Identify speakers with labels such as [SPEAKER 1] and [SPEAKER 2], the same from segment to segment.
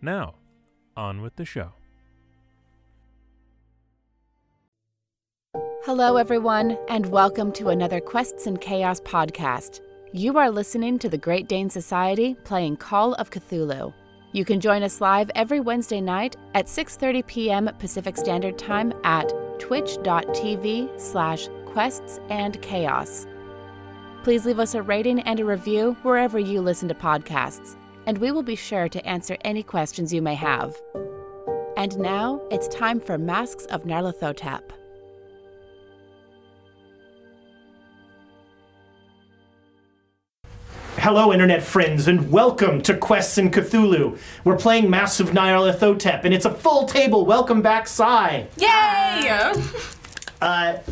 [SPEAKER 1] Now, on with the show.
[SPEAKER 2] Hello, everyone, and welcome to another Quests and Chaos podcast. You are listening to the Great Dane Society playing Call of Cthulhu. You can join us live every Wednesday night at 6:30 p.m. Pacific Standard Time at twitch.tv slash quests and chaos. Please leave us a rating and a review wherever you listen to podcasts, and we will be sure to answer any questions you may have. And now it's time for Masks of Narlathotep.
[SPEAKER 3] Hello, internet friends, and welcome to Quests in Cthulhu. We're playing Mass of Nyarlathotep, and it's a full table. Welcome back, Sai. Uh,
[SPEAKER 4] Yay!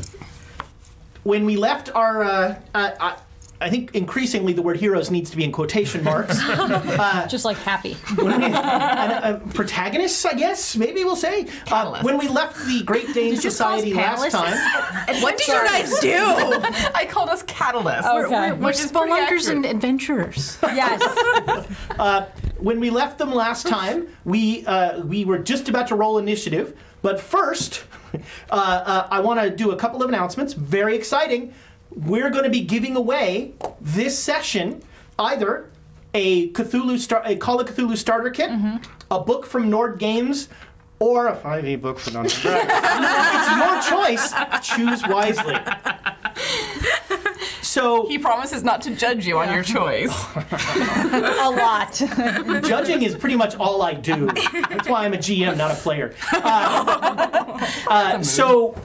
[SPEAKER 3] When we left our, uh, uh, I, I think increasingly the word heroes needs to be in quotation marks. Uh,
[SPEAKER 5] just like happy.
[SPEAKER 3] When we- uh, protagonists, I guess, maybe we'll say. Uh, when we left the Great Dane Society last time,
[SPEAKER 4] what did you guys do? I called us catalysts. We're,
[SPEAKER 5] Okay.
[SPEAKER 4] we're,
[SPEAKER 5] We're
[SPEAKER 4] just spelunkers and
[SPEAKER 6] adventurers.
[SPEAKER 5] Yes.
[SPEAKER 3] when we left them last time, we uh, we were just about to roll initiative. But first, uh, uh, I want to do a couple of announcements. Very exciting. We're going to be giving away this session either a Cthulhu star, a Call of Cthulhu starter kit, a book from Nord Games, or a 5e book from Nord. it's your choice. Choose wisely. So
[SPEAKER 4] He promises not to judge you on your choice.
[SPEAKER 5] a lot.
[SPEAKER 3] Judging is pretty much all I do. That's why I'm a GM, not a player. Uh, uh, so,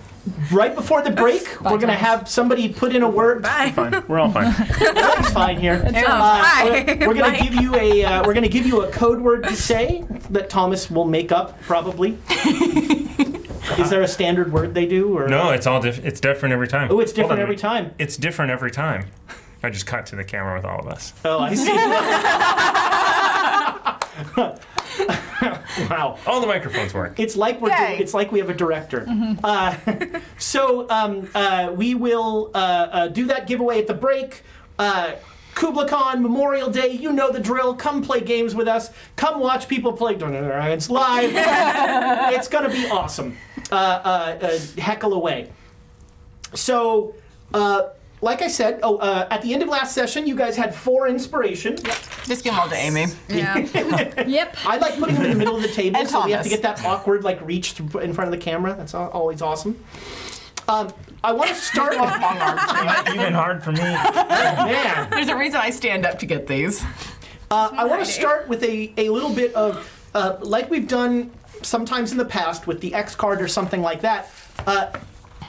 [SPEAKER 3] right before the break, we're going to have somebody put in a word.
[SPEAKER 1] Fine. We're all fine.
[SPEAKER 3] That's fine here. Uh, we're going to give you a uh, we're going to give you a code word to say that Thomas will make up probably. is there a standard word they do or
[SPEAKER 7] No, it's all diff- it's different every time.
[SPEAKER 3] Oh, it's
[SPEAKER 7] Hold on
[SPEAKER 3] different
[SPEAKER 7] a
[SPEAKER 3] every
[SPEAKER 7] minute.
[SPEAKER 3] time.
[SPEAKER 7] It's different every time. I just cut to the camera with all of us.
[SPEAKER 3] Oh, I see. wow.
[SPEAKER 7] All the microphones work.
[SPEAKER 3] It's like we're
[SPEAKER 4] Yay.
[SPEAKER 3] doing, it's like we have a director. Uh, so um, uh, we will uh, uh, do that giveaway at the break. Uh, Kubla Khan Memorial Day, you know the drill. Come play games with us. Come watch people play Dungeons and Dragons live. it's gonna be awesome. Uh, uh, uh, heckle away. So, uh, like I said, oh, uh, at the end of last session, you guys had four inspiration.
[SPEAKER 4] Just give them all to Amy.
[SPEAKER 5] Yep.
[SPEAKER 3] I like putting them in the middle of the table,
[SPEAKER 4] And
[SPEAKER 3] so we have to get
[SPEAKER 4] Thomas.
[SPEAKER 3] that awkward like reach th- in front of the camera. That's al- always awesome. Um, I want to start off.
[SPEAKER 4] Long arms.
[SPEAKER 7] You've been hard for me.
[SPEAKER 3] Man,
[SPEAKER 4] There's a reason I stand up to get these.
[SPEAKER 3] uh, I want to start with a, a little bit of uh, like we've done sometimes in the past with the X card or something like that. Uh,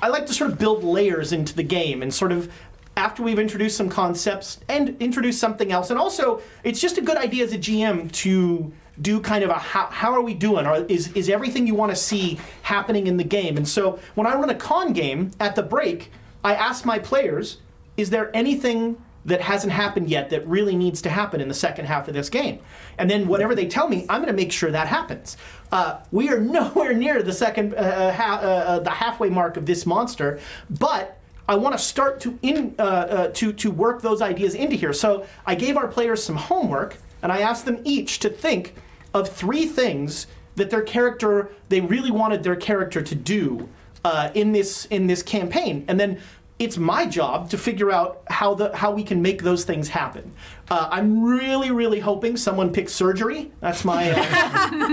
[SPEAKER 3] I like to sort of build layers into the game and sort of after we've introduced some concepts and introduced something else. And also, it's just a good idea as a GM to do kind of a how, how are we doing? Or is, is everything you want to see happening in the game? And so when I run a con game at the break, I ask my players, is there anything that hasn't happened yet that really needs to happen in the second half of this game? And then whatever they tell me, I'm going to make sure that happens. Uh, we are nowhere near the second uh, uh, ha- uh, uh, the halfway mark of this monster, but I want to start to in uh, uh, to to work those ideas into here. So I gave our players some homework, and I asked them each to think of three things that their character they really wanted their character to do uh, in this in this campaign, and then. It's my job to figure out how the how we can make those things happen. Uh, I'm really, really hoping someone picks surgery. That's my. Uh,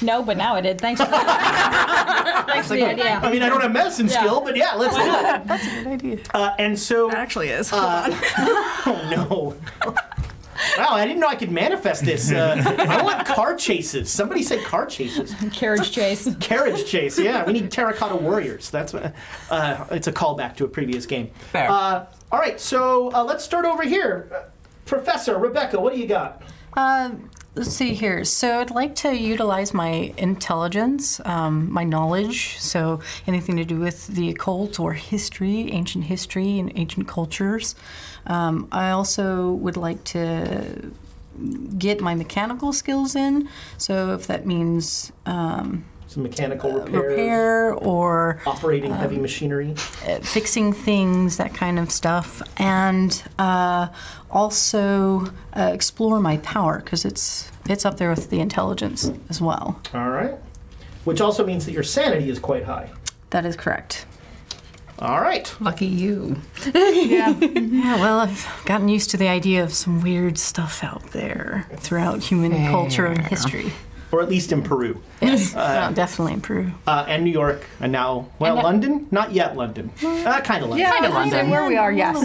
[SPEAKER 5] No, but now I did. Thanks. Thanks for the
[SPEAKER 3] I
[SPEAKER 5] idea.
[SPEAKER 3] mean, I don't have medicine skill, but yeah, let's do it. That's a good idea. Uh, and so,
[SPEAKER 4] Actually is.
[SPEAKER 3] oh no. Wow, I didn't know I could manifest this. Uh, I want car chases. Somebody say car chases.
[SPEAKER 5] Carriage chase.
[SPEAKER 3] Carriage chase. Yeah, we need terracotta warriors. That's what. Uh, it's a callback to a previous game.
[SPEAKER 4] Fair.
[SPEAKER 3] Uh, all right, so uh, let's start over here. Uh, Professor Rebecca, what do you got?
[SPEAKER 6] Um,
[SPEAKER 5] let's see here. So I'd like to utilize my intelligence, um, my knowledge. So anything to do with the occult or history, ancient history and ancient cultures. Um, I also would like to get my mechanical skills in. So if that means um,
[SPEAKER 3] Some mechanical repairs,
[SPEAKER 5] repair or uh,
[SPEAKER 3] operating heavy machinery.
[SPEAKER 5] fixing things, that kind of stuff, and uh, also uh, explore my power because it's it's up there with the intelligence as well.
[SPEAKER 3] All right. Which also means that your sanity is quite high.
[SPEAKER 5] That is correct.
[SPEAKER 3] All right.
[SPEAKER 6] Lucky you.
[SPEAKER 5] Yeah, well, I've gotten used to the idea of some weird stuff out there throughout human culture and history.
[SPEAKER 3] Or at least in Peru.
[SPEAKER 5] Yes, well, definitely in Peru.
[SPEAKER 3] Uh, and New York, and now, well, London? Not yet London. Uh, kind of London.
[SPEAKER 6] Kind of
[SPEAKER 4] And where we are, yes.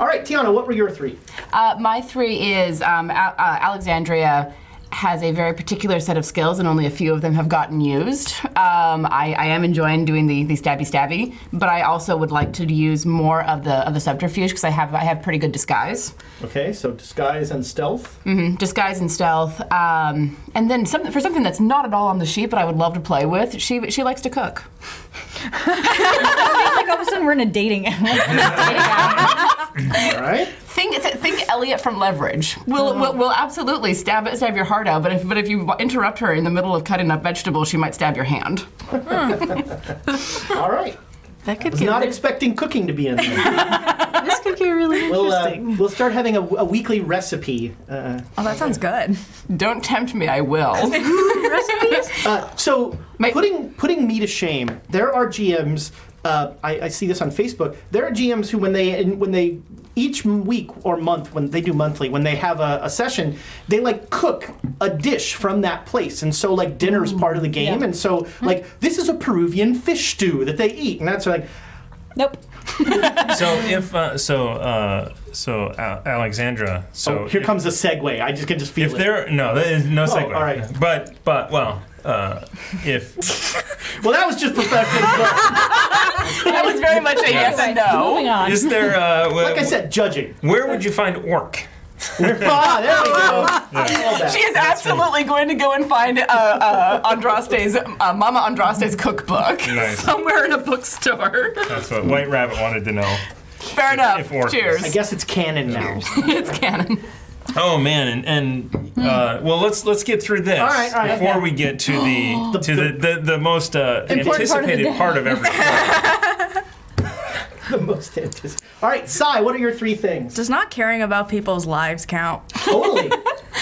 [SPEAKER 3] All right, Tiana, what were your three?
[SPEAKER 6] Uh, my three is um, Al- uh, Alexandria has a very particular set of skills, and only a few of them have gotten used. Um, I, I am enjoying doing the, the stabby stabby, but I also would like to use more of the of the subterfuge because I have I have pretty good disguise,
[SPEAKER 3] Okay, so disguise and stealth.
[SPEAKER 6] Mhm, disguise and stealth, um, and then something for something that's not at all on the sheet, but I would love to play with. She she likes to cook.
[SPEAKER 5] like all of a sudden we're in a dating
[SPEAKER 3] All right.
[SPEAKER 6] Think th- think Elliot from Leverage. We'll, we'll we'll absolutely stab it, stab your heart out. But if but if you interrupt her in the middle of cutting up vegetables, she might stab your hand.
[SPEAKER 3] All right.
[SPEAKER 5] that could
[SPEAKER 3] Was
[SPEAKER 5] get
[SPEAKER 3] not
[SPEAKER 5] re-
[SPEAKER 3] expecting cooking to be in there.
[SPEAKER 5] this could get really
[SPEAKER 3] We'll, uh,
[SPEAKER 5] interesting.
[SPEAKER 3] we'll start having a, a weekly recipe. Uh,
[SPEAKER 4] Oh, that sounds good.
[SPEAKER 6] Don't tempt me, I will.
[SPEAKER 3] uh, so
[SPEAKER 6] My-
[SPEAKER 3] putting putting me to shame. There are GMs. Uh, I, I see this on Facebook. There are GMs who, when they and when they each week or month when they do monthly when they have a, a session they like cook a dish from that place and so like dinner is part of the game and so like this is a peruvian fish stew that they eat and that's like
[SPEAKER 5] nope.
[SPEAKER 7] So if uh, so uh, so uh, Alexandra. So
[SPEAKER 3] oh, here
[SPEAKER 7] if,
[SPEAKER 3] comes the segue i just can just feel
[SPEAKER 7] If
[SPEAKER 3] it
[SPEAKER 7] there no, there is no segue.
[SPEAKER 3] all right.
[SPEAKER 7] But but well, uh, if
[SPEAKER 3] well that was just professional
[SPEAKER 6] That was very much a yes and no.
[SPEAKER 5] Moving on.
[SPEAKER 7] is there uh, wh-
[SPEAKER 3] like i said judging
[SPEAKER 7] where would you find orc?
[SPEAKER 3] ah there we go Nailed that.
[SPEAKER 6] She is absolutely going to go and find uh, uh, Andraste's uh, Mama Andraste's cookbook
[SPEAKER 7] Nice.
[SPEAKER 6] somewhere in a bookstore.
[SPEAKER 7] That's what White Rabbit wanted to know.
[SPEAKER 6] Fair enough.
[SPEAKER 7] if orc-
[SPEAKER 6] Cheers.
[SPEAKER 3] I guess it's canon now.
[SPEAKER 6] it's canon.
[SPEAKER 7] Oh man, and, and uh, well, let's let's get through this
[SPEAKER 3] right, Hmm. all right,
[SPEAKER 7] before
[SPEAKER 3] okay.
[SPEAKER 7] we get to the to the the, the most uh,
[SPEAKER 3] Important part of the
[SPEAKER 7] anticipated part of, everything.
[SPEAKER 3] the most anticipated. All right, Sai, what are your three things?
[SPEAKER 4] Does not caring about people's lives count?
[SPEAKER 3] totally.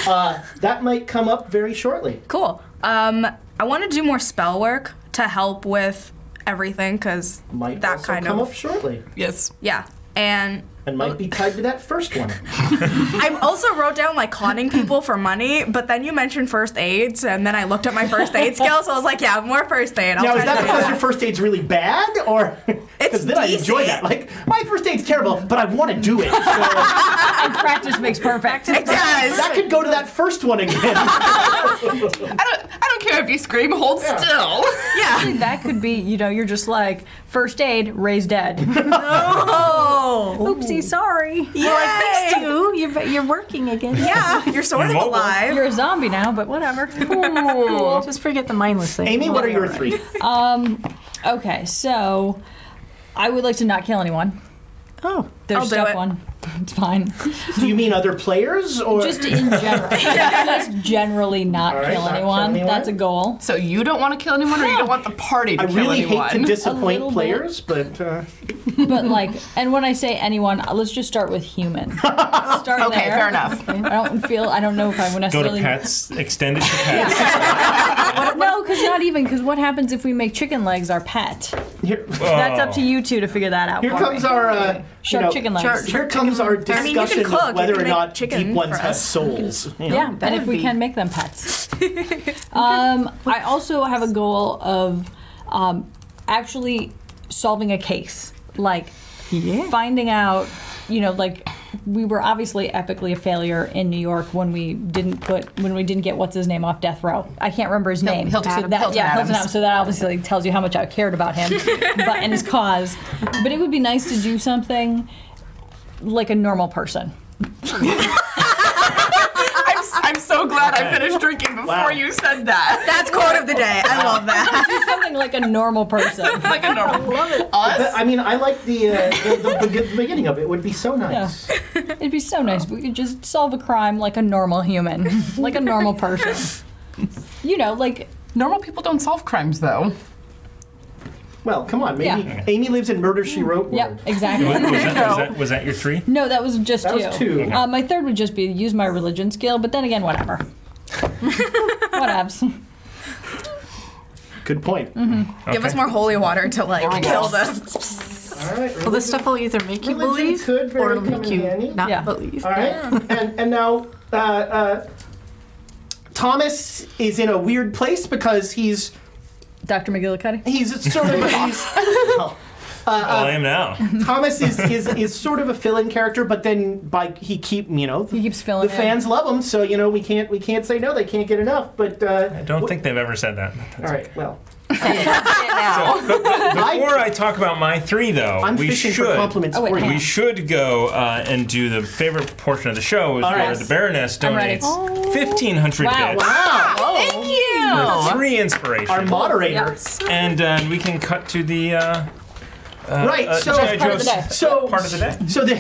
[SPEAKER 3] Uh, that might come up very shortly.
[SPEAKER 4] Cool. Um, I want to do more spell work to help with everything because
[SPEAKER 3] Might
[SPEAKER 4] that
[SPEAKER 3] also
[SPEAKER 4] kind
[SPEAKER 3] come
[SPEAKER 4] of
[SPEAKER 3] up shortly,
[SPEAKER 6] Yes.
[SPEAKER 4] yeah. And
[SPEAKER 3] and might be tied to that first one.
[SPEAKER 4] I also wrote down like conning people for money, but then you mentioned first aids, and then I looked at my first aid skill, so I was like, yeah, more first aid. I'll
[SPEAKER 3] Now,
[SPEAKER 4] try
[SPEAKER 3] is that
[SPEAKER 4] to do
[SPEAKER 3] because your first aid's really bad, or because
[SPEAKER 4] It's
[SPEAKER 3] then I enjoy that?
[SPEAKER 4] decent.
[SPEAKER 3] Like my first aid's terrible, but I want to do it. So that
[SPEAKER 5] Practice makes perfect.
[SPEAKER 4] It does.
[SPEAKER 3] could go to that first one again.
[SPEAKER 6] I don't. I don't care if you scream. Hold still.
[SPEAKER 4] Yeah.
[SPEAKER 5] That could be, you know, you're just like first aid, raise dead.
[SPEAKER 4] Oh.
[SPEAKER 5] Oopsie, sorry.
[SPEAKER 4] Yay.
[SPEAKER 5] You, you're, you're working again.
[SPEAKER 4] Yeah, you're sort of
[SPEAKER 7] mobile.
[SPEAKER 4] alive.
[SPEAKER 5] You're a zombie now, but whatever. Just forget the mindless thing.
[SPEAKER 3] Amy, what are your three?
[SPEAKER 5] Um, Okay, so I would like to not kill anyone.
[SPEAKER 4] Oh,
[SPEAKER 5] There's
[SPEAKER 4] I'll do
[SPEAKER 5] step
[SPEAKER 4] it.
[SPEAKER 5] one. It's fine.
[SPEAKER 3] Do you mean other players, or
[SPEAKER 5] Just in general. Just generally not
[SPEAKER 3] right,
[SPEAKER 5] kill
[SPEAKER 3] not kill
[SPEAKER 5] anyone.
[SPEAKER 3] anyone.
[SPEAKER 5] That's a goal.
[SPEAKER 6] So you don't want to kill anyone, or you don't want the party to
[SPEAKER 3] I
[SPEAKER 6] kill
[SPEAKER 3] really
[SPEAKER 6] anyone.
[SPEAKER 3] hate to
[SPEAKER 5] little
[SPEAKER 3] disappoint
[SPEAKER 5] bit.
[SPEAKER 3] players, but uh,
[SPEAKER 5] But like, and when I say anyone, let's just start with human. Start
[SPEAKER 6] Okay,
[SPEAKER 5] there.
[SPEAKER 6] fair enough.
[SPEAKER 5] Okay, I don't feel. I don't know if I would
[SPEAKER 7] Go
[SPEAKER 5] necessarily.
[SPEAKER 7] to pets, extend it to pets.
[SPEAKER 5] No, because not even. Because what happens if we make chicken legs our pet?
[SPEAKER 3] here,
[SPEAKER 5] That's
[SPEAKER 7] Oh.
[SPEAKER 5] up to you two to figure that out.
[SPEAKER 3] here
[SPEAKER 5] for me.
[SPEAKER 3] comes our uh, you
[SPEAKER 5] Sharp
[SPEAKER 3] know,
[SPEAKER 5] chicken legs.
[SPEAKER 3] Here comes our
[SPEAKER 4] I mean, you can
[SPEAKER 3] discussion
[SPEAKER 4] cook,
[SPEAKER 3] of
[SPEAKER 4] you
[SPEAKER 3] whether
[SPEAKER 4] can
[SPEAKER 3] or
[SPEAKER 4] make
[SPEAKER 3] not
[SPEAKER 4] chicken
[SPEAKER 3] deep ones
[SPEAKER 4] for
[SPEAKER 3] have
[SPEAKER 4] us.
[SPEAKER 3] souls. you know?
[SPEAKER 5] Yeah, and if
[SPEAKER 6] Oh, would
[SPEAKER 5] we
[SPEAKER 6] be-
[SPEAKER 5] can make them pets. um, I also have a goal of um, actually solving a case, like finding out. You know, like we were obviously epically a failure in New York when we didn't put when we didn't get what's his name off death row. I can't remember his name.
[SPEAKER 6] Hilton
[SPEAKER 5] So
[SPEAKER 6] Adam-
[SPEAKER 5] that-
[SPEAKER 6] Hilton
[SPEAKER 5] yeah,
[SPEAKER 6] Adams.
[SPEAKER 5] Hilton Adams. So that obviously tells you how much I cared about him, but and his cause. But it would be nice to do something like a normal person.
[SPEAKER 6] I'm, s- I'm so so glad I finished drinking before
[SPEAKER 3] Wow.
[SPEAKER 6] you said that.
[SPEAKER 4] That's quote of the day. I love that.
[SPEAKER 8] Do something like a normal person.
[SPEAKER 6] like a normal. Love it.
[SPEAKER 3] But, I mean, I like the, uh, the, the, begi- the beginning of it. Would be so nice.
[SPEAKER 8] It'd be so nice if we could just solve a crime like a normal human, like a normal person. You know, like
[SPEAKER 6] Normal people don't solve crimes though.
[SPEAKER 3] Well, come on, maybe
[SPEAKER 8] Yeah.
[SPEAKER 3] Amy lives in Murder She Wrote.
[SPEAKER 8] yeah,
[SPEAKER 3] world.
[SPEAKER 7] Was,
[SPEAKER 8] exactly.
[SPEAKER 7] that, was, that, was that your three?
[SPEAKER 8] No, that was just
[SPEAKER 3] That
[SPEAKER 8] you.
[SPEAKER 3] was two. Okay.
[SPEAKER 8] Uh, my third would just be use my religion skill, but then again, whatever. Whatevs.
[SPEAKER 3] Good point.
[SPEAKER 4] Give us more holy water to like kill this.
[SPEAKER 3] All right.
[SPEAKER 5] Well, this stuff will either make you
[SPEAKER 3] Religion
[SPEAKER 5] believe
[SPEAKER 3] could
[SPEAKER 5] or
[SPEAKER 3] very
[SPEAKER 5] it'll
[SPEAKER 3] come
[SPEAKER 5] make
[SPEAKER 3] in
[SPEAKER 5] you
[SPEAKER 3] handy.
[SPEAKER 5] not
[SPEAKER 8] Yeah.
[SPEAKER 5] believe.
[SPEAKER 3] All right. And and now uh, uh, Thomas is in a weird place because he's
[SPEAKER 8] Dr. McGillicuddy.
[SPEAKER 3] he's sort of he's, Uh,
[SPEAKER 7] oh, I am now.
[SPEAKER 3] Thomas is, is is sort of a fill-in character, but then by he keep you know
[SPEAKER 8] He keeps filling
[SPEAKER 3] the
[SPEAKER 8] in.
[SPEAKER 3] fans love him, so you know we can't we can't say no. They can't get enough. But uh,
[SPEAKER 7] I don't think they've ever said that.
[SPEAKER 3] all right, well,
[SPEAKER 7] Before I talk about my three, though,
[SPEAKER 3] Uh, I'm
[SPEAKER 7] we
[SPEAKER 3] fishing
[SPEAKER 7] should
[SPEAKER 3] for compliments
[SPEAKER 8] Oh, wait,
[SPEAKER 3] for you.
[SPEAKER 8] hang
[SPEAKER 7] we should go uh, and do the favorite portion of the show, is
[SPEAKER 3] All
[SPEAKER 7] where
[SPEAKER 3] right.
[SPEAKER 7] the Baroness
[SPEAKER 8] I'm ready.
[SPEAKER 7] donates fifteen hundred
[SPEAKER 8] Wow,
[SPEAKER 7] bits
[SPEAKER 3] Wow,
[SPEAKER 6] Thank you.
[SPEAKER 7] for three
[SPEAKER 3] our
[SPEAKER 7] inspiration,
[SPEAKER 3] moderator.
[SPEAKER 7] and uh, we can cut to the uh,
[SPEAKER 3] right.
[SPEAKER 7] uh,
[SPEAKER 3] so
[SPEAKER 7] G.I.
[SPEAKER 8] part of the
[SPEAKER 7] Joe's
[SPEAKER 8] day.
[SPEAKER 3] so
[SPEAKER 7] part of the day.
[SPEAKER 3] So the,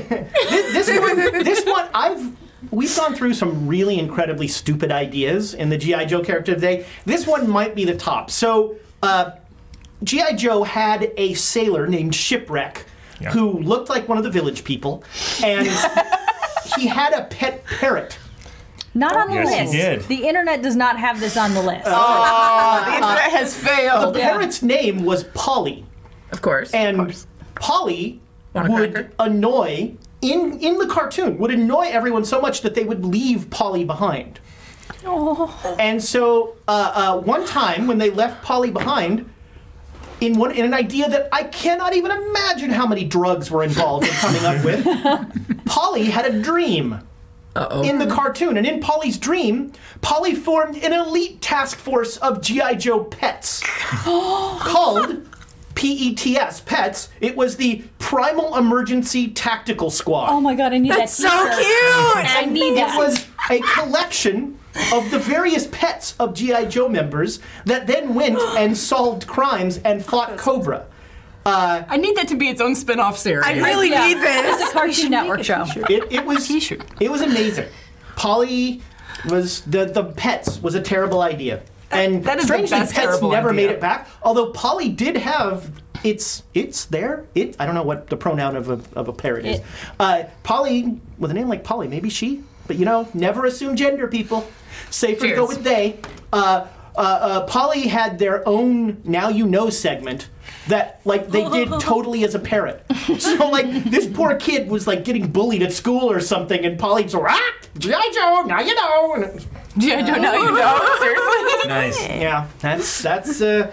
[SPEAKER 3] this, this one, this one, I've we've gone through some really incredibly stupid ideas in the GI Joe character today. This one might be the top. So uh, GI Joe had a sailor named Shipwreck
[SPEAKER 7] Yeah.
[SPEAKER 3] who looked like one of the village people, and he had a pet parrot.
[SPEAKER 8] Not on the
[SPEAKER 7] Yes, he
[SPEAKER 8] list.
[SPEAKER 7] did.
[SPEAKER 8] The internet does not have this on the list.
[SPEAKER 3] Oh.
[SPEAKER 6] The internet has
[SPEAKER 3] Uh, The
[SPEAKER 6] failed.
[SPEAKER 3] parrot's name was Polly,
[SPEAKER 6] Of course.
[SPEAKER 3] and Polly
[SPEAKER 6] a
[SPEAKER 3] would
[SPEAKER 6] cracker?
[SPEAKER 3] annoy. In, in the cartoon would annoy everyone so much that they would leave Polly behind. And so, uh, uh, one time when they left Polly behind, in one in an idea that I cannot even imagine how many drugs were involved in coming up with, Polly had a dream. In the cartoon, and in Polly's dream, Polly formed an elite task force of GI Joe pets called PETS Pets. It was the Primal Emergency Tactical Squad.
[SPEAKER 8] oh my god, I need
[SPEAKER 4] That's
[SPEAKER 8] that.
[SPEAKER 4] so
[SPEAKER 8] t-shirt. I
[SPEAKER 4] cute.
[SPEAKER 8] need
[SPEAKER 3] It
[SPEAKER 8] that.
[SPEAKER 3] was a collection of the various pets of G.I. Joe members that then went and solved crimes and fought Cobra.
[SPEAKER 6] I need that to be its own spin-off series.
[SPEAKER 4] I really
[SPEAKER 8] Yeah.
[SPEAKER 4] need this.
[SPEAKER 8] It's a Cartoon Network show.
[SPEAKER 3] It, it was it was amazing. Polly was the the pets was a terrible idea, and
[SPEAKER 6] that is the
[SPEAKER 3] strangely,
[SPEAKER 6] best
[SPEAKER 3] pets
[SPEAKER 6] terrible
[SPEAKER 3] never made
[SPEAKER 6] idea.
[SPEAKER 3] it back. Although Polly did have its its there it I don't know what the pronoun of a of a parrot is.
[SPEAKER 8] It.
[SPEAKER 3] Uh, Polly with a name like Polly, maybe she, but you know, never assume gender, people. Safer to go
[SPEAKER 6] Cheers.
[SPEAKER 3] with they. Uh, uh, uh, Polly had their own now you know segment that like they did totally as a parrot. So like this poor kid was like getting bullied at school or something, and Polly's like, ah, G.I. Joe, now you know. And it-
[SPEAKER 6] I don't know. You know, seriously.
[SPEAKER 7] Nice.
[SPEAKER 3] yeah, that's that's uh,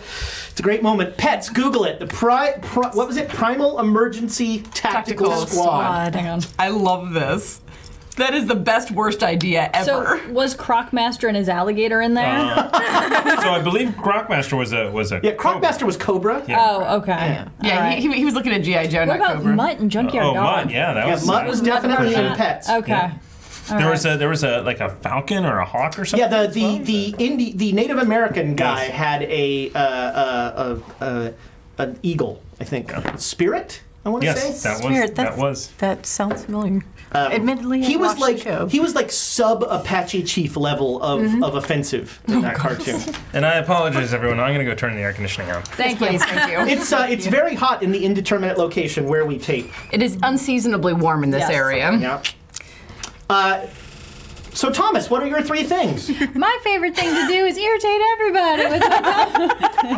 [SPEAKER 3] it's a great moment. Pets, Google it. The pri- pri- what was it? Primal Emergency Tactical,
[SPEAKER 6] Tactical
[SPEAKER 3] Squad.
[SPEAKER 8] Hang on.
[SPEAKER 6] I love this. That is the best worst idea ever.
[SPEAKER 8] So was Crocmaster and his alligator in there?
[SPEAKER 7] So I believe Grockmaster was a was a
[SPEAKER 3] Yeah, Crocmaster was Cobra.
[SPEAKER 8] oh, okay.
[SPEAKER 6] yeah,
[SPEAKER 8] All right.
[SPEAKER 6] he, he, he was looking at GI Joe,
[SPEAKER 8] What
[SPEAKER 6] not
[SPEAKER 8] about
[SPEAKER 6] Cobra.
[SPEAKER 8] Mutt and Junkyard
[SPEAKER 7] Oh,
[SPEAKER 8] Dog?
[SPEAKER 7] Mutt, yeah, that
[SPEAKER 3] Yeah,
[SPEAKER 7] was.
[SPEAKER 3] Mutt was definitely in
[SPEAKER 8] Yeah.
[SPEAKER 3] pets.
[SPEAKER 8] Okay.
[SPEAKER 7] there was a there was a like a falcon or a hawk or something.
[SPEAKER 3] Yeah, the the the Indi- the Native American guy
[SPEAKER 7] Yes.
[SPEAKER 3] had a uh, uh, uh, uh, an eagle, I think. Spirit, I want to
[SPEAKER 7] yes,
[SPEAKER 3] say.
[SPEAKER 7] that was
[SPEAKER 5] Spirit,
[SPEAKER 7] that
[SPEAKER 5] that's-
[SPEAKER 7] was.
[SPEAKER 5] That sounds familiar. Admittedly, I
[SPEAKER 3] Um, He was
[SPEAKER 5] watched
[SPEAKER 3] like
[SPEAKER 5] the show.
[SPEAKER 3] he was like sub Apache chief level of, of offensive in that cartoon.
[SPEAKER 7] And I apologize, everyone. I'm gonna go turn the air conditioning on.
[SPEAKER 8] Thank you.
[SPEAKER 6] Please, thank you.
[SPEAKER 3] It's uh, it's very hot in the indeterminate location where we tape.
[SPEAKER 6] It is unseasonably warm in this
[SPEAKER 8] Yes.
[SPEAKER 6] area.
[SPEAKER 3] Yeah. Uh, so Thomas, what are your three things?
[SPEAKER 8] My favorite thing to do is irritate everybody with my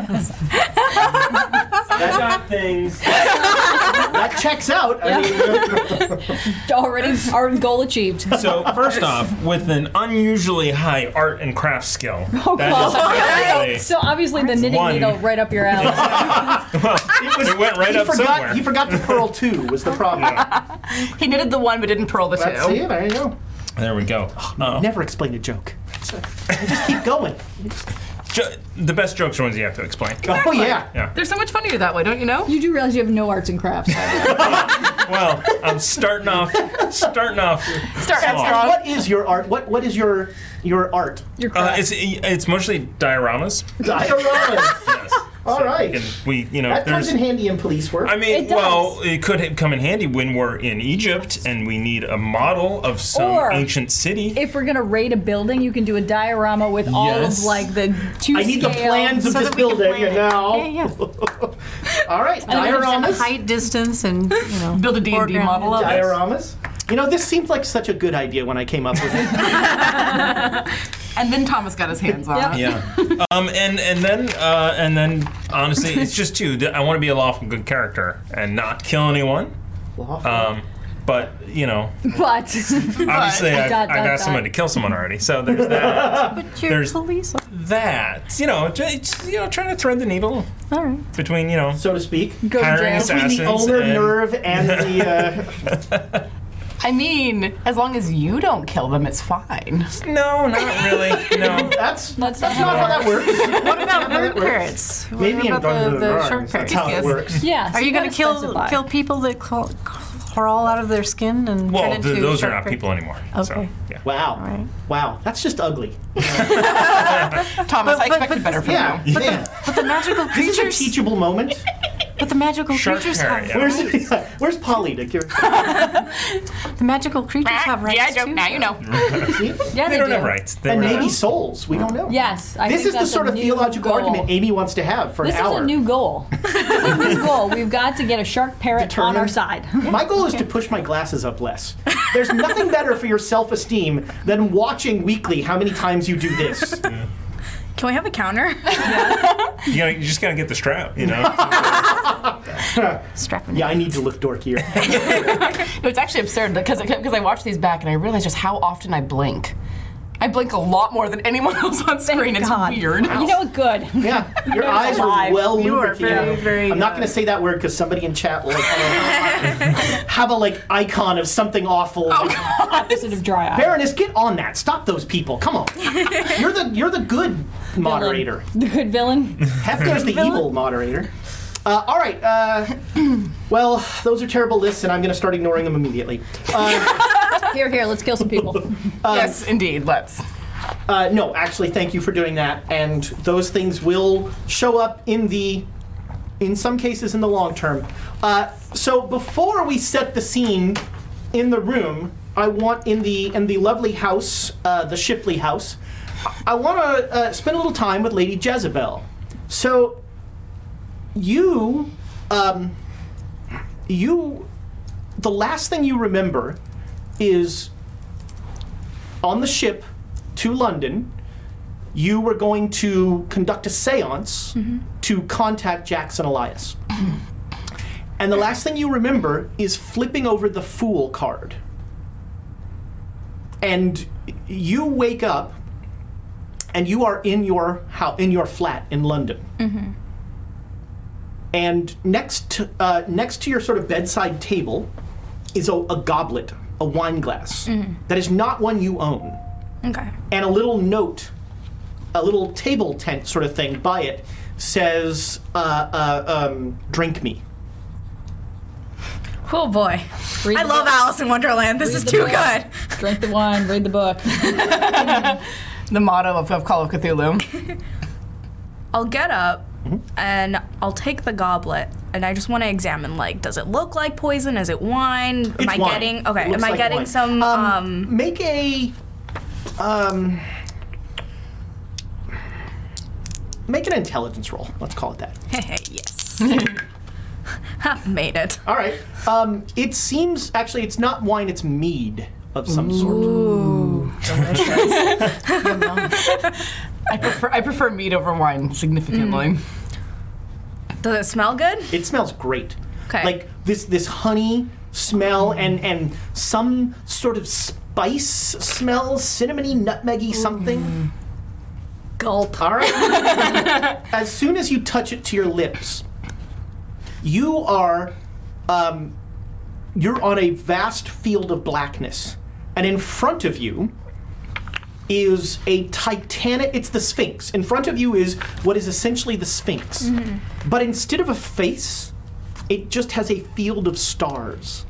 [SPEAKER 7] things.
[SPEAKER 3] That checks out. I mean,
[SPEAKER 8] already our goal achieved.
[SPEAKER 7] So first off, with an unusually high art and craft skill. Oh, that is
[SPEAKER 8] So obviously the knitting
[SPEAKER 7] One.
[SPEAKER 8] needle right up your alley.
[SPEAKER 7] really, it, was, it went right
[SPEAKER 3] he
[SPEAKER 7] up
[SPEAKER 3] forgot
[SPEAKER 7] somewhere.
[SPEAKER 3] he forgot to pearl two was the problem.
[SPEAKER 6] He knitted the one but didn't pearl the
[SPEAKER 3] That's
[SPEAKER 6] two.
[SPEAKER 3] it. There you go.
[SPEAKER 7] there we go. Uh,
[SPEAKER 3] Never explain a joke. I just keep going.
[SPEAKER 7] jo- the best jokes are ones you have to explain.
[SPEAKER 3] Oh yeah.
[SPEAKER 6] They're so much funnier that way, don't you know?
[SPEAKER 8] You do realize you have no arts and crafts.
[SPEAKER 7] Uh, Well, I'm starting off starting off
[SPEAKER 6] Start
[SPEAKER 7] Soft.
[SPEAKER 3] And what is your art? What what is your your art?
[SPEAKER 8] You're
[SPEAKER 7] Uh,
[SPEAKER 8] correct.
[SPEAKER 7] it's it's mostly dioramas.
[SPEAKER 3] Dioramas.
[SPEAKER 7] Yes.
[SPEAKER 3] All right.
[SPEAKER 7] And we, you know,
[SPEAKER 3] That comes
[SPEAKER 7] there's.
[SPEAKER 3] in handy in police work.
[SPEAKER 7] I mean,
[SPEAKER 8] It does.
[SPEAKER 7] well, it could ha- come in handy when we're in Egypt and we need a model of some
[SPEAKER 8] Or-
[SPEAKER 7] ancient city.
[SPEAKER 8] if we're gonna rate a building, you can do a diorama with all of
[SPEAKER 7] Yes.
[SPEAKER 8] like the two
[SPEAKER 3] I need the
[SPEAKER 8] scale-
[SPEAKER 3] plans of
[SPEAKER 8] so
[SPEAKER 3] this
[SPEAKER 8] that we can
[SPEAKER 3] building
[SPEAKER 8] plan it.
[SPEAKER 3] now.
[SPEAKER 5] Yeah, yeah.
[SPEAKER 3] All right, dioramas.
[SPEAKER 5] Height, distance, and you know,
[SPEAKER 6] Build a D&D
[SPEAKER 5] foreground.
[SPEAKER 6] model of it.
[SPEAKER 3] Dioramas. You know, this seemed like such a good idea when I came up with it.
[SPEAKER 6] And then Thomas got his hands on it.
[SPEAKER 7] Yeah. um, and and then uh, and then honestly, it's just two. that I want to be a lawful good character and not kill anyone. Um, but you know,
[SPEAKER 8] But
[SPEAKER 7] obviously, I,
[SPEAKER 8] Dot,
[SPEAKER 7] I got
[SPEAKER 8] dot, dot.
[SPEAKER 7] someone to kill someone already. So there's that.
[SPEAKER 5] But you're
[SPEAKER 7] There's-
[SPEAKER 5] police.
[SPEAKER 7] that you know, ju- it's, you know, trying to thread the needle
[SPEAKER 5] All right.
[SPEAKER 7] between you know
[SPEAKER 3] so to speak.
[SPEAKER 8] go to
[SPEAKER 7] hiring
[SPEAKER 8] jail.
[SPEAKER 7] assassins
[SPEAKER 3] the owner
[SPEAKER 7] and
[SPEAKER 3] nerve and the uh,
[SPEAKER 6] I mean, as long as you don't kill them, it's fine.
[SPEAKER 7] no, not really. No,
[SPEAKER 3] that's
[SPEAKER 8] That's
[SPEAKER 3] that's not how that works.
[SPEAKER 5] What about bird parrots? What
[SPEAKER 3] Maybe in
[SPEAKER 5] about the,
[SPEAKER 3] Dungeons and
[SPEAKER 5] the
[SPEAKER 3] Dragons,
[SPEAKER 5] shark
[SPEAKER 3] that's
[SPEAKER 5] parrots?
[SPEAKER 3] how
[SPEAKER 6] Yes.
[SPEAKER 3] it works.
[SPEAKER 8] Yeah.
[SPEAKER 5] Are
[SPEAKER 8] so
[SPEAKER 5] you going to kill
[SPEAKER 8] specify.
[SPEAKER 5] kill people that crawl, crawl out of their skin and turn
[SPEAKER 7] well,
[SPEAKER 5] into
[SPEAKER 7] th- those are
[SPEAKER 5] shark
[SPEAKER 7] not
[SPEAKER 5] parrots?
[SPEAKER 7] people anymore. So,
[SPEAKER 5] Okay.
[SPEAKER 7] yeah.
[SPEAKER 3] Wow,
[SPEAKER 5] right.
[SPEAKER 3] wow, that's just ugly.
[SPEAKER 6] Thomas, I expected better from
[SPEAKER 3] Yeah,
[SPEAKER 6] you.
[SPEAKER 3] yeah.
[SPEAKER 5] But the magical
[SPEAKER 3] This is a
[SPEAKER 5] creatures.
[SPEAKER 3] teachable moment.
[SPEAKER 5] But the magical
[SPEAKER 7] Shark
[SPEAKER 5] creatures
[SPEAKER 7] parrot,
[SPEAKER 5] have.
[SPEAKER 7] yeah.
[SPEAKER 3] Where's where's Polly to give?
[SPEAKER 5] The magical creatures have rights
[SPEAKER 6] yeah,
[SPEAKER 5] too.
[SPEAKER 6] joke. Now you know.
[SPEAKER 8] Yeah,
[SPEAKER 7] They
[SPEAKER 8] they
[SPEAKER 7] don't
[SPEAKER 8] do.
[SPEAKER 7] have rights. They
[SPEAKER 3] And
[SPEAKER 7] were uh,
[SPEAKER 3] maybe
[SPEAKER 7] not-
[SPEAKER 3] souls. We don't know.
[SPEAKER 8] Yes, I
[SPEAKER 3] This
[SPEAKER 8] think
[SPEAKER 3] is the
[SPEAKER 8] that's
[SPEAKER 3] sort
[SPEAKER 8] a
[SPEAKER 3] of
[SPEAKER 8] new
[SPEAKER 3] theological
[SPEAKER 8] goal.
[SPEAKER 3] argument Amy wants to have for
[SPEAKER 8] This
[SPEAKER 3] an hour.
[SPEAKER 8] is a new goal. this is a new goal. We've got to get a shark parrot on
[SPEAKER 3] Determined.
[SPEAKER 8] our side.
[SPEAKER 3] My goal is to push my glasses up less. There's nothing better for your self esteem than watching weekly how many times you do this.
[SPEAKER 4] Can we have a counter?
[SPEAKER 7] You, know, you just gotta get the strap. You know.
[SPEAKER 5] Strap 'em
[SPEAKER 3] Yeah, I need to look dorkier.
[SPEAKER 6] No, it's actually absurd because because I watch these back and I realize just how often I blink. I blink a lot more than anyone else on screen. it's
[SPEAKER 8] God.
[SPEAKER 6] weird.
[SPEAKER 8] You know what? Good.
[SPEAKER 3] Yeah, your eyes
[SPEAKER 8] alive.
[SPEAKER 3] are well
[SPEAKER 5] You are
[SPEAKER 3] lubricated.
[SPEAKER 5] very, very,
[SPEAKER 3] I'm not
[SPEAKER 5] uh,
[SPEAKER 3] going to say that word because somebody in chat will like, have a like icon of something awful.
[SPEAKER 5] Oh,
[SPEAKER 8] Opposite of dry eye.
[SPEAKER 3] Baroness, get on that. Stop those people. Come on. You're the you're the good moderator.
[SPEAKER 8] The good villain.
[SPEAKER 3] Hefner's the evil moderator. Uh, all right. Uh, well, those are terrible lists, and I'm going to start ignoring them immediately.
[SPEAKER 8] Here, here. Let's kill some people.
[SPEAKER 6] yes, indeed. Let's.
[SPEAKER 3] Uh, no, actually, thank you for doing that. And those things will show up in the, in some cases, in the long term. Uh, so before we set the scene in the room, I want in the in the lovely house, uh, the Shipley house. I want to uh, spend a little time with Lady Jezebel. So you, um, you, the last thing you remember is on the ship to London, you were going to conduct a seance to contact Jackson Elias. and the last thing you remember is flipping over the Fool card. And you wake up and you are in your house, in your flat in London. And next to, uh, next to your sort of bedside table is a, a goblet, a wine glass, that is not one you own
[SPEAKER 4] okay.
[SPEAKER 3] and a little note, a little table tent sort of thing by it says, uh, uh, um, "Drink me."
[SPEAKER 4] Oh boy.
[SPEAKER 8] Read
[SPEAKER 4] I
[SPEAKER 8] the
[SPEAKER 4] love
[SPEAKER 8] book.
[SPEAKER 4] Alice in Wonderland. This is
[SPEAKER 8] the
[SPEAKER 4] too
[SPEAKER 8] book.
[SPEAKER 4] good.
[SPEAKER 8] Drink the wine. Read the book.
[SPEAKER 6] The motto of, of Call of Cthulhu.
[SPEAKER 4] I'll get up
[SPEAKER 3] Mm-hmm.
[SPEAKER 4] and I'll take the goblet and I just want to examine like does it look like poison? Is it wine? am
[SPEAKER 3] It's
[SPEAKER 4] I
[SPEAKER 3] wine.
[SPEAKER 4] getting
[SPEAKER 3] It
[SPEAKER 4] okay, am
[SPEAKER 3] looks
[SPEAKER 4] I
[SPEAKER 3] like
[SPEAKER 4] getting
[SPEAKER 3] wine.
[SPEAKER 4] some um,
[SPEAKER 3] Make a, um, make an intelligence roll. Let's call it that.
[SPEAKER 4] yes. Ha, Made it.
[SPEAKER 3] All right. Um, it seems actually it's not wine; it's mead of some sort.
[SPEAKER 6] I prefer I prefer meat over wine significantly.
[SPEAKER 4] Does it smell good?
[SPEAKER 3] It smells great.
[SPEAKER 4] Okay. Mm.
[SPEAKER 3] Like this this honey smell and and some sort of spice smell, cinnamony, nutmeggy something.
[SPEAKER 4] Mm. Gulp.
[SPEAKER 3] All right. as soon as you touch it to your lips, you are, um, you're on a vast field of blackness, and in front of you is a titanic. It's the Sphinx. In front of you is what is essentially the Sphinx, but instead of a face, it just has a field of stars.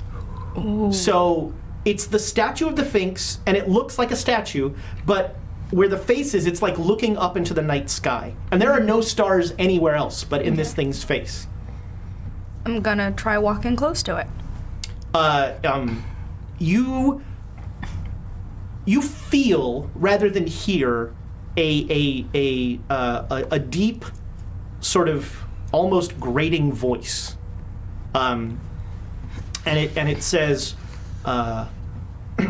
[SPEAKER 3] So it's the statue of the Sphinx, and it looks like a statue, but where the face is, it's like looking up into the night sky. And there are no stars anywhere else but in this thing's face.
[SPEAKER 4] I'm gonna try walking close to it.
[SPEAKER 3] uh, um, you you feel rather than hear a a a, uh, a a deep sort of almost grating voice, um, and it and it says, uh,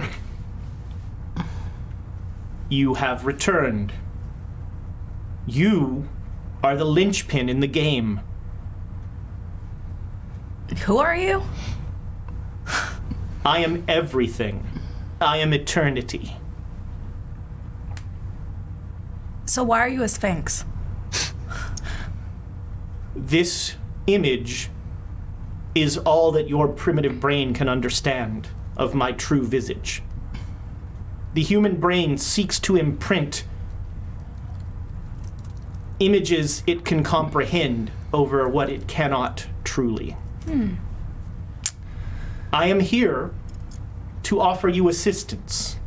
[SPEAKER 3] "You have returned. You are the linchpin in the game."
[SPEAKER 4] Who are you?
[SPEAKER 3] I am everything. I am eternity.
[SPEAKER 4] So why are you a sphinx?
[SPEAKER 3] This image is all that your primitive brain can understand of my true visage. The human brain seeks to imprint images it can comprehend over what it cannot truly. I am here to offer you assistance.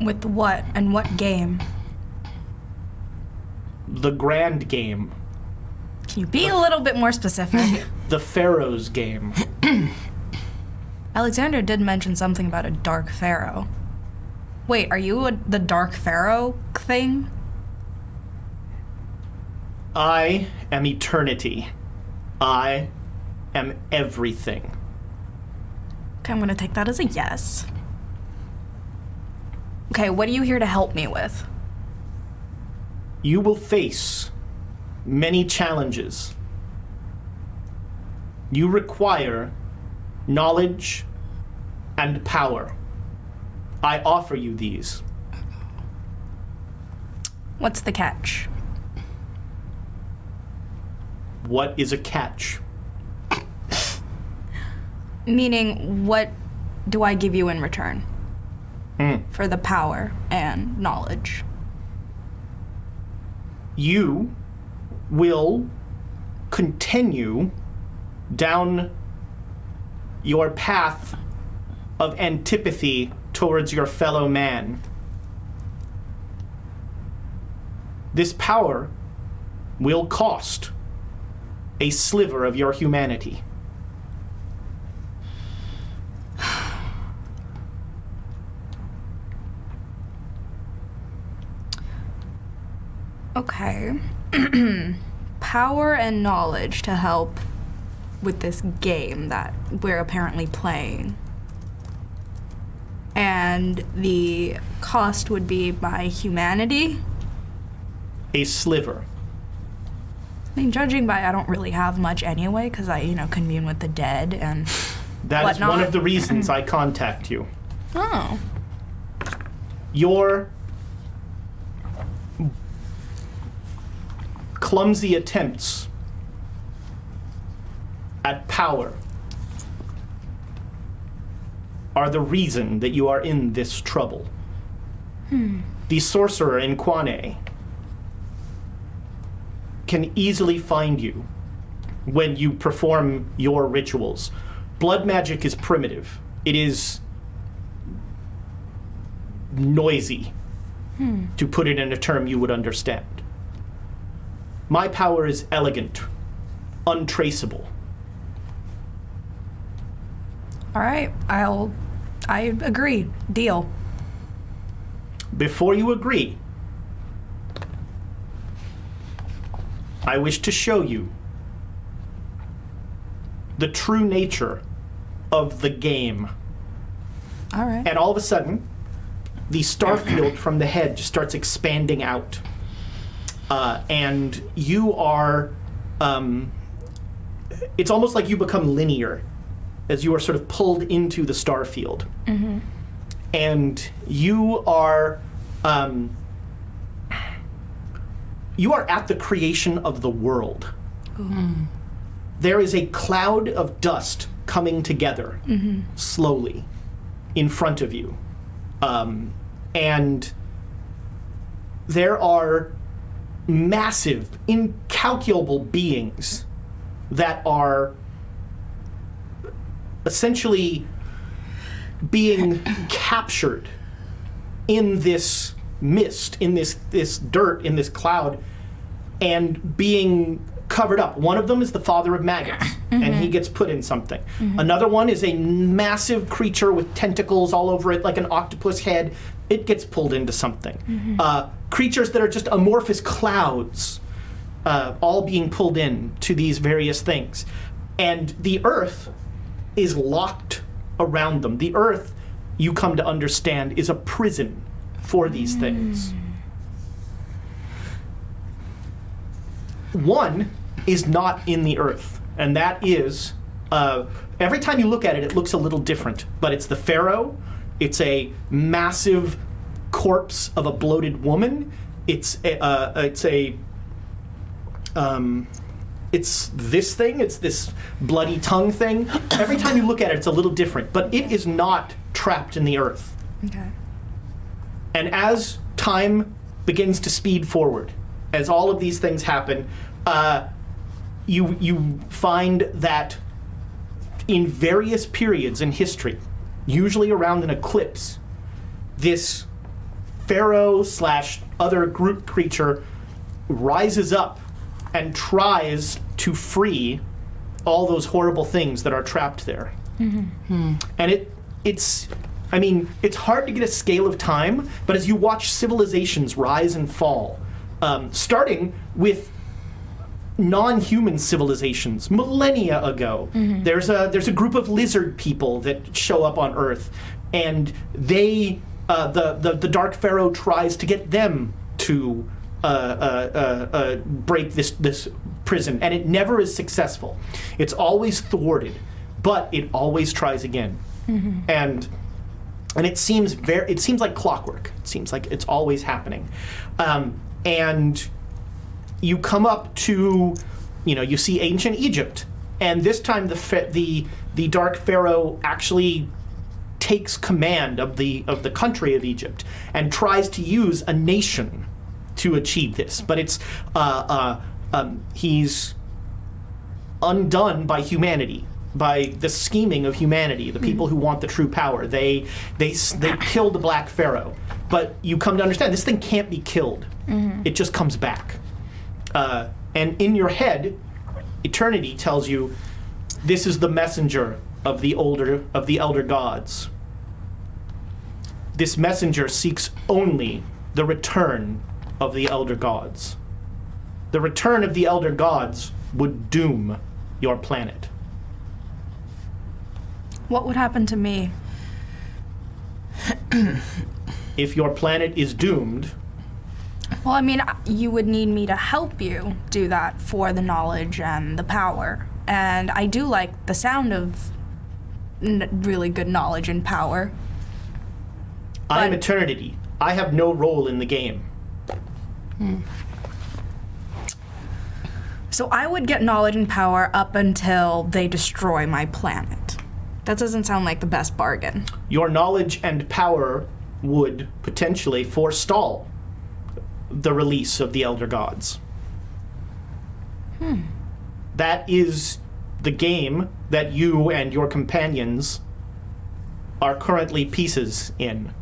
[SPEAKER 4] With what and what game?
[SPEAKER 3] The grand game,
[SPEAKER 4] Can you be a little bit more specific?
[SPEAKER 3] the pharaoh's game.
[SPEAKER 4] Alexander did mention something about a dark pharaoh. Wait, are you a, the dark pharaoh thing?
[SPEAKER 3] I am eternity. I am everything.
[SPEAKER 4] Okay, I'm gonna take that as a yes. Okay, what are you here to help me with?
[SPEAKER 3] You will face many challenges. You require knowledge and power. I offer you these.
[SPEAKER 4] What's the catch?
[SPEAKER 3] What is a catch?
[SPEAKER 4] Meaning, what do I give you in return for the power and knowledge?
[SPEAKER 3] you will continue down your path of antipathy towards your fellow man. This power will cost a sliver of your humanity.
[SPEAKER 4] Okay. Power and knowledge to help with this game that we're apparently playing. And the cost would be my humanity.
[SPEAKER 3] A sliver.
[SPEAKER 4] I mean, judging by I don't really have much anyway, because I, you know, commune with the dead and.
[SPEAKER 3] That is one
[SPEAKER 4] Whatnot.
[SPEAKER 3] of the reasons I contact you.
[SPEAKER 4] Oh.
[SPEAKER 3] your clumsy attempts at power are the reason that you are in this trouble. The sorcerer in Kwane can easily find you when you perform your rituals. Blood magic is primitive. It is noisy, to put it in a term you would understand. My power is elegant, untraceable.
[SPEAKER 4] All right. I'll. I agree. Deal.
[SPEAKER 3] Before you agree, I wish to show you the true nature of the game.
[SPEAKER 4] All right.
[SPEAKER 3] And all of a sudden, the star field from the head just starts expanding out. Uh, and you are. Um, it's almost like you become linear as you are sort of pulled into the star field. And you are. Um, you are at the creation of the world. There is a cloud of dust coming together slowly in front of you. Um, and there are massive, incalculable beings that are essentially being captured in this mist in this this dirt in this cloud and being covered up. One of them is the father of maggots, and he gets put in something. Another one is a massive creature with tentacles all over it, like an octopus head. It gets pulled into something. Uh, creatures that are just amorphous clouds, uh, all being pulled in to these various things, and the earth is locked around them. The earth, you come to understand, is a prison for these things. One is not in the earth, and that is uh, every time you look at it, it looks a little different. But it's the pharaoh. It's a massive corpse of a bloated woman. It's a, uh, it's a um, it's this thing. It's this bloody tongue thing. Every time you look at it, it's a little different. But it is not trapped in the earth.
[SPEAKER 4] Okay.
[SPEAKER 3] And as time begins to speed forward, as all of these things happen, uh, you you find that in various periods in history, usually around an eclipse, this pharaoh slash other group creature rises up and tries to free all those horrible things that are trapped there and it it's i mean it's hard to get a scale of time but as you watch civilizations rise and fall um, starting with non-human civilizations millennia ago there's a there's a group of lizard people that show up on earth and they uh, the, the the dark pharaoh tries to get them to uh, uh, uh, uh, break this this prison and it never is successful it's always thwarted but it always tries again and and it seems very it seems like clockwork it seems like it's always happening um, and you come up to you know you see ancient egypt and this time the pha- the the dark pharaoh actually takes command of the of the country of egypt and tries to use a nation to achieve this but it's uh, uh, um, he's undone by humanity by the scheming of humanity the people who want the true power they they s- they kill the black pharaoh but you come to understand this thing can't be killed it just comes back uh, and in your head eternity tells you this is the messenger of the older of the elder gods this messenger seeks only the return of the elder gods the return of the elder gods would doom your planet
[SPEAKER 4] What would happen to me?
[SPEAKER 3] if your planet is doomed,
[SPEAKER 4] Well, I mean, you would need me to help you do that for the knowledge and the power. And I do like the sound of n- really good knowledge and power.
[SPEAKER 3] I am
[SPEAKER 4] But-
[SPEAKER 3] eternity. I have no role in the game.
[SPEAKER 4] So I would get knowledge and power up until they destroy my planet. That doesn't sound like the best bargain.
[SPEAKER 3] Your knowledge and power would potentially forestall the release of the elder gods. That is the game that you and your companions are currently pieces in.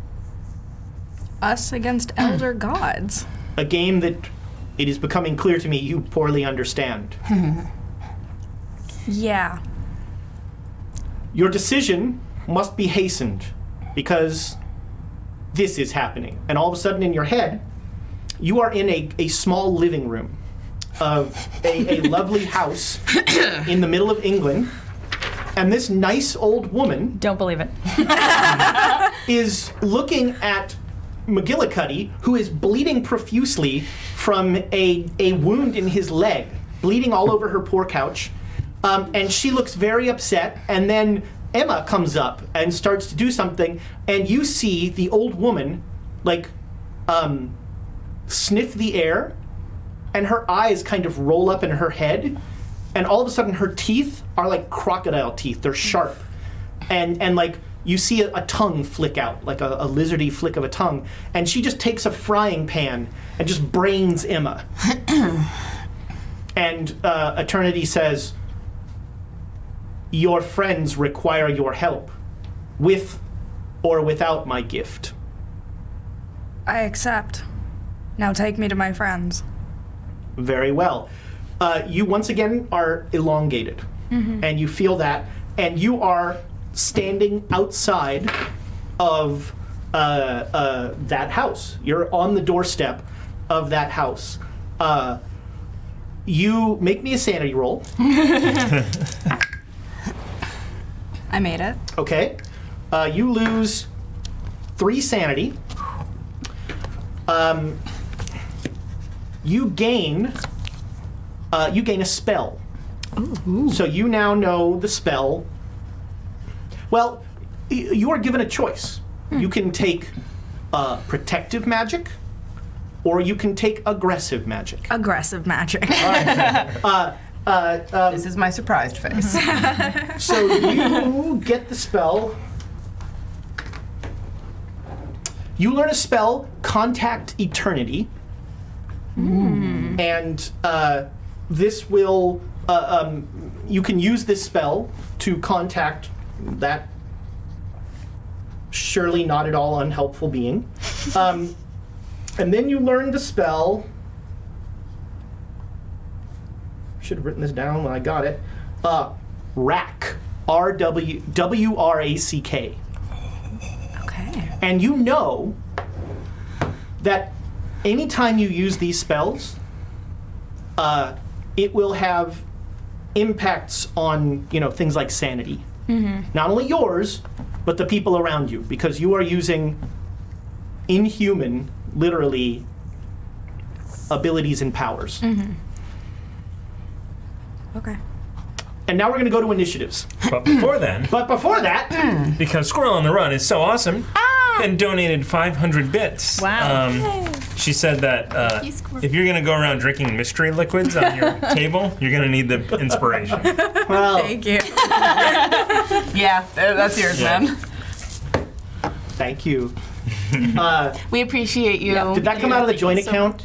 [SPEAKER 4] Us against elder gods.
[SPEAKER 3] A game that it is becoming clear to me you poorly understand.
[SPEAKER 4] Yeah.
[SPEAKER 3] Your decision must be hastened because this is happening. And all of a sudden, in your head, you are in a, a small living room of a, a lovely house in the middle of England. And this nice old woman
[SPEAKER 8] Don't believe it.
[SPEAKER 3] is looking at McGillicuddy, who is bleeding profusely from a, a wound in his leg, bleeding all over her poor couch. Um, and she looks very upset. And then Emma comes up and starts to do something. And you see the old woman, like, um, sniff the air. And her eyes kind of roll up in her head. And all of a sudden, her teeth are like crocodile teeth, they're sharp and and like you see a, a tongue flick out, like a, a lizardy flick of a tongue, and she just takes a frying pan and just brains Emma. and uh, Eternity says, "Your friends require your help, with or without my gift.
[SPEAKER 4] I accept. Now take me to my friends.
[SPEAKER 3] Very well. Uh, you once again are elongated, and you feel that, and you are standing outside of uh, uh, that house. You're on the doorstep of that house. Uh, you make me a sanity roll,
[SPEAKER 4] I made it.
[SPEAKER 3] okay? Uh, you lose three sanity. Um, you gain. Uh, you gain a spell. So you now know the spell. Well, y- you are given a choice. You can take uh, protective magic, or you can take aggressive magic.
[SPEAKER 4] Aggressive magic.
[SPEAKER 6] This is my surprised face.
[SPEAKER 3] So you get the spell. You learn a spell, Contact Eternity. And uh, this will. Uh, um, you can use this spell to contact that surely not at all unhelpful being. Um, and then you learn the spell. Should have written this down when I got it. Uh, rack. R W W R A C K.
[SPEAKER 4] okay.
[SPEAKER 3] And you know that anytime you use these spells, uh, it will have impacts on you know things like sanity.
[SPEAKER 4] Mm-hmm.
[SPEAKER 3] Not only yours, but the people around you, because you are using inhuman, literally, abilities and powers.
[SPEAKER 4] Mm-hmm. Okay.
[SPEAKER 3] And now we're going to go to initiatives.
[SPEAKER 7] But before then,
[SPEAKER 3] But before that,
[SPEAKER 7] because Squirrel on the Run is so awesome and donated 500 bits.
[SPEAKER 8] Wow.
[SPEAKER 7] Um, she said that uh, if you're going to go around drinking mystery liquids on your table, you're going to need the inspiration.
[SPEAKER 3] well,
[SPEAKER 4] Thank you.
[SPEAKER 6] yeah, uh, that's yours,
[SPEAKER 7] Yeah.
[SPEAKER 6] man.
[SPEAKER 3] thank you.
[SPEAKER 6] We appreciate you.
[SPEAKER 3] Did that come out of the joint account?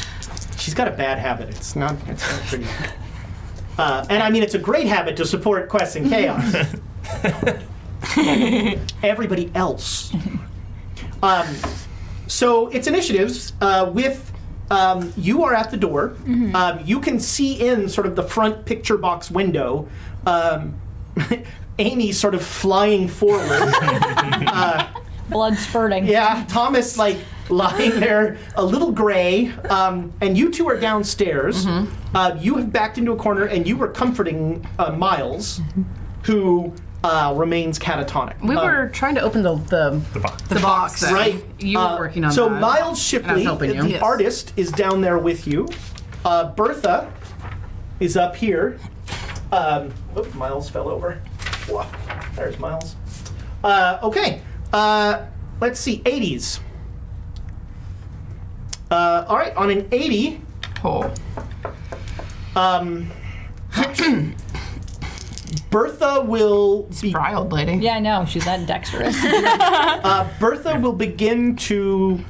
[SPEAKER 3] She's got a bad habit. It's not. It's not pretty. Uh, and I mean, it's a great habit to support quests and chaos. Everybody else. Um, so it's initiatives uh, with. Um, you are at the door. Um, you can see in sort of the front picture box window. Um, Amy sort of flying forward.
[SPEAKER 8] Blood spurting.
[SPEAKER 3] Yeah, Thomas like lying there, a little gray, um, and you two are downstairs. Uh, you have backed into a corner, and you were comforting uh, Miles, who uh, remains catatonic.
[SPEAKER 6] We
[SPEAKER 3] Uh,
[SPEAKER 6] were trying to open the the,
[SPEAKER 7] The box.
[SPEAKER 6] Um, the box. though.
[SPEAKER 3] right.
[SPEAKER 6] You were
[SPEAKER 3] uh,
[SPEAKER 6] working on
[SPEAKER 3] so
[SPEAKER 6] that.
[SPEAKER 3] Miles
[SPEAKER 6] I was
[SPEAKER 3] Shipley,
[SPEAKER 6] helping you.
[SPEAKER 3] the
[SPEAKER 6] Yes.
[SPEAKER 3] artist, is down there with you. Uh, Bertha is up here. Um, oop, Miles fell over. Whoa, there's Miles. Uh, okay. Uh, let's see. 80s. Uh, all right. On an 80,
[SPEAKER 6] Oh.
[SPEAKER 3] um, Bertha will be
[SPEAKER 6] Briled lady.
[SPEAKER 8] Yeah, I know. She's that dexterous.
[SPEAKER 3] Bertha will begin to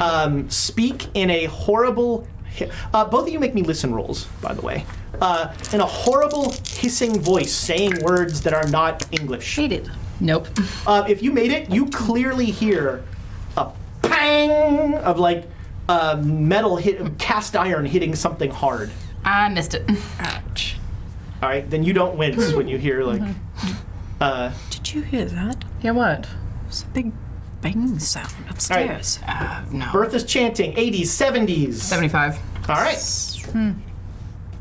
[SPEAKER 3] um, speak in a horrible. hi- Uh, both of you make me listen rolls, by the way. Uh, in a horrible hissing voice, saying words that are not English.
[SPEAKER 6] Hated. Nope.
[SPEAKER 3] Uh, if you made it, you clearly hear a pang of like uh, metal hit, cast iron hitting something hard.
[SPEAKER 6] I missed it.
[SPEAKER 3] All right, then you don't wince when you hear like. Uh,
[SPEAKER 5] Did you hear that?
[SPEAKER 6] Yeah, what?
[SPEAKER 5] It's a big bang sound upstairs.
[SPEAKER 6] Uh, No.
[SPEAKER 3] Bertha's chanting 80s, 70s.
[SPEAKER 6] Seventy-five.
[SPEAKER 3] All right.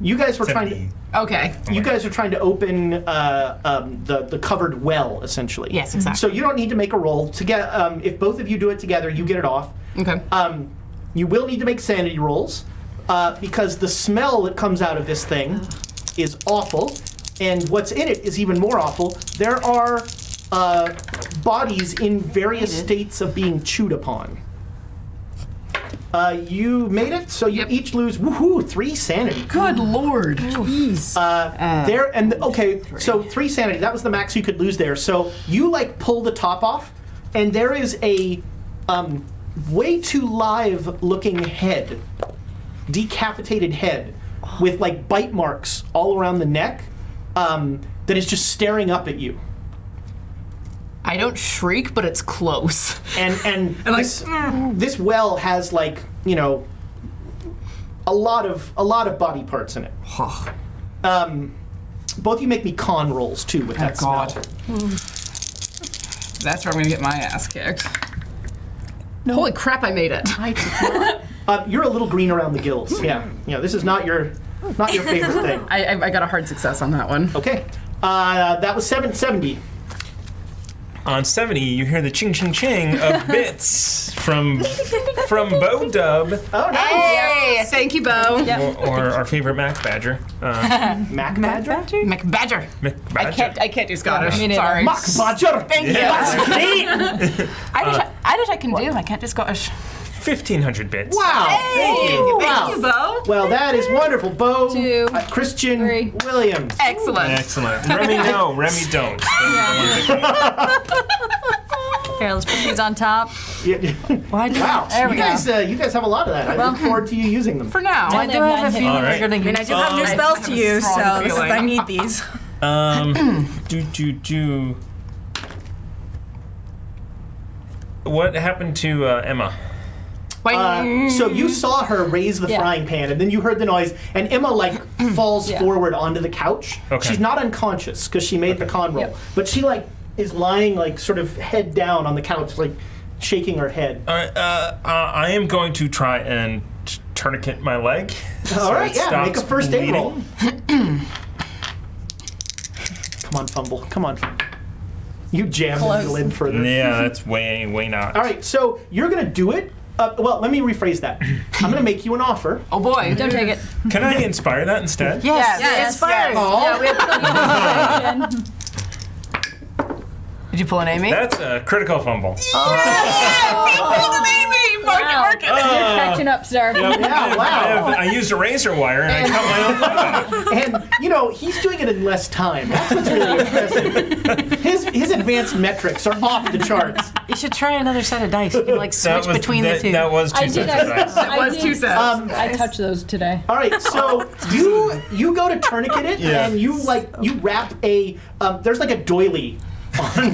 [SPEAKER 3] You guys were trying to.
[SPEAKER 6] Okay.
[SPEAKER 3] You guys are trying to open uh, um, the the covered well, essentially.
[SPEAKER 6] Yes, exactly.
[SPEAKER 3] So you don't need to make a roll to get. Um, if both of you do it together, you get it off.
[SPEAKER 6] Okay.
[SPEAKER 3] Um, you will need to make sanity rolls uh, because the smell that comes out of this thing is awful, and what's in it is even more awful. There are uh, bodies in various states of being chewed upon. Uh, you made it, so you each lose woohoo three sanity.
[SPEAKER 6] Good lord. Jeez.
[SPEAKER 3] There and the, okay, so Uh, three sanity. That was the max you could lose there. So you like pull the top off, and there is a um, way too live looking head, decapitated head, with like bite marks all around the neck, um, that is just staring up at you.
[SPEAKER 6] I don't shriek, but it's close.
[SPEAKER 3] and and, "Mm." this, this well has like you know a lot of a lot of body parts in it. Um, both of you make me con rolls too with that smell.
[SPEAKER 6] God. That's where I'm gonna get my ass kicked. Holy crap! I made it.
[SPEAKER 3] Uh, you're a little green around the gills. Yeah, yeah. This is not your not your favorite thing.
[SPEAKER 6] I, I, I got a hard success on that one.
[SPEAKER 3] Okay, uh, that was seven seventy.
[SPEAKER 7] On 70, you hear the ching ching ching of bits from from Bo Dub
[SPEAKER 3] Oh no,
[SPEAKER 6] Hey, thank you, Bo.
[SPEAKER 7] or, or our favorite Mac Badger. Uh,
[SPEAKER 3] Mac Badger.
[SPEAKER 6] McBadger.
[SPEAKER 7] Mac
[SPEAKER 6] I can't. I can't do Scottish.
[SPEAKER 8] mean it.
[SPEAKER 6] Sorry.
[SPEAKER 3] Mac Badger. Thank
[SPEAKER 7] Yeah.
[SPEAKER 6] Irish, Irish I can do. I can't do Scottish.
[SPEAKER 7] 1500 bits.
[SPEAKER 3] Wow.
[SPEAKER 7] Thank you.
[SPEAKER 3] wow.
[SPEAKER 6] Bo.
[SPEAKER 3] Well, that is wonderful. Bo,
[SPEAKER 8] Two,
[SPEAKER 3] uh, Christian
[SPEAKER 8] three.
[SPEAKER 3] Williams.
[SPEAKER 6] Excellent.
[SPEAKER 7] Excellent. Remy, no. Remy, don't.
[SPEAKER 8] Here, let's put these on top.
[SPEAKER 3] Yeah, yeah.
[SPEAKER 5] Why do,
[SPEAKER 3] Wow.
[SPEAKER 8] There we
[SPEAKER 3] you guys, uh, you guys have a lot of that. I look forward to you using them.
[SPEAKER 6] For now.
[SPEAKER 8] I
[SPEAKER 5] why do I have a feeling
[SPEAKER 7] All right.
[SPEAKER 5] we're going to
[SPEAKER 4] Oh, I do have new spells to use, so this is- I need these.
[SPEAKER 7] Um, do do do. What happened to uh, Emma?
[SPEAKER 3] Uh, so you saw her raise the
[SPEAKER 8] Yeah.
[SPEAKER 3] frying pan, and then you heard the noise, and Emma like falls forward onto the couch.
[SPEAKER 7] Okay.
[SPEAKER 3] She's not unconscious because she made the con roll, but she like is lying like sort of head down on the couch, like shaking her head.
[SPEAKER 7] All right, uh, uh, I am going to try and t- tourniquet my leg.
[SPEAKER 3] All right,
[SPEAKER 7] it
[SPEAKER 3] yeah, make a
[SPEAKER 7] stops
[SPEAKER 3] first aid roll.
[SPEAKER 7] bleeding.
[SPEAKER 3] Come on, fumble. Come on. You jammed the needle in further.
[SPEAKER 7] Yeah, that's way way not.
[SPEAKER 3] All right, so you're gonna do it. Uh, well, let me rephrase that. I'm gonna make you an offer.
[SPEAKER 6] oh boy.
[SPEAKER 8] Don't take it.
[SPEAKER 7] Can I inspire that instead?
[SPEAKER 5] Yes,
[SPEAKER 6] Yes,
[SPEAKER 5] it's fire.
[SPEAKER 8] Yeah, we have to
[SPEAKER 6] Did you pull an Amy?
[SPEAKER 7] That's a critical fumble.
[SPEAKER 3] Oh,
[SPEAKER 8] Mark it. You're catching up, sir.
[SPEAKER 3] Yeah,
[SPEAKER 7] I, have-
[SPEAKER 3] wow.
[SPEAKER 7] I used a razor wire and I cut my own leg off.
[SPEAKER 3] And you know he's doing it in less time. That's what's really impressive. His his advanced metrics are off the charts.
[SPEAKER 5] You should try another set of dice. You can, like
[SPEAKER 7] That
[SPEAKER 5] switch
[SPEAKER 7] was-
[SPEAKER 5] between
[SPEAKER 7] that,
[SPEAKER 5] the two.
[SPEAKER 7] That was two
[SPEAKER 8] I did.
[SPEAKER 7] sets of dice.
[SPEAKER 8] I, I,
[SPEAKER 6] was two
[SPEAKER 8] did,
[SPEAKER 6] sets.
[SPEAKER 8] I touched those today.
[SPEAKER 3] All right, so you you go to tourniquet it,
[SPEAKER 7] Yeah.
[SPEAKER 3] and you like you wrap a um, there's like a doily on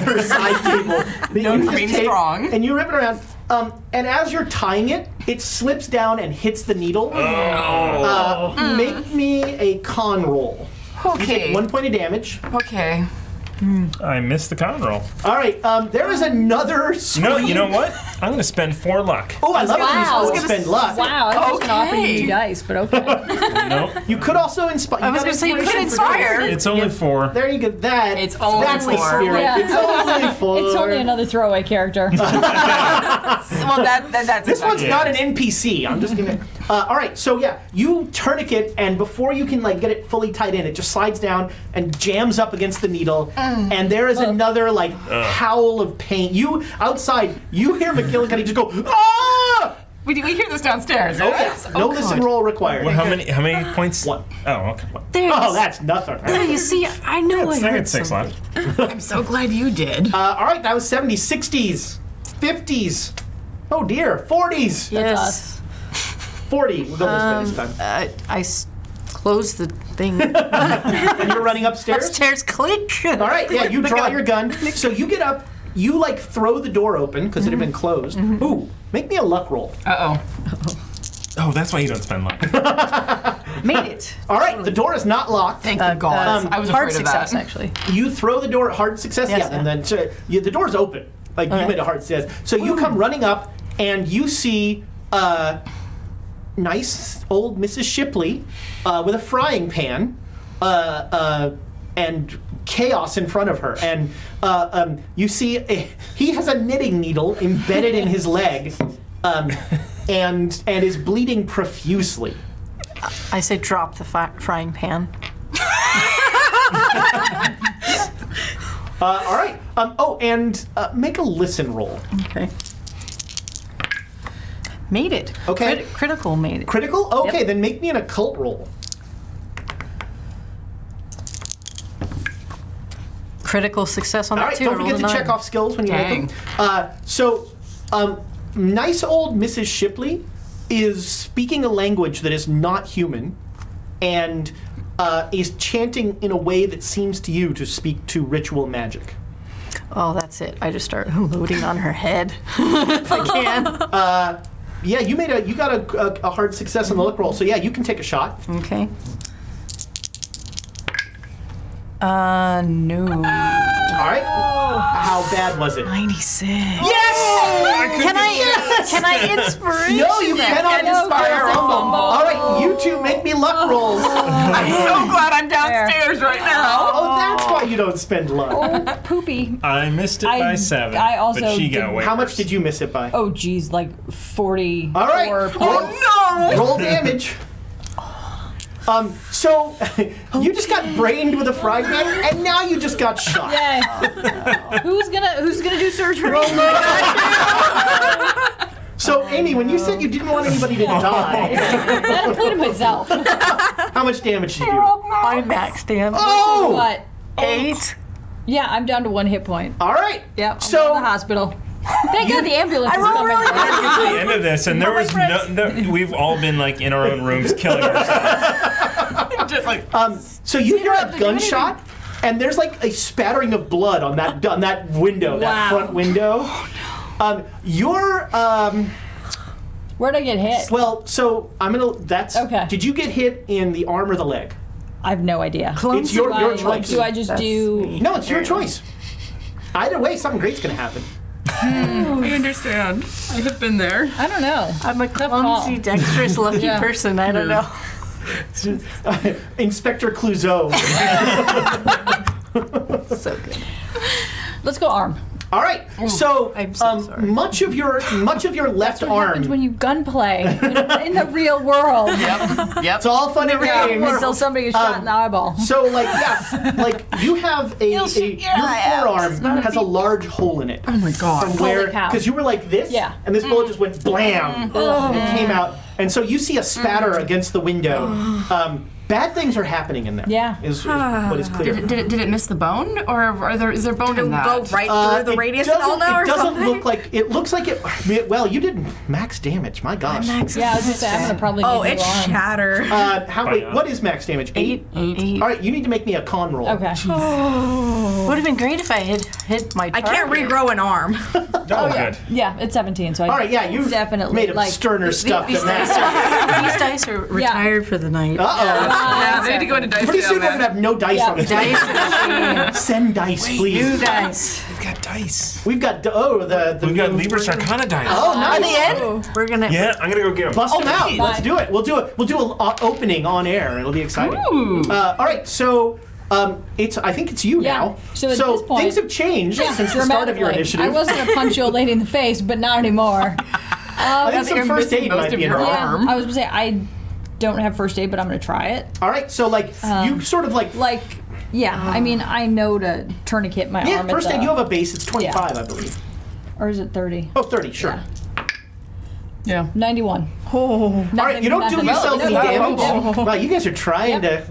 [SPEAKER 3] your side table. that
[SPEAKER 6] Known
[SPEAKER 3] you
[SPEAKER 6] for
[SPEAKER 3] just
[SPEAKER 6] being
[SPEAKER 3] take,
[SPEAKER 6] strong.
[SPEAKER 3] And you rip it around, um, and as you're tying it, it slips down and hits the needle.
[SPEAKER 7] Oh.
[SPEAKER 3] Uh, Make me a con roll.
[SPEAKER 6] okay.
[SPEAKER 3] One point of damage.
[SPEAKER 6] Okay.
[SPEAKER 7] I missed the con roll.
[SPEAKER 3] All right, um, there is another. Squeak.
[SPEAKER 7] No, you know what? I'm going to spend four luck.
[SPEAKER 3] Oh, I love it when you
[SPEAKER 8] Wow. I was
[SPEAKER 3] spell
[SPEAKER 8] gonna
[SPEAKER 3] spend luck.
[SPEAKER 8] Wow, I was gonna offer you
[SPEAKER 6] Okay.
[SPEAKER 8] two dice, but okay.
[SPEAKER 7] Nope.
[SPEAKER 3] You could also inspire.
[SPEAKER 5] I was going to say you could inspire.
[SPEAKER 7] It's only four.
[SPEAKER 3] There you go. That
[SPEAKER 6] It's only
[SPEAKER 3] that's the
[SPEAKER 6] four.
[SPEAKER 3] spirit.
[SPEAKER 8] Yeah.
[SPEAKER 3] It's only four.
[SPEAKER 8] It's only another throwaway character.
[SPEAKER 6] Well, that, that that's
[SPEAKER 3] This one's
[SPEAKER 7] Yeah.
[SPEAKER 3] not an NPC. I'm just gonna. Uh, all right, so yeah, you tourniquet, and before you can like get it fully tied in, it just slides down and jams up against the needle,
[SPEAKER 5] Mm.
[SPEAKER 3] and there is another like howl of pain. You outside, you hear McGillicuddy just go
[SPEAKER 5] Oh,
[SPEAKER 3] ah! Oh,
[SPEAKER 6] We, we hear this downstairs. right?
[SPEAKER 3] no listen roll required.
[SPEAKER 7] Well, how many? How many points?
[SPEAKER 3] One.
[SPEAKER 7] Oh, okay.
[SPEAKER 5] There,
[SPEAKER 3] Oh, that's nothing.
[SPEAKER 5] there,
[SPEAKER 3] Uh,
[SPEAKER 5] you see, I know I
[SPEAKER 7] I
[SPEAKER 5] heard
[SPEAKER 7] got six
[SPEAKER 5] something.
[SPEAKER 7] left.
[SPEAKER 6] I'm so glad you did.
[SPEAKER 3] all right, that was 70s, 60s, 50s. Oh dear, 40s.
[SPEAKER 5] Yes,
[SPEAKER 3] 40. We'll go this way this time.
[SPEAKER 5] I, I s- closed the thing.
[SPEAKER 3] and you're running upstairs.
[SPEAKER 5] Upstairs, click.
[SPEAKER 3] All right, yeah, you draw your gun. So you get up, you like throw the door open because it had been closed. Ooh, make me a luck roll.
[SPEAKER 6] Uh
[SPEAKER 7] Oh, that's why you don't spend luck.
[SPEAKER 5] Made it.
[SPEAKER 3] All right, the door is not locked.
[SPEAKER 6] Thank you, God. I was
[SPEAKER 5] hard
[SPEAKER 6] afraid
[SPEAKER 5] success,
[SPEAKER 6] of that.
[SPEAKER 5] actually.
[SPEAKER 3] You throw the door, hard success,
[SPEAKER 5] Yes,
[SPEAKER 3] yeah, and then so, you, the door's open. Like you
[SPEAKER 5] Okay.
[SPEAKER 3] made a hard success. So you come running up and you see uh, nice old Mrs. Shipley uh, with a frying pan uh, uh, and chaos in front of her. And uh, um, you see a, he has a knitting needle embedded in his leg um, and, and is bleeding profusely.
[SPEAKER 5] I say drop the fi- frying pan.
[SPEAKER 3] Uh, all right. Um, oh, and uh, make a listen roll.
[SPEAKER 5] Okay. Made it.
[SPEAKER 3] Okay.
[SPEAKER 5] Crit- critical made it.
[SPEAKER 3] Critical? Okay, then make me an occult roll.
[SPEAKER 5] critical success on
[SPEAKER 3] All
[SPEAKER 5] that
[SPEAKER 3] right,
[SPEAKER 5] too. I
[SPEAKER 3] don't
[SPEAKER 5] rolled
[SPEAKER 3] forget
[SPEAKER 5] a
[SPEAKER 3] to check
[SPEAKER 5] nine.
[SPEAKER 3] off skills when you make
[SPEAKER 6] Dang.
[SPEAKER 3] them. Uh, so, um, nice old Mrs. Shipley is speaking a language that is not human and uh, is chanting in a way that seems to you to speak to ritual magic.
[SPEAKER 5] Oh, that's it. I just start loading on her head if I can.
[SPEAKER 3] Yeah, you made a you got a, a, a hard success on the look roll. So yeah, you can take a shot.
[SPEAKER 5] Okay. Uh, no.
[SPEAKER 3] All right. How bad was it? Oh,
[SPEAKER 5] 96.
[SPEAKER 7] Can
[SPEAKER 5] I, can I inspiration?
[SPEAKER 3] No, you cannot inspire a fumble. All right, you two make me luck rolls.
[SPEAKER 6] I'm so glad I'm downstairs right now.
[SPEAKER 3] Oh, that's why you don't spend luck.
[SPEAKER 8] Oh, poopy.
[SPEAKER 7] I missed it
[SPEAKER 8] I-
[SPEAKER 7] by seven.
[SPEAKER 8] I also
[SPEAKER 7] But she got
[SPEAKER 8] didn't-
[SPEAKER 7] way.
[SPEAKER 3] How much did you miss it by?
[SPEAKER 8] Oh, geez, like 40.
[SPEAKER 3] All right. Oh,
[SPEAKER 8] points.
[SPEAKER 3] no! Roll damage. Um, so you just got brained with a fried knife, and now you just got shot.
[SPEAKER 8] who's gonna Who's gonna do surgery?
[SPEAKER 3] Oh So Amy, when you said you didn't want anybody to die,
[SPEAKER 8] that included myself.
[SPEAKER 3] how much damage did you do?
[SPEAKER 5] My max damage.
[SPEAKER 3] Oh!
[SPEAKER 8] But
[SPEAKER 5] Eight.
[SPEAKER 8] yeah, I'm down to one hit point.
[SPEAKER 3] All right.
[SPEAKER 8] Yep. I'm
[SPEAKER 3] So-
[SPEAKER 8] going to the hospital. Thank God the ambulance is coming.
[SPEAKER 7] the end of this, and there was no, no. We've all been like in our own rooms killing ourselves.
[SPEAKER 6] Just like
[SPEAKER 3] Um, So you hear a gunshot, and there's like a spattering of blood on that on that window, that front window.
[SPEAKER 8] Oh,
[SPEAKER 3] Um, your um,
[SPEAKER 8] Where'd I get hit?
[SPEAKER 3] well, so I'm gonna. That's
[SPEAKER 8] Okay.
[SPEAKER 3] Did you get hit in the arm or the leg?
[SPEAKER 8] I have no idea.
[SPEAKER 3] It's your
[SPEAKER 8] Do
[SPEAKER 3] your
[SPEAKER 8] I,
[SPEAKER 3] choice.
[SPEAKER 8] like, do I just do?
[SPEAKER 3] No, it's your choice. Either way, something great's gonna happen.
[SPEAKER 6] I understand. I have been there.
[SPEAKER 8] I don't know.
[SPEAKER 5] I'm a clumsy, dexterous, lucky
[SPEAKER 8] Yeah.
[SPEAKER 5] person. I don't know.
[SPEAKER 3] Inspector Clouseau.
[SPEAKER 5] So good.
[SPEAKER 8] Let's go arm.
[SPEAKER 3] All right.
[SPEAKER 8] Oh,
[SPEAKER 3] So,
[SPEAKER 5] I'm so
[SPEAKER 3] um,
[SPEAKER 5] sorry.
[SPEAKER 3] much of your much of your left
[SPEAKER 8] What happens
[SPEAKER 3] arm.
[SPEAKER 8] when you gunplay in, in the real world
[SPEAKER 6] Yep. Yep.
[SPEAKER 3] It's all fun and games.
[SPEAKER 8] until somebody is shot in the
[SPEAKER 3] Um,
[SPEAKER 8] eyeball?
[SPEAKER 3] So like yeah, like you have a, a
[SPEAKER 6] shoot your eye
[SPEAKER 3] your
[SPEAKER 6] out.
[SPEAKER 3] forearm has a large hole in it. Oh my
[SPEAKER 6] God.
[SPEAKER 3] From where
[SPEAKER 8] cow.
[SPEAKER 3] because you were like this,
[SPEAKER 8] Yeah. Mm.
[SPEAKER 3] and this bullet just went blam and it came out, and so you see a spatter
[SPEAKER 8] Mm.
[SPEAKER 3] against the window. Um, bad things are happening in there.
[SPEAKER 8] Yeah.
[SPEAKER 3] is, is what is clear.
[SPEAKER 6] Did it, did it did it miss the bone, or are there is there bone in that?
[SPEAKER 9] go right
[SPEAKER 3] Uh,
[SPEAKER 9] through the
[SPEAKER 3] it
[SPEAKER 9] radius and
[SPEAKER 3] doesn't-
[SPEAKER 9] all now
[SPEAKER 3] it
[SPEAKER 9] or
[SPEAKER 3] doesn't
[SPEAKER 9] something?
[SPEAKER 3] look like it looks like it. Well, you did max damage. My gosh.
[SPEAKER 8] yeah, I was just saying, I'm gonna probably.
[SPEAKER 9] oh,
[SPEAKER 8] need to
[SPEAKER 9] it
[SPEAKER 8] go arm.
[SPEAKER 9] shattered.
[SPEAKER 3] Uh, how, wait, what is max damage? Eight.
[SPEAKER 5] Eight.
[SPEAKER 3] All right, you need to make me a con roll.
[SPEAKER 8] Okay.
[SPEAKER 5] Would have been great if I had hit my.
[SPEAKER 9] I can't
[SPEAKER 5] target.
[SPEAKER 9] regrow an arm.
[SPEAKER 7] Oh, good.
[SPEAKER 8] Yeah, it's 17, so I
[SPEAKER 3] All right, yeah, you
[SPEAKER 8] definitely
[SPEAKER 3] made him
[SPEAKER 8] like,
[SPEAKER 3] sterner stuff than that.
[SPEAKER 5] These dice are retired for the night.
[SPEAKER 3] Uh oh.
[SPEAKER 6] Yeah, they need to go into dice.
[SPEAKER 3] Pretty
[SPEAKER 6] jail
[SPEAKER 3] soon we're
[SPEAKER 6] then.
[SPEAKER 3] gonna have no dice
[SPEAKER 8] Yeah.
[SPEAKER 3] on this. Send dice, please.
[SPEAKER 5] Dice.
[SPEAKER 7] We've got dice.
[SPEAKER 3] We've got d- oh the the
[SPEAKER 7] We've got
[SPEAKER 3] new-
[SPEAKER 7] Libra Sarcana dice.
[SPEAKER 3] Oh nice.
[SPEAKER 5] We're gonna.
[SPEAKER 7] Yeah, I'm gonna go get them.
[SPEAKER 3] Bust
[SPEAKER 8] Oh,
[SPEAKER 3] them out. Let's do it. We'll do it. We'll do an opening on air. It'll be exciting. Uh, all right, so. Um, it's. I think it's you
[SPEAKER 8] Yeah.
[SPEAKER 3] now.
[SPEAKER 8] So at this point-
[SPEAKER 3] things have changed
[SPEAKER 8] Yeah,
[SPEAKER 3] since the start of your
[SPEAKER 8] dramatically.
[SPEAKER 3] initiative.
[SPEAKER 8] I was gonna punch your lady in the face, but not anymore. Um,
[SPEAKER 3] I think
[SPEAKER 6] you're
[SPEAKER 3] some first
[SPEAKER 6] missing
[SPEAKER 3] aid
[SPEAKER 6] most
[SPEAKER 3] might
[SPEAKER 6] of
[SPEAKER 3] be in
[SPEAKER 6] your
[SPEAKER 3] order.
[SPEAKER 8] Yeah,
[SPEAKER 6] Arm.
[SPEAKER 8] I was gonna say I don't have first aid, but I'm gonna try it.
[SPEAKER 3] All right, so like
[SPEAKER 8] Um,
[SPEAKER 3] you sort of like
[SPEAKER 8] Like, yeah, I mean I know to tourniquet my
[SPEAKER 3] Ah. yeah.
[SPEAKER 8] arm.
[SPEAKER 3] First
[SPEAKER 8] at
[SPEAKER 3] aid.
[SPEAKER 8] the,
[SPEAKER 3] You have a base. It's twenty five, I believe.
[SPEAKER 8] or is it 30?
[SPEAKER 3] Oh, 30, Sure.
[SPEAKER 6] Yeah.
[SPEAKER 8] 91.
[SPEAKER 3] Oh. All right, you don't do yourself any
[SPEAKER 6] not
[SPEAKER 3] damage.
[SPEAKER 6] horrible.
[SPEAKER 3] Wow, you guys are trying to.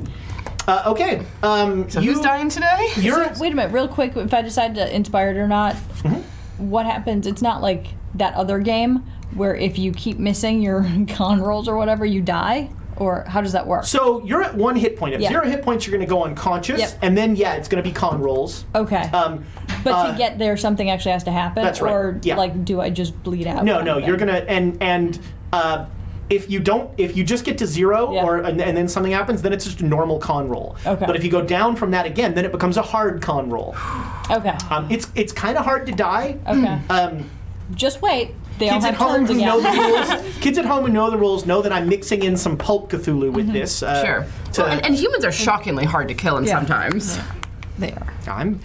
[SPEAKER 3] Uh, okay. Um, you,
[SPEAKER 6] Who's dying today?
[SPEAKER 3] You're
[SPEAKER 8] Wait a minute, real quick. If I decide to inspire it or not,
[SPEAKER 3] Mm-hmm.
[SPEAKER 8] what happens? It's not like that other game where if you keep missing your con rolls or whatever, you die. Or how does that work?
[SPEAKER 3] so you're at one hit point. If
[SPEAKER 8] Yeah.
[SPEAKER 3] zero hit points, you're going to go unconscious,
[SPEAKER 8] Yep.
[SPEAKER 3] and then yeah, it's going to be con rolls.
[SPEAKER 8] okay.
[SPEAKER 3] Um,
[SPEAKER 8] but
[SPEAKER 3] uh,
[SPEAKER 8] to get there, something actually has to happen.
[SPEAKER 3] That's right,
[SPEAKER 8] Or
[SPEAKER 3] yeah.
[SPEAKER 8] like, do I just bleed out?
[SPEAKER 3] no,
[SPEAKER 8] kind
[SPEAKER 3] no,
[SPEAKER 8] of
[SPEAKER 3] you're
[SPEAKER 8] thing?
[SPEAKER 3] gonna and and uh, if you don't, if you just get to zero
[SPEAKER 8] Yeah.
[SPEAKER 3] or and, and then something happens, then it's just a normal con roll.
[SPEAKER 8] Okay.
[SPEAKER 3] But if you go down from that again, then it becomes a hard con roll.
[SPEAKER 8] Okay.
[SPEAKER 3] Um, it's it's kind of hard to die.
[SPEAKER 8] Okay.
[SPEAKER 3] Um,
[SPEAKER 8] just wait. They all
[SPEAKER 3] kids
[SPEAKER 8] have
[SPEAKER 3] at home
[SPEAKER 8] turns
[SPEAKER 3] who
[SPEAKER 8] again.
[SPEAKER 3] know the rules. Kids at home who know the rules know that I'm mixing in some pulp Cthulhu
[SPEAKER 8] Mm-hmm.
[SPEAKER 3] with this. Uh,
[SPEAKER 6] Sure.
[SPEAKER 3] to-
[SPEAKER 6] Well, and, and humans are shockingly hard to kill, and sometimes.
[SPEAKER 3] I'm.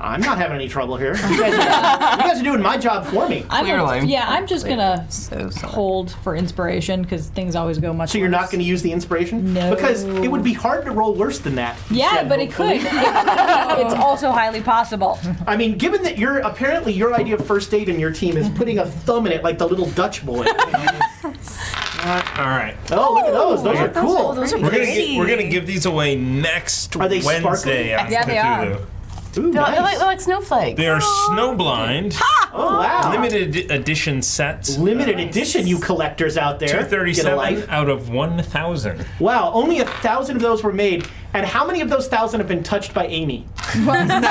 [SPEAKER 3] I'm not having any trouble here. You guys, are, you guys are doing my job for me.
[SPEAKER 8] I'm gonna-
[SPEAKER 6] Clearly.
[SPEAKER 8] yeah, I'm just gonna
[SPEAKER 5] So sorry.
[SPEAKER 8] hold for inspiration because things always go much.
[SPEAKER 3] So you're not going to use the inspiration?
[SPEAKER 8] No.
[SPEAKER 3] Because it would be hard to roll worse than that. he
[SPEAKER 8] Yeah,
[SPEAKER 3] said,
[SPEAKER 8] but it
[SPEAKER 3] hopefully.
[SPEAKER 8] could. it's also highly possible.
[SPEAKER 3] I mean, given that you're apparently your idea of first aid in your team is putting a thumb in it like the little Dutch boy.
[SPEAKER 7] All right.
[SPEAKER 3] oh, look at those. Those are cool.
[SPEAKER 7] We're gonna, gi- we're gonna give these away next
[SPEAKER 3] Are they
[SPEAKER 7] Wednesday.
[SPEAKER 3] sparkly?
[SPEAKER 7] after
[SPEAKER 8] Yeah, they are.
[SPEAKER 7] Cthulhu.
[SPEAKER 3] Ooh,
[SPEAKER 6] They're like- they're like,
[SPEAKER 3] nice.
[SPEAKER 6] they're like snowflakes.
[SPEAKER 7] They are snowblind,
[SPEAKER 3] Oh, wow. Limited,
[SPEAKER 7] limited edi- edition sets.
[SPEAKER 3] edition, you collectors out there. Get a
[SPEAKER 7] 237
[SPEAKER 3] life.
[SPEAKER 7] out of 1,000.
[SPEAKER 3] Wow, only a thousand of those were made. And how many of those thousand have been touched by Amy?
[SPEAKER 8] Just one.
[SPEAKER 6] Not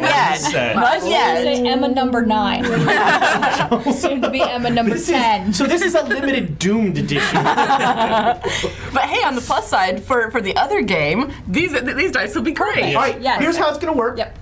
[SPEAKER 6] yet.
[SPEAKER 7] Said.
[SPEAKER 6] Not yet.
[SPEAKER 8] Say Emma number nine. Soon to be Emma number
[SPEAKER 3] This is-
[SPEAKER 8] ten.
[SPEAKER 3] so this is a limited doomed edition.
[SPEAKER 6] But hey, on the plus side, for, for the other game, these these dice will be great.
[SPEAKER 3] All right,
[SPEAKER 8] Yes.
[SPEAKER 3] here's how it's going to work.
[SPEAKER 8] Yep.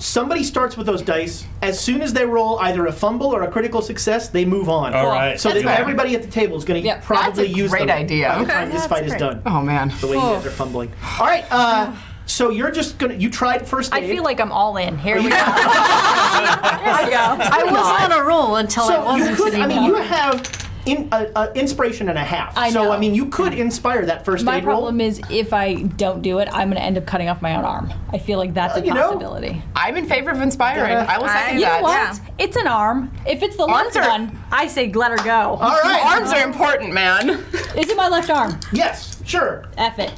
[SPEAKER 3] Somebody starts with those dice. As soon as they roll either a fumble or a critical success, they move on.
[SPEAKER 7] All right.
[SPEAKER 3] So that
[SPEAKER 6] fair.
[SPEAKER 3] everybody at the table is going to
[SPEAKER 8] Yep.
[SPEAKER 3] probably
[SPEAKER 6] That's a
[SPEAKER 3] use
[SPEAKER 6] great
[SPEAKER 3] them
[SPEAKER 6] idea.
[SPEAKER 3] by the
[SPEAKER 6] Okay,
[SPEAKER 3] time this
[SPEAKER 4] that's
[SPEAKER 3] fight is
[SPEAKER 4] great.
[SPEAKER 3] done.
[SPEAKER 6] Oh man.
[SPEAKER 3] The way you guys are fumbling. All right. Uh, so you're just going to you tried first aid.
[SPEAKER 8] I feel like I'm all in. Here we go.
[SPEAKER 5] I was on a roll until I
[SPEAKER 3] so you
[SPEAKER 5] wasn't
[SPEAKER 3] could. I
[SPEAKER 5] anymore.
[SPEAKER 3] mean, you have in, uh, uh, inspiration and a half.
[SPEAKER 8] I
[SPEAKER 3] so
[SPEAKER 8] know.
[SPEAKER 3] I mean, you could inspire that first
[SPEAKER 8] My
[SPEAKER 3] aid roll.
[SPEAKER 8] problem is if I don't do it, I'm going to end up cutting off my own arm. I feel like that's a
[SPEAKER 3] you know,
[SPEAKER 8] possibility.
[SPEAKER 6] I'm in favor of inspiring.
[SPEAKER 3] Yeah.
[SPEAKER 6] I will second
[SPEAKER 4] I-
[SPEAKER 8] You know
[SPEAKER 6] that.
[SPEAKER 8] what?
[SPEAKER 4] Yeah.
[SPEAKER 8] It's an arm. If it's the
[SPEAKER 6] Arms
[SPEAKER 8] left
[SPEAKER 6] are-
[SPEAKER 8] one, I say let her go.
[SPEAKER 3] All right.
[SPEAKER 6] Arms are important, man.
[SPEAKER 8] Is it my left arm?
[SPEAKER 3] Yes. Sure.
[SPEAKER 8] F it.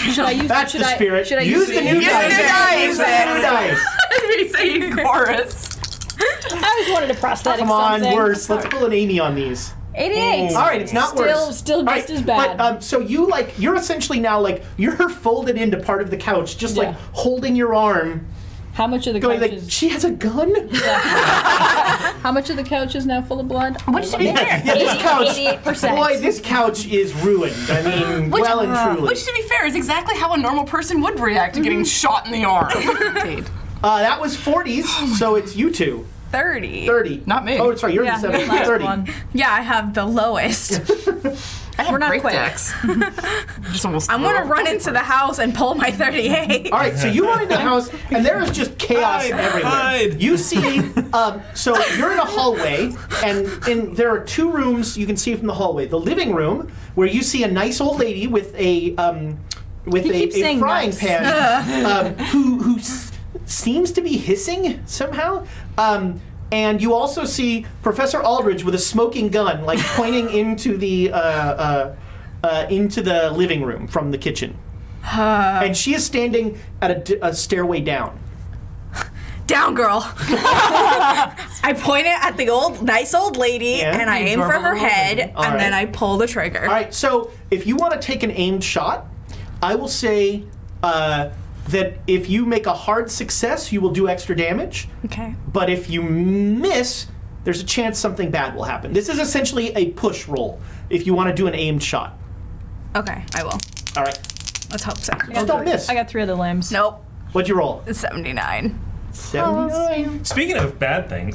[SPEAKER 8] Should I use
[SPEAKER 3] That's
[SPEAKER 8] should
[SPEAKER 3] the
[SPEAKER 8] I-
[SPEAKER 3] spirit.
[SPEAKER 8] should I
[SPEAKER 3] use,
[SPEAKER 8] use,
[SPEAKER 3] the new
[SPEAKER 6] Use the
[SPEAKER 3] dice.
[SPEAKER 6] new dice.
[SPEAKER 3] Use the new dice.
[SPEAKER 6] we say chorus.
[SPEAKER 8] I always wanted a prosthetic
[SPEAKER 3] Come on,
[SPEAKER 8] something.
[SPEAKER 3] worse. Let's pull an Amy on these.
[SPEAKER 8] 88.
[SPEAKER 3] All right, it's not
[SPEAKER 8] Still-
[SPEAKER 3] worse.
[SPEAKER 8] still
[SPEAKER 3] All
[SPEAKER 8] just as bad.
[SPEAKER 3] But um, so you like you're essentially now like you're folded into part of the couch, just like
[SPEAKER 8] Yeah.
[SPEAKER 3] holding your arm,
[SPEAKER 8] How much of the
[SPEAKER 3] going
[SPEAKER 8] couch
[SPEAKER 3] like
[SPEAKER 8] is
[SPEAKER 3] she has a gun.
[SPEAKER 8] How much of the couch is now full of blood?
[SPEAKER 6] Which to be fair,
[SPEAKER 3] Yeah, this couch.
[SPEAKER 8] 88%.
[SPEAKER 3] Boy, this couch is ruined. I mean, well
[SPEAKER 8] uh,
[SPEAKER 3] and truly.
[SPEAKER 6] which to be fair is exactly how a normal person would react to getting shot in the arm. Mm-hmm. Indeed.
[SPEAKER 3] uh, that was 40s, so it's you two.
[SPEAKER 4] 30.
[SPEAKER 3] 30.
[SPEAKER 6] Not me.
[SPEAKER 3] Oh, sorry, you're
[SPEAKER 8] Yeah,
[SPEAKER 3] in the 70s.
[SPEAKER 8] last
[SPEAKER 3] 30.
[SPEAKER 8] one.
[SPEAKER 4] Yeah, I have the lowest.
[SPEAKER 6] I have
[SPEAKER 8] We're not
[SPEAKER 6] great
[SPEAKER 8] quick.
[SPEAKER 6] decks. Just almost
[SPEAKER 4] I'm gonna
[SPEAKER 6] throw.
[SPEAKER 4] run into the house and pull my 38.
[SPEAKER 3] All right, so you are in the house, and there is just chaos
[SPEAKER 7] Hide,
[SPEAKER 3] everywhere.
[SPEAKER 7] hide.
[SPEAKER 3] You see, um, so you're in a hallway, and in, there are two rooms you can see from the hallway. The living room, where you see a nice old lady with a um, with
[SPEAKER 8] He
[SPEAKER 3] a,
[SPEAKER 8] keeps
[SPEAKER 3] a
[SPEAKER 8] saying
[SPEAKER 3] frying
[SPEAKER 8] nice.
[SPEAKER 3] pan, um, who who s- seems to be hissing somehow. Um, and you also see Professor Aldridge with a smoking gun, like pointing into the uh, uh, uh, into the living room from the kitchen. And she is standing at a, d- a stairway down.
[SPEAKER 4] Down, girl. I point it at the old, nice old lady,
[SPEAKER 3] Yeah.
[SPEAKER 4] and I aim for her head, and
[SPEAKER 3] All
[SPEAKER 4] then
[SPEAKER 3] right.
[SPEAKER 4] I pull the trigger.
[SPEAKER 3] All right, so if you want to take an aimed shot, I will say uh, that if you make a hard success, you will do extra damage.
[SPEAKER 4] Okay.
[SPEAKER 3] But if you miss, there's a chance something bad will happen. This is essentially a push roll if you want to do an aimed shot.
[SPEAKER 4] Okay, I will.
[SPEAKER 3] All right,
[SPEAKER 4] Let's hope so.
[SPEAKER 3] just don't miss.
[SPEAKER 8] I got three other limbs.
[SPEAKER 4] Nope.
[SPEAKER 3] What'd you roll?
[SPEAKER 4] It's 79.
[SPEAKER 3] 79.
[SPEAKER 7] Speaking of bad things,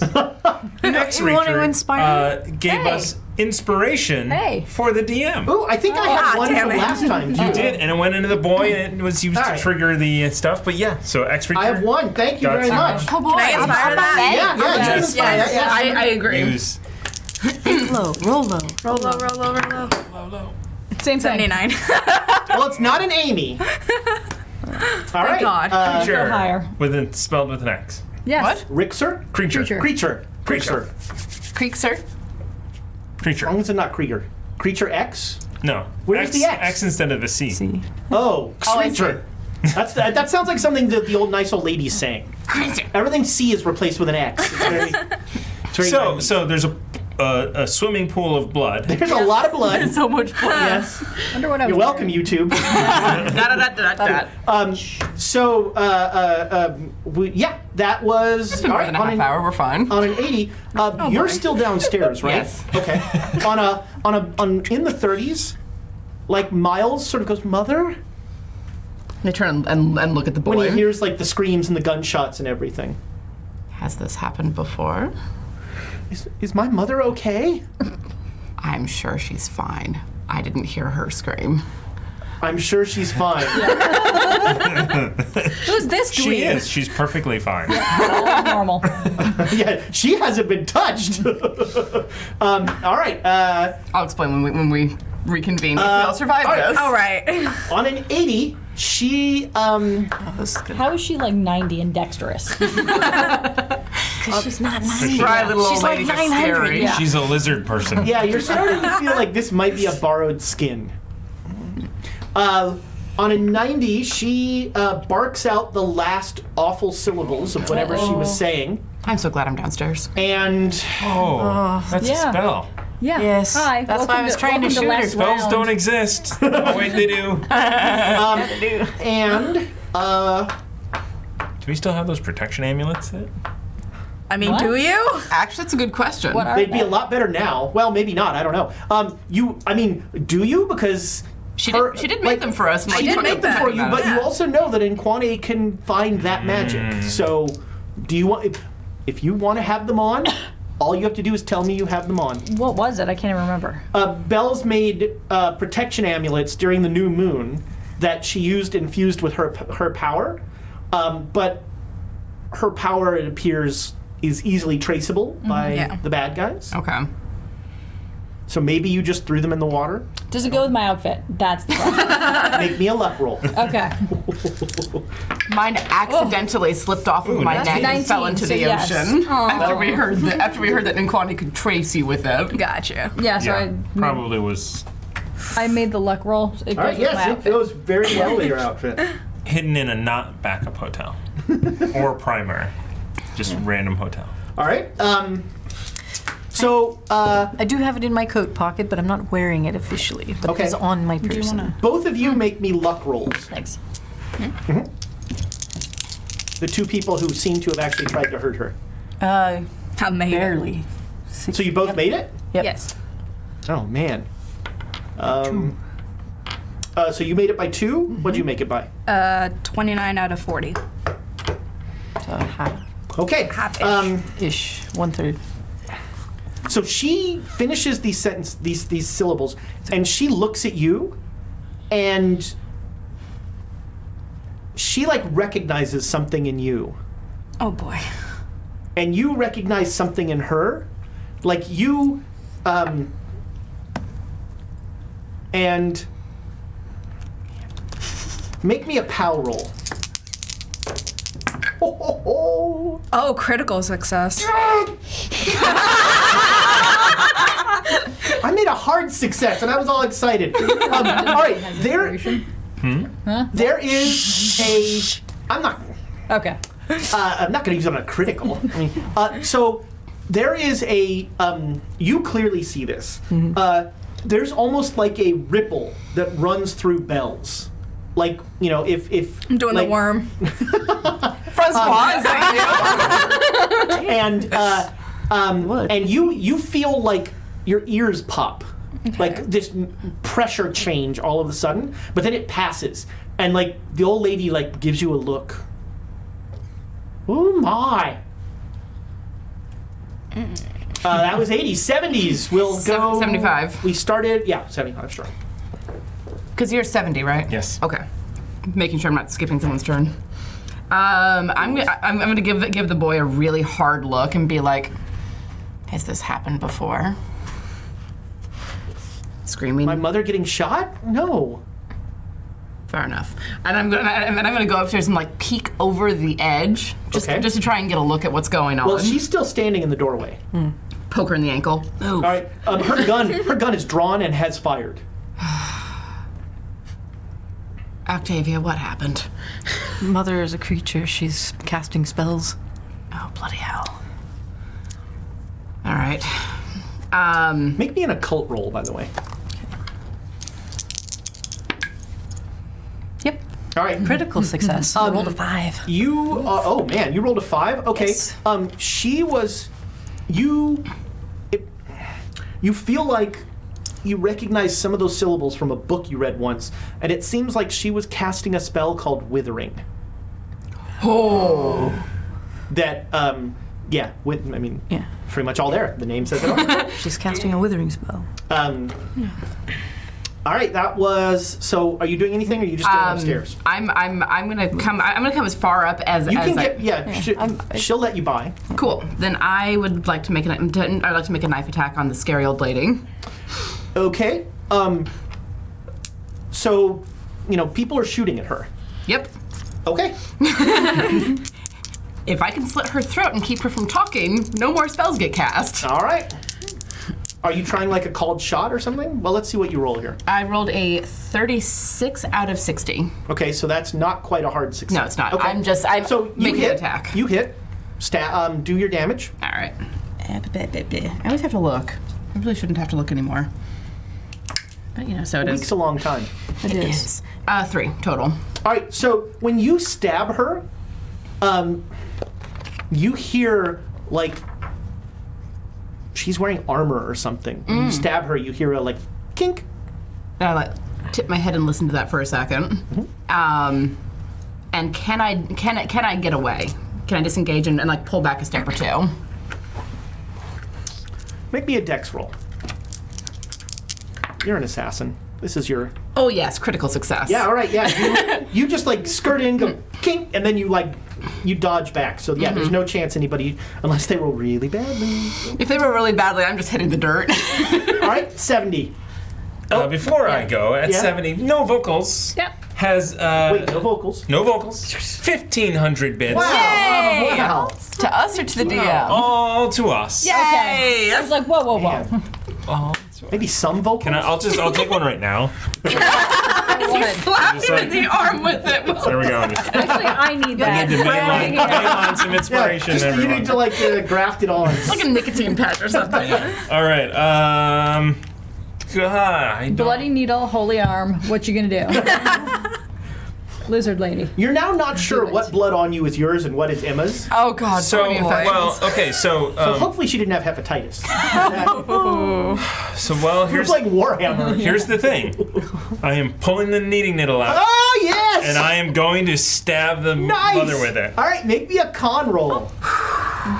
[SPEAKER 7] Next
[SPEAKER 5] you wanna
[SPEAKER 7] Reacher,
[SPEAKER 5] inspire?
[SPEAKER 7] uh, gave us inspiration
[SPEAKER 8] Hey.
[SPEAKER 7] for the DM.
[SPEAKER 3] Ooh, I think I had
[SPEAKER 4] Ah,
[SPEAKER 3] one
[SPEAKER 4] damn
[SPEAKER 3] from
[SPEAKER 4] it.
[SPEAKER 3] last time.
[SPEAKER 7] You
[SPEAKER 3] too.
[SPEAKER 7] did, and it went into the boy, and it was used
[SPEAKER 3] All
[SPEAKER 7] to
[SPEAKER 3] right.
[SPEAKER 7] trigger the uh, stuff. But yeah, so X Reacher.
[SPEAKER 3] I have one. Thank you
[SPEAKER 7] Got
[SPEAKER 3] very
[SPEAKER 7] some.
[SPEAKER 3] much.
[SPEAKER 6] Oh boy.
[SPEAKER 4] Can I inspire
[SPEAKER 3] Yeah,
[SPEAKER 4] that?
[SPEAKER 3] yeah,
[SPEAKER 7] Yes.
[SPEAKER 3] James Bond,
[SPEAKER 6] Yes.
[SPEAKER 3] yeah, yeah.
[SPEAKER 6] I, I agree.
[SPEAKER 7] Use
[SPEAKER 5] low, roll low.
[SPEAKER 4] Roll low, roll low, roll low.
[SPEAKER 8] Same thing.
[SPEAKER 4] 79.
[SPEAKER 3] Well, it's not an Amy. All right.
[SPEAKER 4] God.
[SPEAKER 3] Uh,
[SPEAKER 7] creature
[SPEAKER 8] higher.
[SPEAKER 7] with a, spelled with an X.
[SPEAKER 8] Yes.
[SPEAKER 6] What?
[SPEAKER 3] Rixer?
[SPEAKER 7] Creature.
[SPEAKER 8] Creature.
[SPEAKER 3] Creature.
[SPEAKER 7] Creature.
[SPEAKER 3] Creature.
[SPEAKER 6] Creek, sir.
[SPEAKER 3] As long
[SPEAKER 7] Creature.
[SPEAKER 3] as it's not Krieger. Creature X?
[SPEAKER 7] No.
[SPEAKER 3] Where's
[SPEAKER 7] X,
[SPEAKER 3] the X?
[SPEAKER 7] X instead of the C.
[SPEAKER 3] Oh,
[SPEAKER 6] I
[SPEAKER 3] creature. That's that, that sounds like something that the old nice old lady sang. Everything C is replaced with an X. It's very, it's very
[SPEAKER 7] So,
[SPEAKER 3] 90s.
[SPEAKER 7] so there's a, uh, a swimming pool of blood.
[SPEAKER 3] there's a lot of blood.
[SPEAKER 6] So much fun.
[SPEAKER 3] yes.
[SPEAKER 8] Wonder what I
[SPEAKER 3] You're
[SPEAKER 8] was
[SPEAKER 3] welcome, YouTube.
[SPEAKER 6] da, da, da, da, da, da.
[SPEAKER 3] Um, so, uh, uh, um, we, yeah, that was
[SPEAKER 6] It's been more
[SPEAKER 3] all right,
[SPEAKER 6] than a
[SPEAKER 3] on
[SPEAKER 6] half
[SPEAKER 3] an-
[SPEAKER 6] hour. We're fine.
[SPEAKER 3] on an 80 uh, you're still downstairs right
[SPEAKER 6] Yes.
[SPEAKER 3] okay on a on a on in the 30s like miles sort of goes mother
[SPEAKER 6] I turn and, and, and look at the boy.
[SPEAKER 3] when he hears like the screams and the gunshots and everything
[SPEAKER 6] Has this happened before?
[SPEAKER 3] is, is my mother okay
[SPEAKER 6] I'm sure she's fine. I didn't hear her scream.
[SPEAKER 3] i'm sure she's fine
[SPEAKER 4] Who's this
[SPEAKER 7] She
[SPEAKER 4] dweeb?
[SPEAKER 7] is. She's perfectly fine.
[SPEAKER 8] normal.
[SPEAKER 3] yeah she hasn't been touched um, all right uh,
[SPEAKER 6] I'll explain when we when we reconvene. if we all survive this.
[SPEAKER 4] All right.
[SPEAKER 3] on an 80 she um,
[SPEAKER 8] How is she like 90 and dexterous?
[SPEAKER 6] Dry little old lady
[SPEAKER 5] like
[SPEAKER 6] is scary.
[SPEAKER 7] She's a lizard person.
[SPEAKER 3] Yeah, you're starting to feel like this might be a borrowed skin. Uh, on a 90, she uh, barks out the last awful syllables of whatever she was saying.
[SPEAKER 6] Oh. I'm so glad I'm downstairs.
[SPEAKER 3] And
[SPEAKER 7] Oh, that's
[SPEAKER 8] Yeah.
[SPEAKER 7] a spell.
[SPEAKER 8] yeah.
[SPEAKER 5] Yes.
[SPEAKER 8] Hi.
[SPEAKER 5] That's
[SPEAKER 8] welcome
[SPEAKER 5] why I was
[SPEAKER 8] to,
[SPEAKER 5] trying to
[SPEAKER 8] welcome
[SPEAKER 5] shoot her.
[SPEAKER 8] last
[SPEAKER 7] Spells
[SPEAKER 8] round.
[SPEAKER 7] don't exist. oh, wait, they do.
[SPEAKER 3] and uh,
[SPEAKER 7] Do we still have those protection amulets? That...
[SPEAKER 4] I mean,
[SPEAKER 8] What?
[SPEAKER 4] do you?
[SPEAKER 6] Actually, that's a good question.
[SPEAKER 8] What are
[SPEAKER 3] They'd be
[SPEAKER 8] they?
[SPEAKER 3] a lot better now. Well, maybe not. I don't know. Um, you, I mean, do you? Because
[SPEAKER 6] she,
[SPEAKER 3] her-
[SPEAKER 6] did, she did make
[SPEAKER 3] like-
[SPEAKER 6] them for us. and,
[SPEAKER 4] She
[SPEAKER 6] like,
[SPEAKER 4] did
[SPEAKER 6] talked
[SPEAKER 4] make them
[SPEAKER 6] about
[SPEAKER 4] for
[SPEAKER 6] it.
[SPEAKER 3] you, but
[SPEAKER 4] Yeah.
[SPEAKER 3] you also know that Inquani can find that magic. So, do you want? If, if you want to have them on, all you have to do is tell me you have them on.
[SPEAKER 8] What was it? I can't even remember.
[SPEAKER 3] Uh, Belle's made uh, protection amulets during the new moon that she used infused with her her power, um, but her power it appears is easily traceable
[SPEAKER 6] Mm-hmm.
[SPEAKER 3] by
[SPEAKER 4] yeah.
[SPEAKER 3] the bad guys.
[SPEAKER 6] Okay.
[SPEAKER 3] So maybe you just threw them in the water.
[SPEAKER 8] Does it go with my outfit? That's the problem.
[SPEAKER 3] Make me a luck roll.
[SPEAKER 8] okay.
[SPEAKER 6] Mine accidentally slipped off of my
[SPEAKER 8] that's
[SPEAKER 6] neck and
[SPEAKER 8] 19,
[SPEAKER 6] fell into
[SPEAKER 8] so
[SPEAKER 6] the
[SPEAKER 8] yes.
[SPEAKER 6] ocean. After we heard that, after we heard that Nkwani could trace you with it.
[SPEAKER 4] Gotcha.
[SPEAKER 8] Yeah, so I, made,
[SPEAKER 7] probably was
[SPEAKER 8] I made the luck roll. It goes
[SPEAKER 3] All right,
[SPEAKER 8] with
[SPEAKER 3] yes,
[SPEAKER 8] my
[SPEAKER 3] it
[SPEAKER 8] outfit.
[SPEAKER 3] goes very well with your outfit.
[SPEAKER 7] hidden in a not backup hotel or primary, just random hotel.
[SPEAKER 3] All right. Um, so uh,
[SPEAKER 5] I do have it in my coat pocket, but I'm not wearing it officially. But
[SPEAKER 3] Okay.
[SPEAKER 5] it is on my person.
[SPEAKER 3] both of you make me luck rolls. Mm-hmm.
[SPEAKER 8] Thanks.
[SPEAKER 3] The two people who seem to have actually tried to hurt her.
[SPEAKER 5] uh,
[SPEAKER 4] How many?
[SPEAKER 5] barely.
[SPEAKER 3] So you both made it.
[SPEAKER 5] Yep.
[SPEAKER 4] Yes.
[SPEAKER 3] Oh man. Um, uh, so you made it by 2
[SPEAKER 5] Mm-hmm.
[SPEAKER 3] What'd you make it by?
[SPEAKER 4] Uh, 29 out of 40.
[SPEAKER 5] So half-ish,
[SPEAKER 3] Okay.
[SPEAKER 4] Half-ish.
[SPEAKER 3] Um,
[SPEAKER 5] one third.
[SPEAKER 3] so she finishes these sentence, these these syllables, and she looks at you, and she like recognizes something in you.
[SPEAKER 4] Oh boy.
[SPEAKER 3] and you recognize something in her, like you, um, and make me a pow roll. Ho, ho, ho.
[SPEAKER 4] Oh, critical success.
[SPEAKER 3] I made a hard success, and I was all excited. Um, all right, there, there is a. I'm not.
[SPEAKER 8] Okay.
[SPEAKER 3] uh, I'm not going to use it on a critical. I mean, uh, so there is a. Um, you clearly see this. Uh, there's almost like a ripple that runs through bells, like you know, if if
[SPEAKER 4] I'm doing
[SPEAKER 3] like,
[SPEAKER 4] the worm.
[SPEAKER 6] Francois, is that you?
[SPEAKER 3] and uh, um, and you you feel like your ears pop, like this m- pressure change all of a sudden, but then it passes, and like the old lady like gives you a look. Oh my. Uh, that was 80s. 70s. We'll
[SPEAKER 6] Se-
[SPEAKER 3] go.
[SPEAKER 6] 75.
[SPEAKER 3] We started, yeah, 75, sure.
[SPEAKER 6] Because you're 70, right?
[SPEAKER 7] Yes.
[SPEAKER 6] Okay. Making sure I'm not skipping someone's turn. Um, I'm, gonna- I'm, I'm going to give give the boy a really hard look and be like, has this happened before? Screaming.
[SPEAKER 3] My mother getting shot? No.
[SPEAKER 6] Fair enough. And I'm gonna and then I'm gonna go upstairs and like peek over the edge just
[SPEAKER 3] Okay.
[SPEAKER 6] just to try and get a look at what's going on.
[SPEAKER 3] Well, she's still standing in the doorway.
[SPEAKER 6] poke her in the ankle. Move.
[SPEAKER 3] All right. Um, her gun, her gun is drawn and has fired.
[SPEAKER 6] Octavia, what happened?
[SPEAKER 5] Mother is a creature. She's casting spells.
[SPEAKER 6] Oh bloody hell! All right. Um,
[SPEAKER 3] Make me an occult roll, by the way.
[SPEAKER 5] Yep.
[SPEAKER 3] All right.
[SPEAKER 5] Critical success.
[SPEAKER 3] Mm-hmm.
[SPEAKER 5] I rolled a five.
[SPEAKER 3] You uh, oh man, you rolled a five. Okay.
[SPEAKER 5] Yes.
[SPEAKER 3] Um, she was, you, it, you feel like you recognize some of those syllables from a book you read once, and it seems like she was casting a spell called Withering.
[SPEAKER 6] oh,
[SPEAKER 3] That um, yeah, with I mean
[SPEAKER 5] Yeah.
[SPEAKER 3] pretty much all there. The name says it all.
[SPEAKER 5] She's casting a withering spell.
[SPEAKER 3] um, all right, that was. So, are you doing anything, or are you just going
[SPEAKER 6] Um,
[SPEAKER 3] upstairs?
[SPEAKER 6] I'm I'm I'm gonna come. I'm gonna come as far up as
[SPEAKER 3] You
[SPEAKER 6] as
[SPEAKER 3] can
[SPEAKER 6] I,
[SPEAKER 3] get yeah. she, she'll let you by.
[SPEAKER 6] Cool. Then I would like to make an I'd like to make a knife attack on the scary old lady.
[SPEAKER 3] Okay. Um. So, you know, people are shooting at her.
[SPEAKER 6] Yep.
[SPEAKER 3] Okay.
[SPEAKER 6] If I can slit her throat and keep her from talking, no more spells get cast.
[SPEAKER 3] All right. Are you trying like a called shot or something? Well, let's see what you roll here.
[SPEAKER 6] I rolled a 36 out of 60.
[SPEAKER 3] Okay, so that's not quite a hard success.
[SPEAKER 6] No, it's not.
[SPEAKER 3] Okay.
[SPEAKER 6] I'm just I'm
[SPEAKER 3] so you
[SPEAKER 6] making
[SPEAKER 3] hit,
[SPEAKER 6] an attack.
[SPEAKER 3] You hit. Sta- um, do your damage.
[SPEAKER 6] All right. Eh, I always have to look. I really shouldn't have to look anymore. But you know, so it
[SPEAKER 3] Takes
[SPEAKER 6] is.
[SPEAKER 3] a long time.
[SPEAKER 6] It is. Uh, three total.
[SPEAKER 3] All right. So when you stab her, um, you hear like she's wearing armor or something. When you stab her, you hear a like kink.
[SPEAKER 6] And I like tip my head and listen to that for a 2nd Um, and can I can I can I get away? Can I disengage and, and like pull back a step or two?
[SPEAKER 3] Make me a dex roll. You're an assassin. This is your
[SPEAKER 6] Oh yes, critical success.
[SPEAKER 3] Yeah, all right, yeah. You, you just like skirt in, go kink, and then you like you dodge back. So yeah, there's no chance anybody unless they roll really badly.
[SPEAKER 6] If they were really badly, I'm just hitting the dirt.
[SPEAKER 3] All right, seventy.
[SPEAKER 7] Uh, before I go, at
[SPEAKER 3] Oh, Yeah.
[SPEAKER 7] 70, no vocals.
[SPEAKER 8] Yep.
[SPEAKER 7] Has uh,
[SPEAKER 3] Wait, no vocals.
[SPEAKER 7] no vocals. 1,500 bits.
[SPEAKER 3] Wow.
[SPEAKER 6] to us or to the DM?
[SPEAKER 7] All to us. Yeah.
[SPEAKER 8] Okay. I was like, whoa, whoa, whoa.
[SPEAKER 3] Man,
[SPEAKER 7] All to us.
[SPEAKER 3] Maybe some vocals.
[SPEAKER 7] Can I, I'll just I'll take one right now.
[SPEAKER 8] I want it.
[SPEAKER 6] Slap
[SPEAKER 7] Just
[SPEAKER 6] him in
[SPEAKER 7] like-
[SPEAKER 6] the arm with it.
[SPEAKER 7] There we go.
[SPEAKER 8] Actually, I need that.
[SPEAKER 7] Need to mainline, mainline some
[SPEAKER 3] yeah,
[SPEAKER 7] inspiration,
[SPEAKER 3] just, you
[SPEAKER 7] everyone.
[SPEAKER 3] need to like uh, graft it on.
[SPEAKER 6] Like a nicotine patch or something.
[SPEAKER 7] All right. Um. God, I don't-
[SPEAKER 8] Bloody needle, holy arm. What you gonna do? Lizard lady.
[SPEAKER 3] You're now not sure what blood on you is yours and what is Emma's.
[SPEAKER 6] Oh god, so,
[SPEAKER 7] So
[SPEAKER 6] many infections.
[SPEAKER 7] well, okay. So um,
[SPEAKER 3] Hopefully she didn't have hepatitis.
[SPEAKER 7] so well.
[SPEAKER 3] You're
[SPEAKER 7] Here's
[SPEAKER 3] playing Warhammer.
[SPEAKER 7] here's the thing. I am pulling the knitting needle out,
[SPEAKER 3] Oh yes.
[SPEAKER 7] and I am going to stab the
[SPEAKER 3] nice.
[SPEAKER 7] mother with it.
[SPEAKER 3] All right, make me a con roll.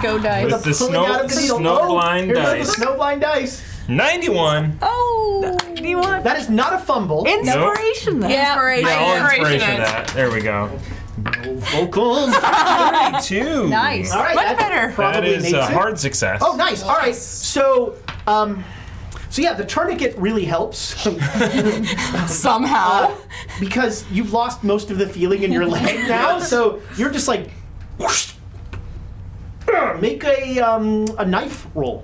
[SPEAKER 8] Go dice.
[SPEAKER 7] With the
[SPEAKER 3] Pulling out
[SPEAKER 7] snow,
[SPEAKER 3] of the needle.
[SPEAKER 7] snow
[SPEAKER 3] Oh,
[SPEAKER 7] blind
[SPEAKER 3] here's the
[SPEAKER 7] dice.
[SPEAKER 3] Snow blind dice.
[SPEAKER 7] Ninety-one.
[SPEAKER 8] Oh.
[SPEAKER 3] That is not a fumble.
[SPEAKER 5] Inspiration, though.
[SPEAKER 8] Yeah.
[SPEAKER 7] Yeah, all inspiration
[SPEAKER 6] Inspiration.
[SPEAKER 7] that. There we go.
[SPEAKER 3] vocals.
[SPEAKER 7] Two.
[SPEAKER 8] Nice.
[SPEAKER 3] All right, that
[SPEAKER 5] better.
[SPEAKER 7] That
[SPEAKER 3] Probably
[SPEAKER 7] is
[SPEAKER 3] makes
[SPEAKER 7] a
[SPEAKER 3] it.
[SPEAKER 7] hard success.
[SPEAKER 3] Oh, nice. All right. So, um, so yeah, the tourniquet really helps
[SPEAKER 6] Somehow.
[SPEAKER 3] because you've lost most of the feeling in your leg now. So you're just like, whoosh. Ugh, make a um, a knife roll.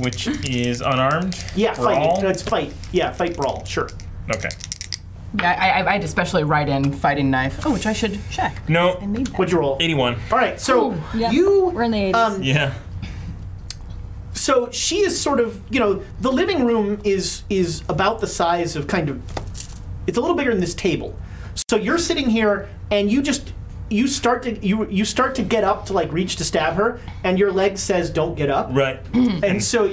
[SPEAKER 7] Which is unarmed.
[SPEAKER 3] Yeah,
[SPEAKER 7] Brawl?
[SPEAKER 3] fight. No, it's fight. Yeah, fight brawl. Sure.
[SPEAKER 7] Okay.
[SPEAKER 6] yeah, I, I, I'd especially write in fighting knife. Oh, which I should check. I
[SPEAKER 7] No.
[SPEAKER 6] need that.
[SPEAKER 3] What'd you roll?
[SPEAKER 7] Eighty-one.
[SPEAKER 3] All right. So
[SPEAKER 8] yeah.
[SPEAKER 3] you
[SPEAKER 8] We're in the 80s.
[SPEAKER 3] Um,
[SPEAKER 7] Yeah.
[SPEAKER 3] so she is sort of you know the living room is is about the size of kind of it's a little bigger than this table so you're sitting here and you just you start to you you start to get up to like reach to stab her and your leg says don't get up
[SPEAKER 7] Right.
[SPEAKER 3] and so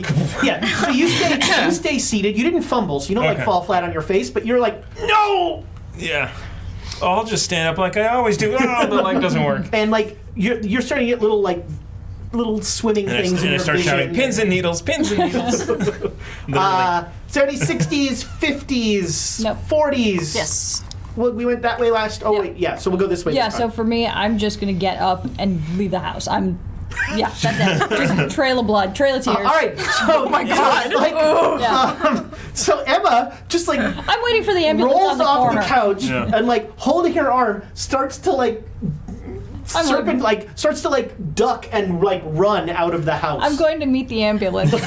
[SPEAKER 3] yeah so you stay you stay seated you didn't fumble so you don't
[SPEAKER 7] Okay.
[SPEAKER 3] like fall flat on your face but you're like no
[SPEAKER 7] Yeah. Oh, I'll just stand up like I always do. Oh, the leg doesn't work.
[SPEAKER 3] and like you're you're starting to get little like little swimming
[SPEAKER 7] And I,
[SPEAKER 3] things
[SPEAKER 7] and
[SPEAKER 3] in
[SPEAKER 7] I
[SPEAKER 3] your
[SPEAKER 7] start
[SPEAKER 3] vision.
[SPEAKER 7] shouting, pins and needles, pins and needles. Literally.
[SPEAKER 3] Uh, 70s, 60s, 50s,
[SPEAKER 8] Nope.
[SPEAKER 3] 40s.
[SPEAKER 5] Yes.
[SPEAKER 3] Well, we went that way last. Oh wait, yeah. So we'll go this way.
[SPEAKER 8] Yeah,
[SPEAKER 3] this
[SPEAKER 8] so
[SPEAKER 3] time.
[SPEAKER 8] for me, I'm just gonna get up and leave the house. I'm, yeah, that's it. Just trail of blood, trail of tears.
[SPEAKER 3] all right. So, oh my god. Like,
[SPEAKER 8] Yeah.
[SPEAKER 3] um, so Emma just like
[SPEAKER 8] I'm waiting for the ambulance
[SPEAKER 3] rolls
[SPEAKER 8] on the
[SPEAKER 3] off
[SPEAKER 8] corner.
[SPEAKER 3] the couch
[SPEAKER 7] Yeah.
[SPEAKER 3] and like holding her arm starts to like
[SPEAKER 8] I'm
[SPEAKER 3] serpent
[SPEAKER 8] like,
[SPEAKER 3] like starts to like duck and like run out of the house.
[SPEAKER 8] I'm going to meet the ambulance.
[SPEAKER 7] And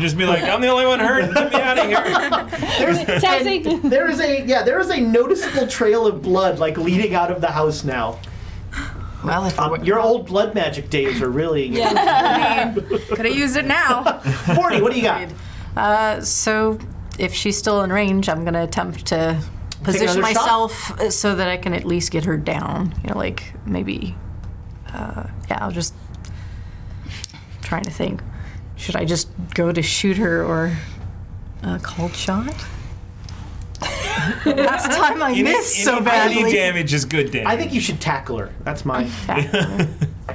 [SPEAKER 7] just be like, I'm the only one hurt. Get me out of here.
[SPEAKER 3] There's,
[SPEAKER 8] Taxi.
[SPEAKER 3] and there is a yeah. There is a noticeable trail of blood like leading out of the house now. Um,
[SPEAKER 6] Well, if I were-
[SPEAKER 3] Your old blood magic days are really
[SPEAKER 8] yeah.
[SPEAKER 4] Could have used it now.
[SPEAKER 3] forty. What do you got?
[SPEAKER 5] Uh, so if she's still in range, I'm going to attempt to position
[SPEAKER 3] another shot?
[SPEAKER 5] myself uh, so that I can at least get her down. You know, like maybe, uh, yeah, I'll just trying to think. Should I just go to shoot her or a cold shot? Last time I missed so badly.
[SPEAKER 7] Any damage is good damage.
[SPEAKER 3] I think you should tackle her. That's my.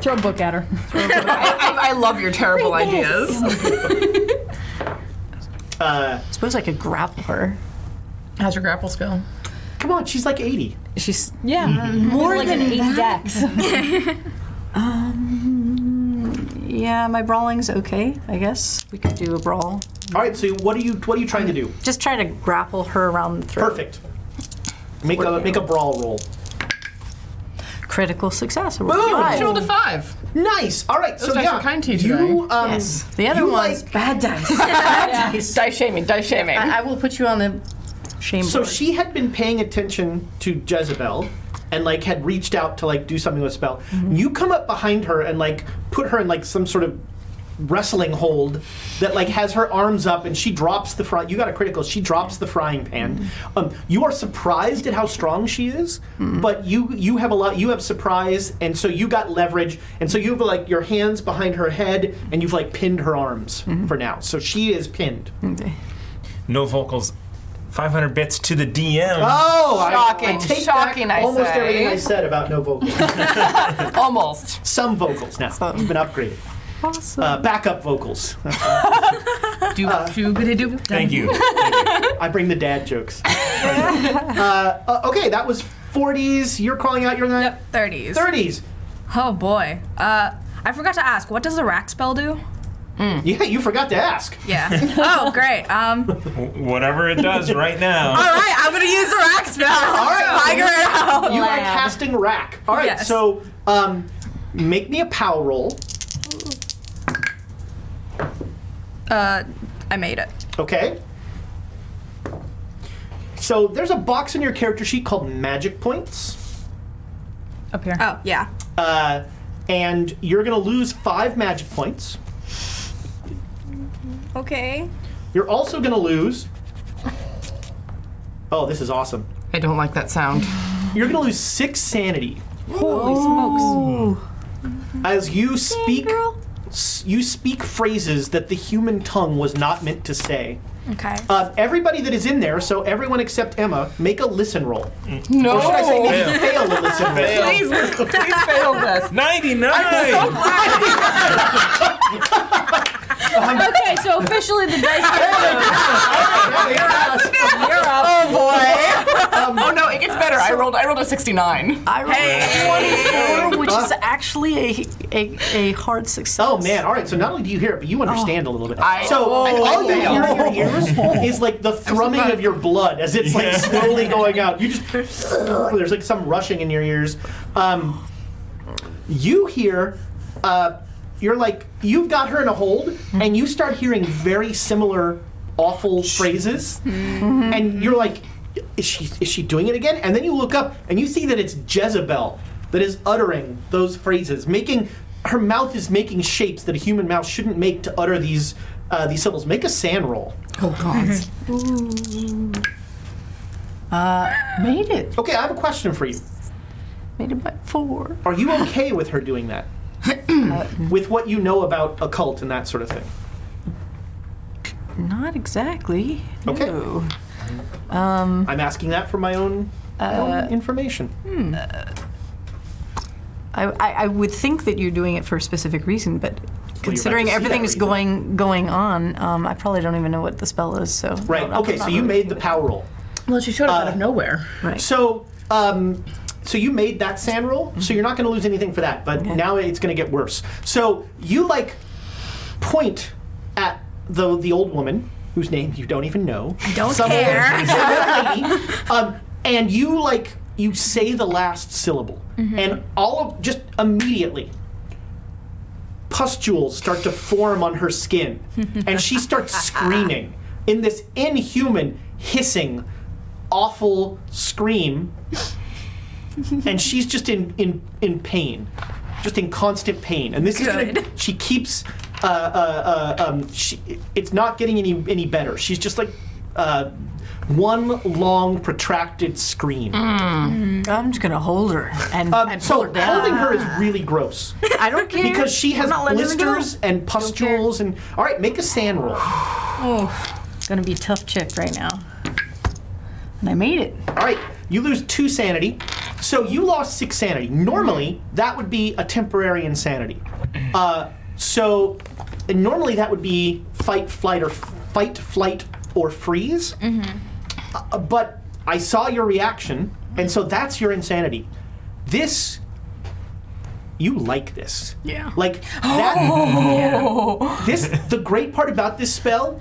[SPEAKER 8] Throw a book at her.
[SPEAKER 6] I, I, I love your terrible ideas.
[SPEAKER 3] Uh,
[SPEAKER 5] I suppose I could grapple her.
[SPEAKER 6] How's your grapple skill?
[SPEAKER 3] come on, she's like eighty.
[SPEAKER 5] She's
[SPEAKER 8] Yeah. More like an 80 dex.
[SPEAKER 5] yeah, my brawling's okay. I guess we could do a brawl.
[SPEAKER 3] All right. So what are you? What are you trying to do?
[SPEAKER 5] Just try to grapple her around the throat.
[SPEAKER 3] Perfect. Make a make a brawl roll.
[SPEAKER 5] Critical success. Boom!
[SPEAKER 6] I rolled a five.
[SPEAKER 3] Nice. All right. so
[SPEAKER 6] dice
[SPEAKER 3] yeah,
[SPEAKER 6] were kind to you
[SPEAKER 3] You
[SPEAKER 6] today.
[SPEAKER 3] um,
[SPEAKER 5] Yes. The other
[SPEAKER 3] you
[SPEAKER 5] one's
[SPEAKER 3] like-
[SPEAKER 5] bad dice. bad dice.
[SPEAKER 6] Die shaming, die shaming.
[SPEAKER 5] I will put you on the shame
[SPEAKER 3] So
[SPEAKER 5] board.
[SPEAKER 3] she had been paying attention to Jezebel, and like had reached out to like do something with a spell. You come up behind her and like put her in like some sort of wrestling hold that like has her arms up and she drops the fry. You got a critical. She drops the frying pan. Um, you are surprised at how strong she is, but you you have a lot. You have surprise, and so you got leverage, and so you have like your hands behind her head, and you've like pinned her arms for now. So she is pinned.
[SPEAKER 5] Okay.
[SPEAKER 7] No vocals. 500 bits to the DM.
[SPEAKER 3] Oh, I- I,
[SPEAKER 6] Shocking,
[SPEAKER 3] take
[SPEAKER 6] shocking,
[SPEAKER 3] back
[SPEAKER 6] I
[SPEAKER 3] almost
[SPEAKER 6] say.
[SPEAKER 3] everything I said about no vocals.
[SPEAKER 6] Almost.
[SPEAKER 3] Some vocals now. It's been upgraded.
[SPEAKER 5] Awesome.
[SPEAKER 3] Uh, backup vocals.
[SPEAKER 6] Do do do do.
[SPEAKER 7] Thank you.
[SPEAKER 3] I bring the dad jokes. uh, uh, okay, that was 40s. You're calling out your
[SPEAKER 4] Yep, 30s.
[SPEAKER 3] 30s.
[SPEAKER 4] Oh boy. Uh, I forgot to ask, what does the rack spell do?
[SPEAKER 3] Yeah, you forgot to ask.
[SPEAKER 4] Yeah. oh, great. Um, all
[SPEAKER 7] Whatever it does right now.
[SPEAKER 4] right, I'm gonna use the rack spell. All
[SPEAKER 3] right.
[SPEAKER 4] figure it out.
[SPEAKER 3] You are casting rack. All right,
[SPEAKER 4] Yes.
[SPEAKER 3] so um, make me a power roll.
[SPEAKER 4] Uh, I made it.
[SPEAKER 3] Okay. So there's a box in your character sheet called magic points,
[SPEAKER 8] Up here.
[SPEAKER 4] Oh yeah.
[SPEAKER 3] uh, and you're gonna lose five magic points.
[SPEAKER 4] Okay.
[SPEAKER 3] You're also gonna lose. Oh, this is awesome.
[SPEAKER 6] I don't like that sound.
[SPEAKER 3] You're gonna lose six sanity
[SPEAKER 8] Holy smokes.
[SPEAKER 3] as you speak. s- You speak phrases that the human tongue was not meant to say.
[SPEAKER 4] Okay.
[SPEAKER 3] Uh, everybody that is in there, so everyone except Emma, make a listen roll.
[SPEAKER 6] No.
[SPEAKER 3] Or should I say make you fail a listen roll?
[SPEAKER 7] Fail.
[SPEAKER 8] Please fail this.
[SPEAKER 7] 99!
[SPEAKER 8] Okay, so officially the dice. You're up.
[SPEAKER 6] oh no, it gets better. I rolled. I rolled a 69.
[SPEAKER 5] I rolled a 24, which is actually a, a, a hard success.
[SPEAKER 3] Oh man! All right. So not only do you hear it, but you understand a little bit.
[SPEAKER 6] I-
[SPEAKER 3] so
[SPEAKER 6] Oh,
[SPEAKER 3] all you
[SPEAKER 6] I
[SPEAKER 3] hear in your ears is like the thrumming of your blood as it's like slowly going out. You just there's like some rushing in your ears. Um, you hear, uh, you're like you've got her in a hold, and you start hearing very similar awful phrases, and you're like, is she is she doing it again? And then you look up and you see that it's Jezebel that is uttering those phrases, making her mouth is making shapes that a human mouth shouldn't make to utter these uh, these syllables. Make a sand roll.
[SPEAKER 6] Oh god.
[SPEAKER 5] Made it.
[SPEAKER 3] Okay, I have a question for you.
[SPEAKER 5] Made it by four.
[SPEAKER 3] Are you okay with her doing that? with what you know about occult and that sort of thing.
[SPEAKER 5] Not exactly.
[SPEAKER 3] Okay.
[SPEAKER 5] No. Um,
[SPEAKER 3] I'm asking that for my own, my own information.
[SPEAKER 5] Hmm. I, I, I would think that you're doing it for a specific reason, but considering
[SPEAKER 3] see that
[SPEAKER 5] everything is
[SPEAKER 3] reason.
[SPEAKER 5] going going on, um, I probably don't even know what the spell is. So
[SPEAKER 3] Right.
[SPEAKER 5] I'm not-
[SPEAKER 3] Okay.
[SPEAKER 5] I'm
[SPEAKER 3] So
[SPEAKER 5] not
[SPEAKER 3] you
[SPEAKER 5] really
[SPEAKER 3] made the
[SPEAKER 5] doing
[SPEAKER 3] power roll.
[SPEAKER 6] Well, she showed up out of nowhere.
[SPEAKER 3] So, um, so you made that sand roll,
[SPEAKER 4] Mm-hmm.
[SPEAKER 3] so you're not going to lose anything for that. But now it's going to get worse. So you like point at the the old woman whose name you don't even know. I
[SPEAKER 4] Don't care.
[SPEAKER 3] um, and you like you say the last syllable,
[SPEAKER 4] Mm-hmm.
[SPEAKER 3] and all of just immediately pustules start to form on her skin, and she starts screaming in this inhuman, hissing, awful scream, and she's just in in in pain, just in constant pain, and this is
[SPEAKER 4] Good.
[SPEAKER 3] gonna, she keeps. Uh, uh, uh, um, she, it's not getting any any better. She's just like uh, one long protracted scream.
[SPEAKER 5] it. I'm just gonna hold her and,
[SPEAKER 3] Um,
[SPEAKER 5] and
[SPEAKER 3] so
[SPEAKER 5] pull her down.
[SPEAKER 3] holding her is really gross
[SPEAKER 5] I don't care
[SPEAKER 3] because she has
[SPEAKER 5] I'm not letting her go.
[SPEAKER 3] blisters and pustules and all right make a sand roll all
[SPEAKER 5] It's Oh, gonna be a tough chick right now. And I made it.
[SPEAKER 3] right you lose two sanity so you lost six sanity normally that would be a temporary insanity uh, so and normally that would be fight flight or fight flight or freeze
[SPEAKER 5] Mm-hmm.
[SPEAKER 3] Uh, but i saw your reaction and so that's your insanity this you like this yeah like that
[SPEAKER 4] Oh.
[SPEAKER 3] this the great part about this spell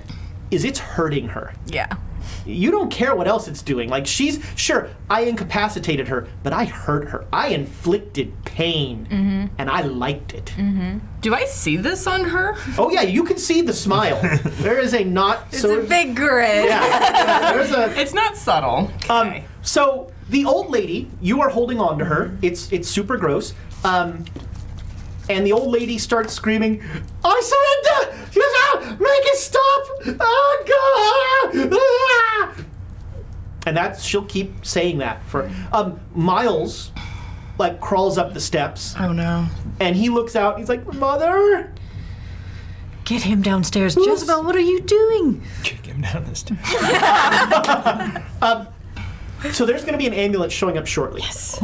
[SPEAKER 3] is it's hurting her
[SPEAKER 4] yeah.
[SPEAKER 3] you don't care what else it's doing. Like she's sure I incapacitated her, but I hurt her. I inflicted pain, and I liked it.
[SPEAKER 6] Do I see this on her?
[SPEAKER 3] Oh yeah, you can see the smile. there is a not so
[SPEAKER 4] It's a big grin.
[SPEAKER 3] Yeah, yeah, there's a
[SPEAKER 6] It's not subtle.
[SPEAKER 3] Um, so the old lady, you are holding on to her. It's it's super gross. Um, and the old lady starts screaming, "I surrender! Yes, ah, Make it stop! Oh God! Ah!" And that she'll keep saying that for. Um, Miles, like crawls up the steps,
[SPEAKER 9] Oh no.
[SPEAKER 3] and he looks out. And he's like, "Mother!"
[SPEAKER 9] Get him downstairs. Jezebel, what are you doing?
[SPEAKER 10] Kick him down the stairs.
[SPEAKER 3] So there's going to be an ambulance showing up shortly. Yes.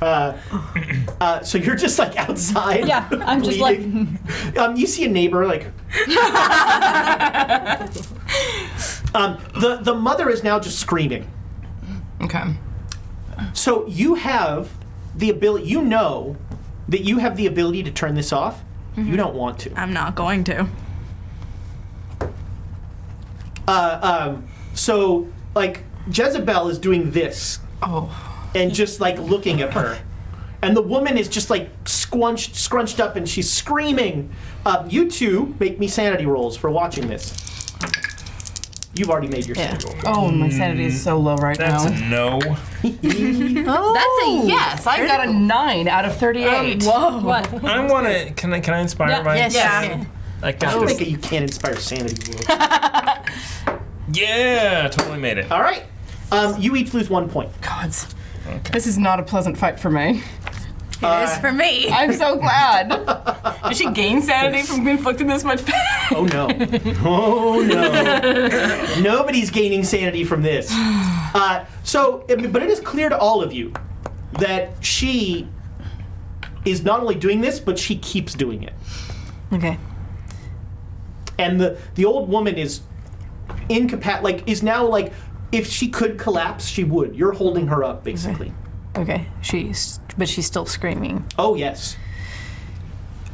[SPEAKER 3] uh, uh, so you're just like outside.
[SPEAKER 8] Yeah, I'm just like-
[SPEAKER 3] bleeding. Um, you see a neighbor like. um, the the mother is now just screaming.
[SPEAKER 6] Okay.
[SPEAKER 3] So you have the ability. You know that you have the ability to turn this off. You don't want to.
[SPEAKER 4] I'm not going to.
[SPEAKER 3] um, so like Jezebel is doing this. And just like looking at her. And the woman is just like squunched, scrunched up, and she's screaming. Uh, you two make me sanity rolls for watching this. You've already made your sanity roll.
[SPEAKER 6] Oh, my sanity is so low right
[SPEAKER 7] That's a no.
[SPEAKER 6] now. That's a yes. I got a nine out of thirty-eight.
[SPEAKER 8] What?
[SPEAKER 7] I want to. Can I? Can I inspire
[SPEAKER 8] Yeah.
[SPEAKER 7] by?
[SPEAKER 9] Yes.
[SPEAKER 4] Yeah.
[SPEAKER 7] I
[SPEAKER 3] I
[SPEAKER 7] got
[SPEAKER 3] don't
[SPEAKER 7] this.
[SPEAKER 3] think that you can inspire sanity rolls.
[SPEAKER 7] Yeah, totally made it.
[SPEAKER 3] All right. Um, you each lose one point.
[SPEAKER 6] Gods. This is not a pleasant fight for me. Uh,
[SPEAKER 4] it is for me.
[SPEAKER 6] I'm so glad. Does she gain sanity from inflicting this much pain?
[SPEAKER 3] Oh no. Oh no. Nobody's gaining sanity from this. Uh, so, I mean, but it is clear to all of you that she is not only doing this, but she keeps doing it.
[SPEAKER 5] Okay.
[SPEAKER 3] And the, the old woman is incapac like, is now like, if she could collapse, she would. You're holding her up, basically.
[SPEAKER 5] Okay. She's but she's still screaming.
[SPEAKER 3] Oh, yes.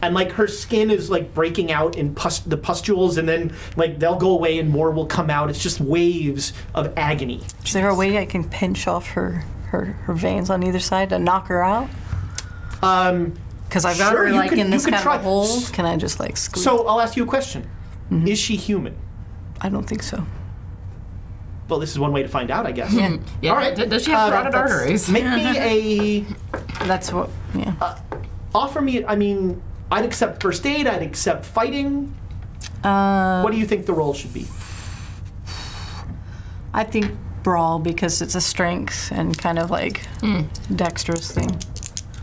[SPEAKER 3] And like her skin is like breaking out in pus- the pustules, and then like they'll go away and more will come out. It's just waves of agony.
[SPEAKER 5] Is there a way I can pinch off her her, her veins on either side to knock her out?
[SPEAKER 3] Um,
[SPEAKER 5] Because I've got
[SPEAKER 3] Sure,
[SPEAKER 5] her
[SPEAKER 3] you
[SPEAKER 5] like
[SPEAKER 3] could-
[SPEAKER 5] in
[SPEAKER 3] you
[SPEAKER 5] this
[SPEAKER 3] could
[SPEAKER 5] kind
[SPEAKER 3] try.
[SPEAKER 5] of a hole. Can I just like squeeze? Mm-hmm.
[SPEAKER 3] So I'll ask you a question: Is she human?
[SPEAKER 5] I don't think so.
[SPEAKER 3] Well, this is one way to find out, I guess.
[SPEAKER 6] Yeah.
[SPEAKER 3] All right.
[SPEAKER 6] d- Does she have
[SPEAKER 3] Uh,
[SPEAKER 6] carotid
[SPEAKER 3] that's-
[SPEAKER 6] arteries?
[SPEAKER 3] Make me a uh,
[SPEAKER 5] That's what. Yeah.
[SPEAKER 3] offer me. I mean, I'd accept first aid. I'd accept fighting.
[SPEAKER 5] Uh,
[SPEAKER 3] What do you think the role should be?
[SPEAKER 5] I think brawl because it's a strength and kind of like
[SPEAKER 3] Hmm.
[SPEAKER 5] dexterous thing,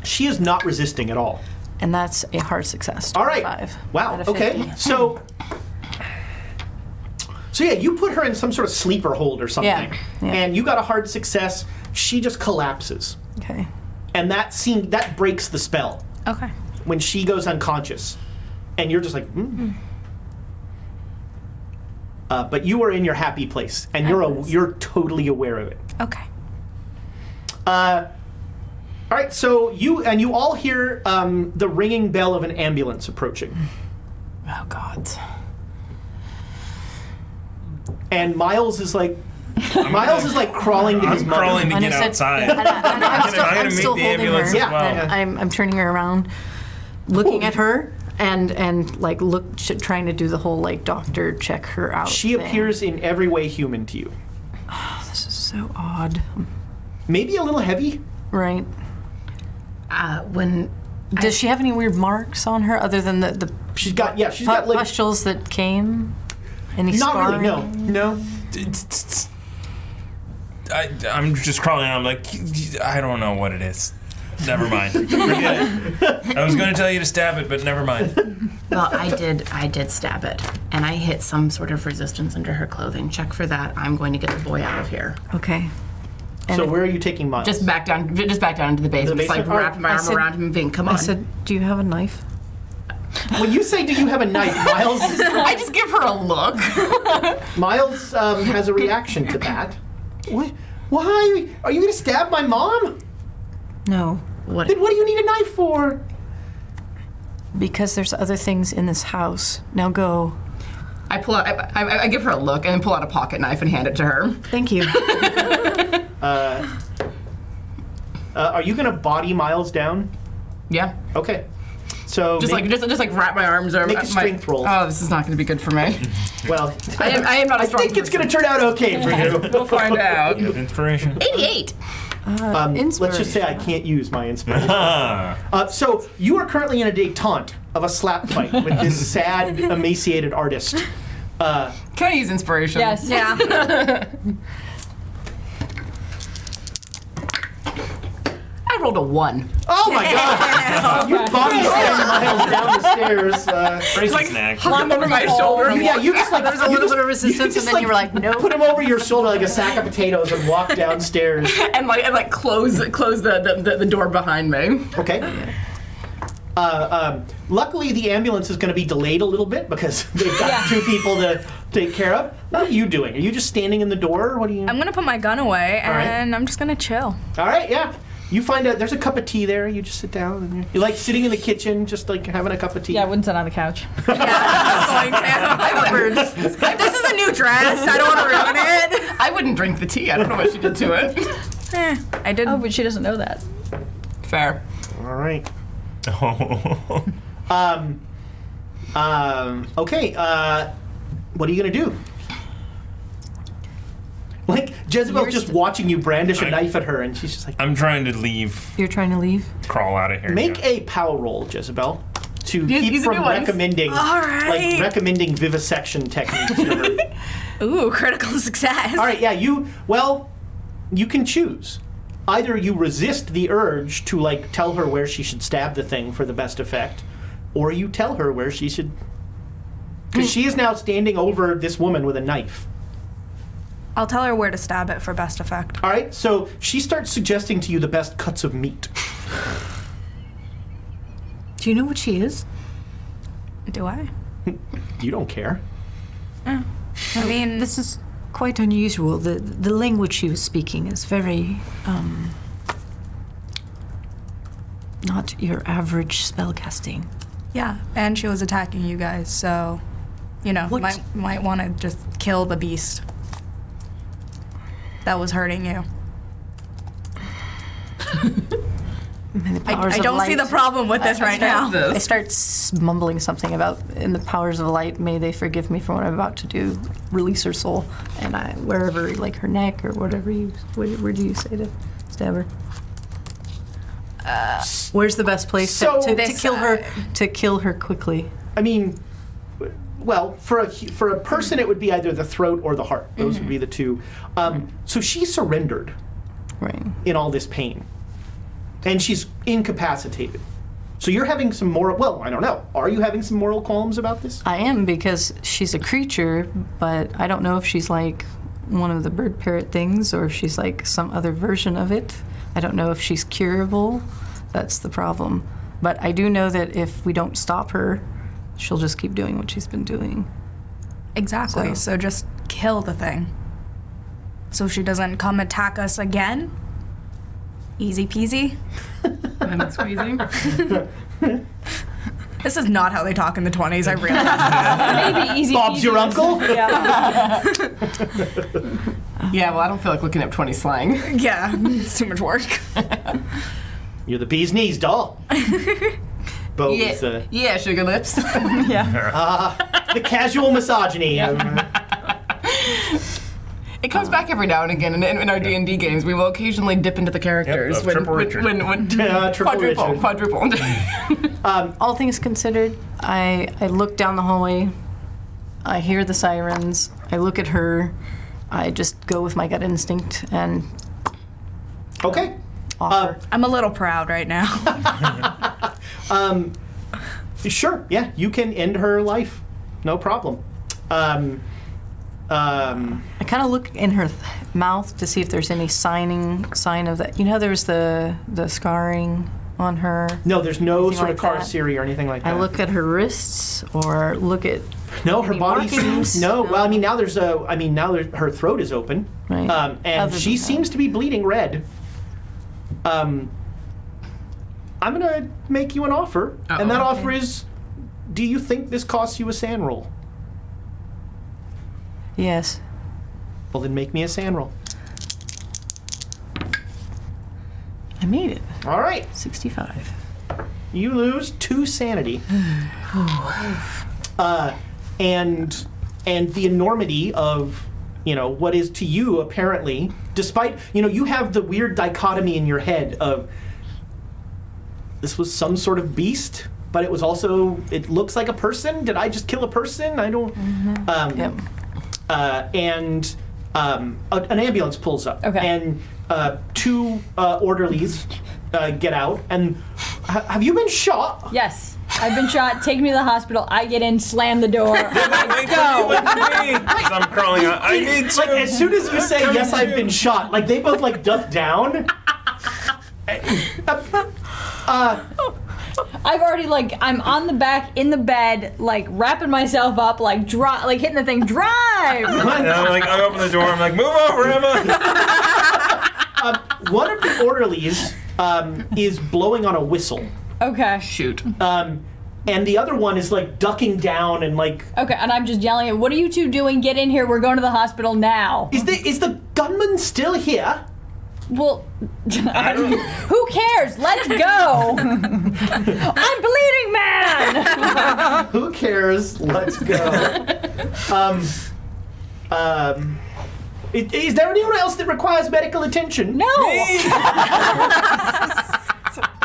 [SPEAKER 3] She is not resisting at all.
[SPEAKER 5] and that's a hard success.
[SPEAKER 3] All right.
[SPEAKER 5] Five.
[SPEAKER 3] Wow.
[SPEAKER 5] out of
[SPEAKER 3] Okay.
[SPEAKER 5] 50.
[SPEAKER 3] So. So yeah, you put her in some sort of sleeper hold or something,
[SPEAKER 5] yeah.
[SPEAKER 3] and you got a hard success. She just collapses,
[SPEAKER 5] Okay.
[SPEAKER 3] and that seem that breaks the spell.
[SPEAKER 4] Okay.
[SPEAKER 3] when she goes unconscious, and you're just like,
[SPEAKER 5] Hmm.
[SPEAKER 3] mm. uh, but you are in your happy place, and you're a, you're totally aware of it.
[SPEAKER 4] Okay.
[SPEAKER 3] All right, so you and you all hear um, the ringing bell of an ambulance approaching,
[SPEAKER 6] Oh God.
[SPEAKER 3] and Miles is like, Miles is like crawling to his
[SPEAKER 7] I'm
[SPEAKER 3] mother.
[SPEAKER 7] crawling to
[SPEAKER 5] I
[SPEAKER 7] get
[SPEAKER 5] said-
[SPEAKER 7] outside.
[SPEAKER 5] And I'm,
[SPEAKER 7] gonna-
[SPEAKER 5] still,
[SPEAKER 7] I'm gonna
[SPEAKER 5] I'm
[SPEAKER 7] meet
[SPEAKER 5] still
[SPEAKER 7] the
[SPEAKER 5] holding
[SPEAKER 7] ambulance
[SPEAKER 5] her.
[SPEAKER 7] as
[SPEAKER 3] Yeah. well.
[SPEAKER 5] And I'm, I'm turning her around, looking at her, and and like look sh- trying to do the whole like doctor check her out.
[SPEAKER 3] She
[SPEAKER 5] thing. Oh,
[SPEAKER 3] appears in every way human to you.
[SPEAKER 5] This is so odd,
[SPEAKER 3] Maybe a little heavy.
[SPEAKER 5] right?
[SPEAKER 6] Uh, when
[SPEAKER 5] Does she have any weird marks on her other than the the
[SPEAKER 3] She's got yeah. She's
[SPEAKER 5] pu-
[SPEAKER 3] got like
[SPEAKER 5] pustules that came? Any
[SPEAKER 3] not
[SPEAKER 5] scarring?
[SPEAKER 3] really. No, no.
[SPEAKER 7] I, I'm just crawling. out. I'm like, I don't know what it is. Never mind. Forget it. I was going to tell you to stab it, but never mind.
[SPEAKER 6] well, I did. I did stab it, and I hit some sort of resistance under her clothing. Check for that. I'm going to get the boy out of here.
[SPEAKER 5] Okay.
[SPEAKER 3] So
[SPEAKER 5] it-
[SPEAKER 3] where are you taking Miles?
[SPEAKER 6] Just back down. j- Just back down into the basement. Just like
[SPEAKER 3] basement?
[SPEAKER 6] wrapping my
[SPEAKER 5] I
[SPEAKER 6] arm
[SPEAKER 5] said-
[SPEAKER 6] around him and being, come on.
[SPEAKER 5] I said, "Do you have a knife?"
[SPEAKER 3] when you say, "Do you have a knife?" Miles
[SPEAKER 6] I just give her a look.
[SPEAKER 3] Miles um, has a reaction to that. What? Why are you going to stab my mom?
[SPEAKER 5] No,
[SPEAKER 6] what?
[SPEAKER 3] Then what do you need a knife for?
[SPEAKER 5] because there's other things in this house. Now go.
[SPEAKER 6] I pull out. I, I, I give her a look and pull out a pocket knife and hand it to her.
[SPEAKER 5] Thank you.
[SPEAKER 3] Uh, are you going to body Miles down?
[SPEAKER 6] Yeah.
[SPEAKER 3] Okay. So
[SPEAKER 6] Just
[SPEAKER 3] make-
[SPEAKER 6] like just, just like wrap my arms around.
[SPEAKER 3] Make a
[SPEAKER 6] my-
[SPEAKER 3] strength roll.
[SPEAKER 6] Oh, this is not going to be good for me.
[SPEAKER 3] well,
[SPEAKER 6] I am, I am not a
[SPEAKER 3] I
[SPEAKER 6] strong.
[SPEAKER 3] think it's going to turn out okay for you.
[SPEAKER 6] We'll find out.
[SPEAKER 7] You have inspiration.
[SPEAKER 6] Eighty-eight.
[SPEAKER 3] Um, let's just
[SPEAKER 5] Inspiration.
[SPEAKER 3] say I can't use my inspiration.
[SPEAKER 7] Ah,
[SPEAKER 3] Uh, so you are currently in a detente of a slap fight with this sad, emaciated artist. Uh,
[SPEAKER 6] Can I use inspiration?
[SPEAKER 8] Yes.
[SPEAKER 4] Yeah.
[SPEAKER 6] I rolled a one.
[SPEAKER 3] oh my god! Your body's ten miles down the stairs. Uh,
[SPEAKER 7] crazy snack.
[SPEAKER 6] Hung over my shoulder. and
[SPEAKER 3] yeah, you just like
[SPEAKER 9] There's a
[SPEAKER 3] you
[SPEAKER 9] little
[SPEAKER 3] just-
[SPEAKER 9] bit of resistance,
[SPEAKER 3] just,
[SPEAKER 9] and then you were like,
[SPEAKER 3] Put
[SPEAKER 9] nope.
[SPEAKER 3] him over your shoulder like a sack of potatoes and walk downstairs.
[SPEAKER 6] and like and like close close the, the, the, the door behind me.
[SPEAKER 3] Okay. Uh, um, luckily, the ambulance is going to be delayed a little bit because they've got two people to take care of. What are you doing? Are you just standing in the door? or What are you?
[SPEAKER 9] Um,
[SPEAKER 4] I'm gonna put my gun away
[SPEAKER 3] right.
[SPEAKER 4] and I'm just gonna chill.
[SPEAKER 3] All right, yeah. You find out there's a cup of tea there. You just sit down and you're, you're like sitting in the kitchen, just like having a cup of tea.
[SPEAKER 8] Yeah, I wouldn't sit on the couch.
[SPEAKER 4] this is a new dress. I don't want to ruin it.
[SPEAKER 6] I wouldn't drink the tea. I don't know what she did to it.
[SPEAKER 4] Eh, I did.
[SPEAKER 8] Oh, but she doesn't know that.
[SPEAKER 6] Fair.
[SPEAKER 3] All right.
[SPEAKER 7] Oh.
[SPEAKER 3] Um, um, okay. Uh, what are you gonna do? Like Jezebel's just watching you brandish a knife at her, and she's just like,
[SPEAKER 7] I'm trying to leave.
[SPEAKER 5] You're trying to leave?
[SPEAKER 7] Crawl out of here.
[SPEAKER 3] "Make a power roll, Jezebel, to keep
[SPEAKER 6] these are
[SPEAKER 3] from
[SPEAKER 6] new ones.
[SPEAKER 3] recommending like
[SPEAKER 4] right.
[SPEAKER 3] recommending vivisection techniques." to her.
[SPEAKER 4] Ooh, critical success.
[SPEAKER 3] All right, yeah, you well, you can choose. Either you resist the urge to like tell her where she should stab the thing for the best effect, or you tell her where she should because she is now standing over this woman with a knife.
[SPEAKER 4] I'll tell her where to stab it for best effect.
[SPEAKER 3] All right, so she starts suggesting to you the best cuts of meat.
[SPEAKER 9] Do you know what she is?
[SPEAKER 4] Do I?
[SPEAKER 3] You don't care.
[SPEAKER 4] I mean,
[SPEAKER 9] This is quite unusual. The the language she was speaking is very um, not your average spell casting.
[SPEAKER 4] yeah. And she was attacking you guys, so you know,
[SPEAKER 9] What?
[SPEAKER 4] might might want to just kill the beast that was hurting you.
[SPEAKER 9] And the
[SPEAKER 4] I,
[SPEAKER 9] powers
[SPEAKER 4] I
[SPEAKER 9] of
[SPEAKER 4] don't see
[SPEAKER 9] light-
[SPEAKER 4] the problem with this right now.
[SPEAKER 9] I start s- mumbling something about in the powers of light. May they forgive me for what I'm about to do. Release her soul, and I wherever like her neck or whatever you. Where, where do you say to stab her? Where's the best place
[SPEAKER 3] so uh,
[SPEAKER 9] to, to, to
[SPEAKER 4] this
[SPEAKER 9] kill her? To kill her quickly.
[SPEAKER 3] I mean, w- well, for a hu- for a person, it would be either the throat or the heart. Those would be the two. Um, so she surrendered
[SPEAKER 9] Right.
[SPEAKER 3] in all this pain, and she's incapacitated. So you're having some moral. Well, I don't know. Are you having some moral qualms about this?
[SPEAKER 9] I am because she's a creature, but I don't know if she's like one of the bird parrot things or if she's like some other version of it. I don't know if she's curable. That's the problem. But I do know that if we don't stop her, she'll just keep doing what she's been doing.
[SPEAKER 4] Exactly. So. just kill the thing. So she doesn't come attack us again. Easy peasy.
[SPEAKER 6] I'm squeezing.
[SPEAKER 4] This is not how they talk in the 20s, I realize.
[SPEAKER 8] Maybe easy.
[SPEAKER 3] Bob's
[SPEAKER 8] peasy.
[SPEAKER 3] your uncle.
[SPEAKER 8] Yeah.
[SPEAKER 6] Yeah, well, I don't feel like looking up 20 slang.
[SPEAKER 4] yeah, it's too much work.
[SPEAKER 3] You're the bee's knees doll. Bo is
[SPEAKER 6] Yeah,
[SPEAKER 3] the,
[SPEAKER 6] yeah, sugar lips.
[SPEAKER 3] the casual misogyny. Um,
[SPEAKER 6] It comes back every now and again in, in our D and D games. We will occasionally dip into the characters
[SPEAKER 7] of
[SPEAKER 6] when,
[SPEAKER 7] Triple
[SPEAKER 6] when,
[SPEAKER 7] Richard.
[SPEAKER 6] when when
[SPEAKER 3] Yeah, Triple
[SPEAKER 6] quadruple
[SPEAKER 3] Richard.
[SPEAKER 6] quadruple.
[SPEAKER 9] All things considered, I, I look down the hallway, I hear the sirens, I look at her, I just go with my gut instinct uh, and
[SPEAKER 3] Okay. Uh,
[SPEAKER 9] offer.
[SPEAKER 4] I'm a little proud right now.
[SPEAKER 3] Um, Sure. Yeah, you can end her life. No problem. Um, um,
[SPEAKER 9] I kind of look in her th- mouth to see if there's any signing sign of that. You know, there's the the scarring on her.
[SPEAKER 3] no, there's no
[SPEAKER 9] Anything
[SPEAKER 3] sort of
[SPEAKER 9] like that?
[SPEAKER 3] carcery or anything like that.
[SPEAKER 9] I look at her wrists or look at
[SPEAKER 3] No, her
[SPEAKER 9] any
[SPEAKER 3] body
[SPEAKER 9] markings?
[SPEAKER 3] seems no. Well, I mean now there's a. I mean now there, her throat is open,
[SPEAKER 9] Right.
[SPEAKER 3] um, and
[SPEAKER 9] Other
[SPEAKER 3] she
[SPEAKER 9] than that.
[SPEAKER 3] seems to be bleeding red. Um, I'm gonna make you an offer, and that offer is: Do you think this costs you a sand roll?
[SPEAKER 9] yes.
[SPEAKER 3] Well, then make me a sand roll.
[SPEAKER 9] I made it.
[SPEAKER 3] All right.
[SPEAKER 9] Sixty-five.
[SPEAKER 3] You lose two sanity. uh, and and the enormity of you know what is to you apparently, despite you know you have the weird dichotomy in your head of this was some sort of beast, but it was also it looks like a person. Did I just kill a person? I don't. Um,
[SPEAKER 5] Yep.
[SPEAKER 3] uh, and um, a, an ambulance pulls up.
[SPEAKER 8] Okay.
[SPEAKER 3] And uh, two uh, orderlies uh, get out. And ha- have you been shot?
[SPEAKER 8] Yes, I've been shot. Take me to the hospital. I get in, slam the door.
[SPEAKER 7] Wait, go. Wait for me. 'Cause I'm crawling out. I need to.
[SPEAKER 3] Like as soon as you say
[SPEAKER 7] Come
[SPEAKER 3] yes, I've
[SPEAKER 7] to."
[SPEAKER 3] been shot. Like they both like duck down.
[SPEAKER 8] I've already like I'm on the back in the bed, like wrapping myself up, like drive, like hitting the thing. Drive.
[SPEAKER 7] And I'm like, I open the door. I'm like, move over, Emma.
[SPEAKER 3] One of the orderlies um, is blowing on a whistle, Um,
[SPEAKER 8] Okay.
[SPEAKER 6] Shoot.
[SPEAKER 3] and the other one is like ducking down and like.
[SPEAKER 8] Okay. And I'm just yelling at, "What are you two doing? Get in here! We're going to the hospital now!"
[SPEAKER 3] Is the is the gunman still here?
[SPEAKER 8] Well, who cares? Let's go. I'm bleeding, man.
[SPEAKER 3] Who cares? Let's go. um, um, i- is there anyone else that requires medical attention?
[SPEAKER 8] No.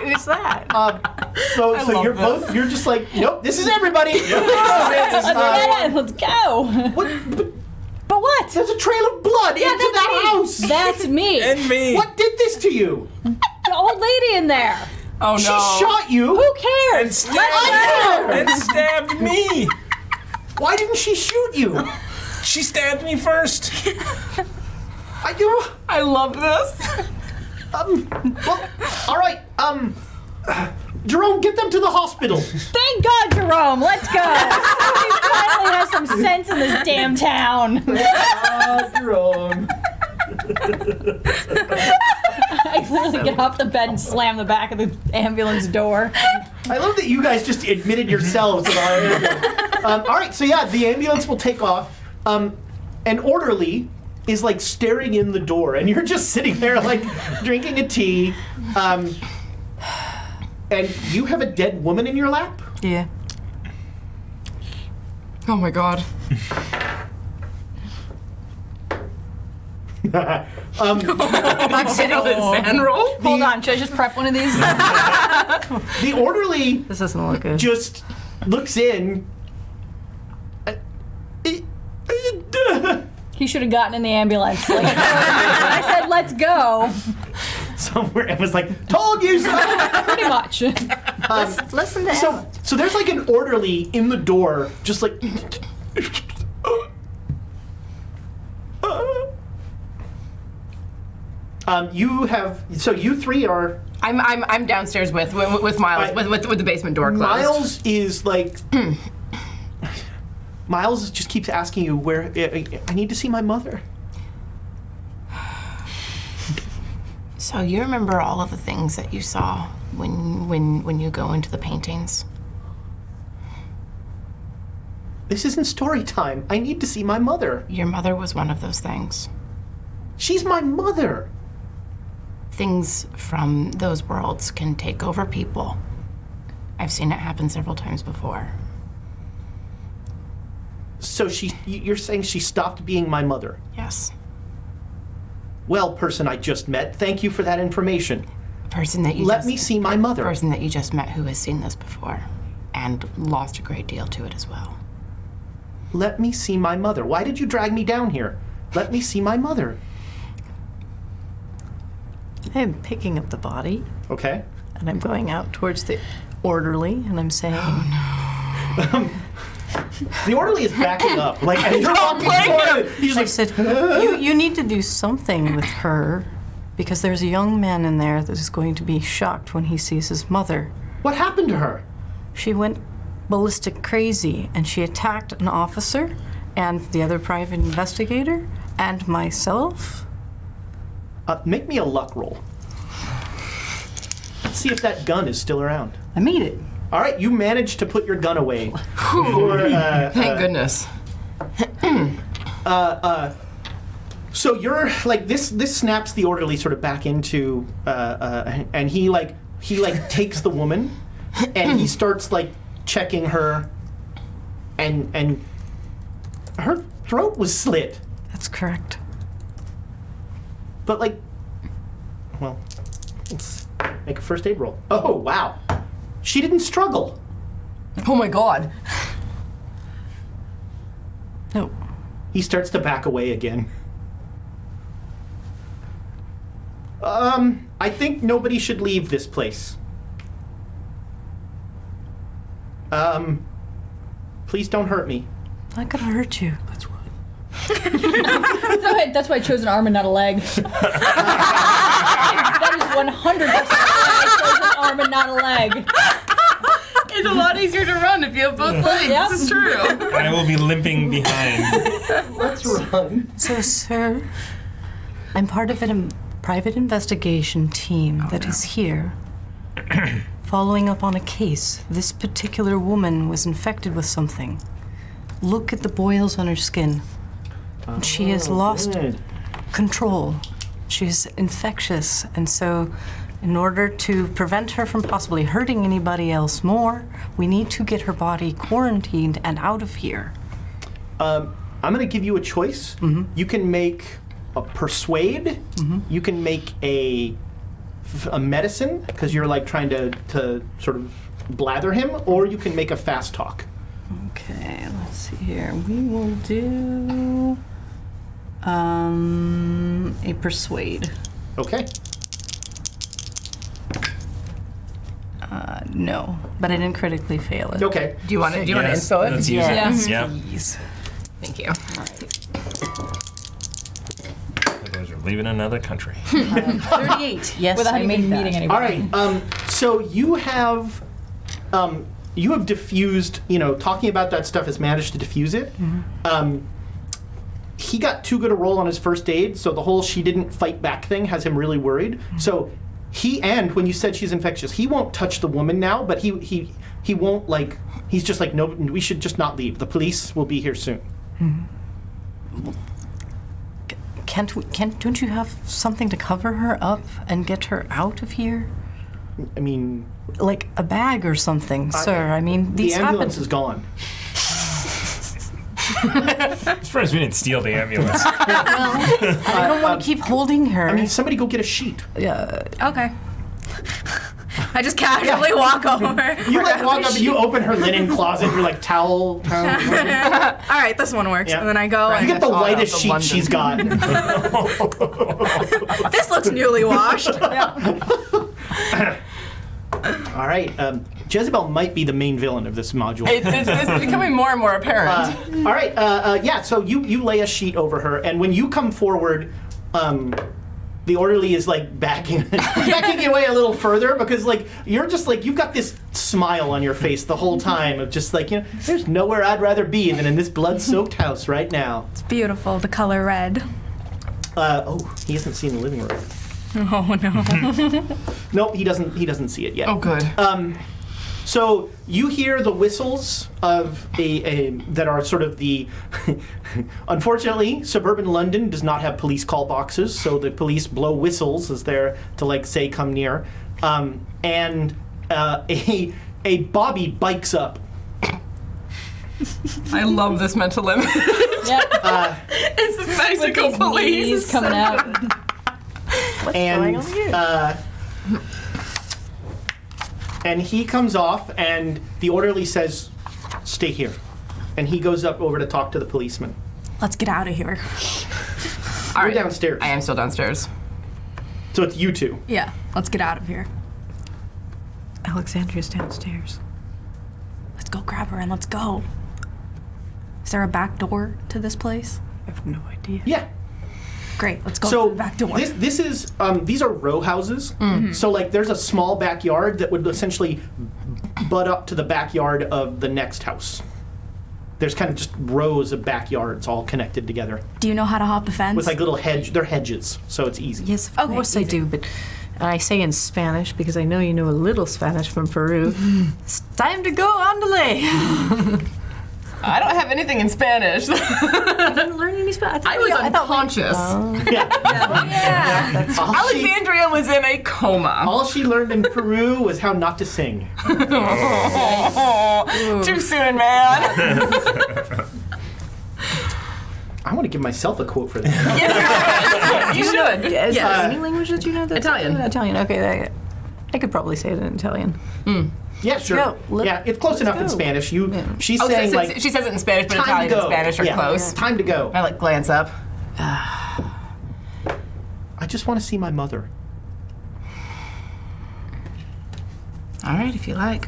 [SPEAKER 5] Who's that?
[SPEAKER 3] Um, so so you're both you're just like nope. This is everybody. Uh,
[SPEAKER 8] Let's get in. Let's go.
[SPEAKER 3] what? But
[SPEAKER 8] But what?
[SPEAKER 3] there's a trail of blood into
[SPEAKER 8] that's
[SPEAKER 3] the
[SPEAKER 8] me.
[SPEAKER 3] house.
[SPEAKER 8] That's me.
[SPEAKER 7] And me.
[SPEAKER 3] what did this to you?
[SPEAKER 8] the old lady in there.
[SPEAKER 9] Oh no.
[SPEAKER 3] She shot you.
[SPEAKER 8] Who cares?
[SPEAKER 7] And stabbed, and stabbed me.
[SPEAKER 3] Why didn't she shoot you?
[SPEAKER 7] She stabbed me first.
[SPEAKER 3] I do.
[SPEAKER 9] I love this.
[SPEAKER 3] Um. Well, all right. Um. Jerome, get them to the hospital.
[SPEAKER 8] Thank God, Jerome. Let's go. we finally have some sense in this damn town.
[SPEAKER 9] Uh,
[SPEAKER 3] Jerome.
[SPEAKER 8] I literally get off the bed and slam the back of the ambulance door.
[SPEAKER 3] I love that you guys just admitted yourselves that our ambulance. Um, all right, so yeah, the ambulance will take off. Um, an orderly is like staring in the door, and you're just sitting there like drinking a tea. Um, and you have a dead woman in your lap.
[SPEAKER 5] Yeah.
[SPEAKER 9] Oh my god.
[SPEAKER 5] I'm sitting
[SPEAKER 8] Hold on, should I just prep one of these?
[SPEAKER 3] The orderly
[SPEAKER 5] This doesn't look good.
[SPEAKER 3] just looks in. Uh, it- it-
[SPEAKER 8] he should have gotten in the ambulance. Like, I said, let's go.
[SPEAKER 3] Somewhere, and was like, "Told you so."
[SPEAKER 8] Pretty much.
[SPEAKER 9] Listen to
[SPEAKER 3] Um, So, so there's like an orderly in the door, just like. Um, you have so you three are
[SPEAKER 6] I'm, I'm, I'm downstairs with with, with Miles
[SPEAKER 3] Right.
[SPEAKER 6] with, with with the basement door closed.
[SPEAKER 3] Miles is like Miles just keeps asking you where I, I need to see my mother.
[SPEAKER 6] So you remember all of the things that you saw when when when you go into the paintings?
[SPEAKER 3] This isn't story time. I need to see my mother.
[SPEAKER 6] Your mother was one of those things.
[SPEAKER 3] She's my mother.
[SPEAKER 6] Things from those worlds can take over people. I've seen it happen several times before.
[SPEAKER 3] So she, you- you're saying she stopped being my mother.
[SPEAKER 6] Yes.
[SPEAKER 3] Well, person I just met, thank you for that information.
[SPEAKER 6] A person that you
[SPEAKER 3] Let
[SPEAKER 6] just,
[SPEAKER 3] me see my mother.
[SPEAKER 6] person that you just met who has seen this before and lost a great deal to it as well.
[SPEAKER 3] Let me see my mother. Why did you drag me down here? Let me see my mother.
[SPEAKER 5] I'm picking up the body
[SPEAKER 3] Okay.
[SPEAKER 5] and I'm going out towards the orderly and I'm saying,
[SPEAKER 3] The orderly is backing up. Like, and you're walking toward him. He's
[SPEAKER 5] I
[SPEAKER 3] like,
[SPEAKER 5] said, you, you need to do something with her because there's a young man in there that is going to be shocked when he sees his mother.
[SPEAKER 3] what happened to her?
[SPEAKER 5] She went ballistic crazy and she attacked an officer and the other private investigator and myself.
[SPEAKER 3] Uh, make me a luck roll. Let's see if that gun is still around.
[SPEAKER 5] I made it.
[SPEAKER 3] All right, you managed to put your gun away. For, uh,
[SPEAKER 6] Thank goodness.
[SPEAKER 3] so you're like this. This snaps the orderly sort of back into, uh, uh, and he like he like takes the woman, and he starts like checking her, and and her throat was slit,
[SPEAKER 9] That's correct.
[SPEAKER 3] but like, well, let's make a first aid roll. Oh wow, she didn't struggle.
[SPEAKER 6] Oh my god.
[SPEAKER 9] No.
[SPEAKER 3] He starts to back away again. Um, I think nobody should leave this place. Um, please don't hurt me.
[SPEAKER 9] Not gonna hurt you.
[SPEAKER 7] That's right.
[SPEAKER 8] That's why- That's why I chose an arm and not a leg. that is 100 percent why I chose an arm and not a leg.
[SPEAKER 6] It's a lot easier to run if you have both legs.
[SPEAKER 8] Yep.
[SPEAKER 6] true.
[SPEAKER 7] I will be limping behind.
[SPEAKER 3] Let's run.
[SPEAKER 9] So, sir, I'm part of a private investigation team that is here following up on a case. This particular woman was infected with something. Look at the boils on her skin. she has lost
[SPEAKER 3] Hmm.
[SPEAKER 9] control. She's infectious, and so, in order to prevent her from possibly hurting anybody else more, we need to get her body quarantined and out of here.
[SPEAKER 3] Um, I'm gonna give you a choice. You can make a persuade. You can make a f- a medicine because you're like trying to to sort of blather him, or you can make a fast talk.
[SPEAKER 9] Okay, let's see here. We will do um, a persuade.
[SPEAKER 3] Okay.
[SPEAKER 9] Uh, no, but I didn't critically fail it.
[SPEAKER 3] Okay.
[SPEAKER 6] Do you want to? Do you want to
[SPEAKER 7] Yes,
[SPEAKER 6] install it?
[SPEAKER 7] Let's use
[SPEAKER 8] Yeah.
[SPEAKER 7] it. Yep.
[SPEAKER 9] Please.
[SPEAKER 6] Thank you.
[SPEAKER 7] Otherwise, we're leaving another country.
[SPEAKER 9] 38. Yes,
[SPEAKER 8] Without
[SPEAKER 9] I
[SPEAKER 8] even
[SPEAKER 9] made that.
[SPEAKER 8] meeting anybody.
[SPEAKER 3] All right. Um, so you have, um, you have diffused. You know, talking about that stuff has managed to diffuse it. Um, he got too good a roll on his first aid, so the whole "she didn't fight back" thing has him really worried. So he and when you said she's infectious, he won't touch the woman now, but he he he won't like. He's just like no. We should just not leave. The police will be here soon.
[SPEAKER 9] Can't, we, can't, don't you have something to cover her up and get her out of here?
[SPEAKER 3] I mean,
[SPEAKER 9] Like a bag or something, sir. I mean,
[SPEAKER 3] the
[SPEAKER 9] these
[SPEAKER 3] ambulance
[SPEAKER 9] happen.
[SPEAKER 3] is gone.
[SPEAKER 7] As far as we didn't steal the ambulance.
[SPEAKER 9] I don't want to keep holding her.
[SPEAKER 3] I mean, somebody go get a sheet.
[SPEAKER 9] yeah,
[SPEAKER 4] Okay. I just casually walk over.
[SPEAKER 3] You like walk up, and you open her linen closet, you're like towel, towel.
[SPEAKER 4] All right, this one works.
[SPEAKER 3] Yeah.
[SPEAKER 4] And then I go.
[SPEAKER 3] You
[SPEAKER 4] And,
[SPEAKER 3] get the whitest
[SPEAKER 6] to
[SPEAKER 3] sheet
[SPEAKER 6] London.
[SPEAKER 3] she's got.
[SPEAKER 4] this looks newly washed.
[SPEAKER 3] All right, um, Jezebel might be the main villain of this module.
[SPEAKER 6] It's, it's, it's becoming more and more apparent.
[SPEAKER 3] All right, uh, uh, yeah. So you you lay a sheet over her, and when you come forward, um, the orderly is like backing backing you away a little further because like you're just like you've got this smile on your face the whole time of just like you know there's nowhere I'd rather be than in this blood soaked house right now.
[SPEAKER 4] It's beautiful, the color red.
[SPEAKER 3] Uh, oh, he hasn't seen the living room.
[SPEAKER 4] Oh no.
[SPEAKER 3] Nope, he doesn't. He doesn't see it yet. Um,
[SPEAKER 6] oh, good.
[SPEAKER 3] So you hear the whistles of a, a that are sort of the. unfortunately, suburban London does not have police call boxes, so the police blow whistles as they're to like say come near, um, and uh, a a Bobby bikes up.
[SPEAKER 6] I love this mental image.
[SPEAKER 8] Yep.
[SPEAKER 6] it's the Mexico
[SPEAKER 8] Knees
[SPEAKER 6] police.
[SPEAKER 8] coming out.
[SPEAKER 3] and uh, and he comes off, and the orderly says, "Stay here," and he goes up over to talk to the policeman.
[SPEAKER 4] Let's get out of here.
[SPEAKER 6] All
[SPEAKER 3] You're downstairs,
[SPEAKER 6] I am still downstairs.
[SPEAKER 3] so it's you two.
[SPEAKER 4] Yeah, let's get out of here.
[SPEAKER 9] Alexandria's downstairs.
[SPEAKER 4] Let's go grab her and let's go. Is there a back door to this place?
[SPEAKER 9] I have no idea.
[SPEAKER 3] Yeah,
[SPEAKER 4] Great, let's go
[SPEAKER 3] so
[SPEAKER 4] through the back door.
[SPEAKER 3] This, this is um, these are row houses. So like there's a small backyard that would essentially butt up to the backyard of the next house. There's kind of just rows of backyards all connected together
[SPEAKER 4] Do you know how to hop a fence?
[SPEAKER 3] with like little hedge. They're hedges, so it's easy.
[SPEAKER 9] Yes, of course I do, but I say in Spanish because I know you know a little Spanish from Peru. it's time to go, andale.
[SPEAKER 6] I don't have anything in Spanish.
[SPEAKER 9] I Oh. didn't learn any
[SPEAKER 6] I, was unconscious.
[SPEAKER 3] All she,
[SPEAKER 6] Alexandria was in a coma.
[SPEAKER 3] all she learned in Peru was how not to sing.
[SPEAKER 9] Oh.
[SPEAKER 6] Too soon, man.
[SPEAKER 3] I want to give myself a quote for that.
[SPEAKER 6] you should.
[SPEAKER 9] Is
[SPEAKER 6] Yes.
[SPEAKER 9] there any language that you know that's
[SPEAKER 6] Italian.
[SPEAKER 9] Italian. Okay, I, I could probably say it in Italian.
[SPEAKER 3] Yeah, sure.
[SPEAKER 9] go. Let-
[SPEAKER 3] yeah, it's close enough in
[SPEAKER 9] go.
[SPEAKER 3] Spanish. You, she's
[SPEAKER 6] Oh, so-
[SPEAKER 3] saying
[SPEAKER 6] so-
[SPEAKER 3] like
[SPEAKER 6] she says it in Spanish, but
[SPEAKER 3] time
[SPEAKER 6] Italian
[SPEAKER 3] to
[SPEAKER 6] and
[SPEAKER 3] go.
[SPEAKER 6] Spanish are
[SPEAKER 3] Yeah,
[SPEAKER 6] close.
[SPEAKER 3] Time to go.
[SPEAKER 6] I like glance up.
[SPEAKER 3] I just want to see my mother.
[SPEAKER 6] All right, if you like.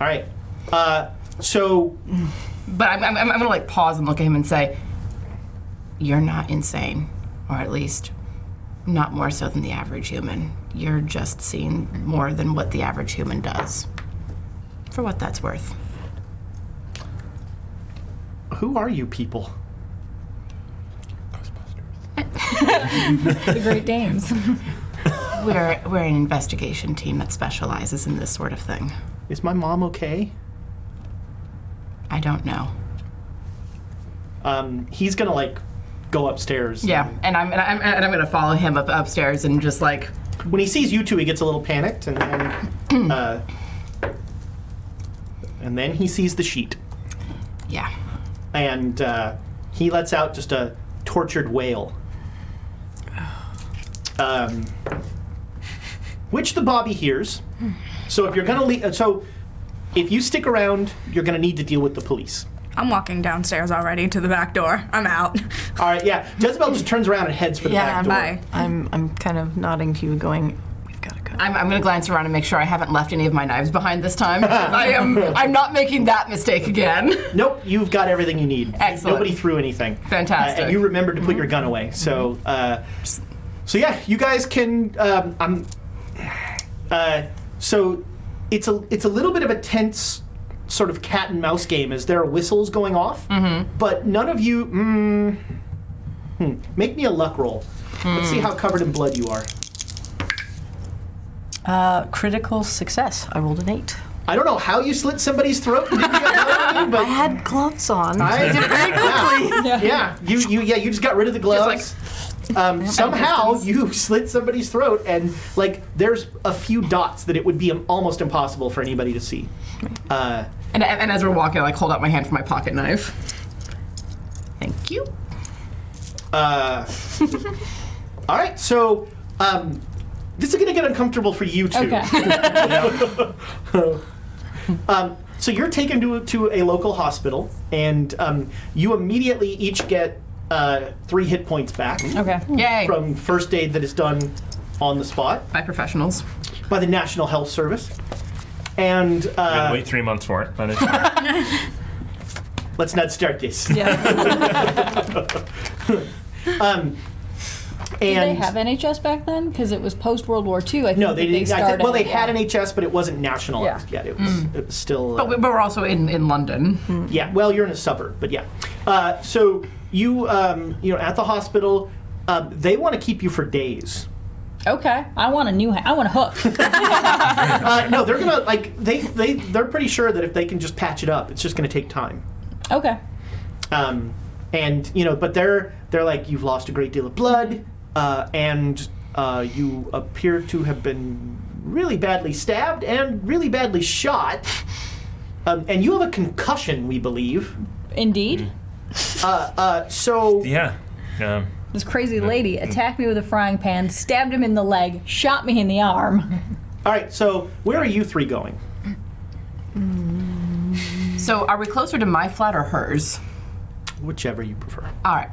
[SPEAKER 3] All right. Uh, so
[SPEAKER 6] But I'm, I'm, I'm gonna like pause and look at him and say, "You're not insane, or at least not more so than the average human. You're just seeing more than what the average human does, for what that's worth."
[SPEAKER 3] who are you people?
[SPEAKER 8] The Great Dames.
[SPEAKER 6] We're we're an investigation team that specializes in this sort of thing.
[SPEAKER 3] Is my mom okay?
[SPEAKER 6] I don't know.
[SPEAKER 3] Um, he's gonna like go upstairs.
[SPEAKER 6] Yeah, and I'm and I'm, and I'm gonna follow him up upstairs and just like
[SPEAKER 3] When he sees you two, he gets a little panicked, and then, uh, and then he sees the sheet,
[SPEAKER 6] yeah.
[SPEAKER 3] and uh, he lets out just a tortured wail. Um, which the Bobby hears. So if you're gonna leave, so if you stick around, you're gonna need to deal with the police.
[SPEAKER 4] I'm walking downstairs already to the back door. I'm out.
[SPEAKER 3] All right, yeah. Jezebel just turns around and heads for the
[SPEAKER 9] Yeah,
[SPEAKER 3] back door.
[SPEAKER 4] Bye.
[SPEAKER 9] I'm I'm kind of nodding to you, going, "We've got to go."
[SPEAKER 6] I'm, I'm gonna glance around and make sure I haven't left any of my knives behind this time. 'cause I am I'm not making that mistake again.
[SPEAKER 3] Nope, you've got everything you need.
[SPEAKER 6] Excellent.
[SPEAKER 3] Nobody threw anything.
[SPEAKER 6] Fantastic. Mm-hmm.
[SPEAKER 3] Uh, and you remembered to put your gun away. So, uh, so yeah, you guys can. Um, I'm. Uh, so, it's a it's a little bit of a tense sort of cat and mouse game as there are whistles going off,
[SPEAKER 6] Mm-hmm.
[SPEAKER 3] but none of you. Mm, hmm, make me a luck roll. Let's
[SPEAKER 6] Hmm.
[SPEAKER 3] see how covered in blood you are.
[SPEAKER 9] Uh, critical success. I rolled an eight.
[SPEAKER 3] I don't know how you slit somebody's throat, and didn't get blood on you, but
[SPEAKER 9] I had gloves on.
[SPEAKER 3] I did it very quickly. Yeah. you you yeah you just got rid of the gloves. um, somehow you slit somebody's throat, and like there's a few dots that it would be im- almost impossible for anybody to see. Uh,
[SPEAKER 6] And, and as we're walking, I like hold out my hand for my pocket knife. Thank you.
[SPEAKER 3] uh, all right, so um, this is gonna get uncomfortable for you two.
[SPEAKER 8] Okay.
[SPEAKER 3] Um, so you're taken to to a local hospital, and um, you immediately each get uh, three hit points back
[SPEAKER 8] Okay.
[SPEAKER 6] Yay.
[SPEAKER 3] from first aid that is done on the spot.
[SPEAKER 6] By professionals.
[SPEAKER 3] by the National Health Service. And
[SPEAKER 7] And
[SPEAKER 3] uh,
[SPEAKER 7] wait three months for it. But it's fine.
[SPEAKER 3] let's not start this.
[SPEAKER 8] Yeah.
[SPEAKER 3] Um,
[SPEAKER 8] Did they
[SPEAKER 3] and
[SPEAKER 8] have NHS back then? Because it was post World War II. I think
[SPEAKER 3] no,
[SPEAKER 8] that
[SPEAKER 3] they didn't. I
[SPEAKER 8] started
[SPEAKER 3] think, well, they
[SPEAKER 8] it, yeah.
[SPEAKER 3] had an HS, but it wasn't nationalized
[SPEAKER 8] Yeah. Mm.
[SPEAKER 3] yet. It was, it was still. uh,
[SPEAKER 6] But, we, but we're also in, in London.
[SPEAKER 3] yeah. Well, you're in a suburb, but yeah. Uh, so you, um, you know, at the hospital, um, they want to keep you for days.
[SPEAKER 8] Okay. I want a new. Ha- I want a hook.
[SPEAKER 3] Uh, no, they're gonna like they they they're pretty sure that if they can just patch it up, it's just gonna take time.
[SPEAKER 8] okay.
[SPEAKER 3] um, and you know but they're they're like you've lost a great deal of blood uh, and uh, you appear to have been really badly stabbed and really badly shot um, and you have a concussion we believe
[SPEAKER 8] Indeed.
[SPEAKER 3] uh, so
[SPEAKER 7] yeah. Um,
[SPEAKER 8] This crazy lady attacked me with a frying pan, stabbed him in the leg, shot me in the arm.
[SPEAKER 3] all right so where are you three going
[SPEAKER 6] So are we closer to my flat or hers?
[SPEAKER 3] whichever you prefer
[SPEAKER 6] All right.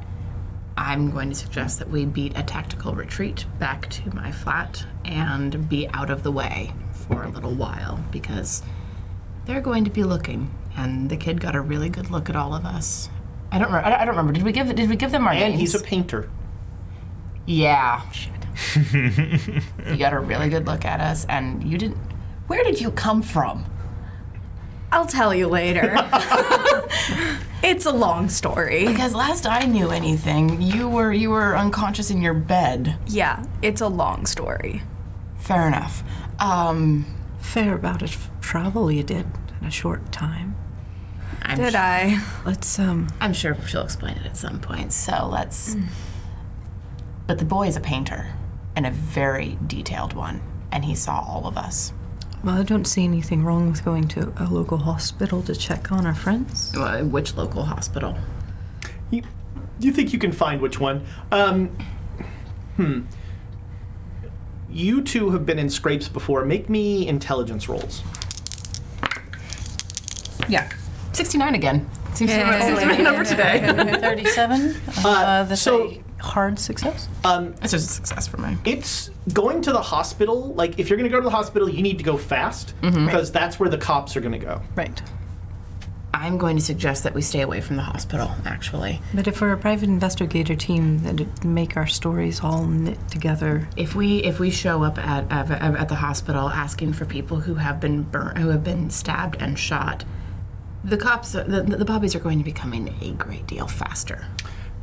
[SPEAKER 6] I'm going to suggest that we beat a tactical retreat back to my flat and be out of the way for a little while because they're going to be looking. And the kid got a really good look at all of us. I don't remember. I don't- I don't remember. Did we give? Did we give them our
[SPEAKER 3] and
[SPEAKER 6] names?
[SPEAKER 3] he's a painter
[SPEAKER 6] Yeah. you got a really good look at us, and you didn't. Where did you come from?
[SPEAKER 4] I'll tell you later. it's a long story.
[SPEAKER 6] Because last I knew anything, you were you were unconscious in your bed.
[SPEAKER 4] Yeah, it's a long story.
[SPEAKER 6] Fair enough. Um,
[SPEAKER 9] Fair about it. Travel you did in a short time.
[SPEAKER 6] I'm
[SPEAKER 4] Did
[SPEAKER 6] su-
[SPEAKER 4] I?
[SPEAKER 9] Let's um.
[SPEAKER 6] I'm sure she'll explain it at some point. So let's. But the boy is a painter, and a very detailed one, and he saw all of us.
[SPEAKER 9] Well, I don't see anything wrong with going to a local hospital to check on our friends.
[SPEAKER 6] Uh, which local hospital?
[SPEAKER 3] You, you think you can find which one? Um, hmm. You two have been in scrapes before. Make me intelligence rolls.
[SPEAKER 4] Yeah.
[SPEAKER 6] 69 again. Seems to
[SPEAKER 4] Yeah.
[SPEAKER 6] be seems to be the number today.
[SPEAKER 5] 37. Uh, that's
[SPEAKER 3] so-
[SPEAKER 5] a hard success.
[SPEAKER 6] That's just a success for me.
[SPEAKER 3] It's going to the hospital. Like, if you're going to go to the hospital, you need to go fast because that's where the cops are going to go.
[SPEAKER 5] Right.
[SPEAKER 6] I'm going to suggest that we stay away from the hospital, actually.
[SPEAKER 9] But if we're a private investigator team, that'd make our stories all knit together.
[SPEAKER 6] If we if we show up at at, at the hospital asking for people who have been burnt, who have been stabbed and shot, the cops, the, the bobbies are going to be coming a great deal faster.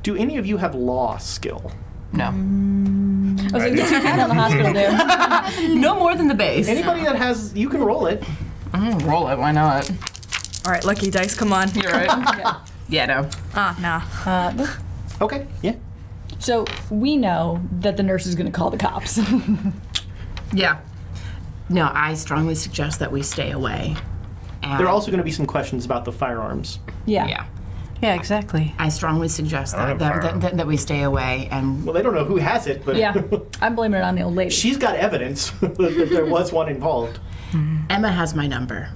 [SPEAKER 3] Do any of you have law skill?
[SPEAKER 6] No,
[SPEAKER 8] I was like, what's your hand on the hospital there?
[SPEAKER 6] no more than the base.
[SPEAKER 3] Anybody that has, you can roll it.
[SPEAKER 6] Mm, Roll it. Why not?
[SPEAKER 4] All right, lucky dice, come on.
[SPEAKER 6] You're right. yeah. No.
[SPEAKER 4] Ah, nah.
[SPEAKER 3] Okay, yeah.
[SPEAKER 8] So we know that the nurse is going to call the cops.
[SPEAKER 6] Yeah. No, I strongly suggest that we stay away. And
[SPEAKER 3] There are also going to be some questions about the firearms.
[SPEAKER 8] yeah.
[SPEAKER 6] yeah.
[SPEAKER 9] Yeah, exactly.
[SPEAKER 6] I strongly suggest that
[SPEAKER 7] have
[SPEAKER 6] that, that,
[SPEAKER 7] firearm.
[SPEAKER 6] that that we stay away and
[SPEAKER 3] Well, they don't know who has it, but
[SPEAKER 8] Yeah. I'm blaming it on the old lady.
[SPEAKER 3] she's got evidence that there was one involved.
[SPEAKER 6] Emma has my number.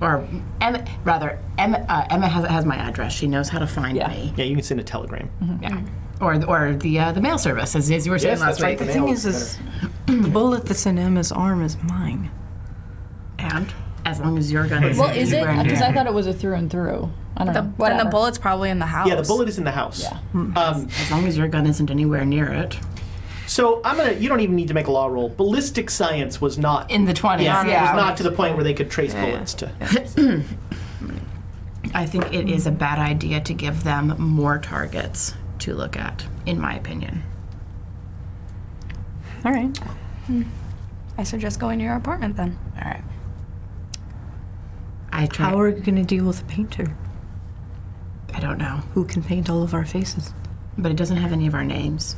[SPEAKER 6] Or Emma, rather, Emma, uh, Emma has, has my address. She knows how to find
[SPEAKER 8] Yeah.
[SPEAKER 6] me.
[SPEAKER 3] Yeah, you can send a telegram.
[SPEAKER 6] Yeah. Or or the uh, the mail service, as, as you were saying
[SPEAKER 3] Yes,
[SPEAKER 6] last
[SPEAKER 3] that's right.
[SPEAKER 6] week.
[SPEAKER 3] The
[SPEAKER 9] The thing
[SPEAKER 3] mail
[SPEAKER 9] is,
[SPEAKER 3] better.
[SPEAKER 9] is the bullet that's in Emma's arm is mine.
[SPEAKER 6] And as long as you're gonna,
[SPEAKER 8] well, is it? Because I thought it was a through and through. I don't know.
[SPEAKER 4] Then
[SPEAKER 8] Whatever.
[SPEAKER 4] the bullet's probably in the house.
[SPEAKER 3] Yeah, the bullet is in the house. Yeah. Um,
[SPEAKER 6] As long as your gun isn't anywhere near it.
[SPEAKER 3] so I'm gonna. You don't even need to make a law roll. Ballistic science was not.
[SPEAKER 6] In the twenties,
[SPEAKER 3] yeah,
[SPEAKER 6] yeah.
[SPEAKER 3] it was not to the point where they could trace bullets to.
[SPEAKER 6] I think it is a bad idea to give them more targets to look at, in my opinion.
[SPEAKER 9] All right.
[SPEAKER 4] I suggest going to your apartment then.
[SPEAKER 6] All right. I try.
[SPEAKER 9] How are we going to deal with a painter
[SPEAKER 6] I don't know,
[SPEAKER 9] who can paint all of our faces?
[SPEAKER 6] but it doesn't have any of our names,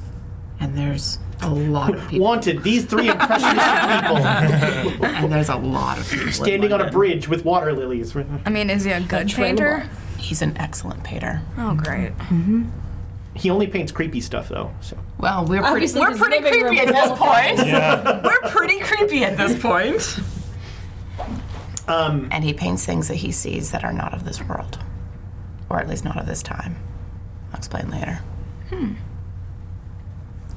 [SPEAKER 6] and there's a lot of people.
[SPEAKER 3] Wanted these three impressionistic people
[SPEAKER 6] and there's a lot of people in
[SPEAKER 3] standing on a
[SPEAKER 6] London.
[SPEAKER 3] bridge with water lilies.
[SPEAKER 4] I mean, is he a good painter?
[SPEAKER 6] He's an excellent painter.
[SPEAKER 4] Oh, great.
[SPEAKER 3] He only paints creepy stuff though. So
[SPEAKER 6] Well, we're pretty,
[SPEAKER 8] Obviously,
[SPEAKER 6] we're
[SPEAKER 8] his
[SPEAKER 6] pretty
[SPEAKER 8] living room
[SPEAKER 6] creepy at this point.
[SPEAKER 7] Yeah.
[SPEAKER 6] We're pretty creepy at this point. Um, and he paints things that he sees that are not of this world, or at least not of this time. I'll explain later.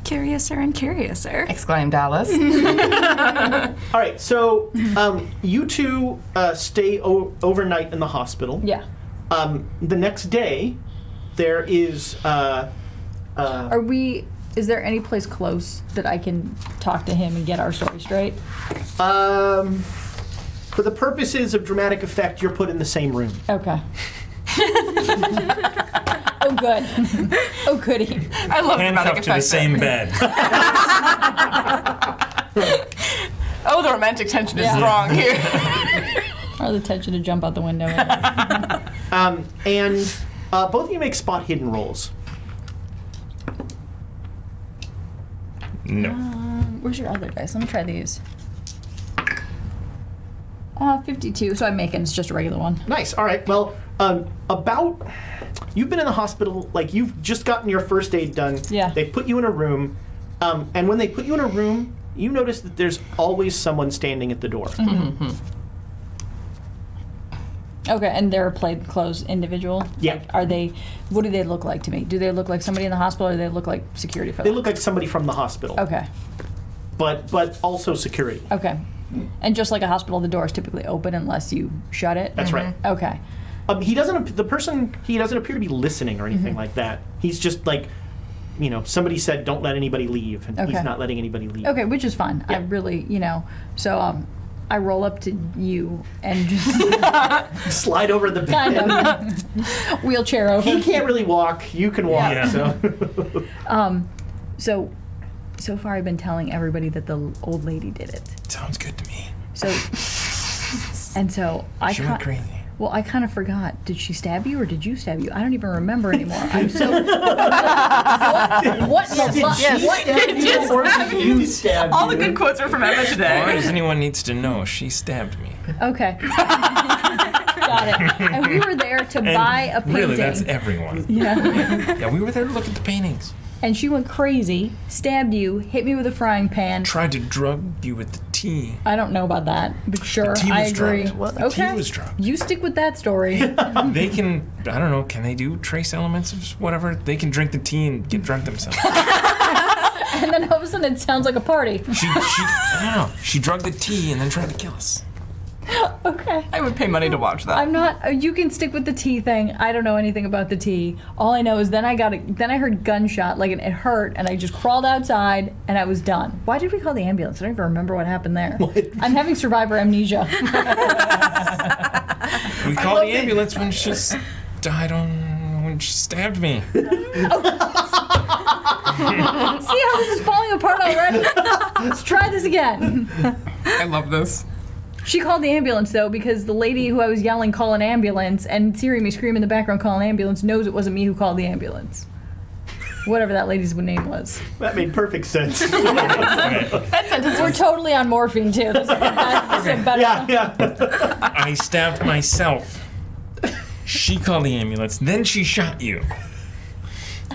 [SPEAKER 4] Curiouser and curiouser.
[SPEAKER 6] Exclaimed Alice.
[SPEAKER 3] all right, so um, you two uh, stay o- overnight in the hospital.
[SPEAKER 8] Yeah.
[SPEAKER 3] Um, the next day, there is. Uh,
[SPEAKER 8] Are we? Is there any place close that I can talk to him and get our story straight?
[SPEAKER 3] um, for the purposes of dramatic effect, you're put in the same room.
[SPEAKER 8] Okay. oh good. Oh goody.
[SPEAKER 6] I love
[SPEAKER 7] Handcuffed to the same bed.
[SPEAKER 6] Oh, the romantic tension
[SPEAKER 8] Yeah.
[SPEAKER 6] is strong here.
[SPEAKER 8] Or the tension to jump out the window.
[SPEAKER 3] And uh, both of you make spot hidden rolls.
[SPEAKER 7] No.
[SPEAKER 8] Where's your other dice? Let me try these. Uh, 52. So I make it. It's just a regular one.
[SPEAKER 3] Nice. All right. Well, um, about you've been in the hospital, like you've just gotten your first aid done.
[SPEAKER 8] Yeah.
[SPEAKER 3] They put you in a room, um, and when they put you in a room, you notice that there's always someone standing at the door.
[SPEAKER 8] Mm-hmm. Okay, and they're a plainclothes individual?
[SPEAKER 3] Yeah.
[SPEAKER 8] Like, are they, what do they look like to me? Do they look like somebody in the hospital or do they look like security folks?
[SPEAKER 3] They look like somebody from the hospital,
[SPEAKER 8] okay,
[SPEAKER 3] but but also security.
[SPEAKER 8] okay. And just like a hospital, the door is typically open unless you shut it?
[SPEAKER 3] That's right.
[SPEAKER 8] Okay,
[SPEAKER 3] Um, he doesn't. ap- The person he doesn't appear to be listening or anything
[SPEAKER 8] Mm-hmm.
[SPEAKER 3] like that. He's just like, you know, somebody said, "Don't let anybody leave," and
[SPEAKER 8] Okay.
[SPEAKER 3] he's not letting anybody leave.
[SPEAKER 8] okay, which is fine. I really, you know, so um, I roll up to you and just
[SPEAKER 3] Slide over the bed.
[SPEAKER 8] kind of wheelchair over.
[SPEAKER 3] He can't really walk. You can walk.
[SPEAKER 7] Yeah.
[SPEAKER 3] So.
[SPEAKER 8] So, so far I've been telling everybody that the l- old lady did it.
[SPEAKER 7] Sounds good to me.
[SPEAKER 8] So, and so I
[SPEAKER 7] She went
[SPEAKER 8] con-
[SPEAKER 7] crazy.
[SPEAKER 8] Well, I kind of forgot. Did she stab you or did you stab you? I don't even remember anymore. I'm so. what, what, in the fuck? what
[SPEAKER 3] Or you stabbed
[SPEAKER 6] All the
[SPEAKER 3] you.
[SPEAKER 6] good quotes are from Emma
[SPEAKER 7] Or
[SPEAKER 6] today.
[SPEAKER 7] as anyone needs to know, she stabbed me.
[SPEAKER 8] Okay. Got it. And we were there to
[SPEAKER 7] And
[SPEAKER 8] buy a painting.
[SPEAKER 7] Really, that's everyone.
[SPEAKER 8] yeah.
[SPEAKER 7] Yeah, we were there to look at the paintings.
[SPEAKER 8] And she went crazy, stabbed you, hit me with a frying pan.
[SPEAKER 7] Tried to drug you with the tea.
[SPEAKER 8] I don't know about that, but sure,
[SPEAKER 7] tea
[SPEAKER 8] I
[SPEAKER 7] was
[SPEAKER 8] agree.
[SPEAKER 7] drugged. What? The tea
[SPEAKER 8] Okay.
[SPEAKER 7] was drugged.
[SPEAKER 8] You stick with that story.
[SPEAKER 7] They can, I don't know, can they do trace elements of whatever? They can drink the tea and get drunk themselves.
[SPEAKER 8] and then all of a sudden it sounds like a party.
[SPEAKER 7] She, she, I don't know. She drugged the tea and then tried to kill us.
[SPEAKER 8] Okay.
[SPEAKER 6] I would pay money to watch that.
[SPEAKER 8] I'm not. uh, You can stick with the tea thing. I don't know anything about the tea. All I know is then I got a, then I heard gunshot, like it, it hurt, and I just crawled outside and I was done. Why did we call the ambulance? I don't even remember what happened there. I'm having survivor amnesia.
[SPEAKER 7] We called the ambulance when she s- died on, when she stabbed me.
[SPEAKER 8] See how this is falling apart already? Let's try this again.
[SPEAKER 6] I love this.
[SPEAKER 8] She called the ambulance though because the lady who I was yelling call an ambulance and hearing me scream in the background call an ambulance knows it wasn't me who called the ambulance. Whatever that lady's name was.
[SPEAKER 3] That made perfect sense.
[SPEAKER 8] We're totally on morphine too. This is bad- this is better.
[SPEAKER 3] yeah, yeah.
[SPEAKER 7] I stabbed myself. She called the ambulance. Then she shot you.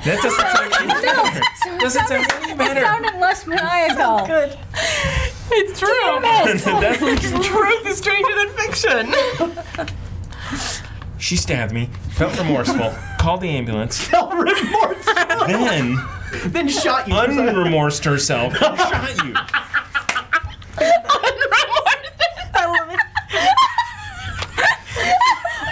[SPEAKER 7] That doesn't sound any better. doesn't sound any
[SPEAKER 8] It
[SPEAKER 7] better.
[SPEAKER 8] sounded less maniacal.
[SPEAKER 6] It's true.
[SPEAKER 7] That's-
[SPEAKER 6] Truth is stranger than fiction.
[SPEAKER 7] she stabbed me. Felt remorseful. Called the ambulance.
[SPEAKER 3] Felt remorse.
[SPEAKER 7] Then
[SPEAKER 3] then shot you.
[SPEAKER 7] unremorsed herself. and shot you.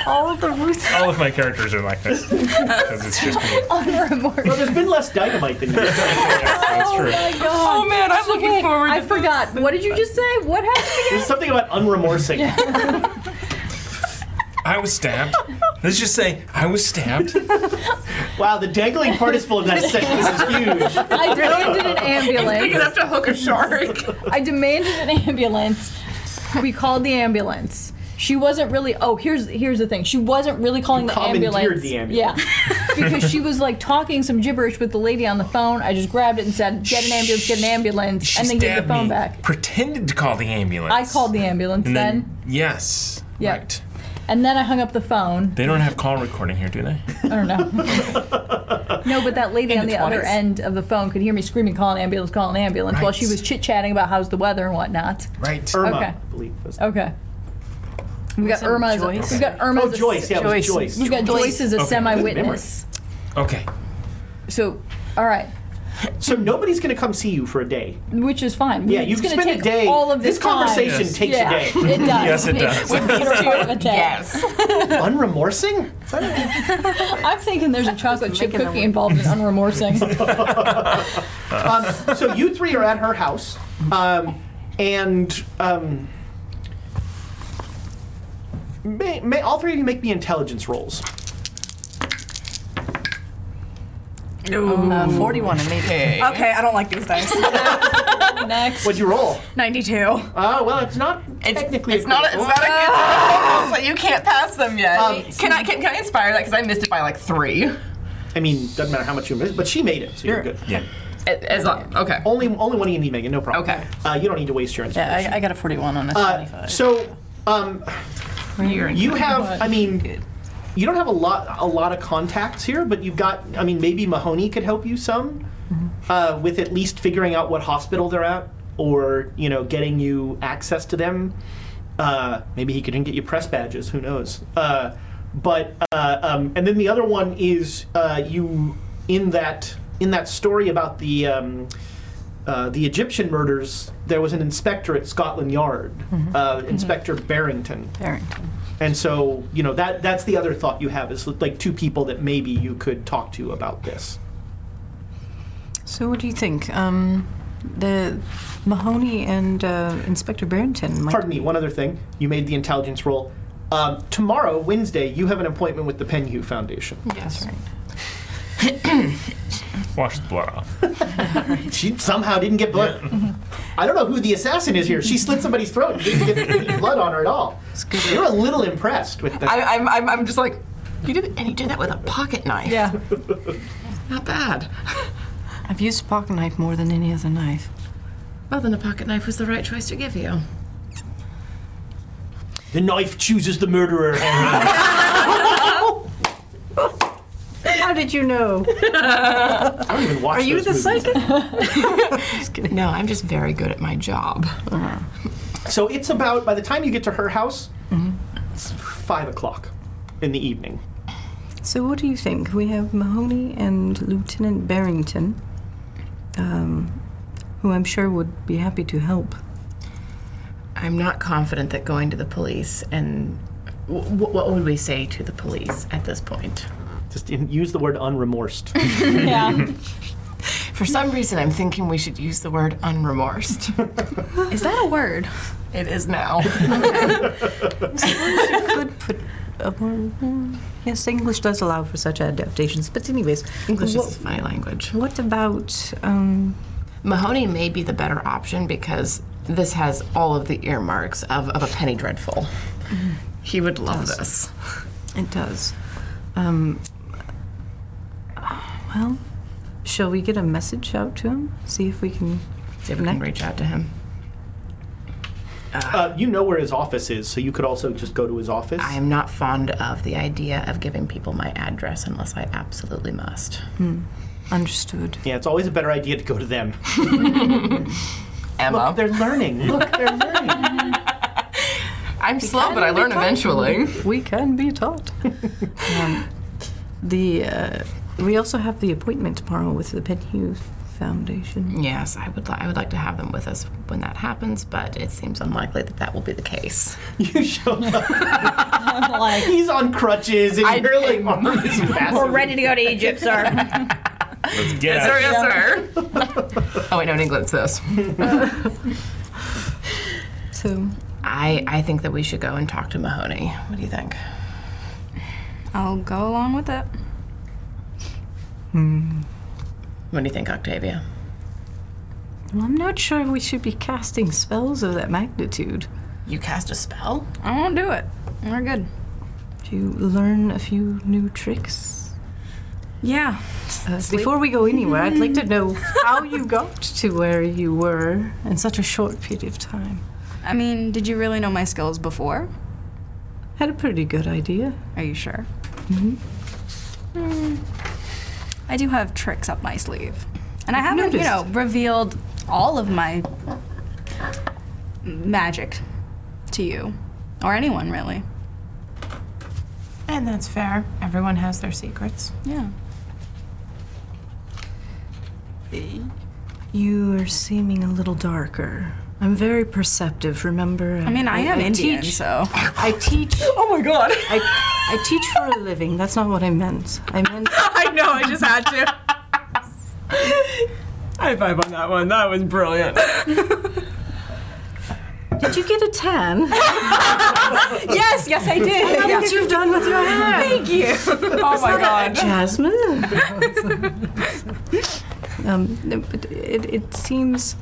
[SPEAKER 7] All of my characters are like this because it's just me.
[SPEAKER 3] Well, there's been less dynamite than you.
[SPEAKER 7] That's true.
[SPEAKER 6] Oh man, I'm looking forward to
[SPEAKER 8] I forgot. What did you just say? What happened again?
[SPEAKER 3] There's something about unremorsing.
[SPEAKER 7] I was stabbed. Let's just say I was stabbed.
[SPEAKER 3] Wow, the dangling participle of that sentence is huge.
[SPEAKER 8] I demanded an ambulance.
[SPEAKER 6] enough to hook a shark.
[SPEAKER 8] I demanded an ambulance. We called the ambulance. She wasn't really. Oh, here's here's the thing. She wasn't really calling the
[SPEAKER 3] commandeered
[SPEAKER 8] ambulance.
[SPEAKER 3] the ambulance.
[SPEAKER 8] Yeah, because she was like talking some gibberish with the lady on the phone. I just grabbed it and said, "Get an ambulance! Get an ambulance!"
[SPEAKER 7] She
[SPEAKER 8] and then gave
[SPEAKER 7] stabbed
[SPEAKER 8] the phone
[SPEAKER 7] me,
[SPEAKER 8] back.
[SPEAKER 7] Pretended to call the ambulance.
[SPEAKER 8] I called the ambulance
[SPEAKER 7] And
[SPEAKER 8] then,
[SPEAKER 7] then yes.
[SPEAKER 8] Yeah.
[SPEAKER 7] Right.
[SPEAKER 8] and then I hung up the phone.
[SPEAKER 7] They don't have call recording here, do they?
[SPEAKER 8] I don't know. no, but that lady on the other end of the phone could hear me screaming, "Call an ambulance! Call an ambulance!" While
[SPEAKER 7] Right.
[SPEAKER 8] she was chit chatting about how's the weather and whatnot.
[SPEAKER 7] Right.
[SPEAKER 3] Irma,
[SPEAKER 8] Okay.
[SPEAKER 3] I believe. was-
[SPEAKER 8] Okay. We got Irma. As a, we got Irma.
[SPEAKER 3] Oh,
[SPEAKER 8] as a-
[SPEAKER 3] Joyce. Yeah, it was
[SPEAKER 5] Joyce.
[SPEAKER 3] Joyce.
[SPEAKER 8] We've got Joyce as a
[SPEAKER 7] Okay.
[SPEAKER 8] semi-witness.
[SPEAKER 7] Okay.
[SPEAKER 8] So, all right,
[SPEAKER 3] So nobody's going to come see you for a day.
[SPEAKER 8] which is fine.
[SPEAKER 3] Yeah,
[SPEAKER 8] it's
[SPEAKER 3] you
[SPEAKER 8] going
[SPEAKER 3] spend
[SPEAKER 8] take
[SPEAKER 3] a day.
[SPEAKER 8] all of this, time.
[SPEAKER 3] conversation
[SPEAKER 7] Yes.
[SPEAKER 3] takes a
[SPEAKER 8] Yeah,
[SPEAKER 3] day.
[SPEAKER 8] it does.
[SPEAKER 7] Yes, it
[SPEAKER 8] It's
[SPEAKER 7] does.
[SPEAKER 8] the biggest part of a day.
[SPEAKER 6] Yes.
[SPEAKER 3] Unremorsing?
[SPEAKER 8] I'm thinking there's a chocolate chip cookie involved in unremorsing.
[SPEAKER 3] Um, so you three are at her house, um, and um, may, may all three of you make me intelligence rolls.
[SPEAKER 5] Uh, 41 and maybe.
[SPEAKER 4] um, Okay, I don't like these dice.
[SPEAKER 8] Next,
[SPEAKER 3] What'd you roll?
[SPEAKER 4] 92.
[SPEAKER 3] Oh well, it's not technically.
[SPEAKER 6] It's not. A, it's
[SPEAKER 3] critical.
[SPEAKER 6] not a good. so you can't pass them yet.
[SPEAKER 3] Um,
[SPEAKER 6] can I? Can, can I inspire that? Because I missed it by like three.
[SPEAKER 3] I mean, doesn't matter how much you miss, but she made it, so you're good.
[SPEAKER 7] Yeah.
[SPEAKER 6] As, as long, okay.
[SPEAKER 3] Only, only one you need, Megan. No problem.
[SPEAKER 6] Okay.
[SPEAKER 3] Uh, you don't need to waste your inspiration.
[SPEAKER 5] I, I got a 41 on a
[SPEAKER 3] Uh,
[SPEAKER 5] 25.
[SPEAKER 3] so, um, you have. I mean, you don't have a lot, a lot of contacts here, but you've got. I mean, maybe Mahoney could help you some, uh, with at least figuring out what hospital they're at, or you know, getting you access to them. Uh, maybe he could even get you press badges. Who knows? Uh, but uh, um, and then the other one is uh, you in that in that story about the. Um, uh, the Egyptian murders, there was an inspector at Scotland Yard, uh, Inspector Barrington,
[SPEAKER 5] Barrington.
[SPEAKER 3] and so you know that that's the other thought you have is like two people that maybe you could talk to about this.
[SPEAKER 5] So what do you think? Um, the Mahoney and uh, Inspector Barrington might
[SPEAKER 3] Pardon me, one other thing. You made the intelligence roll. Um, tomorrow, Wednesday, you have an appointment with the Penhue Foundation.
[SPEAKER 5] That's right.
[SPEAKER 7] Wash the blood off.
[SPEAKER 3] She somehow didn't get blood. I don't know who the assassin is here. She slit somebody's throat and didn't get any blood on her at all. You're a little impressed with that.
[SPEAKER 6] I, I'm, I'm, I'm just like, you did, and you did that with a pocket knife.
[SPEAKER 8] Yeah.
[SPEAKER 6] Not bad.
[SPEAKER 9] I've used a pocket knife more than any other knife.
[SPEAKER 6] Well, then a pocket knife was the right choice to give you.
[SPEAKER 3] The knife chooses the murderer.
[SPEAKER 5] How did you know?
[SPEAKER 3] I don't even watch Are
[SPEAKER 5] You the psychic?
[SPEAKER 6] No, I'm just very good at my job.
[SPEAKER 3] So it's about by the time you get to her house,
[SPEAKER 6] Mm-hmm.
[SPEAKER 3] it's five o'clock in the evening.
[SPEAKER 9] So, what do you think? We have Mahoney and Lieutenant Barrington, um, who I'm sure would be happy to help.
[SPEAKER 6] I'm not confident that going to the police and w- what would we say to the police at this point?
[SPEAKER 3] Just in, use the word unremorsed.
[SPEAKER 6] For some reason, I'm thinking we should use the word unremorsed.
[SPEAKER 4] Is that a word?
[SPEAKER 6] it is now.
[SPEAKER 9] Could put a more.
[SPEAKER 5] uh,
[SPEAKER 9] hmm, Yes, English does allow for such adaptations. But, anyways,
[SPEAKER 6] English
[SPEAKER 9] what,
[SPEAKER 6] is a funny language.
[SPEAKER 9] what about. Um,
[SPEAKER 6] Mahoney may be the better option because this has all of the earmarks of, of a penny dreadful. He would love this.
[SPEAKER 9] it does. Um, well, shall we get a message out to him? See if we can.
[SPEAKER 6] See if we can reach out to him.
[SPEAKER 3] uh, you know where his office is, so you could also just go to his office.
[SPEAKER 6] I am not fond of the idea of giving people my address unless I absolutely must.
[SPEAKER 9] Understood.
[SPEAKER 3] yeah, it's always a better idea to go to them.
[SPEAKER 6] Emma,
[SPEAKER 3] Look, they're learning. Look, they're learning.
[SPEAKER 6] I'm slow, but I learn eventually.
[SPEAKER 9] we can be taught. um, the uh, we also have the appointment tomorrow with the Penhue Foundation.
[SPEAKER 6] Yes, I would. Li- I would like to have them with us when that happens, but it seems unlikely that that will be the case.
[SPEAKER 3] you show up.
[SPEAKER 8] like,
[SPEAKER 3] He's on crutches, and
[SPEAKER 6] I-
[SPEAKER 3] you're like, on his
[SPEAKER 10] We're
[SPEAKER 3] massive-
[SPEAKER 10] ready to go to Egypt, sir.
[SPEAKER 7] Let's get out.
[SPEAKER 6] yes, sir. oh wait, no, in England it's this.
[SPEAKER 9] So
[SPEAKER 6] I I think that we should go and talk to Mahoney. What do you think?
[SPEAKER 4] I'll go along with it.
[SPEAKER 6] What do you think, Octavia?
[SPEAKER 9] well, I'm not sure we should be casting spells of that magnitude.
[SPEAKER 6] You cast a spell?
[SPEAKER 4] I won't do it. We're good.
[SPEAKER 9] Do you learn a few new tricks?
[SPEAKER 4] Yeah.
[SPEAKER 9] Uh, before we go anywhere, I'd like to know how you got to where you were in such a short period of time.
[SPEAKER 4] I mean, did you really know my skills before?
[SPEAKER 9] Had a pretty good idea.
[SPEAKER 4] Are you sure? Mm-hmm. Hmm. I do have tricks up my sleeve, and I haven't, you know, revealed all of my magic to you or anyone really.
[SPEAKER 6] And that's fair. Everyone has their secrets.
[SPEAKER 4] Yeah.
[SPEAKER 9] You are seeming a little darker. I'm very perceptive, remember?
[SPEAKER 4] I mean, I, am Indian,
[SPEAKER 9] teach-
[SPEAKER 4] so
[SPEAKER 9] I teach.
[SPEAKER 6] Oh my god!
[SPEAKER 9] I, I teach for a living. That's not what I meant. I meant
[SPEAKER 6] I know. I just had to. High five on that one. That was brilliant.
[SPEAKER 9] Did you get a tan?
[SPEAKER 4] yes, yes, I did.
[SPEAKER 9] what you've done with your hair? Thank you.
[SPEAKER 6] Oh my god.
[SPEAKER 9] Jasmine. um, no, but it, it seems,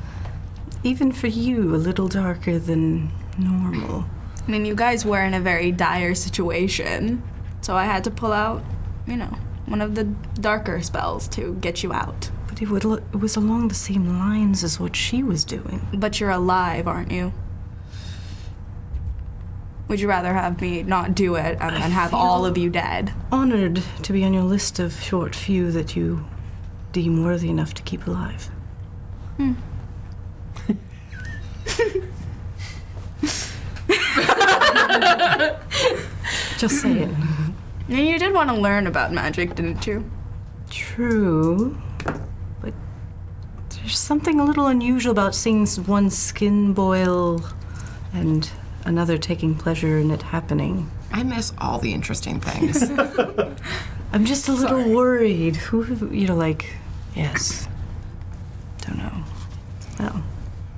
[SPEAKER 9] even for you, a little darker than normal.
[SPEAKER 4] I mean, you guys were in a very dire situation, so I had to pull out, you know, one of the darker spells to get you out.
[SPEAKER 9] But it, would, lo- it was along the same lines as what she was doing.
[SPEAKER 4] But you're alive, aren't you? Would you rather have me not do it and then have all of you dead?
[SPEAKER 9] Honored to be on your list of short few that you deem worthy enough to keep alive. Just saying.
[SPEAKER 4] And you did want to learn about magic, didn't you?
[SPEAKER 9] True, but there's something a little unusual about seeing s- one skin boil and another taking pleasure in it happening.
[SPEAKER 6] I miss all the interesting things.
[SPEAKER 9] I'm just a little worried. Who, you know, like, yes. Don't know. Well,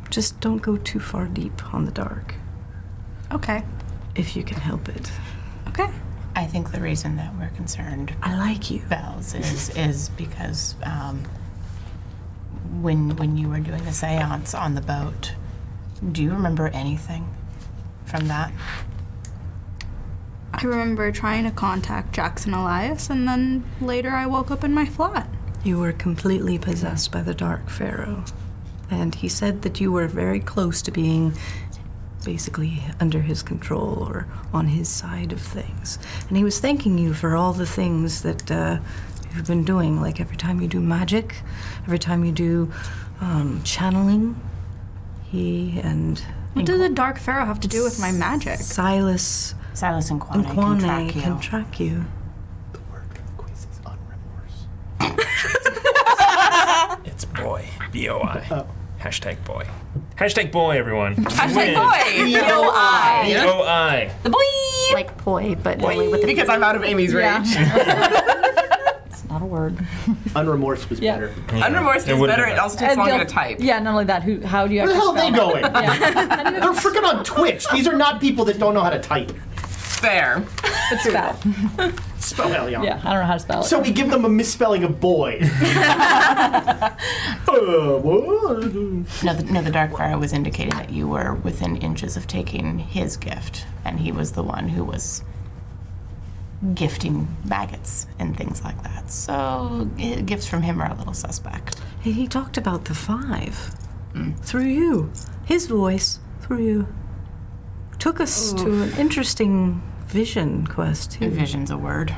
[SPEAKER 9] just don't go too far deep on the dark,
[SPEAKER 4] Okay.
[SPEAKER 9] if you can help it.
[SPEAKER 4] Okay.
[SPEAKER 6] I think the reason that we're concerned
[SPEAKER 9] I like you.
[SPEAKER 6] bells is is because um, when when you were doing the seance on the boat, do you remember anything from that?
[SPEAKER 4] I remember trying to contact Jackson Elias, and then later I woke up in my flat.
[SPEAKER 9] You were completely possessed by the Dark Pharaoh. And he said that you were very close to being basically under his control or on his side of things. And he was thanking you for all the things that uh, you've been doing, like every time you do magic, every time you do um, channeling. He and
[SPEAKER 4] What did the Dark Pharaoh have to do with my magic?
[SPEAKER 9] Silas
[SPEAKER 6] Silas and Kwane,
[SPEAKER 9] and
[SPEAKER 6] can
[SPEAKER 9] Kwane
[SPEAKER 6] track you.
[SPEAKER 9] can track you.
[SPEAKER 7] It's boy. B O
[SPEAKER 3] Oh.
[SPEAKER 7] I. Hashtag boy. Hashtag boy, everyone. Hashtag
[SPEAKER 6] Boy!
[SPEAKER 7] B O I.
[SPEAKER 6] The boy!
[SPEAKER 9] Like boy, but only with
[SPEAKER 6] Because I'm out of Amy's range.
[SPEAKER 9] not a word.
[SPEAKER 3] Unremorse was
[SPEAKER 8] Yeah.
[SPEAKER 3] better.
[SPEAKER 6] Unremorsed
[SPEAKER 7] It
[SPEAKER 6] is
[SPEAKER 7] would've
[SPEAKER 6] better.
[SPEAKER 7] been
[SPEAKER 6] It
[SPEAKER 7] better.
[SPEAKER 6] also takes longer
[SPEAKER 8] they'll-
[SPEAKER 6] to type.
[SPEAKER 8] Yeah, not only that, who? How do you
[SPEAKER 3] Where the hell are
[SPEAKER 8] actually
[SPEAKER 3] they
[SPEAKER 8] spell
[SPEAKER 3] going? They're freaking on Twitch. These are not people that don't know how to type.
[SPEAKER 6] Fair.
[SPEAKER 8] it? Spell.
[SPEAKER 3] Spell hell yeah.
[SPEAKER 8] Yeah, I don't know how to spell it.
[SPEAKER 3] So we give them a misspelling of boy. Uh, what?
[SPEAKER 6] No the, no, the Dark Pharaoh was indicating that you were within inches of taking his gift, and he was the one who was gifting maggots and things like that. So eh, gifts from him are a little suspect.
[SPEAKER 9] He, he talked about the five
[SPEAKER 6] Hmm.
[SPEAKER 9] through you, his voice through you. Took us to an interesting vision quest. too.
[SPEAKER 6] Vision's a word.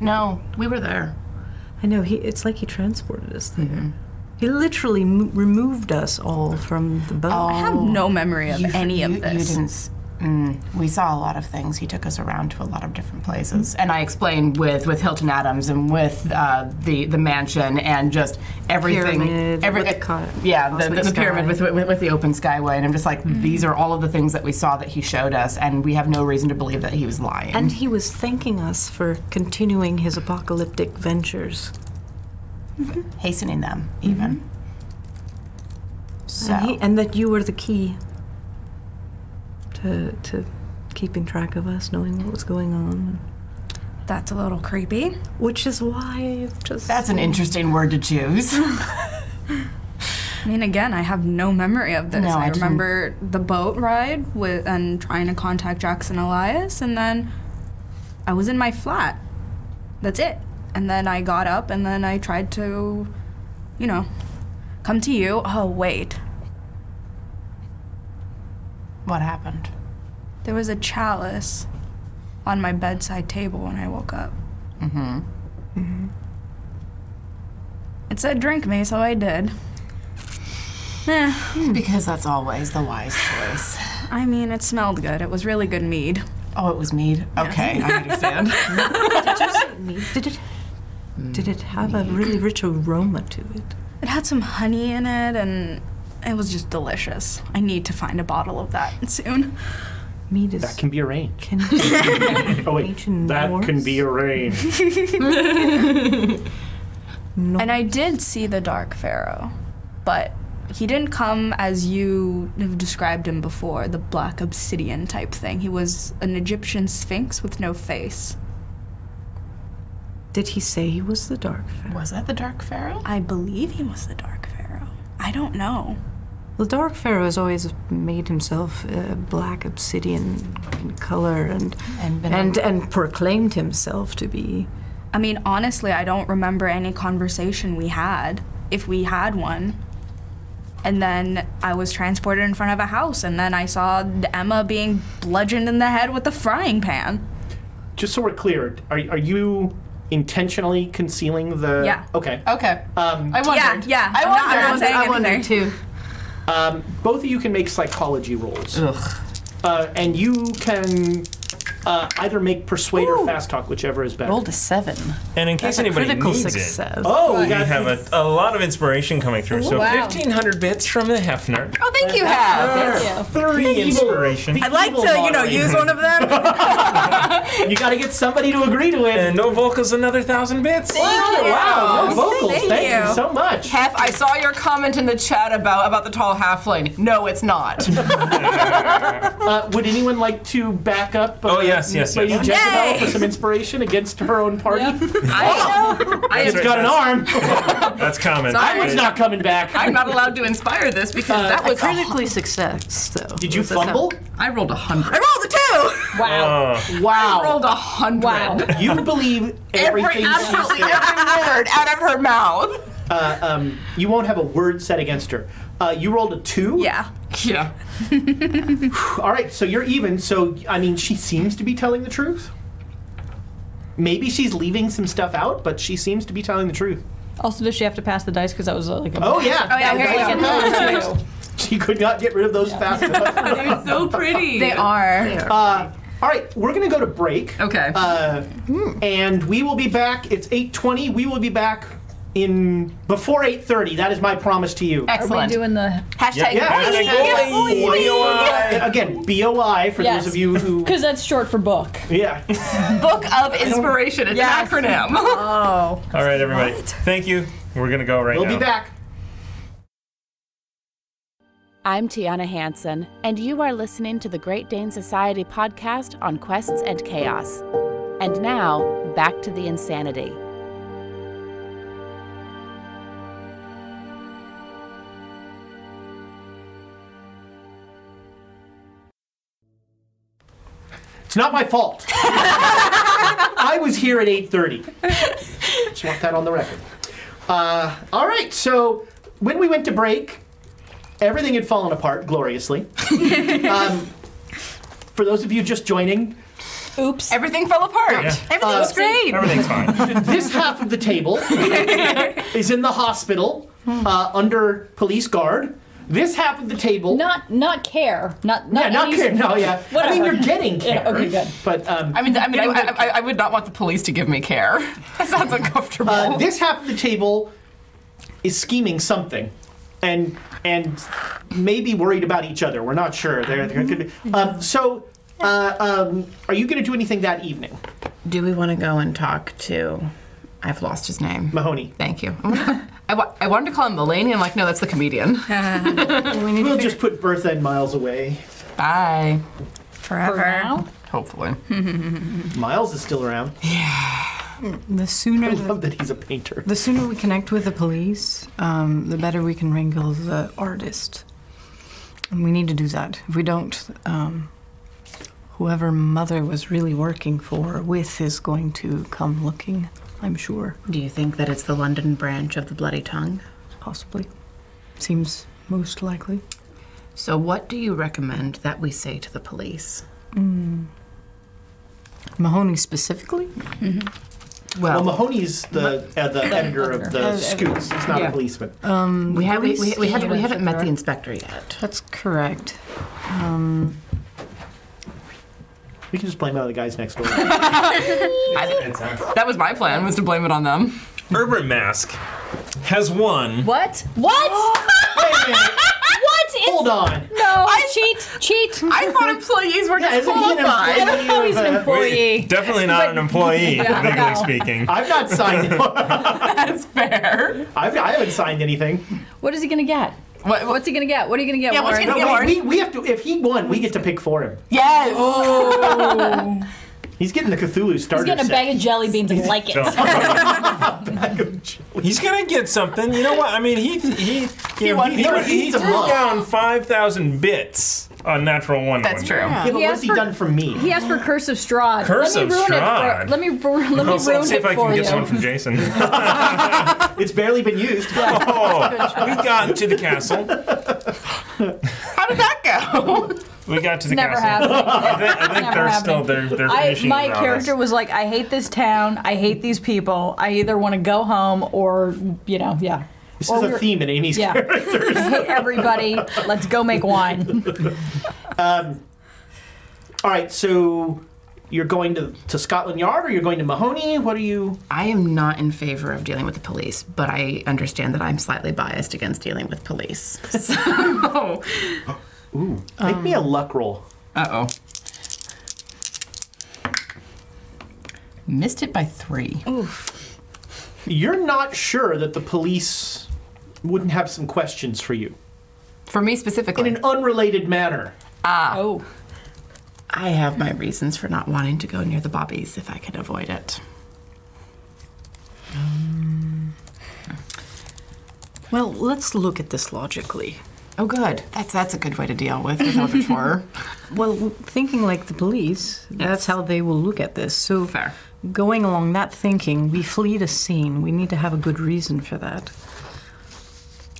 [SPEAKER 6] No, we were there.
[SPEAKER 9] I know he. It's like he transported us there.
[SPEAKER 6] Hmm.
[SPEAKER 9] He literally m- removed us all from the boat.
[SPEAKER 4] I have no memory of any
[SPEAKER 6] you,
[SPEAKER 4] of this.
[SPEAKER 6] You didn't. s- Mm, we saw a lot of things. He took us around to a lot of different places, and I explained with with Hilton Adams and with uh, the the mansion and just everything.
[SPEAKER 9] Pyramid,
[SPEAKER 6] every-
[SPEAKER 9] with the co-
[SPEAKER 6] yeah, the,
[SPEAKER 9] cosmic
[SPEAKER 6] the, the pyramid
[SPEAKER 9] sky. Mm-hmm.
[SPEAKER 6] with, with with the open skyway, and I'm just like, these are all of the things that we saw that he showed us, and we have no reason to believe that he was lying.
[SPEAKER 9] And he was thanking us for continuing his apocalyptic ventures.
[SPEAKER 6] hastening them even. So
[SPEAKER 9] Mm-hmm. And, he, and that you were the key to to keeping track of us, knowing what was going on.
[SPEAKER 4] That's a little creepy.
[SPEAKER 9] Which is why I've just
[SPEAKER 6] that's an interesting word to choose.
[SPEAKER 4] I mean, again, I have no memory of this.
[SPEAKER 6] No, I
[SPEAKER 4] I,
[SPEAKER 6] didn't.
[SPEAKER 4] remember the boat ride with and trying to contact Jackson Elias, and then I was in my flat. That's it. And then I got up, and then I tried to, you know, come to you. Oh wait,
[SPEAKER 6] what happened?
[SPEAKER 4] there was a chalice on my bedside table when I woke up. Mm-hmm. Mm-hmm. It said drink me, so I did. Eh,
[SPEAKER 6] Because that's always the wise choice.
[SPEAKER 4] I mean, it smelled good. It was really good mead.
[SPEAKER 6] Oh, it was mead. Okay, I understand.
[SPEAKER 9] Did it? Did it have a
[SPEAKER 6] Mm.
[SPEAKER 9] really rich aroma to it?
[SPEAKER 4] It had some honey in it and it was just delicious. I need to find a bottle of that soon.
[SPEAKER 9] Meat is
[SPEAKER 3] That can be arranged.
[SPEAKER 9] can
[SPEAKER 3] Oh wait,
[SPEAKER 9] ancient
[SPEAKER 3] that
[SPEAKER 9] Norse.
[SPEAKER 3] can be arranged.
[SPEAKER 4] And I did see the Dark Pharaoh, but he didn't come as you have described him before the black obsidian type thing. He was an Egyptian sphinx with no face.
[SPEAKER 9] Did he say he was the dark pharaoh?
[SPEAKER 6] was that the Dark Pharaoh?
[SPEAKER 4] I believe he was the Dark Pharaoh. I don't know.
[SPEAKER 9] The dark pharaoh has always made himself uh, black obsidian in color and
[SPEAKER 6] And been
[SPEAKER 9] and and proclaimed himself to be.
[SPEAKER 4] I mean, honestly, I don't remember any conversation we had, if we had one. And then I was transported in front of a house, and then I saw Emma being bludgeoned in the head with a frying pan.
[SPEAKER 3] Just so we're clear, are, are you intentionally concealing the?
[SPEAKER 4] Yeah.
[SPEAKER 3] Okay.
[SPEAKER 6] Okay.
[SPEAKER 3] Um,
[SPEAKER 6] I wondered.
[SPEAKER 4] yeah.
[SPEAKER 6] I
[SPEAKER 4] I'm not-
[SPEAKER 6] wondered.
[SPEAKER 4] I'm not saying
[SPEAKER 6] I
[SPEAKER 4] anything.
[SPEAKER 6] wondered too.
[SPEAKER 3] um, both of you can make psychology rolls, uh, and you can uh, either make persuade or fast talk, whichever is better.
[SPEAKER 6] a seven.
[SPEAKER 7] And in case anybody
[SPEAKER 9] critical
[SPEAKER 7] needs it,
[SPEAKER 9] success.
[SPEAKER 3] Oh, we
[SPEAKER 7] we
[SPEAKER 3] got
[SPEAKER 7] have a, a lot of inspiration coming through. so 1,500 bits from the Hefner.
[SPEAKER 6] Oh, thank you, Hal.
[SPEAKER 7] Three inspiration.
[SPEAKER 3] I'd like to, you know, use one
[SPEAKER 6] of them.
[SPEAKER 3] You got to get somebody to agree to it.
[SPEAKER 7] And no vocals, another thousand bits.
[SPEAKER 3] Oh, wow, no vocals. Thank, you.
[SPEAKER 4] you.
[SPEAKER 3] so much.
[SPEAKER 6] Hef, I saw your comment in the chat about about the tall halfling. No, it's not.
[SPEAKER 3] Uh, would anyone like to back up?
[SPEAKER 7] Oh, yes, yes,
[SPEAKER 3] Lady
[SPEAKER 7] yes.
[SPEAKER 3] Jezebel for some inspiration against her own party.
[SPEAKER 6] I, I
[SPEAKER 3] It's
[SPEAKER 6] am,
[SPEAKER 3] got an arm.
[SPEAKER 7] That's common.
[SPEAKER 6] Sorry.
[SPEAKER 3] It's not coming back.
[SPEAKER 6] I'm not allowed to inspire this because that was a-
[SPEAKER 9] Critically success, though.
[SPEAKER 3] Did you
[SPEAKER 9] That's how-
[SPEAKER 3] fumble?
[SPEAKER 6] I rolled a hundred.
[SPEAKER 8] Wow.
[SPEAKER 7] Uh,
[SPEAKER 3] Wow.
[SPEAKER 6] a hundred.
[SPEAKER 8] Wow.
[SPEAKER 3] You believe everything she
[SPEAKER 6] absolutely
[SPEAKER 3] said.
[SPEAKER 6] every word out of her mouth.
[SPEAKER 3] Uh, um, you won't have a word said against her. Uh, you rolled a two.
[SPEAKER 4] Yeah.
[SPEAKER 6] Yeah.
[SPEAKER 3] All right, so you're even. So I mean, she seems to be telling the truth. Maybe she's leaving some stuff out, but she seems to be telling the truth.
[SPEAKER 8] Also, does she have to pass the dice? Because that was uh, like a.
[SPEAKER 3] Oh yeah.
[SPEAKER 4] Oh, yeah, here you go.
[SPEAKER 3] She could not get rid of those fast enough.
[SPEAKER 6] They're so pretty.
[SPEAKER 4] They are.
[SPEAKER 3] Uh, all right, we're gonna go to break.
[SPEAKER 6] Okay.
[SPEAKER 3] Uh, and we will be back. It's eight twenty. We will be back in before eight thirty. That is my promise to you.
[SPEAKER 8] Are we
[SPEAKER 6] Excellent.
[SPEAKER 8] doing the?
[SPEAKER 7] yeah,
[SPEAKER 6] Hashtag
[SPEAKER 3] Yeah.
[SPEAKER 7] hashtag boy, boy.
[SPEAKER 3] Again, BOI for
[SPEAKER 8] Yes.
[SPEAKER 3] those of you who.
[SPEAKER 8] Because that's short for book.
[SPEAKER 3] Yeah.
[SPEAKER 6] Book of Inspiration. It's
[SPEAKER 8] Yes.
[SPEAKER 6] an acronym.
[SPEAKER 7] All right, everybody. Thank you. We're gonna go right
[SPEAKER 3] We'll
[SPEAKER 7] now.
[SPEAKER 3] be back.
[SPEAKER 2] I'm Tiana Hansen, and you are listening to the Great Dane Society podcast on quests and chaos. And now, back to the insanity.
[SPEAKER 3] It's not my fault. I was here at 8:30. Just want that on the record. Uh, all right, so when we went to break, everything had fallen apart gloriously. um, for those of you just joining,
[SPEAKER 8] Oops.
[SPEAKER 6] Everything fell apart.
[SPEAKER 7] Yeah.
[SPEAKER 6] Everything's great.
[SPEAKER 7] Everything's fine.
[SPEAKER 3] this half of the table is in the hospital uh, under police guard. This half of the table,
[SPEAKER 8] Not not care. Not not,
[SPEAKER 3] yeah, not
[SPEAKER 8] any-
[SPEAKER 3] care. No, yeah. I mean,
[SPEAKER 8] Whatever.
[SPEAKER 3] you're getting care.
[SPEAKER 8] Yeah, okay, good.
[SPEAKER 3] But um,
[SPEAKER 6] I mean, I mean, I, I, I- I would not want the police to give me care. That sounds uncomfortable.
[SPEAKER 3] Uh, this half of the table is scheming something, and and maybe worried about each other. We're not sure. There, there could be. Um, so, uh, um, are you going to do anything that evening,
[SPEAKER 6] Do we want to go and talk to? I've lost his name.
[SPEAKER 3] Mahoney?
[SPEAKER 6] Thank you. I, wanna- I wa- I wanted to call him Mulaney. I'm like, no, that's the comedian.
[SPEAKER 3] We'll just put Bertha and Miles away.
[SPEAKER 6] Bye.
[SPEAKER 4] Forever.
[SPEAKER 8] For now.
[SPEAKER 6] Hopefully.
[SPEAKER 3] Miles is still around.
[SPEAKER 9] The sooner
[SPEAKER 3] I
[SPEAKER 9] the
[SPEAKER 3] love that he's a painter.
[SPEAKER 9] The sooner we connect with the police, um, the better we can wrangle the artist. And we need to do that. If we don't, um, whoever Mother was really working for or with is going to come looking, I'm sure,
[SPEAKER 10] Do you think that it's the London branch of the Bloody Tongue?
[SPEAKER 9] possibly. Seems most likely.
[SPEAKER 10] So, what do you recommend that we say to the police?
[SPEAKER 9] Mahoney specifically?
[SPEAKER 3] Well, Mahoney's the uh, the editor of the Scoots. He's not a policeman.
[SPEAKER 10] We, have, we, we, we,
[SPEAKER 9] Police
[SPEAKER 10] haven't, we haven't met the inspector yet.
[SPEAKER 9] That's correct.
[SPEAKER 3] We can just blame it on the guys next door.
[SPEAKER 6] That was my plan, was to blame it on them.
[SPEAKER 7] Urban Mask has won.
[SPEAKER 8] What? What?
[SPEAKER 3] Wait a minute.
[SPEAKER 8] what is?
[SPEAKER 3] Hold on.
[SPEAKER 8] No. I cheat. Cheat.
[SPEAKER 6] I thought employees were
[SPEAKER 3] Yeah, isn't he an E
[SPEAKER 6] disqualified.
[SPEAKER 3] employee of, uh,
[SPEAKER 8] Employee.
[SPEAKER 7] Definitely not an employee, legally speaking.
[SPEAKER 3] I've not signed.
[SPEAKER 6] That's fair.
[SPEAKER 3] I've, I haven't signed anything.
[SPEAKER 8] What is he gonna get?
[SPEAKER 6] What,
[SPEAKER 8] What's he gonna get? What are you gonna get?
[SPEAKER 6] Yeah, what's he
[SPEAKER 8] Warren?
[SPEAKER 6] gonna
[SPEAKER 3] No,
[SPEAKER 6] Lord.
[SPEAKER 3] wait, we, we have to. If he won, we get to pick for him.
[SPEAKER 6] Yes.
[SPEAKER 3] He's getting the Cthulhu starter
[SPEAKER 8] He's getting a
[SPEAKER 3] set.
[SPEAKER 8] bag of jelly beans and like it.
[SPEAKER 7] He's gonna get something. You know what? I mean, he he you know,
[SPEAKER 6] won
[SPEAKER 7] he,
[SPEAKER 3] for-
[SPEAKER 7] he,
[SPEAKER 3] he's a
[SPEAKER 7] threw
[SPEAKER 3] monk.
[SPEAKER 7] down five thousand bits on natural one.
[SPEAKER 6] That's
[SPEAKER 7] one
[SPEAKER 6] true.
[SPEAKER 7] day.
[SPEAKER 3] Yeah, but
[SPEAKER 8] He
[SPEAKER 3] what's
[SPEAKER 8] asked
[SPEAKER 3] he
[SPEAKER 8] for-
[SPEAKER 3] done for me?
[SPEAKER 8] He asked for Curse of Strahd.
[SPEAKER 7] Curse
[SPEAKER 8] let
[SPEAKER 7] of
[SPEAKER 8] me ruin It
[SPEAKER 7] Strahd.
[SPEAKER 8] for, let me ruin, let me
[SPEAKER 7] I'll, I'll
[SPEAKER 8] ruin
[SPEAKER 7] see
[SPEAKER 8] it
[SPEAKER 7] if I
[SPEAKER 8] for
[SPEAKER 7] can
[SPEAKER 8] you.
[SPEAKER 7] get one from Jason. oh,
[SPEAKER 3] It's barely been used.
[SPEAKER 7] we got to the castle.
[SPEAKER 6] How did that go?
[SPEAKER 7] We got to the
[SPEAKER 8] Never
[SPEAKER 7] castle.
[SPEAKER 8] happened.
[SPEAKER 7] I think, I think
[SPEAKER 8] Never
[SPEAKER 7] they're still
[SPEAKER 8] happening.
[SPEAKER 7] they're they're
[SPEAKER 8] I,
[SPEAKER 7] finishing
[SPEAKER 8] my
[SPEAKER 7] it on
[SPEAKER 8] character
[SPEAKER 7] us.
[SPEAKER 8] was like, I hate this town. I hate these people. I either want to go home or, you know, yeah.
[SPEAKER 3] This
[SPEAKER 8] Or
[SPEAKER 3] is a
[SPEAKER 8] we're-
[SPEAKER 3] theme in Amy's
[SPEAKER 8] Yeah.
[SPEAKER 3] character.
[SPEAKER 8] I hate everybody. Let's go make wine.
[SPEAKER 3] All right, so you're going to, to Scotland Yard or you're going to Mahoney? What are you?
[SPEAKER 10] I am not in favor of dealing with the police, but I understand that I'm slightly biased against dealing with police. So,
[SPEAKER 3] Make
[SPEAKER 8] Um,
[SPEAKER 3] me a luck roll.
[SPEAKER 6] Uh oh.
[SPEAKER 10] missed it by three.
[SPEAKER 3] You're not sure that the police wouldn't have some questions for you
[SPEAKER 6] For me
[SPEAKER 3] in
[SPEAKER 6] specifically.
[SPEAKER 3] an unrelated manner.
[SPEAKER 8] Oh.
[SPEAKER 6] I have my reasons for not wanting to go near the bobbies if I can avoid it.
[SPEAKER 5] Well, let's look at this logically.
[SPEAKER 6] Oh, good. That's that's a good way to deal with with Eldritch horror.
[SPEAKER 5] Well, w- thinking like the police, that's how they will look at this. So,
[SPEAKER 6] Fair.
[SPEAKER 5] going along that thinking, we flee the scene. We need to have a good reason for that.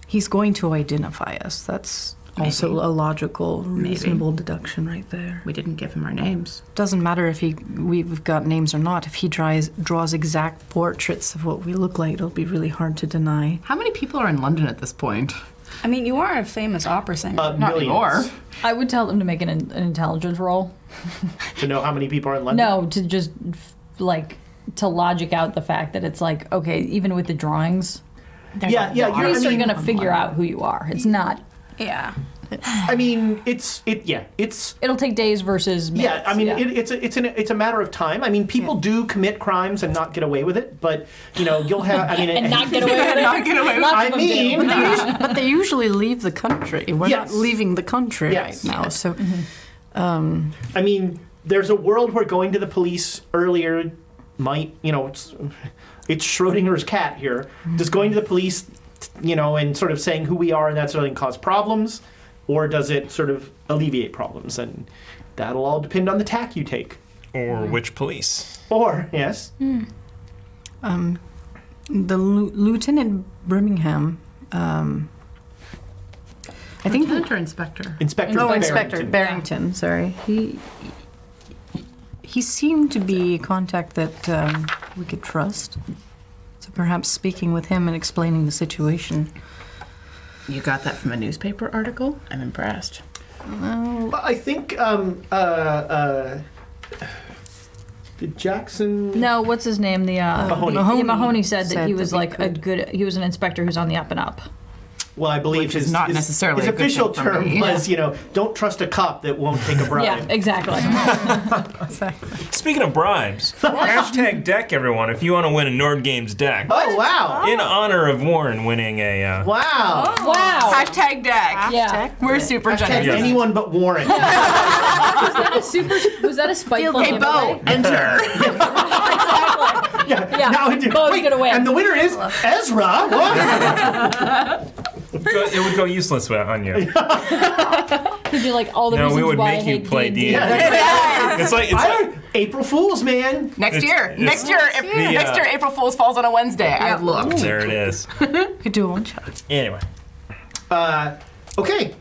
[SPEAKER 5] He's going to identify us. That's also a logical, reasonable deduction right there.
[SPEAKER 6] We didn't give him our names.
[SPEAKER 5] Doesn't matter if he we've got names or not. If he draws draws exact portraits of what we look like, it'll be really hard to deny.
[SPEAKER 11] How many people are in London at this point?
[SPEAKER 4] I mean, you are a famous opera singer.
[SPEAKER 3] Uh,
[SPEAKER 11] Not
[SPEAKER 3] millions
[SPEAKER 11] anymore.
[SPEAKER 8] I would tell them to make an, an intelligence roll.
[SPEAKER 3] to know how many people are in London.
[SPEAKER 8] No, to just f- like to logic out the fact that it's like okay, even with the drawings,
[SPEAKER 3] yeah, yeah. You're,
[SPEAKER 8] police
[SPEAKER 3] I
[SPEAKER 8] are
[SPEAKER 3] mean,
[SPEAKER 8] going to figure out who you are. It's not.
[SPEAKER 4] yeah.
[SPEAKER 3] I mean, it's it. Yeah, it's
[SPEAKER 8] It'll take days versus minutes.
[SPEAKER 3] Yeah, I mean, It, it's a, it's an, it's a matter of time. I mean, people do commit crimes and not get away with it, but you know, you'll have. I mean,
[SPEAKER 8] and not get away with it.
[SPEAKER 11] Not get away with
[SPEAKER 8] Lots
[SPEAKER 3] I
[SPEAKER 8] of them do.
[SPEAKER 3] mean,
[SPEAKER 5] They usu- but they usually leave the country. We're
[SPEAKER 3] Yes.
[SPEAKER 5] not leaving the country
[SPEAKER 3] Yes.
[SPEAKER 5] right now. So,
[SPEAKER 3] I mean, there's a world where going to the police earlier might, you know, it's, it's Schrodinger's cat here.
[SPEAKER 8] Mm-hmm.
[SPEAKER 3] Does going to the police, you know, and sort of saying who we are and that sort of thing cause problems, or does it sort of alleviate problems? And that'll all depend on the tack you take.
[SPEAKER 7] Or which police?
[SPEAKER 3] Or yes,
[SPEAKER 8] Mm.
[SPEAKER 5] um, the Lu- Lieutenant Birmingham. Um, I think
[SPEAKER 6] Lieutenant or inspector?
[SPEAKER 3] Inspector.
[SPEAKER 5] Oh,
[SPEAKER 3] Barrington.
[SPEAKER 5] Inspector Barrington. Sorry, he he seemed to be a contact that um, we could trust. So perhaps speaking with him and explaining the situation.
[SPEAKER 6] You got that from a newspaper article? I'm impressed.
[SPEAKER 3] Well, I think um, uh, uh, did Jackson.
[SPEAKER 8] No, what's his name? The uh,
[SPEAKER 3] Mahoney.
[SPEAKER 8] yeah, Mahoney, said, that
[SPEAKER 5] said
[SPEAKER 8] he
[SPEAKER 5] that
[SPEAKER 8] was
[SPEAKER 5] they
[SPEAKER 8] like a good. He was an inspector who's on the up and up.
[SPEAKER 3] Well, I believe
[SPEAKER 11] Which
[SPEAKER 3] his
[SPEAKER 11] is not
[SPEAKER 3] his-
[SPEAKER 11] necessarily
[SPEAKER 3] his
[SPEAKER 11] a good
[SPEAKER 3] official
[SPEAKER 11] thing for
[SPEAKER 3] term
[SPEAKER 11] me.
[SPEAKER 3] was, you know, don't trust a cop that won't take a
[SPEAKER 8] Yeah,
[SPEAKER 3] bribe.
[SPEAKER 8] exactly.
[SPEAKER 7] Speaking of bribes, hashtag deck everyone if you want to win a Nord Games deck.
[SPEAKER 3] Oh wow!
[SPEAKER 7] In honor of Warren winning a. Uh,
[SPEAKER 8] Oh.
[SPEAKER 3] Wow!
[SPEAKER 8] wow.
[SPEAKER 11] Hashtag deck.
[SPEAKER 8] Yeah.
[SPEAKER 11] We're super
[SPEAKER 3] Hashtag
[SPEAKER 7] Yes.
[SPEAKER 11] generous.
[SPEAKER 3] anyone but Warren.
[SPEAKER 8] Was that a super? Was that a spiteful
[SPEAKER 11] Hey,
[SPEAKER 8] giveaway?
[SPEAKER 11] Bo, enter.
[SPEAKER 8] Yeah.
[SPEAKER 3] Now I do.
[SPEAKER 8] Bo's
[SPEAKER 3] Wait,
[SPEAKER 8] gonna win.
[SPEAKER 3] And the winner is Ezra. What?
[SPEAKER 7] go- it would go useless with- on you.
[SPEAKER 8] Could be like all the
[SPEAKER 7] No,
[SPEAKER 8] reasons
[SPEAKER 7] we would
[SPEAKER 8] why I
[SPEAKER 7] make you
[SPEAKER 8] hate
[SPEAKER 7] play D.
[SPEAKER 8] D&D.
[SPEAKER 7] It's like it's
[SPEAKER 3] I
[SPEAKER 7] like,
[SPEAKER 3] don't- April Fools, man.
[SPEAKER 11] Next
[SPEAKER 7] It's-
[SPEAKER 11] year.
[SPEAKER 7] it's-
[SPEAKER 11] Next year. Ap-
[SPEAKER 7] The,
[SPEAKER 11] Next
[SPEAKER 7] uh,
[SPEAKER 11] year, April Fool's falls on a Wednesday. I looked.
[SPEAKER 7] there it is.
[SPEAKER 5] We could do a one shot.
[SPEAKER 7] Anyway,
[SPEAKER 3] Uh, okay.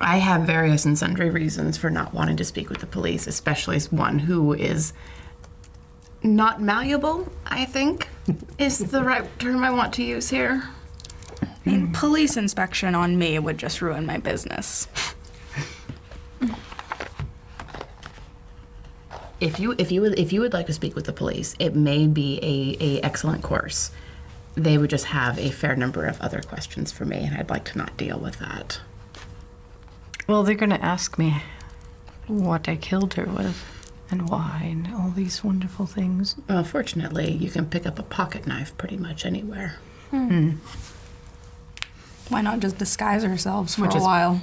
[SPEAKER 6] I have various and sundry reasons for not wanting to speak with the police, especially as one who is not malleable, I think, is the right term I want to use here.
[SPEAKER 4] I mean, police inspection on me would just ruin my business.
[SPEAKER 6] If you if you would if you would like to speak with the police, it may be a, a excellent course. They would just have a fair number of other questions for me, and I'd like to not deal with that.
[SPEAKER 5] Well, they're going to ask me what I killed her with and why and all these wonderful things.
[SPEAKER 6] Well, fortunately, you can pick up a pocket knife pretty much anywhere.
[SPEAKER 4] Why not just disguise ourselves for a while?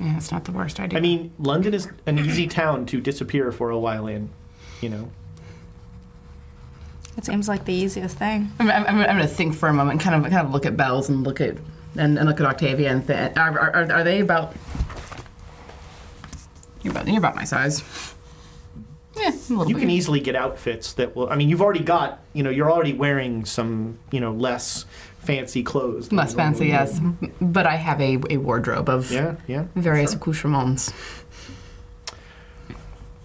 [SPEAKER 6] Yeah, it's not the worst idea.
[SPEAKER 3] I mean, London is an easy town to disappear for a while in. You know.
[SPEAKER 4] It seems like the easiest thing.
[SPEAKER 11] I'm, I'm, I'm
[SPEAKER 6] I'm going to think for a moment, kind of, kind of look at Bells and look at and, and look at Octavia and th- are, are, are- are they about? You're about you're about my size. Yeah, a little
[SPEAKER 3] You
[SPEAKER 6] bit.
[SPEAKER 3] can easily get outfits that will. I mean, you've already got. You know, you're already wearing some. You know, less fancy clothes. than
[SPEAKER 6] less
[SPEAKER 3] you normally
[SPEAKER 6] fancy,
[SPEAKER 3] wear.
[SPEAKER 6] yes, but I have a, a wardrobe of
[SPEAKER 3] Yeah, yeah.
[SPEAKER 6] various accoutrements.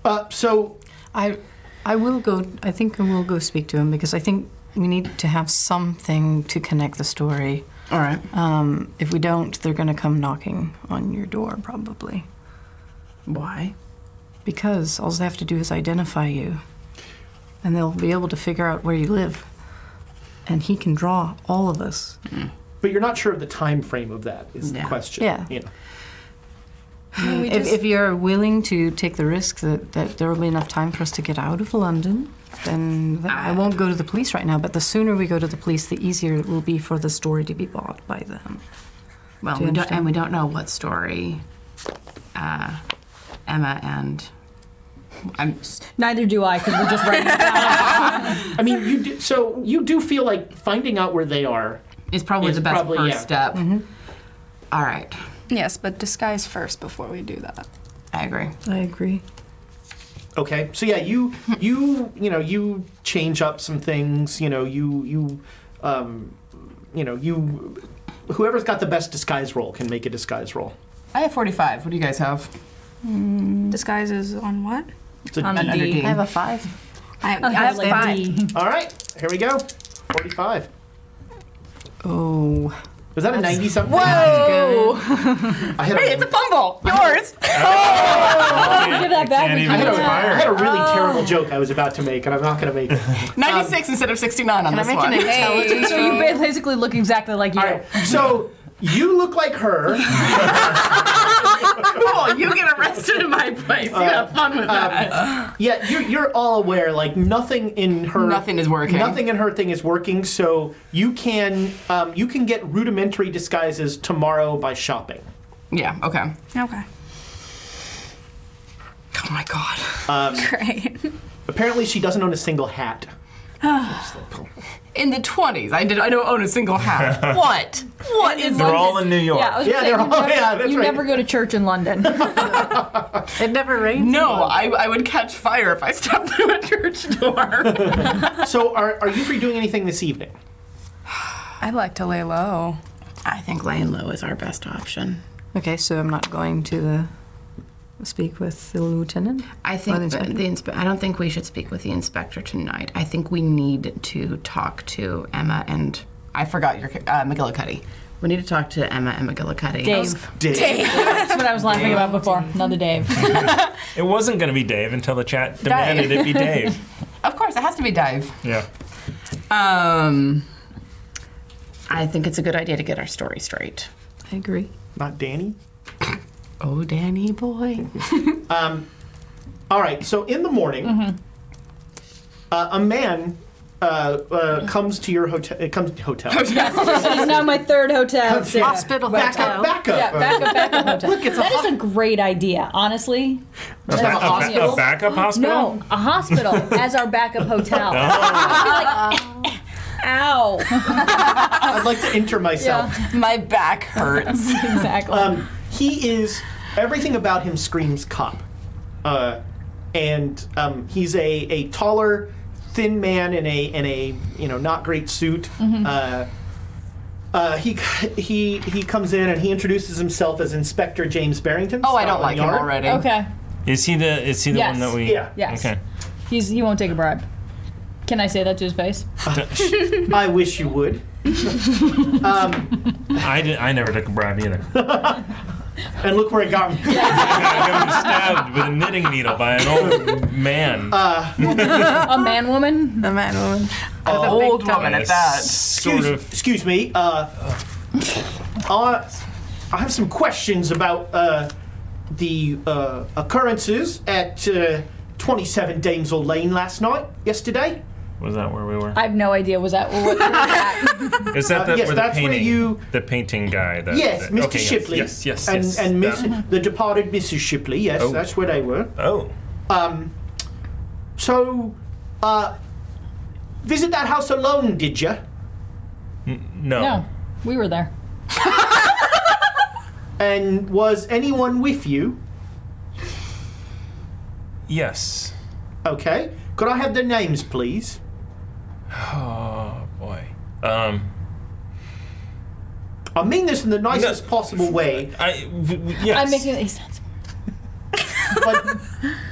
[SPEAKER 3] Uh, so
[SPEAKER 5] I I will go. I think I will go speak to him because I think we need to have something to connect the story.
[SPEAKER 6] All right.
[SPEAKER 5] Um, if we don't, they're going to come knocking on your door probably
[SPEAKER 6] Why?
[SPEAKER 5] because all they have to do is identify you, and they'll be able to figure out where you live. And he can draw all of us.
[SPEAKER 3] but you're not sure of the time frame of that is
[SPEAKER 6] Yeah.
[SPEAKER 3] the question
[SPEAKER 5] Yeah.
[SPEAKER 3] you know.
[SPEAKER 4] We
[SPEAKER 5] If,
[SPEAKER 4] just-
[SPEAKER 5] if you're willing to take the risk that, that there will be enough time for us to get out of London, then th- I won't go to the police right now. But the sooner we go to the police, the easier it will be for the story to be bought by them.
[SPEAKER 6] Well,
[SPEAKER 5] Do
[SPEAKER 6] we don't,
[SPEAKER 5] you understand?
[SPEAKER 6] and we don't know what story uh, Emma and I'm
[SPEAKER 8] Neither do I because we're just writing it down.
[SPEAKER 3] I mean, you do, so you do feel like finding out where they are.
[SPEAKER 6] is probably
[SPEAKER 3] It's
[SPEAKER 6] the best
[SPEAKER 3] probably-
[SPEAKER 6] first
[SPEAKER 3] yeah.
[SPEAKER 6] step. All right,
[SPEAKER 4] Yes, but disguise first before we do that.
[SPEAKER 6] I agree.
[SPEAKER 9] I agree.
[SPEAKER 3] Okay. So yeah, you you you know you change up some things. You know you you um, you know you whoever's got the best disguise roll can make a disguise roll.
[SPEAKER 6] I have 45. What do you guys have?
[SPEAKER 4] Disguise is on what?
[SPEAKER 3] It's a
[SPEAKER 8] On
[SPEAKER 3] D.
[SPEAKER 8] a D.
[SPEAKER 9] I have a five.
[SPEAKER 4] I, I
[SPEAKER 8] I
[SPEAKER 4] have
[SPEAKER 8] like
[SPEAKER 4] five.
[SPEAKER 8] D.
[SPEAKER 3] All right. Here we go. Forty-five.
[SPEAKER 9] Oh,
[SPEAKER 3] Was that a ninety something?
[SPEAKER 6] Whoa!
[SPEAKER 3] I had a,
[SPEAKER 6] fumble. Yours.
[SPEAKER 10] Um,
[SPEAKER 8] Give that back.
[SPEAKER 7] Can't
[SPEAKER 8] we
[SPEAKER 7] even
[SPEAKER 3] I had a,
[SPEAKER 8] can't.
[SPEAKER 7] inspire.
[SPEAKER 3] I had a really terrible joke I was about to make, and I'm not going to make it.
[SPEAKER 6] 96 instead of 69 on this
[SPEAKER 10] make
[SPEAKER 6] one.
[SPEAKER 10] an intelligence
[SPEAKER 8] So you basically look exactly like you.
[SPEAKER 3] All right. So you look like her.
[SPEAKER 10] Cool, you get arrested in my place. You have fun with that.
[SPEAKER 3] Yeah, you're, you're all aware, like, nothing in her...
[SPEAKER 6] Nothing is working.
[SPEAKER 3] Nothing in her thing is working, so you can, um, you can get rudimentary disguises tomorrow by shopping.
[SPEAKER 6] yeah. Okay.
[SPEAKER 4] Okay.
[SPEAKER 6] Oh my god.
[SPEAKER 4] Great.
[SPEAKER 3] Apparently, she doesn't own a single hat.
[SPEAKER 6] In the 20s, I did. I don't own a single hat. what? What is?
[SPEAKER 7] They're all in New York.
[SPEAKER 8] Yeah, I was
[SPEAKER 3] Yeah,
[SPEAKER 8] gonna say,
[SPEAKER 3] they're
[SPEAKER 8] you,
[SPEAKER 3] all-
[SPEAKER 8] never,
[SPEAKER 3] yeah, that's
[SPEAKER 8] you
[SPEAKER 3] right.
[SPEAKER 8] never go to church in London.
[SPEAKER 9] it never rains.
[SPEAKER 6] No, I, I would catch fire if I stepped through a church door.
[SPEAKER 3] So are, are you three doing anything this evening?
[SPEAKER 4] I'd like to lay low.
[SPEAKER 10] I think laying low is our best option.
[SPEAKER 9] Okay, so I'm not going to the speak with the lieutenant.
[SPEAKER 10] I
[SPEAKER 9] Or the
[SPEAKER 10] think
[SPEAKER 9] inspector?
[SPEAKER 10] that the inspe- I don't think we should speak with the inspector tonight. I think we need to talk to Emma and
[SPEAKER 6] I forgot your uh, McGillicuddy.
[SPEAKER 10] we need to talk to Emma and McGillicuddy.
[SPEAKER 8] Dave.
[SPEAKER 3] Dave.
[SPEAKER 8] That's what I was laughing about before. Another Dave.
[SPEAKER 7] It wasn't going to be Dave until the chat demanded it be Dave.
[SPEAKER 6] Of course, it has to be Dave.
[SPEAKER 7] Yeah.
[SPEAKER 6] Um,
[SPEAKER 10] I think it's a good idea to get our story straight.
[SPEAKER 9] I agree.
[SPEAKER 3] Not Danny?
[SPEAKER 6] oh, Danny boy.
[SPEAKER 3] All right. So in the morning, uh, a man uh, uh, comes to your hotel. It comes hotel.
[SPEAKER 8] this is now my third hotel.
[SPEAKER 9] Hospital
[SPEAKER 3] Back
[SPEAKER 9] hotel.
[SPEAKER 3] up. Back up.
[SPEAKER 8] Oh, Yeah, backup, backup hotel.
[SPEAKER 3] Look, it's a
[SPEAKER 8] That is
[SPEAKER 3] hos-
[SPEAKER 8] a great idea, honestly. That's
[SPEAKER 7] A, ba- a
[SPEAKER 8] awesome.
[SPEAKER 7] backup hospital?
[SPEAKER 8] No, a hospital as our backup
[SPEAKER 7] Oh.
[SPEAKER 8] hotel. I'd be like, "Eh, Ow.
[SPEAKER 3] I'd like to enter myself.
[SPEAKER 6] My back hurts.
[SPEAKER 8] Exactly.
[SPEAKER 3] Um, he is everything about him screams cop, uh, and um, he's a, a taller, thin man in a in a you know not great suit. Uh, uh, he he he comes in and he introduces himself as Inspector James Barrington.
[SPEAKER 6] Oh, I don't
[SPEAKER 3] Scotland
[SPEAKER 6] like him
[SPEAKER 3] Yard.
[SPEAKER 6] already.
[SPEAKER 7] Um,
[SPEAKER 8] okay.
[SPEAKER 7] Is he the is he the
[SPEAKER 8] Yes.
[SPEAKER 7] one that we
[SPEAKER 3] Yeah.
[SPEAKER 8] Yes.
[SPEAKER 7] Okay.
[SPEAKER 8] He's he won't take a bribe. Can I say that to his face?
[SPEAKER 3] I wish you would.
[SPEAKER 7] I, did, I never took a bribe either. I
[SPEAKER 3] And look where it got me.
[SPEAKER 7] got stabbed with a knitting needle by an old man.
[SPEAKER 8] A man woman?
[SPEAKER 9] The man woman.
[SPEAKER 6] Old woman
[SPEAKER 7] And
[SPEAKER 6] at
[SPEAKER 7] a
[SPEAKER 6] that.
[SPEAKER 7] Sort
[SPEAKER 3] excuse,
[SPEAKER 7] of.
[SPEAKER 3] excuse me. Uh, I, I have some questions about uh, the uh, occurrences at uh, 27 Damsel Lane last night, yesterday.
[SPEAKER 7] Was that where we were?
[SPEAKER 8] I have no idea. Was that what was that?
[SPEAKER 7] Is that
[SPEAKER 3] Uh,
[SPEAKER 7] the,
[SPEAKER 3] yes,
[SPEAKER 7] where the
[SPEAKER 3] that's where
[SPEAKER 7] painting?
[SPEAKER 3] you-
[SPEAKER 7] the painting guy. That,
[SPEAKER 3] Yes,
[SPEAKER 7] that-
[SPEAKER 3] Mr.
[SPEAKER 7] okay, yes,
[SPEAKER 3] Shipley.
[SPEAKER 7] Yes, yes,
[SPEAKER 3] and,
[SPEAKER 7] yes.
[SPEAKER 3] And
[SPEAKER 7] that-
[SPEAKER 3] Miss, the departed Mrs. Shipley, yes,
[SPEAKER 7] Oh.
[SPEAKER 3] that's where they were. Um,
[SPEAKER 7] Oh,
[SPEAKER 3] So, uh, visit that house alone, did you?
[SPEAKER 7] no.
[SPEAKER 8] No. We were there.
[SPEAKER 3] And was anyone with you?
[SPEAKER 7] Yes.
[SPEAKER 3] Okay. Could I have their names, please?
[SPEAKER 7] Oh boy. Um.
[SPEAKER 3] I mean this in the nicest possible way.
[SPEAKER 7] I. W- w- yes.
[SPEAKER 8] I'm making these sense.
[SPEAKER 3] But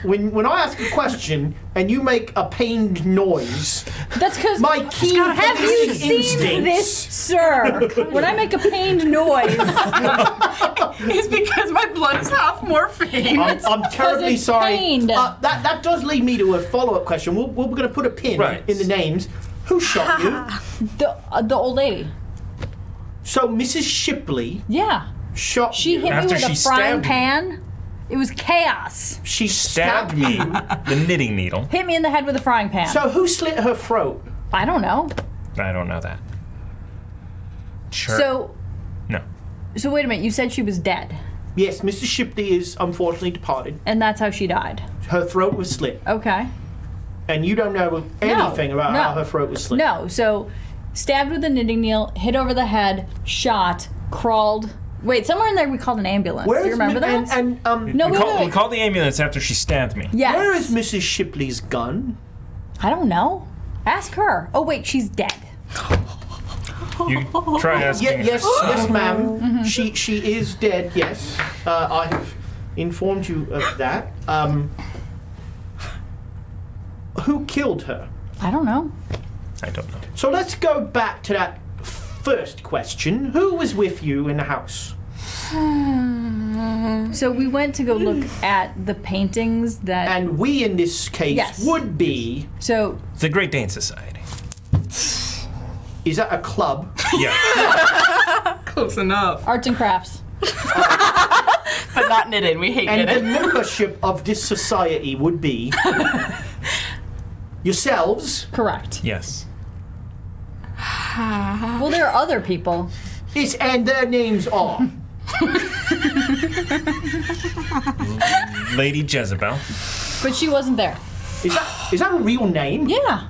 [SPEAKER 3] when when I ask a question and you make a pained noise,
[SPEAKER 8] That's because
[SPEAKER 3] my keen
[SPEAKER 8] have you
[SPEAKER 3] policing
[SPEAKER 8] seen
[SPEAKER 3] instincts.
[SPEAKER 8] this, sir? when I make a pained noise,
[SPEAKER 6] It's because my blood is half morphine.
[SPEAKER 3] I'm, I'm terribly
[SPEAKER 8] it's
[SPEAKER 3] sorry.
[SPEAKER 8] pained.
[SPEAKER 3] Uh, that that does lead me to a follow up question. We're, we're going to put a pin
[SPEAKER 7] Right.
[SPEAKER 3] in the names. Who shot you?
[SPEAKER 8] the uh, the old lady.
[SPEAKER 3] So Mrs. Shipley
[SPEAKER 8] Yeah,
[SPEAKER 3] shot
[SPEAKER 8] she
[SPEAKER 3] you.
[SPEAKER 8] hit
[SPEAKER 7] After
[SPEAKER 8] me with
[SPEAKER 7] she
[SPEAKER 8] a frying
[SPEAKER 7] stabbed me.
[SPEAKER 8] pan. It was chaos.
[SPEAKER 3] she
[SPEAKER 7] stabbed me. the knitting needle.
[SPEAKER 8] Hit me in the head with a frying pan.
[SPEAKER 3] So who slit her throat?
[SPEAKER 8] I don't know.
[SPEAKER 7] I don't know that. Sure.
[SPEAKER 8] So
[SPEAKER 7] no.
[SPEAKER 8] so wait a minute. You said she was dead.
[SPEAKER 3] Yes, Mrs. Shipley is unfortunately departed.
[SPEAKER 8] And that's how she died.
[SPEAKER 3] Her throat was slit,
[SPEAKER 8] Okay.
[SPEAKER 3] and you don't know anything about
[SPEAKER 8] no.
[SPEAKER 3] how her throat was slit.
[SPEAKER 8] No, so stabbed with a knitting needle, hit over the head, shot, crawled. Wait, somewhere in there we called an ambulance.
[SPEAKER 3] Where
[SPEAKER 8] Do
[SPEAKER 3] is
[SPEAKER 8] you remember
[SPEAKER 3] Mi-
[SPEAKER 8] that?
[SPEAKER 3] And, and um,
[SPEAKER 8] no,
[SPEAKER 7] we,
[SPEAKER 8] wait,
[SPEAKER 7] call,
[SPEAKER 8] wait.
[SPEAKER 7] we called the ambulance after she stabbed me.
[SPEAKER 8] yes.
[SPEAKER 3] where is Mrs. Shipley's gun?
[SPEAKER 8] I don't know. Ask her. Oh wait, she's dead.
[SPEAKER 7] You tried asking.
[SPEAKER 3] Ye- yes, yes, madam She she is dead. Yes, uh, I have informed you of that. Um, who killed her?
[SPEAKER 8] I don't know.
[SPEAKER 7] I don't know.
[SPEAKER 3] So let's go back to that first question. Who was with you in the house?
[SPEAKER 8] So we went to go look at the paintings that.
[SPEAKER 3] And we, in this case,
[SPEAKER 8] Yes.
[SPEAKER 3] would be.
[SPEAKER 8] so
[SPEAKER 7] The Great Dane Society.
[SPEAKER 3] Is that a club?
[SPEAKER 7] Yeah.
[SPEAKER 10] Close enough.
[SPEAKER 8] arts and crafts.
[SPEAKER 6] But not knitted. We hate
[SPEAKER 3] And the
[SPEAKER 6] knitted.
[SPEAKER 3] membership of this society would be. yourselves.
[SPEAKER 8] Correct.
[SPEAKER 7] yes.
[SPEAKER 8] Well, there are other people.
[SPEAKER 3] It's, and their names are.
[SPEAKER 7] Lady Jezebel.
[SPEAKER 8] But she wasn't there.
[SPEAKER 3] Is that, is that a real name?
[SPEAKER 8] Yeah.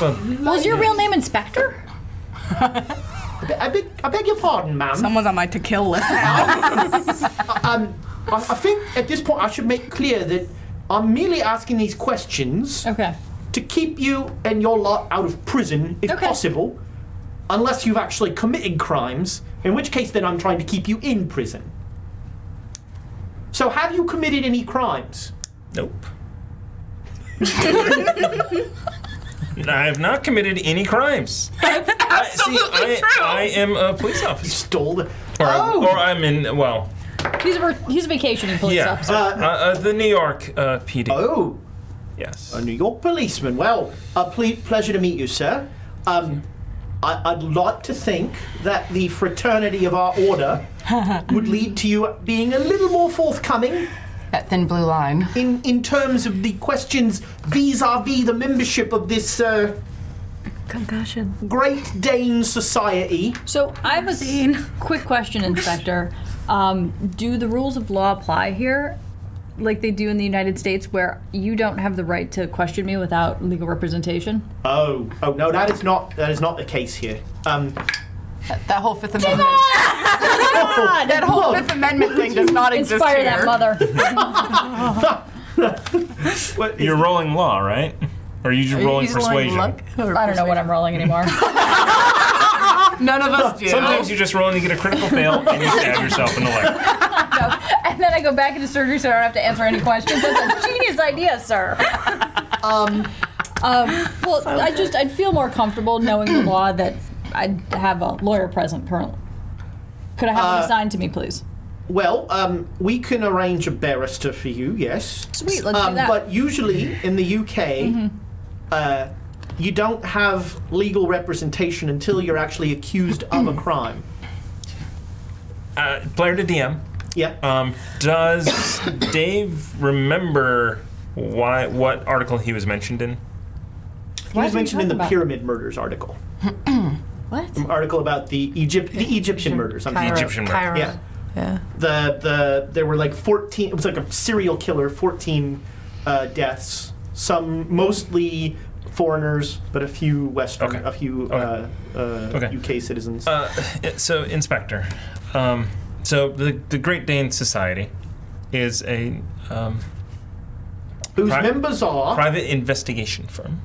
[SPEAKER 7] Well,
[SPEAKER 8] Was your real name Inspector?
[SPEAKER 3] I beg, I beg your pardon, ma'am.
[SPEAKER 4] Someone's on my to kill list now.
[SPEAKER 3] Um, I, I think at this point I should make clear that I'm merely asking these questions
[SPEAKER 8] Okay.
[SPEAKER 3] to keep you and your lot out of prison, if
[SPEAKER 8] Okay.
[SPEAKER 3] possible, unless you've actually committed crimes, in which case then I'm trying to keep you in prison. So have you committed any crimes?
[SPEAKER 7] nope. I have not committed any crimes. absolutely
[SPEAKER 10] true.
[SPEAKER 7] I am a police officer.
[SPEAKER 3] Stole the.
[SPEAKER 7] Or,
[SPEAKER 3] oh!
[SPEAKER 7] or I'm in, well,
[SPEAKER 8] He's a ver- he's a vacationing police
[SPEAKER 7] yeah.
[SPEAKER 8] officer.
[SPEAKER 7] Uh, uh, the New York uh, PD.
[SPEAKER 3] oh,
[SPEAKER 7] Yes.
[SPEAKER 3] a New York policeman. Well, a ple- pleasure to meet you, sir. Um, I- I'd like to think that the fraternity of our order would lead to you being a little more forthcoming
[SPEAKER 6] That thin blue line.
[SPEAKER 3] in, in terms of the questions vis-a-vis the membership of this uh,
[SPEAKER 9] Concussion.
[SPEAKER 3] Great Dane Society.
[SPEAKER 8] So I have a quick question, Inspector. Um, do the rules of law apply here, like they do in the United States, where you don't have the right to question me without legal representation?
[SPEAKER 3] Oh, oh no, that is not that is not the case here. Um,
[SPEAKER 6] That whole Fifth Amendment.
[SPEAKER 3] that whole
[SPEAKER 6] Fifth Amendment thing does not exist
[SPEAKER 8] Inspire
[SPEAKER 6] here.
[SPEAKER 8] that mother.
[SPEAKER 7] You're rolling law, right? Or are you just rolling
[SPEAKER 9] He's like,
[SPEAKER 7] persuasion?
[SPEAKER 9] "Look," or
[SPEAKER 8] I don't know what I'm rolling anymore.
[SPEAKER 6] None of us do.
[SPEAKER 7] Sometimes you just roll and you get a critical fail and you stab yourself in the leg.
[SPEAKER 8] and then I go back into surgery so I don't have to answer any questions. That's a genius idea, sir. Um, um, well, I just I'd feel more comfortable knowing the law that I'd have a lawyer present currently. Could I have one assigned to me, please?
[SPEAKER 3] well, um, we can arrange a barrister for you. Yes.
[SPEAKER 8] Sweet, let's do
[SPEAKER 3] Um,
[SPEAKER 8] that. Mm-hmm.
[SPEAKER 3] but usually in the UK, uh, you don't have legal representation until you're actually accused of a crime.
[SPEAKER 7] Uh, player to DM.
[SPEAKER 3] Yeah.
[SPEAKER 7] Um, does Dave remember why what article he was mentioned in?
[SPEAKER 3] he was mentioned in the
[SPEAKER 8] about?
[SPEAKER 3] Pyramid Murders article.
[SPEAKER 8] What?
[SPEAKER 3] Article about the Egypt, the Egyptian murders. I'm sorry.
[SPEAKER 9] Cairo-
[SPEAKER 7] Egyptian murder.
[SPEAKER 9] Cairo.
[SPEAKER 3] Yeah.
[SPEAKER 9] Yeah.
[SPEAKER 3] The the there were like 14. It was like a serial killer. 14 uh, deaths. Some mostly foreigners, but a few Western,
[SPEAKER 7] Okay.
[SPEAKER 3] a few
[SPEAKER 7] Okay.
[SPEAKER 3] Uh, uh,
[SPEAKER 7] Okay.
[SPEAKER 3] UK citizens.
[SPEAKER 7] Uh, so, Inspector, um, so the, the Great Dane Society is a um,
[SPEAKER 3] whose
[SPEAKER 7] pri-
[SPEAKER 3] members are
[SPEAKER 7] private investigation firm.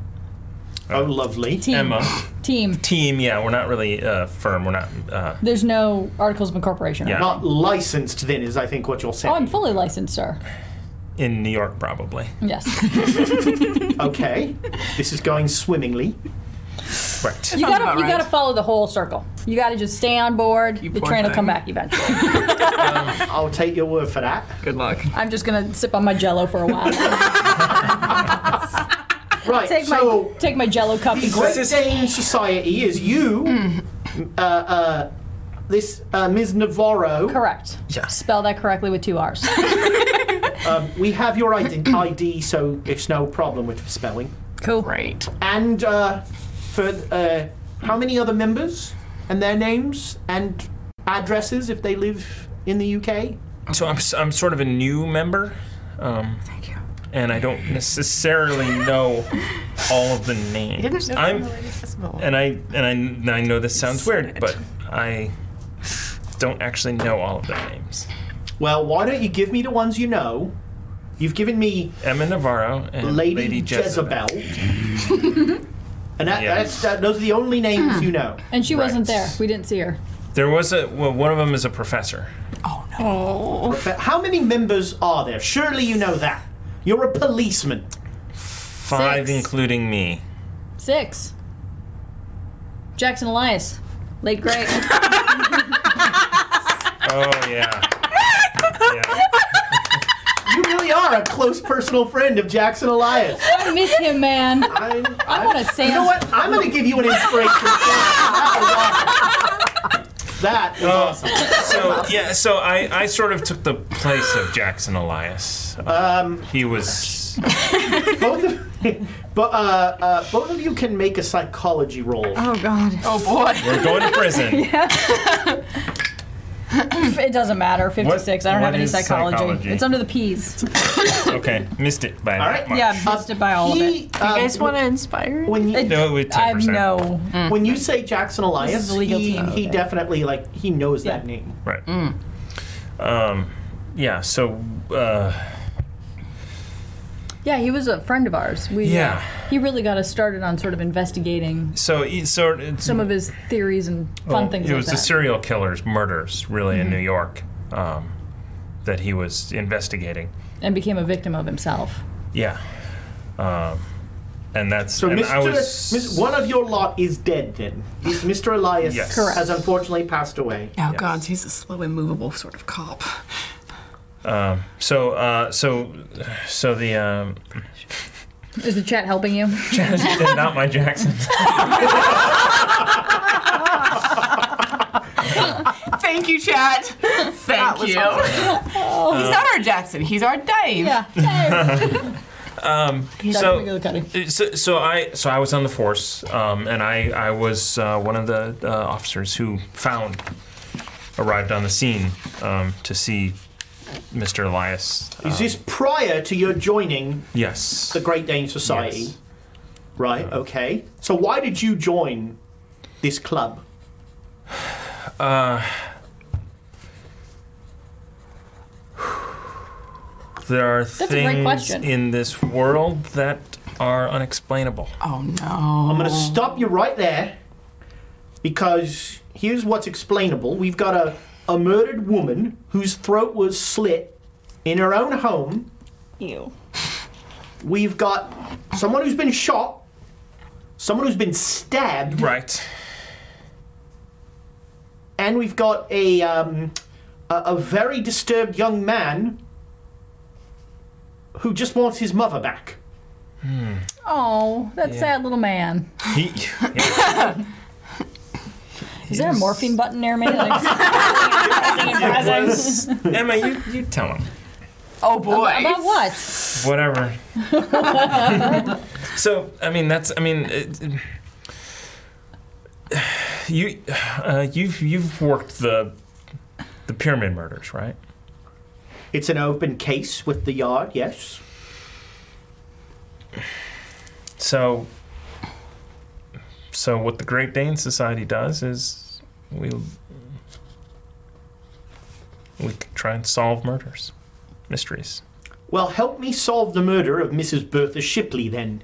[SPEAKER 3] oh lovely.
[SPEAKER 8] Team.
[SPEAKER 7] Emma.
[SPEAKER 8] Team.
[SPEAKER 7] Team, yeah, we're not really uh, firm. We're not. Uh,
[SPEAKER 8] There's no articles of incorporation.
[SPEAKER 7] Yeah.
[SPEAKER 3] Not licensed, then is I think what you're
[SPEAKER 8] Oh, I'm
[SPEAKER 3] saying.
[SPEAKER 8] fully licensed, sir.
[SPEAKER 7] in New York, probably.
[SPEAKER 8] Yes.
[SPEAKER 3] okay, this is going swimmingly.
[SPEAKER 7] Right.
[SPEAKER 8] You gotta,
[SPEAKER 10] about
[SPEAKER 8] you
[SPEAKER 10] right.
[SPEAKER 8] gotta follow the whole circle. You gotta just stay on board. the
[SPEAKER 10] poor
[SPEAKER 8] train will
[SPEAKER 10] thing.
[SPEAKER 8] come back eventually.
[SPEAKER 7] Um,
[SPEAKER 3] I'll take your word for that.
[SPEAKER 10] Good luck.
[SPEAKER 8] I'm just gonna sip on my Jello for a while.
[SPEAKER 3] Right.
[SPEAKER 8] take
[SPEAKER 3] so
[SPEAKER 8] my take my Hmm. Jello cup and
[SPEAKER 3] Great
[SPEAKER 8] grip.
[SPEAKER 3] Dane Society is you, uh, uh, this uh, Ms. Navarro.
[SPEAKER 8] Correct.
[SPEAKER 7] Yeah.
[SPEAKER 8] Spell that correctly with two R's.
[SPEAKER 3] We have your ID, ID, so it's no problem with spelling.
[SPEAKER 6] Great.
[SPEAKER 3] And uh, for uh, how many other members and their names and addresses if they live in the UK?
[SPEAKER 7] So I'm, s- I'm sort of a new member. Um, Thank
[SPEAKER 10] you.
[SPEAKER 7] And I don't necessarily know all of the names. I'm, and I and I, I know this sounds weird, but I don't actually know all of their names.
[SPEAKER 3] Well, why don't you give me the ones you know? You've given me
[SPEAKER 7] Emma Navarro and
[SPEAKER 3] Lady,
[SPEAKER 7] Lady,
[SPEAKER 3] Jezebel.
[SPEAKER 7] Jezebel.
[SPEAKER 3] and that,
[SPEAKER 7] Yeah.
[SPEAKER 3] that's, that, those are the only names you know.
[SPEAKER 8] And she
[SPEAKER 7] Right.
[SPEAKER 8] wasn't there. We didn't see her.
[SPEAKER 7] There was a well, one of them is a professor.
[SPEAKER 3] But how many members are there? Surely you know that. You're a policeman.
[SPEAKER 7] Five,
[SPEAKER 8] Six.
[SPEAKER 7] including me.
[SPEAKER 8] Six. Jackson Elias, late great.
[SPEAKER 7] Oh yeah. yeah.
[SPEAKER 3] You really are a close personal friend of Jackson Elias.
[SPEAKER 8] I miss him, man.
[SPEAKER 3] I,
[SPEAKER 8] I want to say
[SPEAKER 3] You know what? I'm going to give you an inspiration. point. that was
[SPEAKER 7] Uh,
[SPEAKER 3] awesome.
[SPEAKER 7] so yeah, so I, I sort of took the place of Jackson Elias. Um, he was
[SPEAKER 3] Both of, but, uh, uh, both of you can make a psychology roll.
[SPEAKER 9] Oh God.
[SPEAKER 10] Oh boy.
[SPEAKER 7] we're going to prison.
[SPEAKER 8] It doesn't matter. 56. I don't
[SPEAKER 7] what
[SPEAKER 8] have any
[SPEAKER 7] is
[SPEAKER 8] psychology.
[SPEAKER 7] psychology?
[SPEAKER 8] It's under the P's.
[SPEAKER 7] Okay, missed it by
[SPEAKER 3] All
[SPEAKER 7] that
[SPEAKER 3] right.
[SPEAKER 7] much.
[SPEAKER 8] Yeah, I missed it by all of it.
[SPEAKER 3] He, uh,
[SPEAKER 9] You guys want to inspire?
[SPEAKER 3] when you,
[SPEAKER 7] No, with
[SPEAKER 8] I
[SPEAKER 7] 10%.
[SPEAKER 8] know.
[SPEAKER 3] when you say Jackson Elias,
[SPEAKER 8] is illegal
[SPEAKER 3] he,
[SPEAKER 8] to know,
[SPEAKER 3] he definitely like he knows that
[SPEAKER 8] Yeah.
[SPEAKER 3] name.
[SPEAKER 7] Right.
[SPEAKER 8] Mm.
[SPEAKER 7] Um, yeah. So uh,
[SPEAKER 8] Yeah, he was a friend of ours. We, uh,
[SPEAKER 7] Yeah.
[SPEAKER 8] He really got us started on sort of investigating
[SPEAKER 7] so he sort of
[SPEAKER 8] some of his theories and fun
[SPEAKER 7] Well,
[SPEAKER 8] things
[SPEAKER 7] Oh, It
[SPEAKER 8] like
[SPEAKER 7] was the
[SPEAKER 8] that. Mm-hmm.
[SPEAKER 7] serial killers, murders, really in New York, um, that he was investigating.
[SPEAKER 8] and became a victim of himself.
[SPEAKER 7] Yeah. Um, and that's
[SPEAKER 3] So
[SPEAKER 7] and I
[SPEAKER 3] Mr.
[SPEAKER 7] was
[SPEAKER 3] Miss- one of your lot is dead then. Is Mr. Elias
[SPEAKER 7] Yes. Correct.
[SPEAKER 3] has unfortunately passed away.
[SPEAKER 10] Oh God, he's a slow and movable sort of cop.
[SPEAKER 7] um, so uh, so so the um,
[SPEAKER 8] Is the chat helping you?
[SPEAKER 7] not my Jackson.
[SPEAKER 6] Thank you, chat. Thank you. he's not our Jackson. He's our Dave.
[SPEAKER 8] yeah. Hey.
[SPEAKER 7] Um, so-
[SPEAKER 8] we go, Cuddy.
[SPEAKER 7] So, so I so I was on the force, um, and I I was uh, one of the uh, officers who found arrived on the scene um, to see Mr. Elias. Uh,
[SPEAKER 3] Is this prior to your joining
[SPEAKER 7] yes,
[SPEAKER 3] the Great Dane Society?
[SPEAKER 7] Yes.
[SPEAKER 3] Right. Okay. So why did you join this club?
[SPEAKER 7] there are
[SPEAKER 8] a great
[SPEAKER 7] things
[SPEAKER 8] question.
[SPEAKER 7] in this world that are unexplainable.
[SPEAKER 6] Oh no.
[SPEAKER 3] I'm going to stop you right there because here's what's explainable. We've got a, a murdered woman whose throat was slit in her own home.
[SPEAKER 8] You.
[SPEAKER 3] We've got someone who's been shot, someone who's been stabbed,
[SPEAKER 7] Right.
[SPEAKER 3] and we've got a, um, a, a very disturbed young man who just wants his mother back.
[SPEAKER 8] Oh, that sad little man.
[SPEAKER 7] He,
[SPEAKER 8] Is there a morphine button near me? Like,
[SPEAKER 7] It was- Emma, you, you tell him.
[SPEAKER 6] Oh boy.
[SPEAKER 8] about what?
[SPEAKER 7] Whatever. so, I mean, that's, I mean, it, you, uh, you've, you've worked the, the pyramid murders, right?
[SPEAKER 3] It's an open case with the yard, yes.
[SPEAKER 7] So, so what the Great Dane Society does is we, we try and solve murders, mysteries.
[SPEAKER 3] Well, help me solve the murder of Mrs. Bertha Shipley then.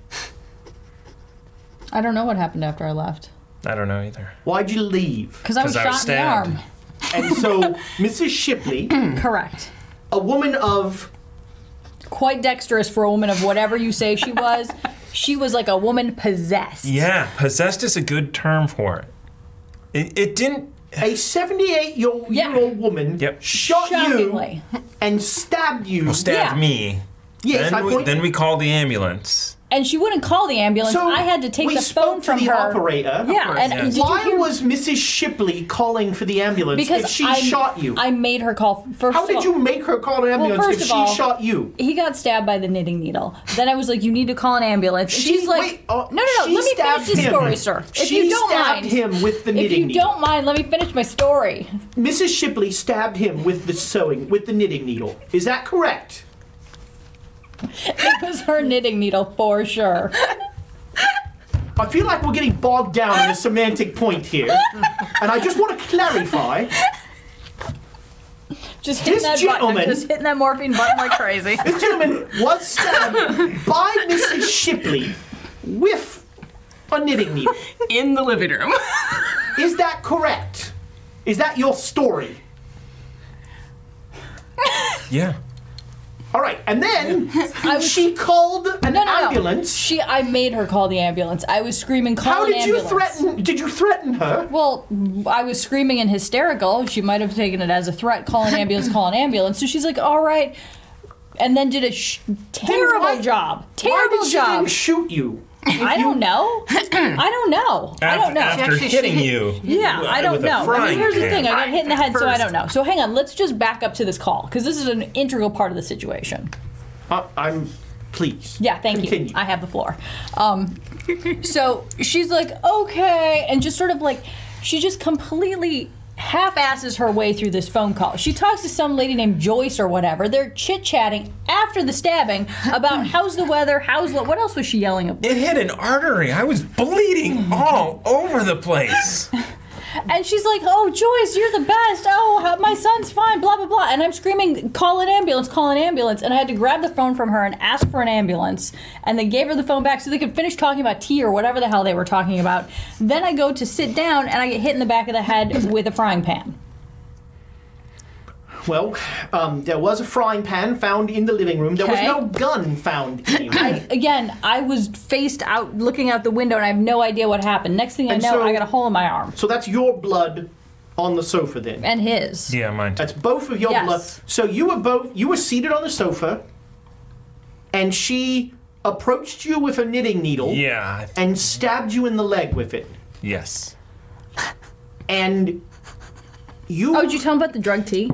[SPEAKER 8] I don't know what happened after I left.
[SPEAKER 7] I don't know either.
[SPEAKER 3] Why'd you leave?
[SPEAKER 8] Because I was
[SPEAKER 7] 'Cause I was
[SPEAKER 8] shot in the
[SPEAKER 7] stabbed.
[SPEAKER 8] arm.
[SPEAKER 3] And so, Mrs. Shipley,
[SPEAKER 8] Correct.
[SPEAKER 3] a woman of
[SPEAKER 8] Quite dexterous for a woman of whatever you say she was. she was like a woman possessed.
[SPEAKER 7] Yeah, possessed is a good term for it. It, it didn't.
[SPEAKER 3] a 78 year old
[SPEAKER 8] Yeah.
[SPEAKER 3] woman
[SPEAKER 7] Yep.
[SPEAKER 3] shot you
[SPEAKER 8] Shockingly.
[SPEAKER 3] and stabbed you.
[SPEAKER 7] stabbed
[SPEAKER 8] Yeah.
[SPEAKER 7] me.
[SPEAKER 3] Yes, I
[SPEAKER 7] then, we,
[SPEAKER 3] point.
[SPEAKER 7] then we call the ambulance.
[SPEAKER 8] And she wouldn't call the ambulance.
[SPEAKER 3] So,
[SPEAKER 8] I had to take
[SPEAKER 3] we
[SPEAKER 8] the
[SPEAKER 3] spoke to
[SPEAKER 8] phone from
[SPEAKER 3] the
[SPEAKER 8] her.
[SPEAKER 3] operator.
[SPEAKER 8] Yeah,
[SPEAKER 7] course,
[SPEAKER 8] and
[SPEAKER 7] yes.
[SPEAKER 8] did you
[SPEAKER 3] Why
[SPEAKER 8] hear-
[SPEAKER 3] was Mrs. Shipley calling for the ambulance
[SPEAKER 8] because
[SPEAKER 3] if she
[SPEAKER 8] I,
[SPEAKER 3] shot you?
[SPEAKER 8] I made her call. First
[SPEAKER 3] How
[SPEAKER 8] of
[SPEAKER 3] did
[SPEAKER 8] all-
[SPEAKER 3] you make her call an ambulance
[SPEAKER 8] first
[SPEAKER 3] if
[SPEAKER 8] of
[SPEAKER 3] she
[SPEAKER 8] all,
[SPEAKER 3] shot you?
[SPEAKER 8] He got stabbed by the knitting needle. Then I was like, "You need to call an ambulance." And
[SPEAKER 3] She-
[SPEAKER 8] She's like,
[SPEAKER 3] wait, oh,
[SPEAKER 8] "No, no, no.
[SPEAKER 3] she
[SPEAKER 8] Let me
[SPEAKER 3] stabbed
[SPEAKER 8] finish the
[SPEAKER 3] him.
[SPEAKER 8] story, sir. If
[SPEAKER 3] She
[SPEAKER 8] you don't
[SPEAKER 3] stabbed
[SPEAKER 8] mind,
[SPEAKER 3] him with the
[SPEAKER 8] if
[SPEAKER 3] knitting
[SPEAKER 8] you
[SPEAKER 3] needle.
[SPEAKER 8] don't mind, let me finish my story."
[SPEAKER 3] Mrs. Shipley stabbed him with the sewing, with the knitting needle. Is that correct?
[SPEAKER 8] It was her knitting needle for sure.
[SPEAKER 3] I feel like we're getting bogged down in a semantic point here, and I just want to clarify.
[SPEAKER 8] Just hitting
[SPEAKER 3] This
[SPEAKER 8] that
[SPEAKER 3] gentleman-
[SPEAKER 8] button. I'm just hitting that morphine button like crazy.
[SPEAKER 3] This gentleman was stabbed by Mrs. Shipley with a knitting needle.
[SPEAKER 6] in the living room.
[SPEAKER 3] Is that correct? Is that your story?
[SPEAKER 7] Yeah.
[SPEAKER 3] All right, and then
[SPEAKER 8] was-
[SPEAKER 3] she called an
[SPEAKER 8] No, no, no.
[SPEAKER 3] ambulance.
[SPEAKER 8] She, I made her call the ambulance. I was screaming, "Call
[SPEAKER 3] How
[SPEAKER 8] an
[SPEAKER 3] did you
[SPEAKER 8] ambulance."
[SPEAKER 3] threaten? Did you threaten her?
[SPEAKER 8] Well, I was screaming and hysterical. She might have taken it as a threat. Call an ambulance. Call an ambulance. So she's like, "All right," and then did a sh- terrible
[SPEAKER 3] why-
[SPEAKER 8] job.
[SPEAKER 3] Why
[SPEAKER 8] Terrible
[SPEAKER 3] did she
[SPEAKER 8] job.
[SPEAKER 3] then shoot you?
[SPEAKER 8] I don't know. I don't know. I
[SPEAKER 7] Af-
[SPEAKER 8] don't know.
[SPEAKER 7] After hitting you.
[SPEAKER 8] yeah, I don't
[SPEAKER 7] with a
[SPEAKER 8] know. I mean,
[SPEAKER 7] frying
[SPEAKER 8] here's the
[SPEAKER 7] pan.
[SPEAKER 8] thing: I got hit in the head, so I don't know. So hang on. Let's just back up to this call because this is an integral part of the situation.
[SPEAKER 3] Uh, I'm pleased.
[SPEAKER 8] Yeah, thank
[SPEAKER 3] Continue.
[SPEAKER 8] you. I have the floor. Um, so she's like, okay, and just sort of like, she just completely half asses her way through this phone call. She talks to some lady named Joyce or whatever. They're chit chatting after the stabbing about how's the weather, how's the, what else was she yelling about?
[SPEAKER 7] It hit an artery. I was bleeding all over the place.
[SPEAKER 8] And she's like, oh, Joyce, you're the best. Oh, how- my son's fine, blah, blah, blah. And I'm screaming, call an ambulance, call an ambulance. And I had to grab the phone from her and ask for an ambulance. And they gave her the phone back so they could finish talking about tea or whatever the hell they were talking about. Then I go to sit down and I get hit in the back of the head with a frying pan.
[SPEAKER 3] Well, um, there was a frying pan found in the living room. There
[SPEAKER 8] Okay.
[SPEAKER 3] was no gun found anywhere.
[SPEAKER 8] Again, I was faced out looking out the window and I have no idea what happened. Next thing I
[SPEAKER 3] And
[SPEAKER 8] know,
[SPEAKER 3] so-
[SPEAKER 8] I got a hole in my arm.
[SPEAKER 3] so that's your blood on the sofa then.
[SPEAKER 8] And his.
[SPEAKER 7] Yeah, mine too.
[SPEAKER 3] That's both of your
[SPEAKER 8] Yes.
[SPEAKER 3] blood. So you were both you were seated on the sofa, and she approached you with a knitting needle
[SPEAKER 7] Yeah. I-
[SPEAKER 3] and stabbed you in the leg with it.
[SPEAKER 7] Yes.
[SPEAKER 3] And you
[SPEAKER 8] Oh, did you tell him about the drug tea?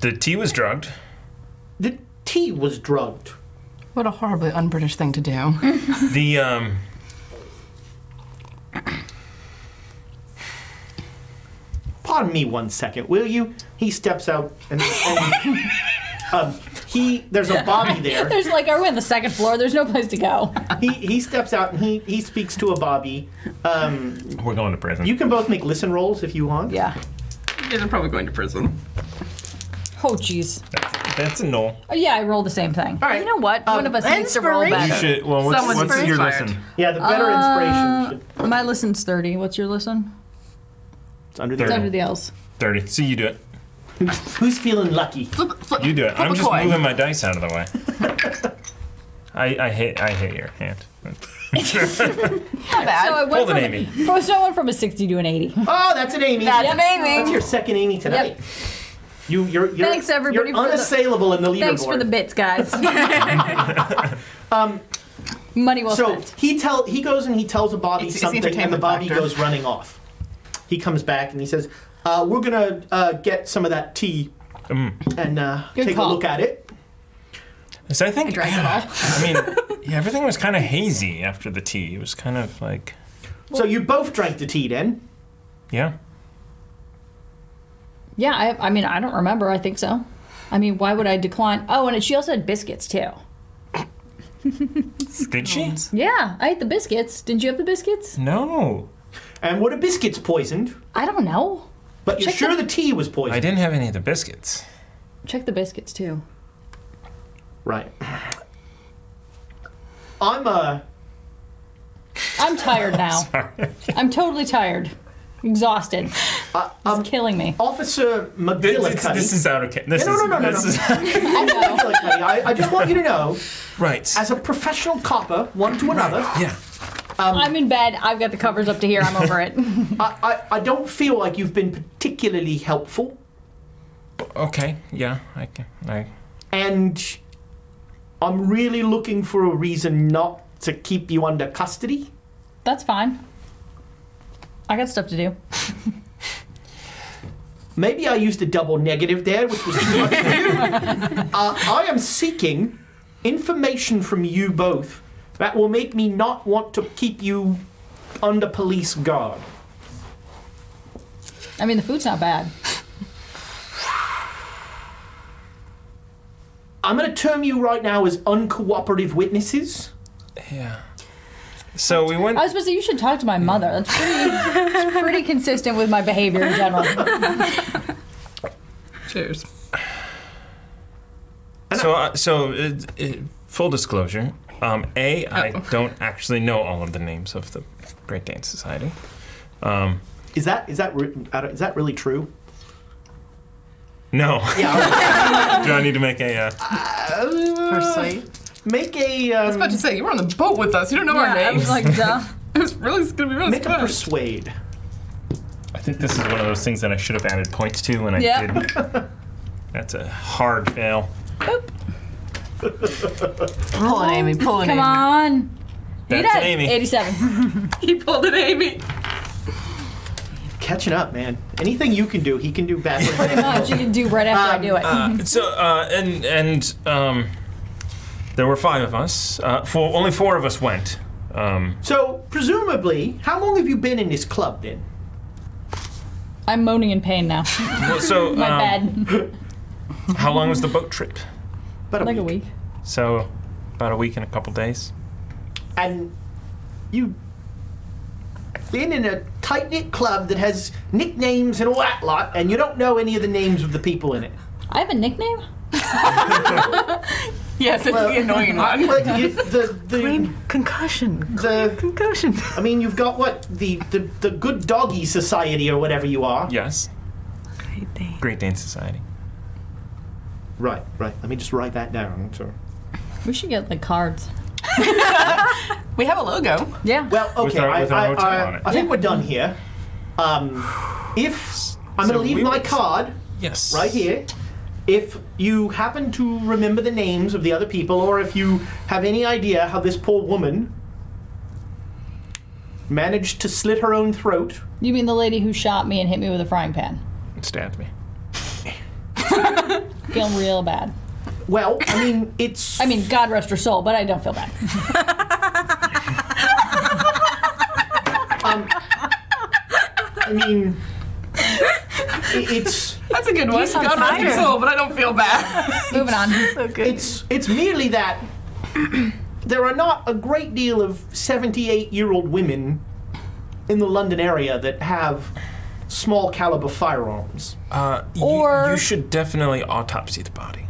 [SPEAKER 7] The tea was drugged.
[SPEAKER 3] the tea was drugged.
[SPEAKER 6] What a horribly un-British thing to do.
[SPEAKER 7] The um
[SPEAKER 3] Pardon me one second, will you? He steps out and, and um, he there's a Bobby there.
[SPEAKER 8] There's like, are we on the second floor? There's no place to go.
[SPEAKER 3] He he steps out and he he speaks to a Bobby. Um,
[SPEAKER 7] we're going to prison.
[SPEAKER 3] you can both make listen rolls if you want.
[SPEAKER 8] Yeah.
[SPEAKER 10] guys are probably going to prison.
[SPEAKER 8] Oh, jeez.
[SPEAKER 7] That's a no.
[SPEAKER 8] Oh, yeah, I rolled the same thing.
[SPEAKER 3] All right. Uh,
[SPEAKER 8] You know what? One of us needs to roll
[SPEAKER 10] inspiration.
[SPEAKER 7] You
[SPEAKER 8] better.
[SPEAKER 7] should well what's,
[SPEAKER 10] Someone's
[SPEAKER 7] what's your
[SPEAKER 10] inspired.
[SPEAKER 7] lesson?
[SPEAKER 3] Yeah, the better
[SPEAKER 10] Uh,
[SPEAKER 3] inspiration. should-
[SPEAKER 8] My listen's 30. What's your listen?
[SPEAKER 3] It's under the
[SPEAKER 8] It's under the L's.
[SPEAKER 7] Thirty. So you do it.
[SPEAKER 3] Who's feeling lucky?
[SPEAKER 7] You do it. I'm just moving my dice out of the way. I, I hate I hate your hand.
[SPEAKER 8] So I
[SPEAKER 7] Pull
[SPEAKER 8] went
[SPEAKER 7] the
[SPEAKER 8] from,
[SPEAKER 7] Amy.
[SPEAKER 8] from, so I went from a 60 to an 80.
[SPEAKER 3] Oh, that's an Amy. That's,
[SPEAKER 8] Yep.
[SPEAKER 3] your second Amy tonight.
[SPEAKER 8] Yep.
[SPEAKER 3] You, you're, you're,
[SPEAKER 8] Thanks, everybody,
[SPEAKER 3] You're
[SPEAKER 8] for the-
[SPEAKER 3] unassailable in the leaderboard. Um,
[SPEAKER 8] Thanks for the bits, guys. Money well
[SPEAKER 3] So
[SPEAKER 8] spent.
[SPEAKER 3] he tell he goes and he tells a Bobby
[SPEAKER 10] It's- it's
[SPEAKER 3] something, and the
[SPEAKER 10] entertainment
[SPEAKER 3] Bobby
[SPEAKER 10] factor.
[SPEAKER 3] goes running off. He comes back and he says, uh, "We're gonna uh, get some of that tea
[SPEAKER 10] Mm.
[SPEAKER 3] and uh, take
[SPEAKER 8] call.
[SPEAKER 3] a look at it."
[SPEAKER 7] So I think I mean yeah, everything was kinda hazy after the tea. It was kind of like
[SPEAKER 3] so you both drank the tea then.
[SPEAKER 7] yeah.
[SPEAKER 8] Yeah, I, I mean, I don't remember. I think so. I mean, why would I decline? Oh, and she also had biscuits, too.
[SPEAKER 7] Did she?
[SPEAKER 8] Yeah, I ate the biscuits. Didn't you have the biscuits?
[SPEAKER 7] No.
[SPEAKER 3] And were the biscuits poisoned?
[SPEAKER 8] I don't know.
[SPEAKER 3] But you're
[SPEAKER 8] Check
[SPEAKER 3] sure
[SPEAKER 8] the-
[SPEAKER 3] the tea was
[SPEAKER 7] I
[SPEAKER 3] poisoned,
[SPEAKER 7] didn't have any of the biscuits.
[SPEAKER 8] Check the biscuits, too.
[SPEAKER 3] right? I'm uh,
[SPEAKER 8] I'm tired now. I'm totally tired. Exhausted.
[SPEAKER 3] Uh, um,
[SPEAKER 8] it's killing me.
[SPEAKER 3] Officer
[SPEAKER 7] This,
[SPEAKER 3] McGillicuddy.
[SPEAKER 7] this- this is out of ca- this
[SPEAKER 3] No, no,
[SPEAKER 7] is-
[SPEAKER 3] no, no,
[SPEAKER 7] this
[SPEAKER 3] no.
[SPEAKER 7] is-
[SPEAKER 8] I know.
[SPEAKER 3] McGillicuddy, I, I just want you to know,
[SPEAKER 7] right.
[SPEAKER 3] as a professional copper, one to another,
[SPEAKER 7] yeah.
[SPEAKER 8] I'm in bed. I've got the covers up to here. I'm over it.
[SPEAKER 3] I, I, I don't feel like you've been particularly helpful,
[SPEAKER 7] Okay. Yeah. I can. I.
[SPEAKER 3] and I'm really looking for a reason not to keep you under custody.
[SPEAKER 8] That's fine. I got stuff to do.
[SPEAKER 3] Maybe I used a double negative there, which was too much for you. Uh, I am seeking information from you both that will make me not want to keep you under police guard.
[SPEAKER 8] I mean, the food's not bad.
[SPEAKER 3] I'm going to term you right now as uncooperative witnesses.
[SPEAKER 7] Yeah. So we went.
[SPEAKER 8] I was supposed to say you should talk to my mother. That's pretty, that's pretty consistent with my behavior in general.
[SPEAKER 9] Cheers.
[SPEAKER 7] So, uh, so uh, uh, full disclosure, um, A, I
[SPEAKER 8] Oh.
[SPEAKER 7] don't actually know all of the names of the Great Dane Society. Um,
[SPEAKER 3] Is that is that re- I don't- is that really true?
[SPEAKER 7] no.
[SPEAKER 3] Yeah.
[SPEAKER 7] Do I need to make a? Uh,
[SPEAKER 10] Persuade.
[SPEAKER 3] make a
[SPEAKER 10] I was about
[SPEAKER 3] um,
[SPEAKER 10] to say, you were on the boat with us. You don't know our
[SPEAKER 8] I
[SPEAKER 10] names.
[SPEAKER 8] was like, duh.
[SPEAKER 10] it was really it's gonna be really
[SPEAKER 3] make a
[SPEAKER 10] fun.
[SPEAKER 3] persuade.
[SPEAKER 7] I think this is one of those things that I should have added points to, and I
[SPEAKER 8] Yeah.
[SPEAKER 7] didn't. That's a hard fail.
[SPEAKER 6] Pull an Amy, pull an
[SPEAKER 8] Come
[SPEAKER 6] Amy.
[SPEAKER 8] on. You
[SPEAKER 7] That's
[SPEAKER 8] did
[SPEAKER 7] an
[SPEAKER 8] it.
[SPEAKER 7] Amy.
[SPEAKER 8] 87.
[SPEAKER 10] he pulled an Amy.
[SPEAKER 3] Catching up, man. Anything you can do, he can do better.
[SPEAKER 8] Pretty much. You Oh, can do right after I do it.
[SPEAKER 7] So uh, and and um, there were five of us. Uh, four, only four of us went. Um,
[SPEAKER 3] so presumably, how long have you been in this club then?
[SPEAKER 8] I'm moaning in pain now.
[SPEAKER 7] well, so
[SPEAKER 8] My
[SPEAKER 7] um,
[SPEAKER 8] bad.
[SPEAKER 7] how long was the boat trip?
[SPEAKER 3] About a
[SPEAKER 8] Like
[SPEAKER 3] week.
[SPEAKER 8] a week.
[SPEAKER 7] So about a week and a couple days.
[SPEAKER 3] And you been in a tight knit club that has nicknames and all that lot, and you don't know any of the names of the people in it.
[SPEAKER 8] I have a nickname?
[SPEAKER 10] Yes, it's the annoying one.
[SPEAKER 3] But you, the the
[SPEAKER 9] Concussion.
[SPEAKER 3] the
[SPEAKER 9] Concussion.
[SPEAKER 3] I mean, you've got what the the, the good doggy society or whatever you are.
[SPEAKER 7] Yes.
[SPEAKER 9] Great day.
[SPEAKER 7] Great Dane Society.
[SPEAKER 3] Right, right. Let me just write that down. So.
[SPEAKER 8] We should get like cards.
[SPEAKER 10] We have a logo.
[SPEAKER 8] Yeah.
[SPEAKER 3] Well, okay.
[SPEAKER 7] our- with our
[SPEAKER 3] I, I,
[SPEAKER 7] hotel
[SPEAKER 3] I,
[SPEAKER 7] on it.
[SPEAKER 3] I think we're done here. Um, if I'm
[SPEAKER 7] So
[SPEAKER 3] going to leave
[SPEAKER 7] we
[SPEAKER 3] my
[SPEAKER 7] will-
[SPEAKER 3] card
[SPEAKER 7] Yes.
[SPEAKER 3] right here. If you happen to remember the names of the other people, or if you have any idea how this poor woman managed to slit her own throat,
[SPEAKER 8] you mean the lady who shot me and hit me with a frying pan?
[SPEAKER 7] Stabbed me.
[SPEAKER 8] Feel real bad.
[SPEAKER 3] well, I mean, it's.
[SPEAKER 8] I mean, God rest her soul, but I don't feel bad.
[SPEAKER 3] I mean, i- it's.
[SPEAKER 10] That's a good one. God rest your soul, but I don't feel bad.
[SPEAKER 8] Moving on.
[SPEAKER 3] It's it's merely that there are not a great deal of 78 year old women in the London area that have small caliber firearms.
[SPEAKER 7] Uh, you-
[SPEAKER 8] Or-
[SPEAKER 7] you should definitely autopsy the body.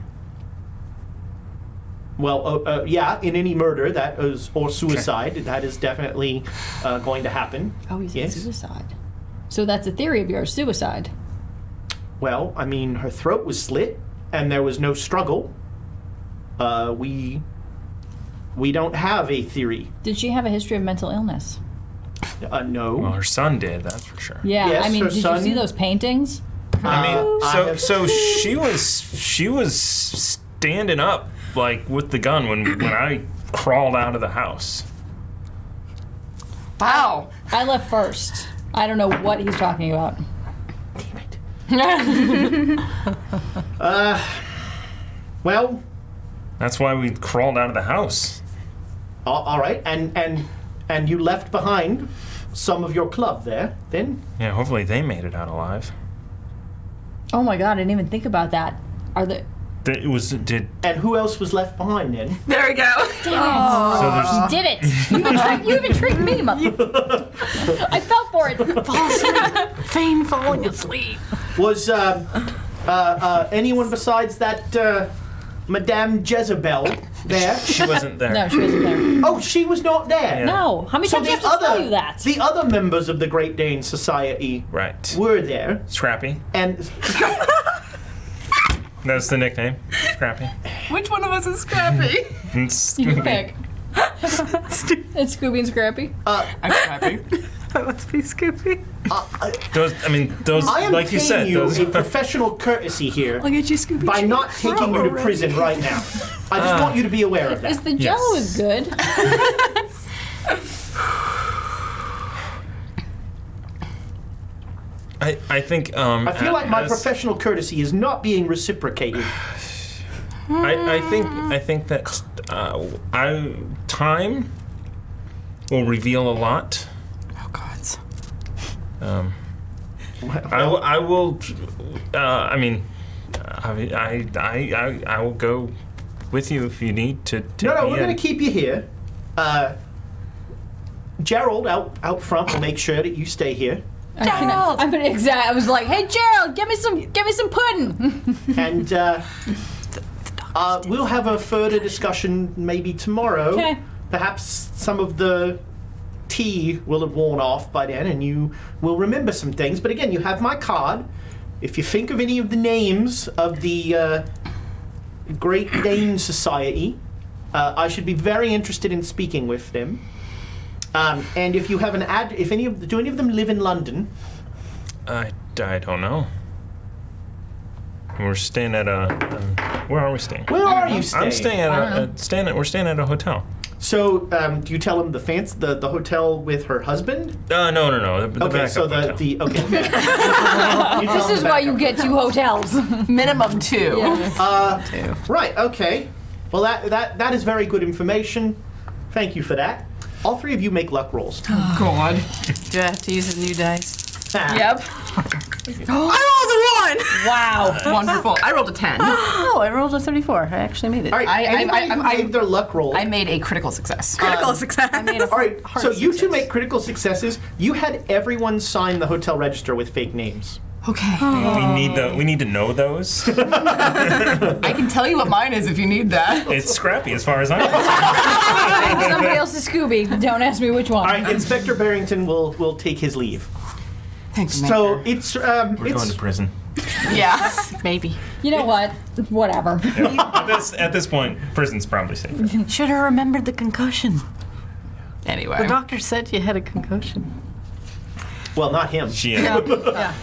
[SPEAKER 3] Well, uh, uh, yeah, in any murder that is or suicide that is definitely uh, going to happen.
[SPEAKER 8] Oh, he's
[SPEAKER 3] Yes.
[SPEAKER 8] suicide. So that's a theory of yours, suicide.
[SPEAKER 3] Well, I mean, her throat was slit and there was no struggle. Uh, we we don't have a theory.
[SPEAKER 8] Did she have a history of mental illness?
[SPEAKER 3] Uh, no.
[SPEAKER 7] Well, her son did, that's for sure.
[SPEAKER 8] Yeah,
[SPEAKER 3] Yes,
[SPEAKER 8] I mean,
[SPEAKER 3] her
[SPEAKER 8] did
[SPEAKER 3] son-
[SPEAKER 8] you see those paintings?
[SPEAKER 7] I
[SPEAKER 3] Uh,
[SPEAKER 7] mean,
[SPEAKER 3] I
[SPEAKER 7] so
[SPEAKER 3] have-
[SPEAKER 7] so she was she was standing up like with the gun when when I crawled out of the house.
[SPEAKER 10] Wow.
[SPEAKER 8] I left first. I don't know what he's talking about.
[SPEAKER 3] Well,
[SPEAKER 7] That's why we crawled out of the house.
[SPEAKER 3] a- all right, and and and you left behind some of your club there. Then
[SPEAKER 7] Yeah, hopefully they made it out alive.
[SPEAKER 8] Oh my god, I didn't even think about that. Are the
[SPEAKER 7] Th- It was did
[SPEAKER 3] and who else was left behind then?
[SPEAKER 10] There we go.
[SPEAKER 7] so there's
[SPEAKER 8] did it? You even, tricked- you even tricked me, mother. I fell for it.
[SPEAKER 9] Fame falling asleep.
[SPEAKER 3] Was um, uh, uh, anyone besides that uh, Madame Jezebel there?
[SPEAKER 7] she wasn't there.
[SPEAKER 8] No, she wasn't there.
[SPEAKER 3] oh, she was not there.
[SPEAKER 7] Yeah.
[SPEAKER 8] No, how many
[SPEAKER 3] So
[SPEAKER 8] times do I
[SPEAKER 3] the
[SPEAKER 8] have to tell you
[SPEAKER 3] other
[SPEAKER 8] that?
[SPEAKER 3] the other members of the Great Dane Society
[SPEAKER 7] Right.
[SPEAKER 3] were there,
[SPEAKER 7] Scrappy.
[SPEAKER 3] and
[SPEAKER 7] That's the nickname. Scrappy.
[SPEAKER 10] Which one of us is Scrappy?
[SPEAKER 7] It's
[SPEAKER 8] you pick. it's Scooby and Scrappy.
[SPEAKER 10] I'm Scrappy.
[SPEAKER 9] That must be Scoopy.
[SPEAKER 7] those I mean those
[SPEAKER 3] I am
[SPEAKER 7] like you
[SPEAKER 3] paying
[SPEAKER 7] said
[SPEAKER 3] you
[SPEAKER 7] those
[SPEAKER 3] a professional courtesy here
[SPEAKER 9] I'll get you Scoopy.
[SPEAKER 3] by not taking you to prison right now. I
[SPEAKER 7] Ah.
[SPEAKER 3] just want you to be aware of that.
[SPEAKER 8] Is the jello is good?
[SPEAKER 7] I, I think. Um,
[SPEAKER 3] I feel like my
[SPEAKER 7] as-
[SPEAKER 3] professional courtesy is not being reciprocated.
[SPEAKER 7] I, I think I think that uh, I time will reveal a lot.
[SPEAKER 10] Oh, gods.
[SPEAKER 7] Um, I will. I will. Uh, I mean, I, I, I, I, I will go with you if you need to. to
[SPEAKER 3] No, no,
[SPEAKER 7] be
[SPEAKER 3] we're
[SPEAKER 7] in.
[SPEAKER 3] going to keep you here. Uh, Gerald out out front will make sure that you stay here,
[SPEAKER 8] Gerald. I'm gonna exact. I was like, hey Gerald, give me some, give me some pudding.
[SPEAKER 3] and uh, uh, we'll have a further discussion maybe tomorrow.
[SPEAKER 8] Okay.
[SPEAKER 3] Perhaps some of the tea will have worn off by then, and you will remember some things. But again, you have my card. If you think of any of the names of the uh, Great Dane Society, uh, I should be very interested in speaking with them. Um, and if you have an ad, if any of do any of them live in London?
[SPEAKER 7] I, I don't know. We're staying at a. Um, where are we staying?
[SPEAKER 3] Where are you staying?
[SPEAKER 7] I'm staying at a, a staying at, We're staying at a hotel.
[SPEAKER 3] So, um, do you tell him the fancy the, the hotel with her husband?
[SPEAKER 7] Uh, no, no, no. The, the
[SPEAKER 3] Okay,
[SPEAKER 7] backup
[SPEAKER 3] so the,
[SPEAKER 7] hotel.
[SPEAKER 3] the okay. You tell
[SPEAKER 8] this
[SPEAKER 3] him
[SPEAKER 8] is
[SPEAKER 3] the
[SPEAKER 8] why
[SPEAKER 3] backup.
[SPEAKER 8] you get two hotels.
[SPEAKER 6] Minimum two.
[SPEAKER 3] Right. Okay. Well, that that that is very good information. Thank you for that. All three of you make luck rolls.
[SPEAKER 6] God.
[SPEAKER 9] Do I have to use a new dice?
[SPEAKER 3] yep.
[SPEAKER 10] I rolled a one!
[SPEAKER 8] Wow.
[SPEAKER 6] Wonderful. I rolled a 10. I,
[SPEAKER 9] Oh, I rolled a 34. I actually made it.
[SPEAKER 3] All right.
[SPEAKER 6] I- I-
[SPEAKER 3] anybody
[SPEAKER 6] I-
[SPEAKER 3] who
[SPEAKER 6] I-
[SPEAKER 3] made their luck roll.
[SPEAKER 6] made a critical success.
[SPEAKER 10] Critical success.
[SPEAKER 3] all right. So you two make critical successes. You had everyone sign the hotel register with fake names.
[SPEAKER 6] Okay.
[SPEAKER 7] we need the. We need to know those.
[SPEAKER 6] I can tell you what mine is if you need that.
[SPEAKER 7] it's scrappy as far as I'm concerned.
[SPEAKER 8] Somebody else is Scooby. Don't ask me which one.
[SPEAKER 3] All right. Inspector Barrington will will take his leave.
[SPEAKER 6] Thanks,
[SPEAKER 3] So it's um
[SPEAKER 7] We're going
[SPEAKER 3] it's
[SPEAKER 7] to prison.
[SPEAKER 6] Yeah.
[SPEAKER 9] Maybe.
[SPEAKER 8] You know what? Whatever.
[SPEAKER 7] at, this, at this point, prison's probably safer.
[SPEAKER 9] Should have remembered the concussion. The
[SPEAKER 6] Anyway.
[SPEAKER 9] doctor said you had a concussion.
[SPEAKER 3] well not him.
[SPEAKER 7] She and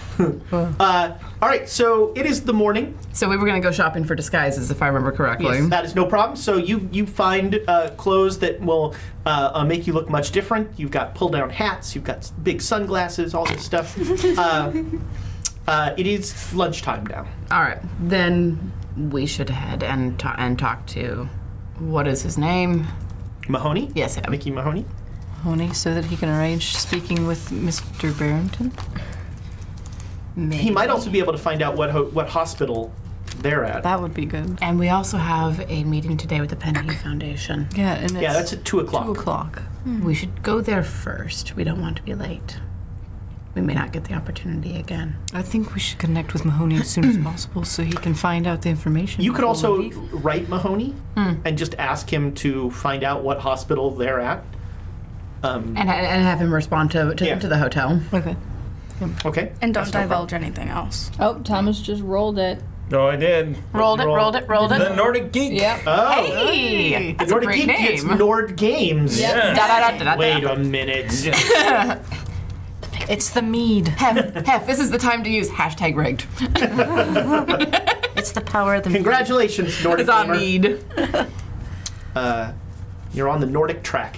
[SPEAKER 3] Uh, all right. So it is the morning.
[SPEAKER 6] So we were going to go shopping for disguises, if I remember correctly.
[SPEAKER 3] Yes, that is no problem. So you you find uh, clothes that will uh, uh, make you look much different. You've got pull down hats. You've got s- big sunglasses. All this stuff. uh, uh, it is lunchtime now.
[SPEAKER 6] All right. Then we should head and, ta- and talk to. What is his name?
[SPEAKER 3] Mahoney.
[SPEAKER 6] Yes, him.
[SPEAKER 3] Mickey Mahoney.
[SPEAKER 9] Honey, so that he can arrange speaking with Mr. Barrington.
[SPEAKER 3] He might also be able to find out what ho- what hospital they're at.
[SPEAKER 9] That would be good.
[SPEAKER 6] And we also have a meeting today with the Penny Foundation.
[SPEAKER 9] Yeah, and it's
[SPEAKER 3] yeah, that's at two o'clock.
[SPEAKER 9] two o'clock.
[SPEAKER 3] Hmm.
[SPEAKER 6] We should go there first. We don't want to be late. We may not get the opportunity again.
[SPEAKER 9] I think we should connect with Mahoney as soon as possible so he can find out the information.
[SPEAKER 3] You could
[SPEAKER 9] before
[SPEAKER 3] also
[SPEAKER 9] we leave.
[SPEAKER 3] write Mahoney
[SPEAKER 6] Hmm.
[SPEAKER 3] and just ask him to find out what hospital they're at. Um,
[SPEAKER 6] And, and have him respond to, to,
[SPEAKER 3] Yeah.
[SPEAKER 6] to the hotel.
[SPEAKER 9] Okay.
[SPEAKER 3] okay.
[SPEAKER 4] And don't divulge anything else.
[SPEAKER 8] Oh, Thomas just rolled it.
[SPEAKER 7] No, I did.
[SPEAKER 6] Rolled it, rolled it, rolled
[SPEAKER 7] The
[SPEAKER 6] it.
[SPEAKER 7] Nordic Geek.
[SPEAKER 8] Yep.
[SPEAKER 3] Oh,
[SPEAKER 6] Hey, that's a
[SPEAKER 3] Nord
[SPEAKER 6] great
[SPEAKER 3] Geek gets
[SPEAKER 6] name.
[SPEAKER 3] Nord Games.
[SPEAKER 7] Yeah.
[SPEAKER 6] Da, da, da, da, da, da.
[SPEAKER 3] Wait a minute.
[SPEAKER 9] It's the mead.
[SPEAKER 6] Hef, Hef, this is the time to use hashtag rigged.
[SPEAKER 9] It's the power of the
[SPEAKER 3] Congratulations, Nordic
[SPEAKER 6] It's on
[SPEAKER 3] Gamer.
[SPEAKER 6] need.
[SPEAKER 3] Uh, you're on the Nordic track.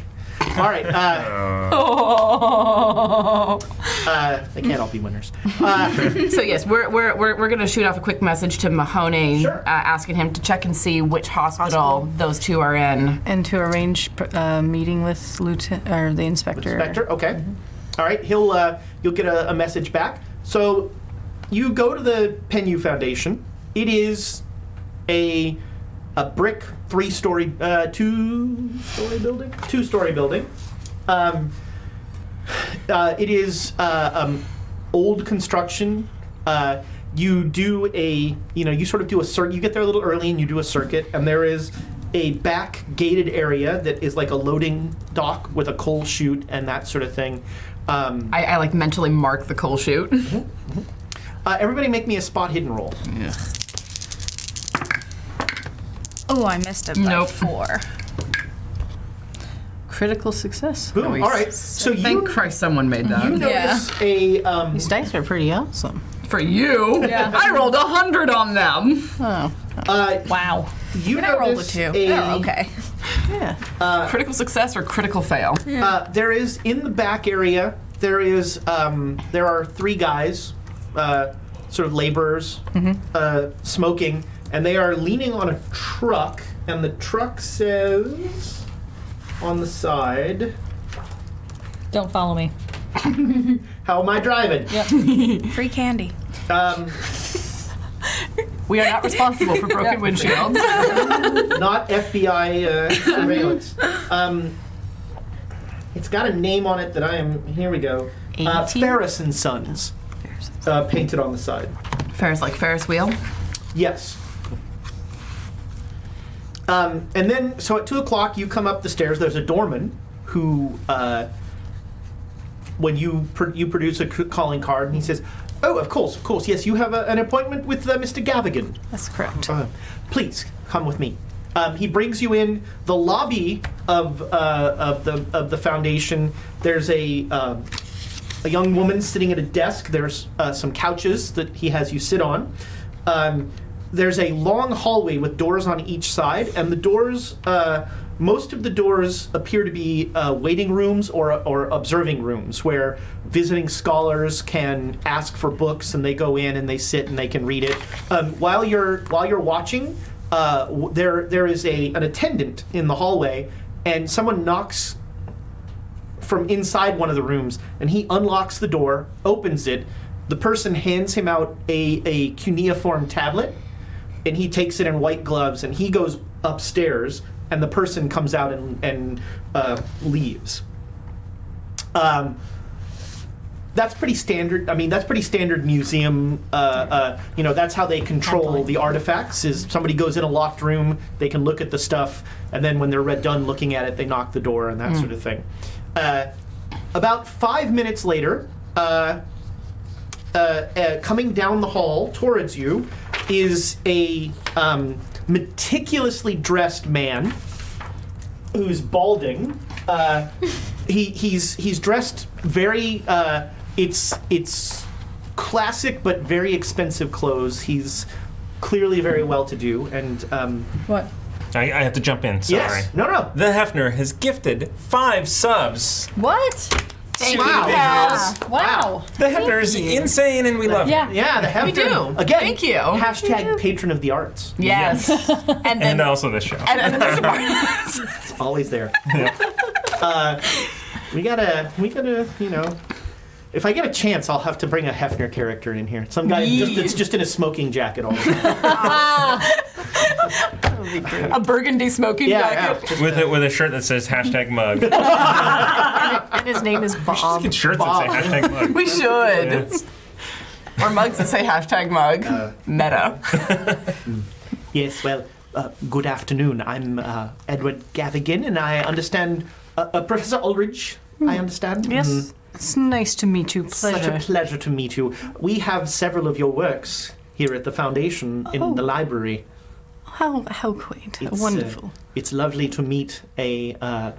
[SPEAKER 3] All right. Uh,
[SPEAKER 6] Oh.
[SPEAKER 3] uh, they can't all be winners. Uh,
[SPEAKER 6] So yes, we're we're, we're, we're going to shoot off a quick message to Mahoney,
[SPEAKER 3] Sure.
[SPEAKER 6] uh, asking him to check and see which hospital, those two are in.
[SPEAKER 9] And to arrange pr- a meeting with Lieutenant or the inspector.
[SPEAKER 3] Spectre. Okay.
[SPEAKER 6] Mm-hmm.
[SPEAKER 3] All right. He'll uh, you'll get a, a message back. So you go to the Penyu Foundation. It is a a brick three story uh, two story building two story building. Um, uh, it is uh, um, old construction. Uh, you do a, you know, you sort of do a circuit. You get there a little early and you do a circuit, and there is a back gated area that is like a loading dock with a coal chute and that sort of thing. Um,
[SPEAKER 6] I, I like mentally mark the coal chute.
[SPEAKER 3] uh, everybody, make me a spot hidden roll.
[SPEAKER 4] Oh, I missed it by
[SPEAKER 6] Nope.
[SPEAKER 4] four.
[SPEAKER 9] Critical success.
[SPEAKER 3] Boom. All right. So
[SPEAKER 6] Thank
[SPEAKER 3] you
[SPEAKER 6] Christ someone made that
[SPEAKER 3] you notice a um,
[SPEAKER 9] These dice are pretty awesome.
[SPEAKER 6] for you. I rolled a hundred on them.
[SPEAKER 9] Oh,
[SPEAKER 3] Uh,
[SPEAKER 8] Wow.
[SPEAKER 3] you
[SPEAKER 10] I rolled a
[SPEAKER 3] notice
[SPEAKER 10] two.
[SPEAKER 3] a-
[SPEAKER 10] Oh, okay.
[SPEAKER 6] critical success or critical fail?
[SPEAKER 3] Uh, there is in the back area. There is um, there are three guys, uh, sort of laborers, uh, smoking, and they are leaning on a truck. And the truck says on the side,
[SPEAKER 8] Don't follow me.
[SPEAKER 3] "How am I driving?"
[SPEAKER 4] Free candy.
[SPEAKER 3] Um,
[SPEAKER 6] We are not responsible for broken windshields.
[SPEAKER 3] not FBI uh, surveillance. Um, it's got a name on it that I am. Here we go. Uh, Ferris and Sons, uh, painted on the side.
[SPEAKER 6] Ferris like Ferris wheel.
[SPEAKER 3] Yes. Um, and then, so at two o'clock, you come up the stairs. There's a doorman who, uh, when you pr- you produce a c- calling card, and he says, "Oh, of course, of course, yes, you have a, an appointment with uh, Mr. Gavigan.
[SPEAKER 9] That's correct.
[SPEAKER 3] Uh, please come with me." Um, he brings you in the lobby of uh, of the of the foundation. There's a uh, a young woman sitting at a desk. There's uh, some couches that he has you sit on. Um, there's a long hallway with doors on each side, and the doors, uh, most of the doors appear to be uh, waiting rooms or, or observing rooms where visiting scholars can ask for books and they go in and they sit and they can read it. Um, while you're while you're watching, uh, w- there there is a an attendant in the hallway, and someone knocks from inside one of the rooms and he unlocks the door, opens it. The person hands him out a, a cuneiform tablet and he takes it in white gloves and he goes upstairs and the person comes out and, and uh, leaves. Um, that's pretty standard. I mean, that's pretty standard museum. Uh, uh, you know, that's how they control the artifacts. Is somebody goes in a locked room, they can look at the stuff, and then when they're re- done looking at it, they knock the door and that sort of thing. Uh, about five minutes later, uh, uh, uh, coming down the hall towards you is a um, meticulously dressed man who's balding. Uh, he he's he's dressed very. Uh, it's it's classic but very expensive clothes. He's clearly very well to do and um,
[SPEAKER 8] What?
[SPEAKER 7] I, I have to jump in. Sorry.
[SPEAKER 3] yes, no no.
[SPEAKER 7] The Hefner has gifted five subs.
[SPEAKER 8] What?
[SPEAKER 7] Thank
[SPEAKER 8] Wow. wow.
[SPEAKER 7] The Hefner is insane, and we love
[SPEAKER 8] Yeah.
[SPEAKER 7] it.
[SPEAKER 3] Yeah, the Hefner.
[SPEAKER 6] do.
[SPEAKER 3] Again,
[SPEAKER 6] Thank you.
[SPEAKER 3] Hashtag patron of the arts.
[SPEAKER 6] Yes.
[SPEAKER 7] And,
[SPEAKER 3] uh,
[SPEAKER 7] also this show.
[SPEAKER 3] It's always there. uh, we gotta, we gotta, you know. If I get a chance, I'll have to bring a Hefner character in here. Some guy just, that's just in a smoking jacket all the time.
[SPEAKER 6] a burgundy smoking
[SPEAKER 3] Yeah,
[SPEAKER 6] jacket.
[SPEAKER 3] yeah.
[SPEAKER 7] with a, with a shirt that says hashtag mug.
[SPEAKER 9] And his name is Bob.
[SPEAKER 7] Shirts that say hashtag mug.
[SPEAKER 6] We should. Or mugs that say hashtag mug. Meta.
[SPEAKER 3] Yes, well, uh, good afternoon. I'm uh, Edward Gavigan, and I understand. Uh, uh, Professor Ulrich, I understand.
[SPEAKER 9] Yes.
[SPEAKER 3] Mm,
[SPEAKER 9] It's nice to meet you.
[SPEAKER 3] Such
[SPEAKER 9] Pleasure.
[SPEAKER 3] a pleasure to meet you. We have several of your works here at the Foundation in the library.
[SPEAKER 9] how how quaint. How
[SPEAKER 3] It's, uh,
[SPEAKER 9] wonderful.
[SPEAKER 3] it's lovely to meet a uh,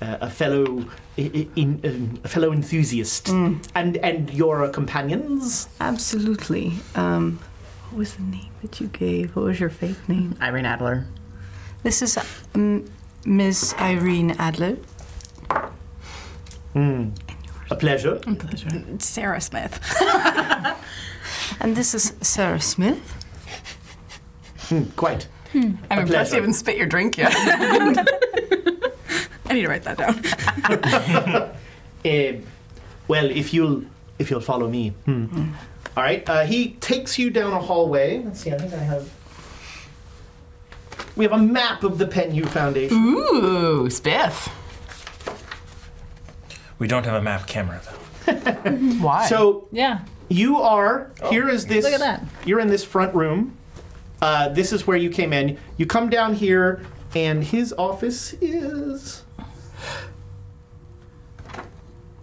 [SPEAKER 3] a fellow i- i- in, um, a fellow enthusiast, and and your companions.
[SPEAKER 9] Absolutely. Um, what was the name that you gave? What was your fake name?
[SPEAKER 6] Irene Adler.
[SPEAKER 9] This is um, Miss Irene Adler.
[SPEAKER 3] A Mm, pleasure.
[SPEAKER 5] Mm.
[SPEAKER 4] Sarah Smith.
[SPEAKER 9] And this is Sarah Smith.
[SPEAKER 3] Hmm, Quite.
[SPEAKER 6] I'm impressed
[SPEAKER 3] pleasure.
[SPEAKER 6] you haven't spit your drink yet.
[SPEAKER 4] I need to write that down.
[SPEAKER 3] Um, well, if you'll if you'll follow me. Hmm. All right. Uh, he takes you down a hallway. Let's see. I think I have. We have a map of the PenU Foundation.
[SPEAKER 6] Ooh, spiff.
[SPEAKER 7] We don't have a map camera though.
[SPEAKER 6] Why?
[SPEAKER 3] So
[SPEAKER 8] Yeah.
[SPEAKER 3] you are here is this.
[SPEAKER 8] Oh, Look at that.
[SPEAKER 3] You're in this front room. Uh, this is where you came in. You come down here, and his office is.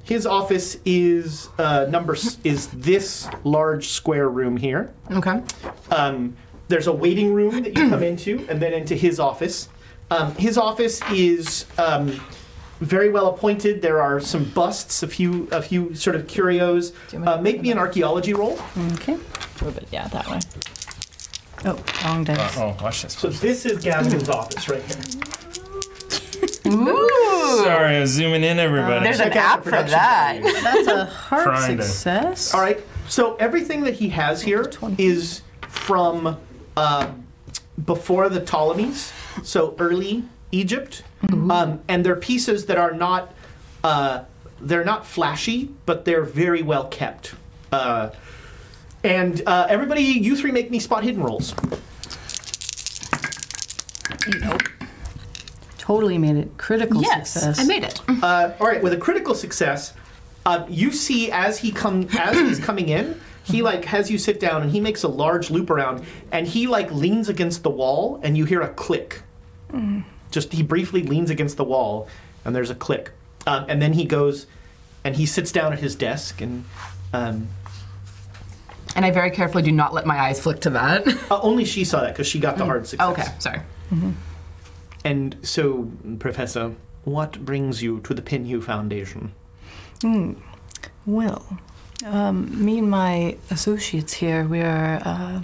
[SPEAKER 3] His office is uh, number s- is this large square room here.
[SPEAKER 6] okay.
[SPEAKER 3] um, there's a waiting room that you come into, and then into his office. Um, his office is um, very well appointed. There are some busts, a few, a few sort of curios. Uh, make me an archaeology roll.
[SPEAKER 8] Okay. A little bit. Yeah, that way.
[SPEAKER 5] Oh, wrong dice.
[SPEAKER 7] Uh, oh, watch this.
[SPEAKER 3] So this is Gavin's office right here.
[SPEAKER 7] Sorry, I was zooming in, everybody.
[SPEAKER 6] There's an
[SPEAKER 3] Check out
[SPEAKER 6] app
[SPEAKER 3] the
[SPEAKER 6] for
[SPEAKER 3] production
[SPEAKER 6] that.
[SPEAKER 5] That's a hard
[SPEAKER 7] Trying to-
[SPEAKER 5] success.
[SPEAKER 3] All right. So everything that he has here is from uh, before the Ptolemies, so early Egypt, um, and they're pieces that are not uh, they're not flashy, but they're very well kept. Uh, and uh, everybody, you three make me spot hidden rolls.
[SPEAKER 5] Totally made it critical
[SPEAKER 10] Yes,
[SPEAKER 5] success.
[SPEAKER 10] I made it.
[SPEAKER 3] Uh, all right, with a critical success, uh, you see as he come as he's coming in, he like has you sit down and he makes a large loop around and he like leans against the wall and you hear a click. Just he briefly leans against the wall and there's a click, um, and then he goes and he sits down at his desk and um,
[SPEAKER 6] And I very carefully do not let my eyes flick to that.
[SPEAKER 3] uh, only she saw that because she got the hard success.
[SPEAKER 6] okay, sorry.
[SPEAKER 3] And so, Professor, what brings you to the Pinhu Foundation?
[SPEAKER 5] Hmm. Well, um, me and my associates here, we are uh,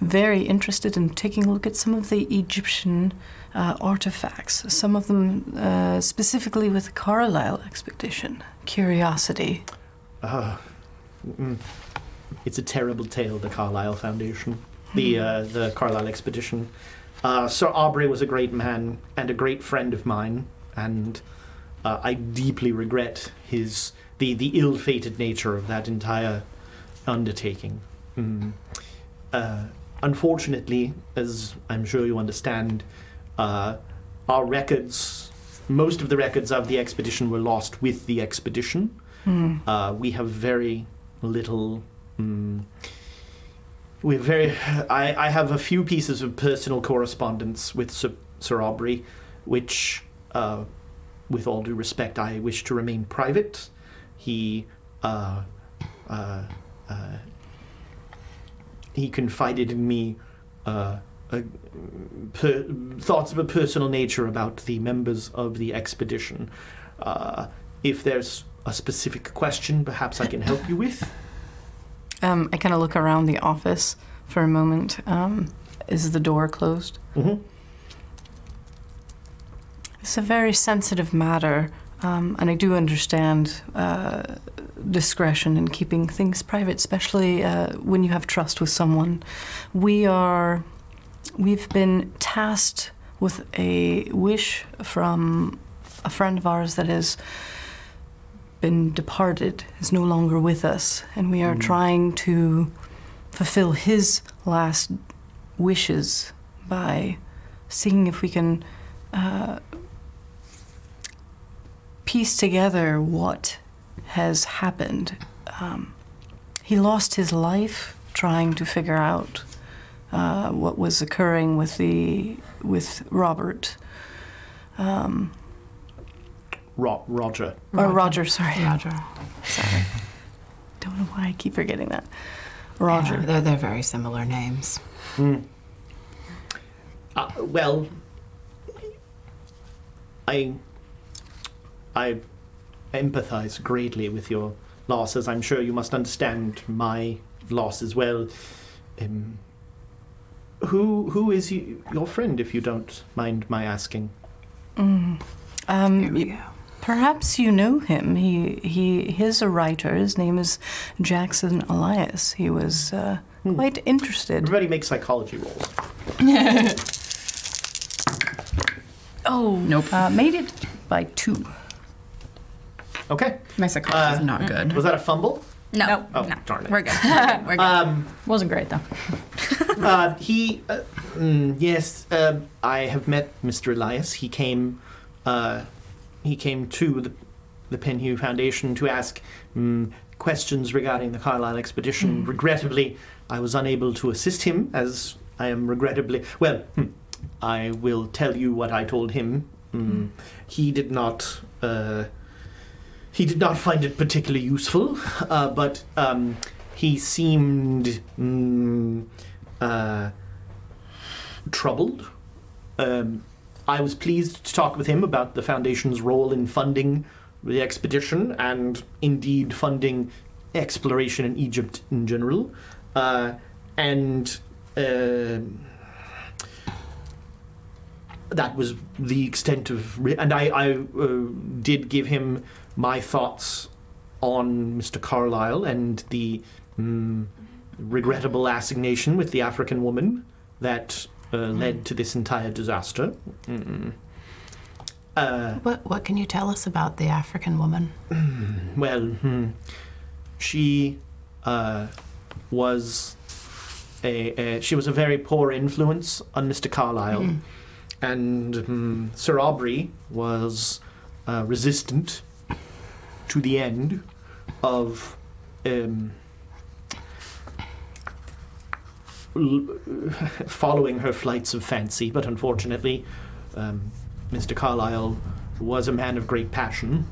[SPEAKER 5] very interested in taking a look at some of the Egyptian uh, artifacts, some of them uh, specifically with the Carlisle expedition. Curiosity.
[SPEAKER 3] Ah. It's a terrible tale, the Carlisle Foundation, the uh, the Carlisle expedition. Uh, Sir Aubrey was a great man and a great friend of mine, and uh, I deeply regret his the, the ill-fated nature of that entire undertaking. Mm. Uh, unfortunately, as I'm sure you understand, uh, our records, most of the records of the expedition were lost with the expedition. Uh, we have very little. Mm, we have very. I, I have a few pieces of personal correspondence with Sir, Sir Aubrey, which, uh, with all due respect, I wish to remain private. He. Uh, uh, uh, he confided in me uh, a, per, thoughts of a personal nature about the members of the expedition. Uh, if there's a specific question, perhaps I can help you with.
[SPEAKER 5] Um, I kind of look around the office for a moment. Um, is the door closed?
[SPEAKER 3] Mhm.
[SPEAKER 5] It's a very sensitive matter, um, and I do understand uh, discretion in keeping things private, especially uh, when you have trust with someone. We are, we've been tasked with a wish from a friend of ours that is been departed, is no longer with us, and we are trying to fulfill his last wishes by seeing if we can uh, piece together what has happened. Um, he lost his life trying to figure out uh, what was occurring with the with Robert um,
[SPEAKER 3] Ro- Roger.
[SPEAKER 5] or Roger. Sorry, Roger. Sorry, don't know why I keep forgetting that. Roger.
[SPEAKER 6] Yeah, they're, they're very similar names.
[SPEAKER 3] Uh, well, I I empathize greatly with your losses. I'm sure you must understand my loss as well. Um, who who is you, your friend, if you don't mind my asking?
[SPEAKER 5] Um, y- Perhaps you know him. He he he's a writer. His name is Jackson Elias. He was uh, quite interested.
[SPEAKER 3] Everybody makes psychology rolls.
[SPEAKER 5] Oh, nope. Uh, made it by two.
[SPEAKER 3] Okay,
[SPEAKER 6] My psychology is
[SPEAKER 3] Uh,
[SPEAKER 6] not good.
[SPEAKER 3] was that a fumble?
[SPEAKER 4] No,
[SPEAKER 3] Oh, Um,
[SPEAKER 4] no.
[SPEAKER 3] darn it.
[SPEAKER 4] We're good. We're good. We're good.
[SPEAKER 8] Wasn't great though.
[SPEAKER 3] Uh, he, uh, mm, yes, uh, I have met Mr. Elias. He came, uh, he came to the, the Penhew Foundation to ask mm, questions regarding the Carlisle expedition. Regrettably, I was unable to assist him, as I am regrettably. Well, hmm, I will tell you what I told him. Mm, He did not. Uh, he did not find it particularly useful, uh, but um, he seemed mm, uh, troubled. Um, I was pleased to talk with him about the foundation's role in funding the expedition and indeed funding exploration in Egypt in general. Uh, and Um that was the extent of, re- and I, I uh, did give him my thoughts on Mr. Carlyle and the mm, regrettable assignation with the African woman that uh, led to this entire disaster. Mm-mm. Uh,
[SPEAKER 6] What What can you tell us about the African woman?
[SPEAKER 3] well, hmm, she uh, was a, a she was a very poor influence on Mr. Carlyle, and hmm, Sir Aubrey was uh, resistant to the end of. Um, l- following her flights of fancy, but unfortunately, um, Mr. Carlyle was a man of great passion,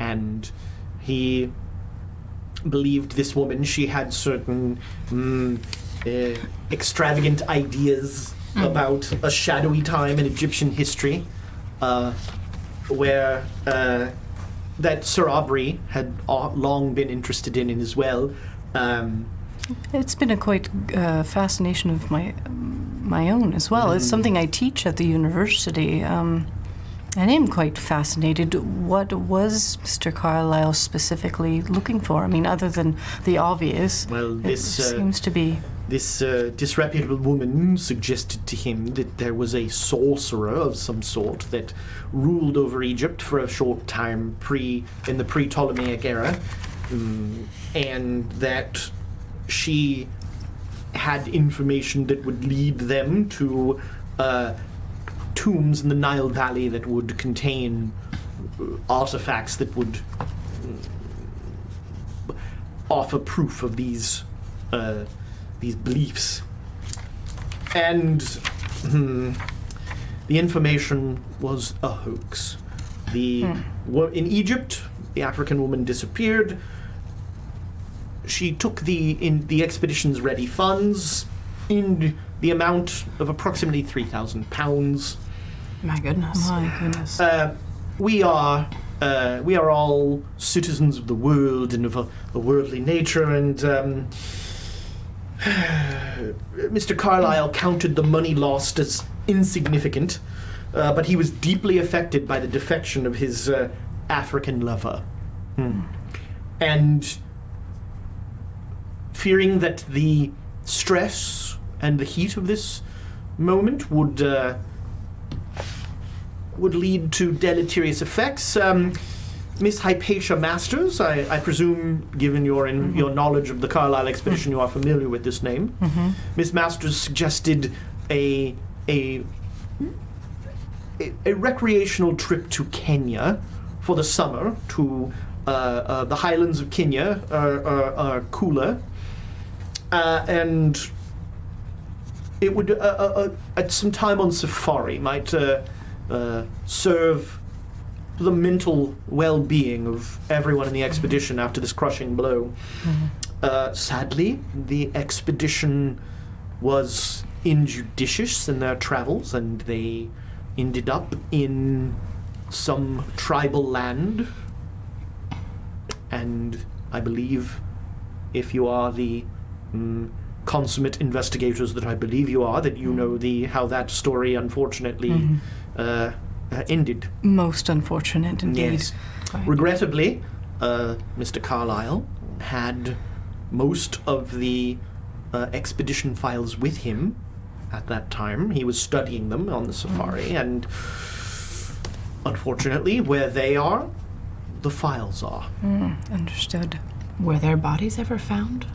[SPEAKER 3] and he believed this woman. She had certain mm, uh, extravagant ideas about a shadowy time in Egyptian history, uh, where uh, that Sir Aubrey had uh, long been interested in as well. Um,
[SPEAKER 5] It's been a quite uh, fascination of my my own as well.
[SPEAKER 3] Mm-hmm.
[SPEAKER 5] It's something I teach at the university. Um, and I am quite fascinated. What was Mr. Carlyle specifically looking for? I mean, other than the obvious,
[SPEAKER 3] Well,
[SPEAKER 5] it
[SPEAKER 3] this, uh,
[SPEAKER 5] seems to be
[SPEAKER 3] This uh, disreputable woman suggested to him that there was a sorcerer of some sort that ruled over Egypt for a short time pre in the pre-Ptolemaic era, mm, and that she had information that would lead them to uh, tombs in the Nile Valley that would contain uh, artifacts that would mm, offer proof of these uh, these beliefs. And hmm, the information was a hoax. The wo- in Egypt, the African woman disappeared. She took the in the expedition's ready funds in the amount of approximately three thousand pounds.
[SPEAKER 6] My goodness.
[SPEAKER 5] my goodness.
[SPEAKER 3] Uh, we are uh, we are all citizens of the world and of a, a worldly nature, and um, Mr. Carlyle counted the money lost as insignificant, uh, but he was deeply affected by the defection of his uh, African lover, Hmm. and fearing that the stress and the heat of this moment would. Uh, would lead to deleterious effects. Um, Miss Hypatia Masters, I, I presume, given your in, your knowledge of the Carlisle expedition, you are familiar with this name. Miss Masters suggested a a a, a recreational trip to Kenya for the summer to uh, uh, the highlands of Kenya are, are, are cooler, uh, and it would uh, uh, uh, at some time on safari might uh, uh, serve the mental well-being of everyone in the expedition after this crushing blow. Uh, sadly, the expedition was injudicious in their travels, and they ended up in some tribal land. And I believe, if you are the mm, consummate investigators that I believe you are, that you know the how that story unfortunately uh, uh, ended.
[SPEAKER 5] Most unfortunate indeed.
[SPEAKER 3] Yes. Regrettably, uh, Mr. Carlyle had most of the uh, expedition files with him at that time. He was studying them on the safari, and unfortunately, where they are, the files are.
[SPEAKER 5] Understood.
[SPEAKER 6] Were their bodies ever found?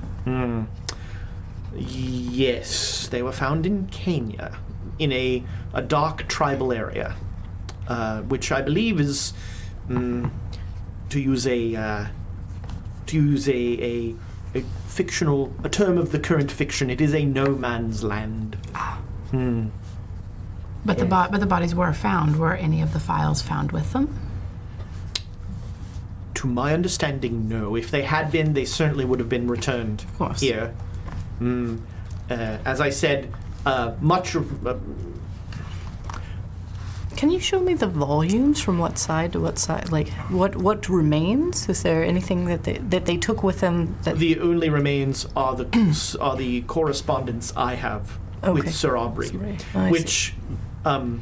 [SPEAKER 3] Yes, they were found in Kenya, in a, a dark tribal area, uh, which I believe is, mm, to use a uh, to use a, a a fictional a term of the current fiction, it is a no man's land.
[SPEAKER 6] But the bo- but the bodies were found. Were any of the files found with them?
[SPEAKER 3] To my understanding, no. If they had been, they certainly would have been returned
[SPEAKER 6] course.
[SPEAKER 3] here. Mm, uh, as I said, uh, much of uh,
[SPEAKER 5] Can you show me the volumes from what side to what side? Like what what remains? Is there anything that they that they took with them that
[SPEAKER 3] the only remains are the are the correspondence I have
[SPEAKER 5] Okay.
[SPEAKER 3] with Sir Aubrey,
[SPEAKER 5] Oh, I see.
[SPEAKER 3] which, um,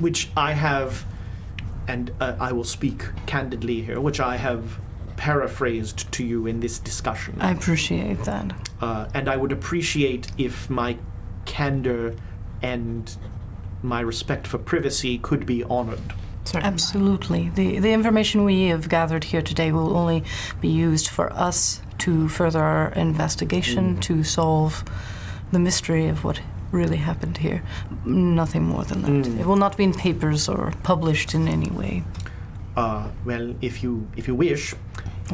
[SPEAKER 3] which I have, and uh, I will speak candidly here, which I have paraphrased to you in this discussion.
[SPEAKER 5] I appreciate that.
[SPEAKER 3] uh, and I would appreciate if my candor and my respect for privacy could be honored.
[SPEAKER 5] Absolutely. The, the information we have gathered here today will only be used for us to further our investigation, to solve the mystery of what really happened here. Nothing more than that. It will not be in papers or published in any way.
[SPEAKER 3] Uh, well, if you if you wish,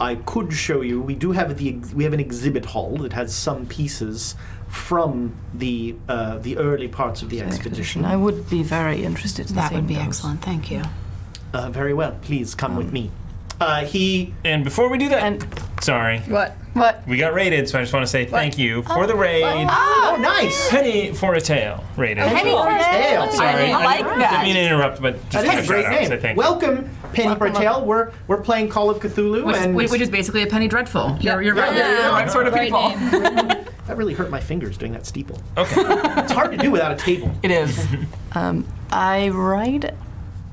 [SPEAKER 3] I could show you. We do have the ex- we have an exhibit hall that has some pieces from the uh, the early parts of the expedition.
[SPEAKER 5] I would be very interested in
[SPEAKER 6] That
[SPEAKER 5] seeing
[SPEAKER 6] would be
[SPEAKER 5] those.
[SPEAKER 6] excellent. Thank you.
[SPEAKER 3] Uh, very well. Please come with me. Uh, he
[SPEAKER 7] And before we do that,
[SPEAKER 5] And-
[SPEAKER 7] sorry,
[SPEAKER 8] What?
[SPEAKER 7] we got raided, so I just want to say thank you for the raid.
[SPEAKER 3] oh, nice.
[SPEAKER 7] Penny for a tail raided.
[SPEAKER 3] Penny for a tail.
[SPEAKER 7] Sorry,
[SPEAKER 6] I like that.
[SPEAKER 7] Didn't mean to interrupt, but just
[SPEAKER 3] That
[SPEAKER 7] had
[SPEAKER 3] is a great
[SPEAKER 7] out, so
[SPEAKER 3] name.
[SPEAKER 7] thank
[SPEAKER 3] Welcome, Penny for a Tail. We're we're playing Call of Cthulhu,
[SPEAKER 6] Which,
[SPEAKER 3] and
[SPEAKER 6] which, which is basically a penny dreadful. You're, you're right.
[SPEAKER 3] yeah, yeah.
[SPEAKER 6] You're the right sort of people.
[SPEAKER 3] that really hurt my fingers doing that steeple.
[SPEAKER 7] you. Okay.
[SPEAKER 3] It's hard to do without a table.
[SPEAKER 6] It is.
[SPEAKER 5] I write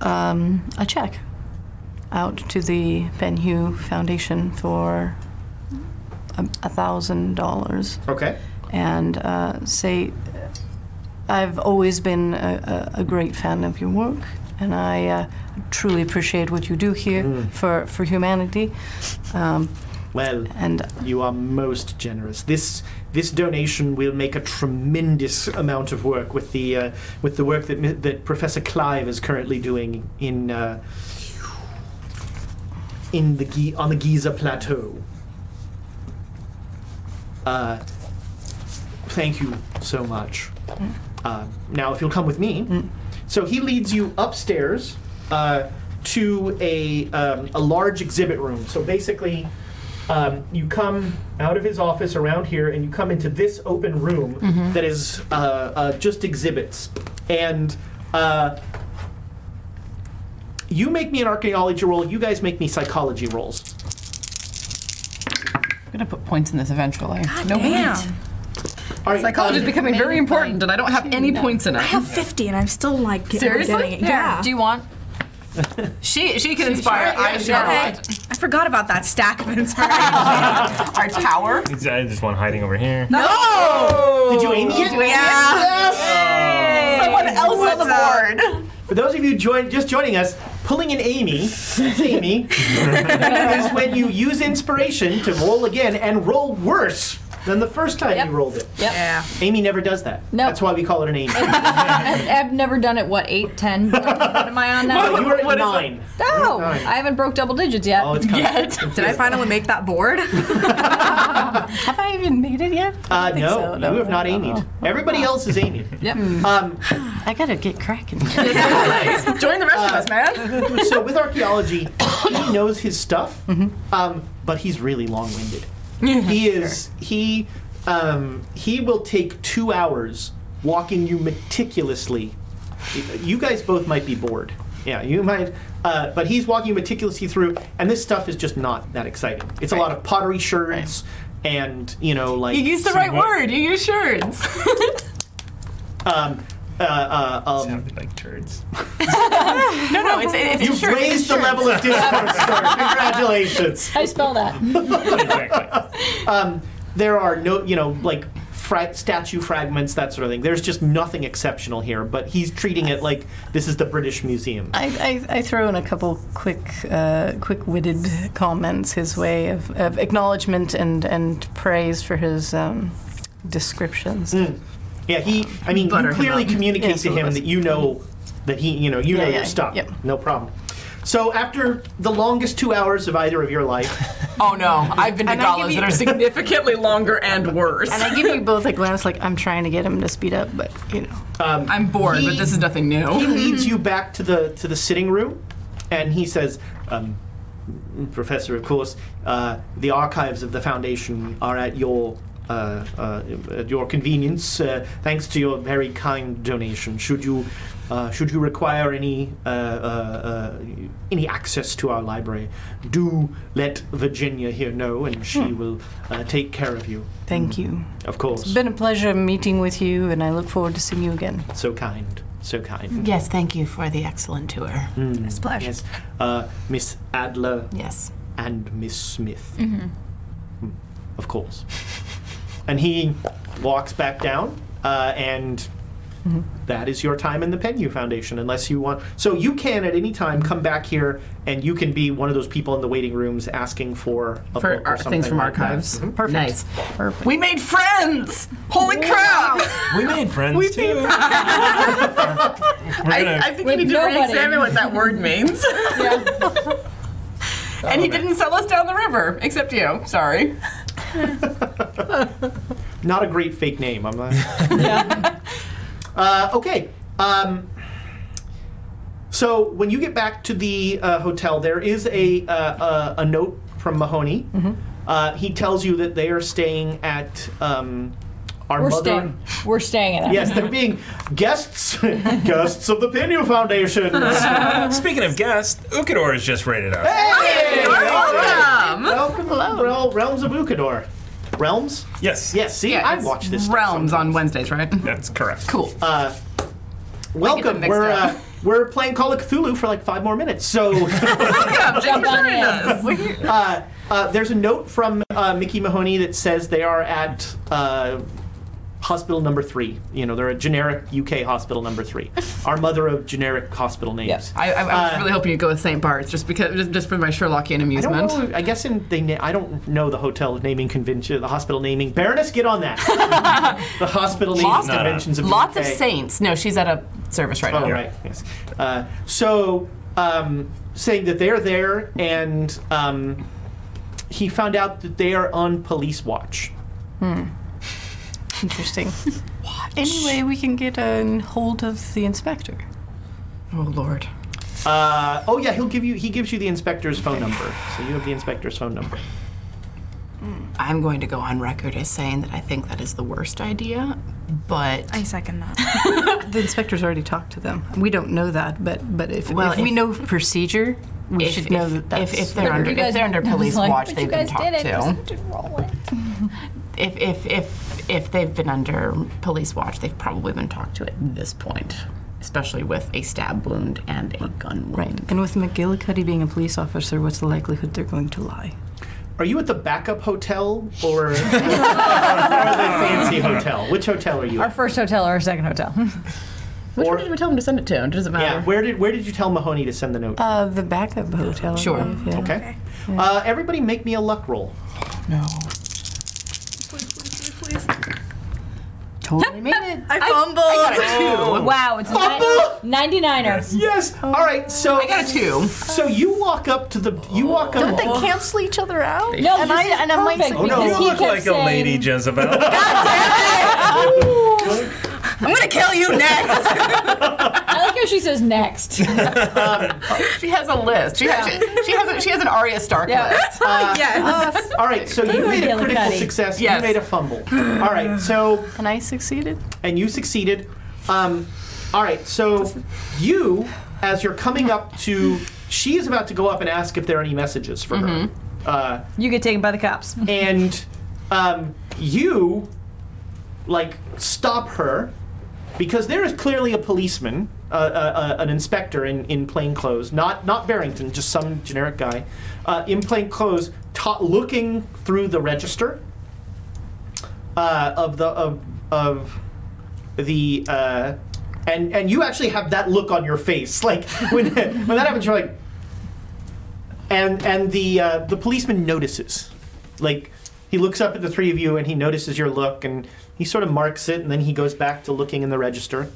[SPEAKER 5] um, a check out to the Ben Hugh Foundation for um, a thousand dollars.
[SPEAKER 3] Okay.
[SPEAKER 5] and uh, say, I've always been a, a, a great fan of your work, and I uh, truly appreciate what you do here for, for humanity. Um,
[SPEAKER 3] Well,
[SPEAKER 5] and
[SPEAKER 3] You are most generous. This this donation will make a tremendous amount of work with the uh, with the work that mi- that Professor Clive is currently doing in uh, in the Gi- on the Giza plateau. Uh, thank you so much. Uh, now, if you'll come with me, so he leads you upstairs uh, to a um, a large exhibit room. So basically um, you come out of his office around here and you come into this open room that is uh, uh, just exhibits. And uh, you make me an archaeology roll, you guys make me psychology rolls.
[SPEAKER 6] I'm gonna put points in this eventually.
[SPEAKER 4] No Damn.
[SPEAKER 3] All right,
[SPEAKER 6] College
[SPEAKER 3] um,
[SPEAKER 6] is becoming very important, and I don't have any points in it.
[SPEAKER 4] I have 50 and I'm still like get- getting it. Yeah.
[SPEAKER 9] Do you want?
[SPEAKER 6] She she can inspire. I should
[SPEAKER 4] Okay. I forgot about that stack of inspiration.
[SPEAKER 6] Our tower.
[SPEAKER 7] It's- I just want hiding over here.
[SPEAKER 4] Oh.
[SPEAKER 3] did you aim it?
[SPEAKER 6] Someone else on the board.
[SPEAKER 3] For those of you join, just joining us, pulling an Amy, that's Amy, is when you use inspiration to roll again and roll worse than the first time you rolled it.
[SPEAKER 4] yeah.
[SPEAKER 3] Amy never does that.
[SPEAKER 8] No.
[SPEAKER 3] That's why we call it an Amy.
[SPEAKER 8] I've never done it. What eight, ten? What am I on now?
[SPEAKER 3] No, you were at
[SPEAKER 6] What is it?
[SPEAKER 3] nine.
[SPEAKER 8] No,
[SPEAKER 3] Nine.
[SPEAKER 8] I haven't broke double digits yet.
[SPEAKER 3] Oh, it's coming.
[SPEAKER 4] Did I finally make that board?
[SPEAKER 5] have I even made it yet?
[SPEAKER 3] Uh, no,
[SPEAKER 5] so, no,
[SPEAKER 3] you have not
[SPEAKER 5] no,
[SPEAKER 3] aimed.
[SPEAKER 6] Oh.
[SPEAKER 5] no.
[SPEAKER 3] Everybody else is aiming.
[SPEAKER 8] Yep.
[SPEAKER 3] Um,
[SPEAKER 5] I gotta get cracking.
[SPEAKER 6] Join the rest of us, man. Mm-hmm.
[SPEAKER 3] so with archaeology, he knows his stuff, um, but he's really long-winded. he is he um, he will take two hours walking you meticulously. You guys both might be bored. Yeah, you might. Uh, but he's walking you meticulously through, and this stuff is just not that exciting. It's a lot of pottery sherds and you know like
[SPEAKER 6] You used the right word. You used sherds.
[SPEAKER 3] um, uh, uh, um,
[SPEAKER 7] Sounded like turds.
[SPEAKER 6] No, no, it's it's
[SPEAKER 3] You've
[SPEAKER 6] sure, it's
[SPEAKER 3] raised the
[SPEAKER 6] sure.
[SPEAKER 3] level of discourse, sir. Congratulations.
[SPEAKER 8] I spell that.
[SPEAKER 7] exactly.
[SPEAKER 3] There are no, you know, like fra- statue fragments, that sort of thing. There's just nothing exceptional here, but he's treating it like this is the British Museum.
[SPEAKER 5] I, I, I throw in a couple quick, uh, quick-witted comments his way of, of acknowledgement and, and praise for his um, descriptions.
[SPEAKER 3] Mm. Hmm. Yeah, he, I mean, you
[SPEAKER 6] Um, Butter him
[SPEAKER 3] clearly
[SPEAKER 6] up.
[SPEAKER 3] communicate
[SPEAKER 5] Yes,
[SPEAKER 3] to him that you know that he, you know, you
[SPEAKER 5] Yeah,
[SPEAKER 3] know
[SPEAKER 5] yeah,
[SPEAKER 3] your stuff.
[SPEAKER 5] yep.
[SPEAKER 3] No problem. So after the longest two hours of either of your life,
[SPEAKER 6] Oh no, I've been to
[SPEAKER 5] And I give
[SPEAKER 6] galas
[SPEAKER 5] you-
[SPEAKER 6] that are significantly longer and worse.
[SPEAKER 5] And I give you both a glance, like I'm trying to get him to speed up, but you know.
[SPEAKER 6] I'm bored,
[SPEAKER 3] He-
[SPEAKER 6] but this is nothing
[SPEAKER 3] he
[SPEAKER 6] new.
[SPEAKER 3] leads you back to the to the sitting room, and he says, um, "Professor, of course, uh, the archives of the foundation are at your." Uh, uh, at your convenience, uh, thanks to your very kind donation. Should you Uh, should you require any uh, uh, uh, any access to our library, do let Virginia here know, and she will uh, take care of you.
[SPEAKER 9] Thank you.
[SPEAKER 3] Of course,
[SPEAKER 9] Been a pleasure meeting with you, and I look forward to seeing you again.
[SPEAKER 3] so kind, so kind.
[SPEAKER 6] Yes, thank you for the excellent tour.
[SPEAKER 4] It's a pleasure.
[SPEAKER 3] Yes, uh, Miss Adler
[SPEAKER 6] Yes.
[SPEAKER 3] and Miss Smith. Hmm, Of course. And he walks back down, uh, and
[SPEAKER 6] Mm-hmm.
[SPEAKER 3] that is your time in the Penyu Foundation, unless you want. So you can at any time come back here, and you can be one of those people in the waiting rooms asking for a
[SPEAKER 6] For
[SPEAKER 3] book or
[SPEAKER 6] ar-
[SPEAKER 3] something
[SPEAKER 6] things from
[SPEAKER 3] like that.
[SPEAKER 6] archives.
[SPEAKER 3] Mhm.
[SPEAKER 6] Perfect. Mm-hmm. Nice. We made friends! Holy crap!
[SPEAKER 7] We made friends too. We're gonna,
[SPEAKER 10] I think we need to
[SPEAKER 8] nobody.
[SPEAKER 10] re-examine what that word means.
[SPEAKER 6] and he didn't sell us down the river, except you. Sorry.
[SPEAKER 3] Not a great fake name. I'm. Uh, uh, okay. Um, so when you get back to the uh, hotel, there is a uh, uh, a note from Mahoney. Uh, he tells you that they are staying at um, our
[SPEAKER 8] We're
[SPEAKER 3] mother.
[SPEAKER 8] staying. We're staying in it.
[SPEAKER 3] Yes, they're being guests, guests of the Pinu Foundation.
[SPEAKER 7] speaking of guests, Ukador has just rated us.
[SPEAKER 3] Hey, welcome, welcome, Rel- realms of Ukador. Realms?
[SPEAKER 7] Yes.
[SPEAKER 3] Yes. See, I watch this. stuff
[SPEAKER 6] Realms
[SPEAKER 3] sometimes.
[SPEAKER 6] on Wednesdays, right?
[SPEAKER 7] That's correct.
[SPEAKER 6] Cool.
[SPEAKER 3] Welcome.
[SPEAKER 6] mixed
[SPEAKER 3] We're
[SPEAKER 6] up.
[SPEAKER 3] uh, we're playing Call of Cthulhu for like five more minutes. So
[SPEAKER 8] Jump on in.
[SPEAKER 3] uh, uh, there's a note from uh, Mickey Mahoney that says they are at uh, hospital number three. You know, they're a generic UK hospital number three. Our mother of generic hospital names.
[SPEAKER 6] I, I, I was
[SPEAKER 3] Uh,
[SPEAKER 6] really hoping you'd go with St. Bart's just because just, just for my Sherlockian
[SPEAKER 3] I don't
[SPEAKER 6] amusement.
[SPEAKER 3] know. I guess in they. Na- I don't know the hotel naming convention, the hospital naming. Baroness, get on that. the hospital naming
[SPEAKER 6] Lots of-
[SPEAKER 3] conventions of
[SPEAKER 6] Lots of
[SPEAKER 3] UK.
[SPEAKER 6] saints. No, she's at a service right
[SPEAKER 3] Oh,
[SPEAKER 6] now.
[SPEAKER 3] right. Yes. Uh, so, um, saying that they're there, and um, he found out that they are on police watch.
[SPEAKER 9] Interesting. Anyway, we can get a hold of the inspector.
[SPEAKER 6] Oh Lord.
[SPEAKER 3] Uh, oh yeah, he'll give you. He gives you the inspector's phone number, so you have the inspector's phone number.
[SPEAKER 6] I'm going to go on record as saying that I think that is the worst idea, but
[SPEAKER 4] I second that.
[SPEAKER 9] The inspector's already talked to them. We don't know that, but but if,
[SPEAKER 6] Well,
[SPEAKER 9] if, we
[SPEAKER 6] if-
[SPEAKER 9] know procedure, we
[SPEAKER 6] if,
[SPEAKER 9] should know
[SPEAKER 6] if-
[SPEAKER 9] that that's
[SPEAKER 6] if, if they're under if they're under
[SPEAKER 8] I was
[SPEAKER 6] police
[SPEAKER 8] like,
[SPEAKER 6] watch,
[SPEAKER 8] but
[SPEAKER 6] they
[SPEAKER 8] you
[SPEAKER 6] can
[SPEAKER 8] guys
[SPEAKER 6] talk
[SPEAKER 8] did it.
[SPEAKER 6] to.
[SPEAKER 8] Just roll it.
[SPEAKER 6] If if if if they've been under police watch, they've probably been talked to at this point, especially with a stab wound and a gun wound.
[SPEAKER 9] right. And with McGillicuddy being a police officer, what's the likelihood they're going to lie?
[SPEAKER 3] Are you at the backup hotel or, or the fancy hotel? Which hotel are you?
[SPEAKER 8] Our
[SPEAKER 3] At?
[SPEAKER 8] first hotel or our second hotel?
[SPEAKER 6] Which
[SPEAKER 3] Or-
[SPEAKER 6] one did we tell them to send it to? It doesn't
[SPEAKER 3] Yeah.
[SPEAKER 6] matter.
[SPEAKER 3] Where did Where did you tell Mahoney to send the note?
[SPEAKER 9] Uh, the backup hotel. I
[SPEAKER 6] Sure.
[SPEAKER 9] believe, yeah.
[SPEAKER 3] okay. Uh, everybody, make me a luck roll.
[SPEAKER 9] Totally made it.
[SPEAKER 4] I fumbled.
[SPEAKER 8] Wow, it's a
[SPEAKER 3] Fumble!
[SPEAKER 8] ni- 99er.
[SPEAKER 3] Yes. All right. So
[SPEAKER 6] I got a two.
[SPEAKER 3] So you walk up to the. You walk up.
[SPEAKER 9] cancel each other out?
[SPEAKER 8] No, and, I,
[SPEAKER 9] and I'm like,
[SPEAKER 7] Oh, no, you
[SPEAKER 8] he
[SPEAKER 7] look
[SPEAKER 8] kept
[SPEAKER 7] like
[SPEAKER 8] saying,
[SPEAKER 7] a lady, Jezebel.
[SPEAKER 6] I'm gonna kill you next.
[SPEAKER 8] I like how she says next.
[SPEAKER 6] she has a list. She has she, she has a, she has an Arya Stark list. Oh,
[SPEAKER 4] yes.
[SPEAKER 3] All right, so you made a
[SPEAKER 8] Yellow
[SPEAKER 3] critical
[SPEAKER 8] Caddy.
[SPEAKER 3] success.
[SPEAKER 6] Yes.
[SPEAKER 3] You made a fumble. All right, so
[SPEAKER 9] And I succeeded.
[SPEAKER 3] and you succeeded. Um, all right, so you, as you're coming up to, she is about to go up and ask if there are any messages for her, uh,
[SPEAKER 8] You get taken by the cops.
[SPEAKER 3] and um, you, like, stop her because there is clearly a policeman, uh, uh, uh, an inspector in, in plain clothes, not not Barrington, just some generic guy, uh, in plain clothes, ta- looking through the register uh, of the of of the. Uh, and, and you actually have that look on your face, like when when that happens, you're like, and and the uh, the policeman notices, like he looks up at the three of you and he notices your look and he sort of marks it and then he goes back to looking in the register.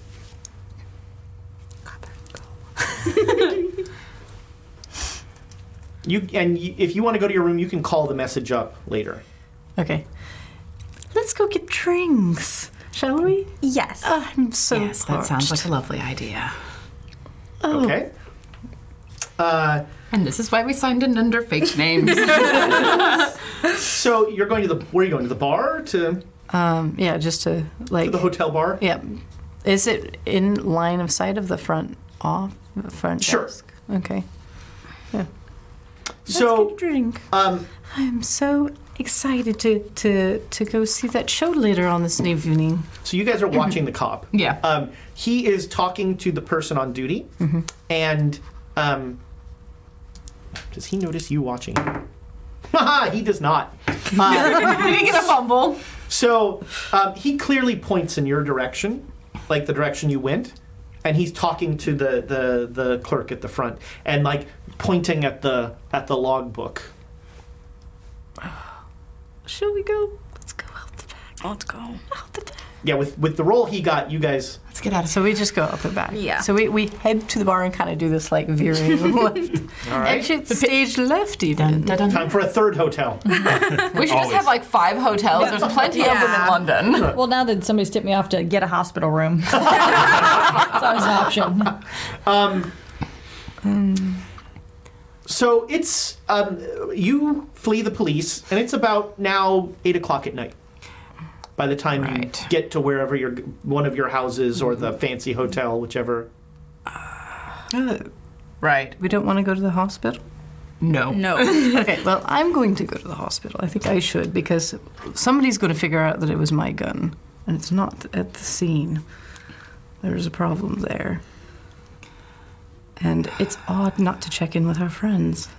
[SPEAKER 3] you and y if you want to go to your room, you can call the message up later.
[SPEAKER 9] Okay. Let's go get drinks, shall we?
[SPEAKER 4] Yes.
[SPEAKER 9] I'm so
[SPEAKER 6] Yes, that sounds like a lovely idea.
[SPEAKER 9] Oh.
[SPEAKER 3] Okay. Uh,
[SPEAKER 6] And this is why we signed in under fake names.
[SPEAKER 3] so you're going to the where are you going to the bar to
[SPEAKER 9] um, yeah, just to like
[SPEAKER 3] the hotel bar?
[SPEAKER 9] yeah, Is it in line of sight of the front off front
[SPEAKER 3] Sure.
[SPEAKER 9] desk? Okay.
[SPEAKER 3] So,
[SPEAKER 9] Drink.
[SPEAKER 3] um,
[SPEAKER 9] I'm so excited to, to to go see that show later on this evening.
[SPEAKER 3] so you guys are watching the cop.
[SPEAKER 5] Yeah.
[SPEAKER 3] Um, he is talking to the person on duty, and um, does he notice you watching? Haha, he does not. Uh,
[SPEAKER 5] Did he get a fumble?
[SPEAKER 3] so um, he clearly points in your direction, like the direction you went, and he's talking to the, the, the clerk at the front and like pointing at the at the logbook.
[SPEAKER 9] Shall we go? Let's go out the back.
[SPEAKER 4] Let's go.
[SPEAKER 9] Out the back.
[SPEAKER 3] Yeah, with with the role he got, you guys
[SPEAKER 9] Let's get out of. So we just go out the back.
[SPEAKER 4] Yeah.
[SPEAKER 9] So we, we head to the bar and kind of do this like veering left. All right. Actually, it's stage left even.
[SPEAKER 3] time for a third hotel.
[SPEAKER 5] We should just have like five hotels. There's plenty of them in London.
[SPEAKER 8] Well, now that somebody's tipped me off to get a hospital room, it's always an option.
[SPEAKER 3] So it's um, you flee the police, and it's about now eight o'clock at night. By the time
[SPEAKER 5] Right.
[SPEAKER 3] you get to wherever your one of your houses or the fancy hotel, whichever.
[SPEAKER 5] Right.
[SPEAKER 9] Uh, We don't want to go to the hospital.
[SPEAKER 5] No.
[SPEAKER 4] No.
[SPEAKER 9] Okay, well, I'm going to go to the hospital. I think I should because somebody's going to figure out that it was my gun and it's not at the scene. There's a problem there. And it's odd not to check in with our friends.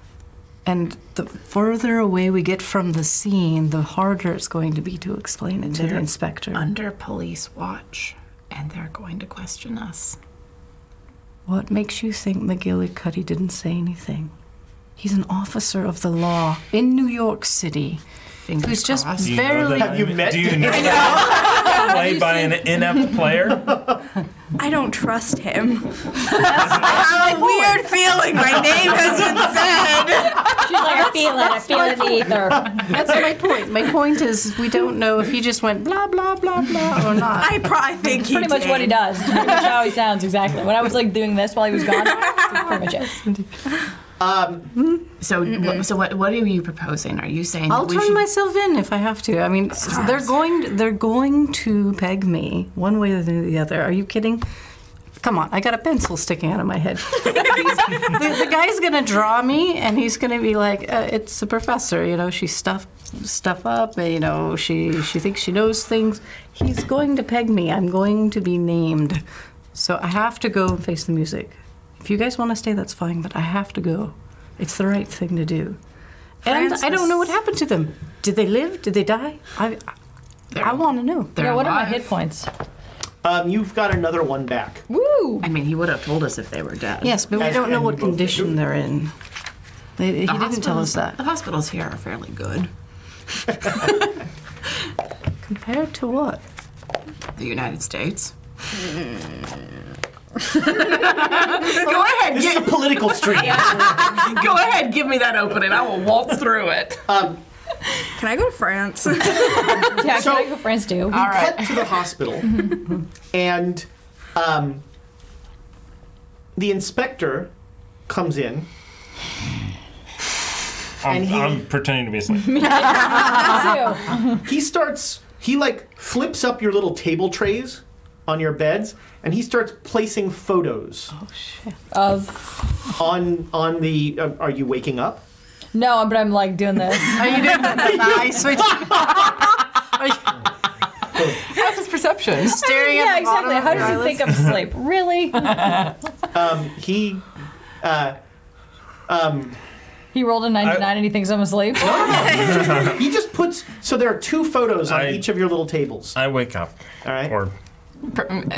[SPEAKER 9] And the further away we get from the scene, the harder it's going to be to explain it to the inspector.
[SPEAKER 6] Under police watch, and they're going to question us.
[SPEAKER 9] What makes you think McGillicuddy didn't say anything? He's an officer of the law in New York City
[SPEAKER 6] Fingers
[SPEAKER 9] who's just
[SPEAKER 6] crossed.
[SPEAKER 7] Do you know
[SPEAKER 9] barely
[SPEAKER 7] that
[SPEAKER 3] Have you
[SPEAKER 7] I'm-
[SPEAKER 3] met-
[SPEAKER 7] Do you know that I'm played by an inept player?
[SPEAKER 4] I don't trust him. I have a weird feeling my name has been said.
[SPEAKER 8] She's like, I feel it. I feel it in the ether.
[SPEAKER 9] That's my point. My point is we don't know if he just went blah blah blah blah or not.
[SPEAKER 4] I probably think he
[SPEAKER 8] Pretty much what he
[SPEAKER 4] did.
[SPEAKER 8] does. It's Pretty much how he sounds, exactly. When I was like doing this while he was gone, that's pretty much it.
[SPEAKER 6] So, wh- so what, what are you proposing? Are you saying
[SPEAKER 9] I'll
[SPEAKER 6] that we
[SPEAKER 9] turn
[SPEAKER 6] should
[SPEAKER 9] myself in if I have to. I mean, they're going they're going to peg me one way or the other. Are you kidding? Come on, I got a pencil sticking out of my head. the, the guy's gonna draw me, and he's gonna be like, uh, "It's a professor, you know. She stuff stuff up, and, you know. She she thinks she knows things. He's going to peg me. I'm going to be named. So I have to go and face the music. If you guys want to stay, that's fine. But I have to go. It's the right thing to do. And I don't know what happened to them. Did they live? Did they die? I I, I want to know.
[SPEAKER 6] they're
[SPEAKER 8] Yeah, what are my
[SPEAKER 6] alive?
[SPEAKER 8] hit points?
[SPEAKER 3] Um, you've got another one back.
[SPEAKER 8] Woo!
[SPEAKER 6] I mean, he would have told us if they were dead.
[SPEAKER 9] Yes, but we
[SPEAKER 3] As-
[SPEAKER 9] don't know
[SPEAKER 3] and
[SPEAKER 9] what
[SPEAKER 3] both-
[SPEAKER 9] condition they're in. They, he
[SPEAKER 6] The
[SPEAKER 9] didn't tell
[SPEAKER 6] hospitals-
[SPEAKER 9] us that.
[SPEAKER 6] The hospitals here are fairly good.
[SPEAKER 9] Compared to what?
[SPEAKER 6] The United States.
[SPEAKER 5] Go ahead.
[SPEAKER 3] This is a political stream.
[SPEAKER 6] Go ahead, give me that opening. I will waltz through it.
[SPEAKER 4] Can I go to France?
[SPEAKER 8] Yeah,
[SPEAKER 3] So-
[SPEAKER 8] so, I go friends do.
[SPEAKER 3] We cut to the hospital, and um, the inspector comes in.
[SPEAKER 7] I'm,
[SPEAKER 3] And he-
[SPEAKER 7] I'm pretending to be asleep.
[SPEAKER 8] I
[SPEAKER 3] he starts he like flips up your little table trays on your beds and he starts placing photos
[SPEAKER 8] do. Of
[SPEAKER 3] on on the uh, are you waking up
[SPEAKER 8] no, but I'm like doing this.
[SPEAKER 9] Are you doing that? Nice.
[SPEAKER 5] That's his perception.
[SPEAKER 9] staring
[SPEAKER 8] yeah,
[SPEAKER 9] at the bottom
[SPEAKER 8] exactly. How
[SPEAKER 9] of
[SPEAKER 8] does he
[SPEAKER 9] the
[SPEAKER 8] think I'm asleep? Really?
[SPEAKER 3] he uh,
[SPEAKER 8] He rolled a 99 and he thinks I'm asleep.
[SPEAKER 3] he just puts so there are two photos on
[SPEAKER 7] I-
[SPEAKER 3] each of your little tables
[SPEAKER 7] I wake up.
[SPEAKER 3] all right
[SPEAKER 7] Or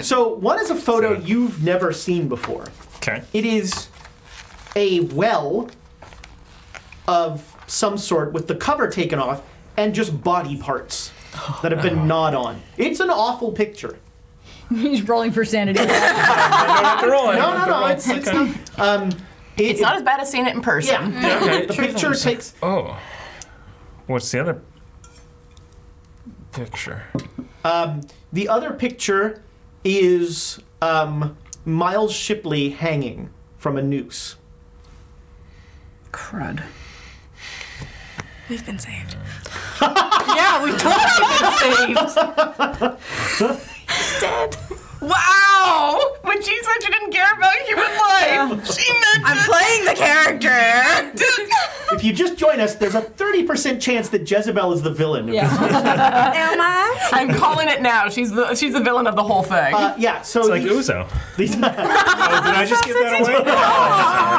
[SPEAKER 3] so one is a photo
[SPEAKER 7] Sorry.
[SPEAKER 3] you've never seen before
[SPEAKER 7] okay.
[SPEAKER 3] it is a well of some sort with the cover taken off and just body parts that have been
[SPEAKER 7] Oh.
[SPEAKER 3] gnawed on it's an awful picture
[SPEAKER 8] He's rolling for sanity.
[SPEAKER 7] I don't have to roll. I
[SPEAKER 3] no
[SPEAKER 7] don't
[SPEAKER 3] no
[SPEAKER 7] have to
[SPEAKER 3] no
[SPEAKER 7] roll.
[SPEAKER 3] it's, it's
[SPEAKER 7] Okay.
[SPEAKER 3] not um, it-
[SPEAKER 5] It's not as bad as seeing it in person.
[SPEAKER 3] Yeah.
[SPEAKER 7] Okay.
[SPEAKER 3] The picture takes.
[SPEAKER 7] Oh. What's the other picture?
[SPEAKER 3] The other picture is um, Miles Shipley hanging from a noose.
[SPEAKER 6] Crud.
[SPEAKER 4] We've been saved.
[SPEAKER 9] Yeah, we totally get saved.
[SPEAKER 10] Wow! When she said she didn't care about human life, she meant I'm playing the character.
[SPEAKER 3] If you just join us, there's a 30% chance that Jezebel is the villain. of this
[SPEAKER 4] Am I?
[SPEAKER 6] I'm calling it now. She's the she's the villain of the whole thing.
[SPEAKER 3] Uh, yeah, so
[SPEAKER 7] Like
[SPEAKER 3] these,
[SPEAKER 7] Uzo.
[SPEAKER 3] these-
[SPEAKER 7] Oh, did I just give that away?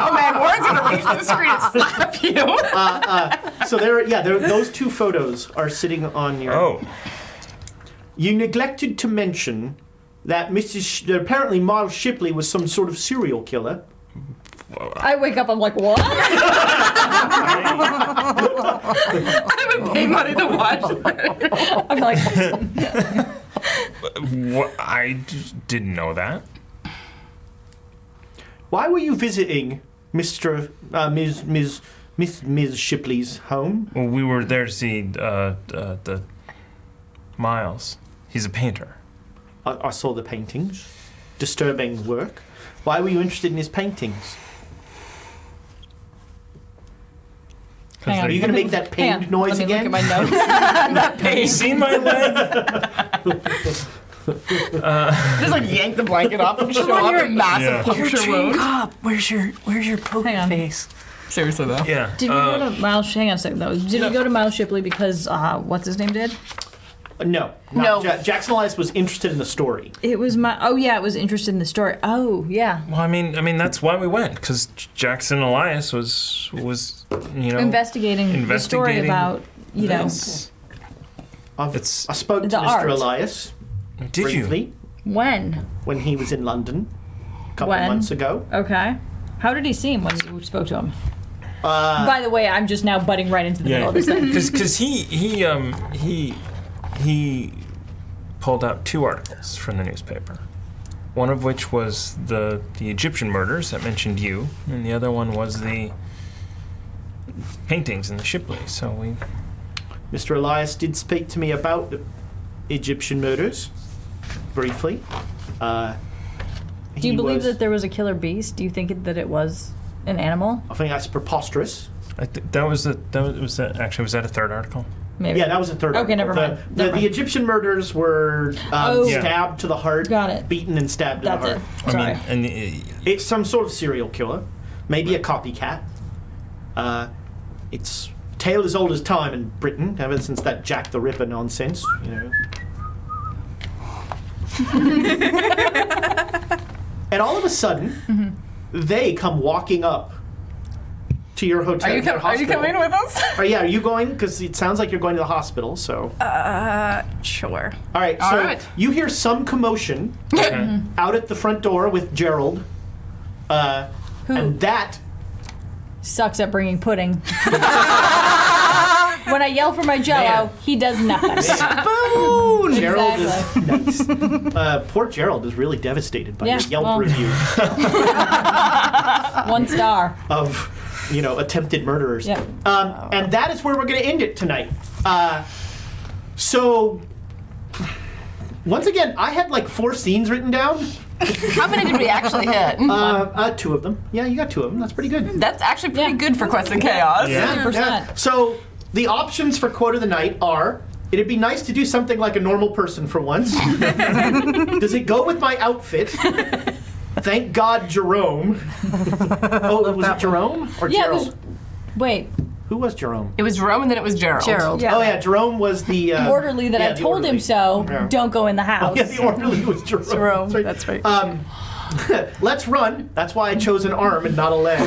[SPEAKER 6] oh man, Warren's gonna reach through the screen and slap you.
[SPEAKER 3] so there, yeah, there, those two photos are sitting on your.
[SPEAKER 7] Oh,
[SPEAKER 3] You neglected to mention that Mrs. Sh- that apparently Miles Shipley was some sort of serial killer.
[SPEAKER 8] I wake up, I'm like, what?
[SPEAKER 6] I would pay money to watch.
[SPEAKER 8] I'm like,
[SPEAKER 7] Oh. wha- I just didn't know that.
[SPEAKER 3] Why were you visiting Mr. Uh, Ms. Ms. Miss Ms. Shipley's home?
[SPEAKER 7] Well, we were there to see uh, uh, the Miles. He's a painter.
[SPEAKER 3] I, I saw the paintings. Disturbing work. Why were you interested in his paintings?
[SPEAKER 8] Hang on.
[SPEAKER 3] Are you going to make that
[SPEAKER 8] hang on,
[SPEAKER 3] pained noise
[SPEAKER 8] let me
[SPEAKER 3] again?
[SPEAKER 8] Look at my notes.
[SPEAKER 7] you seen my leg?
[SPEAKER 6] Just like yank the blanket off and show up a massive
[SPEAKER 7] Yeah.
[SPEAKER 6] puncture wound.
[SPEAKER 5] Cop, where's your where's your poker
[SPEAKER 8] Hang on.
[SPEAKER 5] face?
[SPEAKER 6] Seriously though.
[SPEAKER 7] Yeah.
[SPEAKER 8] Did we
[SPEAKER 7] uh,
[SPEAKER 8] go to Miles? Hang on a second, though. Did we go to Miles Shipley because uh, what's his name did?
[SPEAKER 3] Uh, no.
[SPEAKER 6] No.
[SPEAKER 3] not Ja- Jackson Elias was interested in the story.
[SPEAKER 8] It was my. Oh yeah, it was interested in the story. Oh yeah,
[SPEAKER 7] well, I mean, I mean that's why we went because Jackson Elias was was you know
[SPEAKER 8] investigating, the story
[SPEAKER 7] investigating
[SPEAKER 8] about you know.
[SPEAKER 7] this.
[SPEAKER 3] I've,
[SPEAKER 7] It's-
[SPEAKER 3] I spoke to
[SPEAKER 8] The
[SPEAKER 3] Mr.
[SPEAKER 8] art.
[SPEAKER 3] Elias
[SPEAKER 7] Did
[SPEAKER 3] briefly
[SPEAKER 7] you?
[SPEAKER 8] When?
[SPEAKER 3] when he was in London a couple
[SPEAKER 8] When?
[SPEAKER 3] of months ago.
[SPEAKER 8] Okay. How did he seem when you spoke to him?
[SPEAKER 3] Uh,
[SPEAKER 8] By the way, I'm just now butting right into the middle
[SPEAKER 7] Yeah.
[SPEAKER 8] of this thing.
[SPEAKER 7] Because he he um he he pulled out two articles from the newspaper. One of which was the the Egyptian murders that mentioned you, and the other one was the paintings in the Shipley. So we
[SPEAKER 3] Mr. Elias did speak to me about the Egyptian murders briefly. Uh,
[SPEAKER 8] Do you
[SPEAKER 3] he
[SPEAKER 8] believe
[SPEAKER 3] was-
[SPEAKER 8] that there was a killer beast? Do you think it, that it was an animal?
[SPEAKER 3] I think that's preposterous.
[SPEAKER 7] I th- that was the that was, was that actually was that a third article?
[SPEAKER 8] Maybe.
[SPEAKER 3] Yeah, that was the third.
[SPEAKER 8] Okay,
[SPEAKER 3] article.
[SPEAKER 8] never
[SPEAKER 3] the,
[SPEAKER 8] mind.
[SPEAKER 3] The,
[SPEAKER 8] Never
[SPEAKER 3] the
[SPEAKER 8] mind.
[SPEAKER 3] Egyptian murders were um,
[SPEAKER 8] Oh.
[SPEAKER 7] Yeah.
[SPEAKER 3] stabbed to the heart,
[SPEAKER 8] Got it.
[SPEAKER 3] beaten and stabbed
[SPEAKER 8] That's
[SPEAKER 3] to the
[SPEAKER 8] it.
[SPEAKER 3] heart.
[SPEAKER 8] Sorry.
[SPEAKER 7] I mean, and uh,
[SPEAKER 3] It's some sort of serial killer, maybe a copycat. Uh, it's tale as old as time in Britain, ever since that Jack the Ripper nonsense. You know. and all of a sudden,
[SPEAKER 6] Mm-hmm.
[SPEAKER 3] they come walking up to your hotel.
[SPEAKER 6] Are you,
[SPEAKER 3] your
[SPEAKER 6] com- are you
[SPEAKER 3] hospital.
[SPEAKER 6] coming with us?
[SPEAKER 3] Oh, yeah, are you going? Because it sounds like you're going to the hospital. So,
[SPEAKER 4] Sure.
[SPEAKER 3] all right.
[SPEAKER 6] Uh, All
[SPEAKER 3] so
[SPEAKER 6] right.
[SPEAKER 3] you hear some commotion
[SPEAKER 7] okay.
[SPEAKER 3] out at the front door with Gerald, uh, and that
[SPEAKER 8] Sucks at bringing pudding. when I yell for my jello, he does nothing.
[SPEAKER 3] Gerald
[SPEAKER 8] Exactly.
[SPEAKER 3] is nice. uh, poor Gerald is really devastated by
[SPEAKER 8] Yeah,
[SPEAKER 3] your Yelp
[SPEAKER 8] well.
[SPEAKER 3] review
[SPEAKER 8] One star.
[SPEAKER 3] Uh, of you know attempted murderers.
[SPEAKER 8] Yeah.
[SPEAKER 3] Um, and that is where we're going to end it tonight. Uh, so. Once again, I had like four scenes written down.
[SPEAKER 6] How many did we actually hit?
[SPEAKER 3] Uh, uh, two of them. Yeah, you got two of them. That's pretty good.
[SPEAKER 6] That's actually pretty
[SPEAKER 8] Yeah.
[SPEAKER 6] good for Quest and Chaos.
[SPEAKER 7] Yeah.
[SPEAKER 8] percent.
[SPEAKER 3] So the options for quote of the night are: it'd be nice to do something like a normal person for once. Does it go with my outfit? Thank God, Jerome. Oh, was it Jerome or
[SPEAKER 8] Yeah, it
[SPEAKER 3] Gerald?
[SPEAKER 8] was- Wait,
[SPEAKER 3] Who was Jerome?
[SPEAKER 6] It was Rome and then it was Gerald.
[SPEAKER 5] Gerald.
[SPEAKER 8] Yeah.
[SPEAKER 3] Oh yeah, Jerome was the uh,
[SPEAKER 8] orderly that
[SPEAKER 3] yeah,
[SPEAKER 8] I
[SPEAKER 3] the
[SPEAKER 8] told him
[SPEAKER 3] orderly.
[SPEAKER 8] so.
[SPEAKER 3] Yeah.
[SPEAKER 8] Don't go in the house.
[SPEAKER 3] Yeah, the orderly was Jerome.
[SPEAKER 5] Jerome,
[SPEAKER 3] Sorry.
[SPEAKER 5] that's right.
[SPEAKER 3] Um, let's run. That's why I chose an arm and not a leg.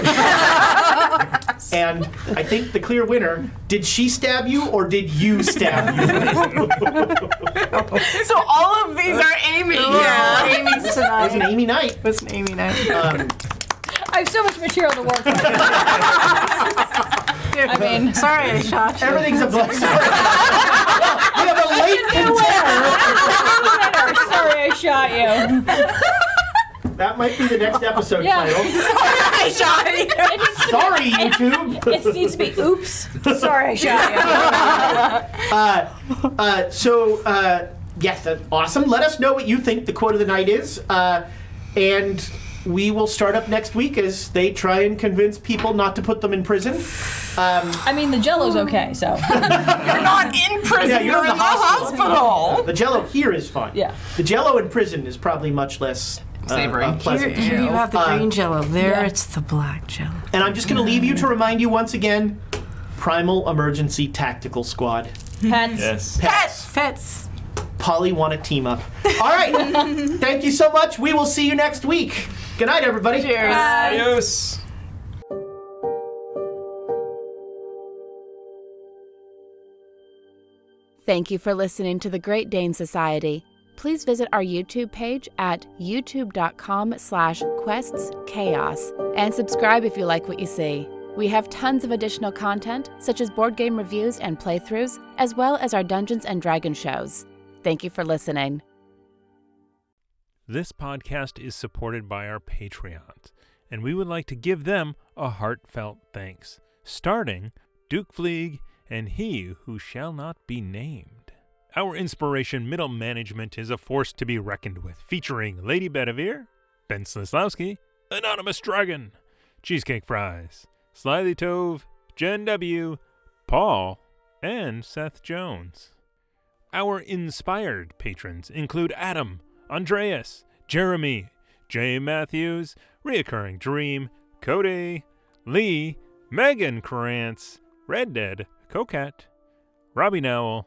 [SPEAKER 3] and I think the clear winner. Did she stab you or did you stab you?
[SPEAKER 6] So all of these are Amy. Yeah.
[SPEAKER 5] Amy's
[SPEAKER 3] It was an
[SPEAKER 5] tonight.
[SPEAKER 3] Amy Knight.
[SPEAKER 5] Listen, Amy night.
[SPEAKER 3] Um,
[SPEAKER 8] I have so much material to work with. I mean,
[SPEAKER 5] Sorry, I shot you.
[SPEAKER 3] everything's a blessing. we have a late encounter.
[SPEAKER 8] sorry I shot you.
[SPEAKER 3] That might be the next episode
[SPEAKER 8] Yeah.
[SPEAKER 3] title.
[SPEAKER 6] I shot you.
[SPEAKER 8] It needs to,
[SPEAKER 3] Sorry, YouTube.
[SPEAKER 8] it needs to be oops. Sorry I shot you.
[SPEAKER 3] Uh, uh, so, uh, yes, that's awesome. Let us know what you think the quote of the night is. Uh, and we will start up next week as they try and convince people not to put them in prison. Um,
[SPEAKER 8] I mean, the Jello's okay, so
[SPEAKER 6] You're not in prison.
[SPEAKER 3] yeah,
[SPEAKER 6] you're,
[SPEAKER 3] you're in the hospital.
[SPEAKER 6] hospital.
[SPEAKER 3] the Jello here is fine.
[SPEAKER 8] Yeah.
[SPEAKER 3] the Jello in prison is probably much less uh,
[SPEAKER 6] Savory.
[SPEAKER 3] unpleasant.
[SPEAKER 9] Here you have the
[SPEAKER 3] Uh,
[SPEAKER 9] green jello. There
[SPEAKER 8] yeah.
[SPEAKER 9] it's the black jello.
[SPEAKER 3] And I'm just going to leave you to remind you once again Primal Emergency Tactical Squad.
[SPEAKER 8] pets.
[SPEAKER 12] Yes.
[SPEAKER 3] Pets!
[SPEAKER 9] Fits.
[SPEAKER 3] Polly want to team up. All right. Thank you so much. We will see you next week. Good night, everybody.
[SPEAKER 12] Adios.
[SPEAKER 2] Thank you for listening to the Great Dane Society. Please visit our YouTube page at youtube.com slash questschaos and subscribe if you like what you see. We have tons of additional content, such as board game reviews and playthroughs, as well as our Dungeons and Dragons shows. Thank you for listening.
[SPEAKER 7] This podcast is supported by our Patreons, and we would like to give them a heartfelt thanks, starting Duke Fleeg and He Who Shall Not Be Named. Our inspiration, Middle Management, is a force to be reckoned with, featuring Lady Bedivere, Ben Slislawski, Anonymous Dragon, Cheesecake Fries, Slyly Tove, Jen W., Paul, and Seth Jones. Our inspired patrons include Adam, Andreas, Jeremy, Jay Matthews, Reoccurring Dream, Cody, Lee, Megan Krantz, Red Dead, Coquette, Robbie Nowell,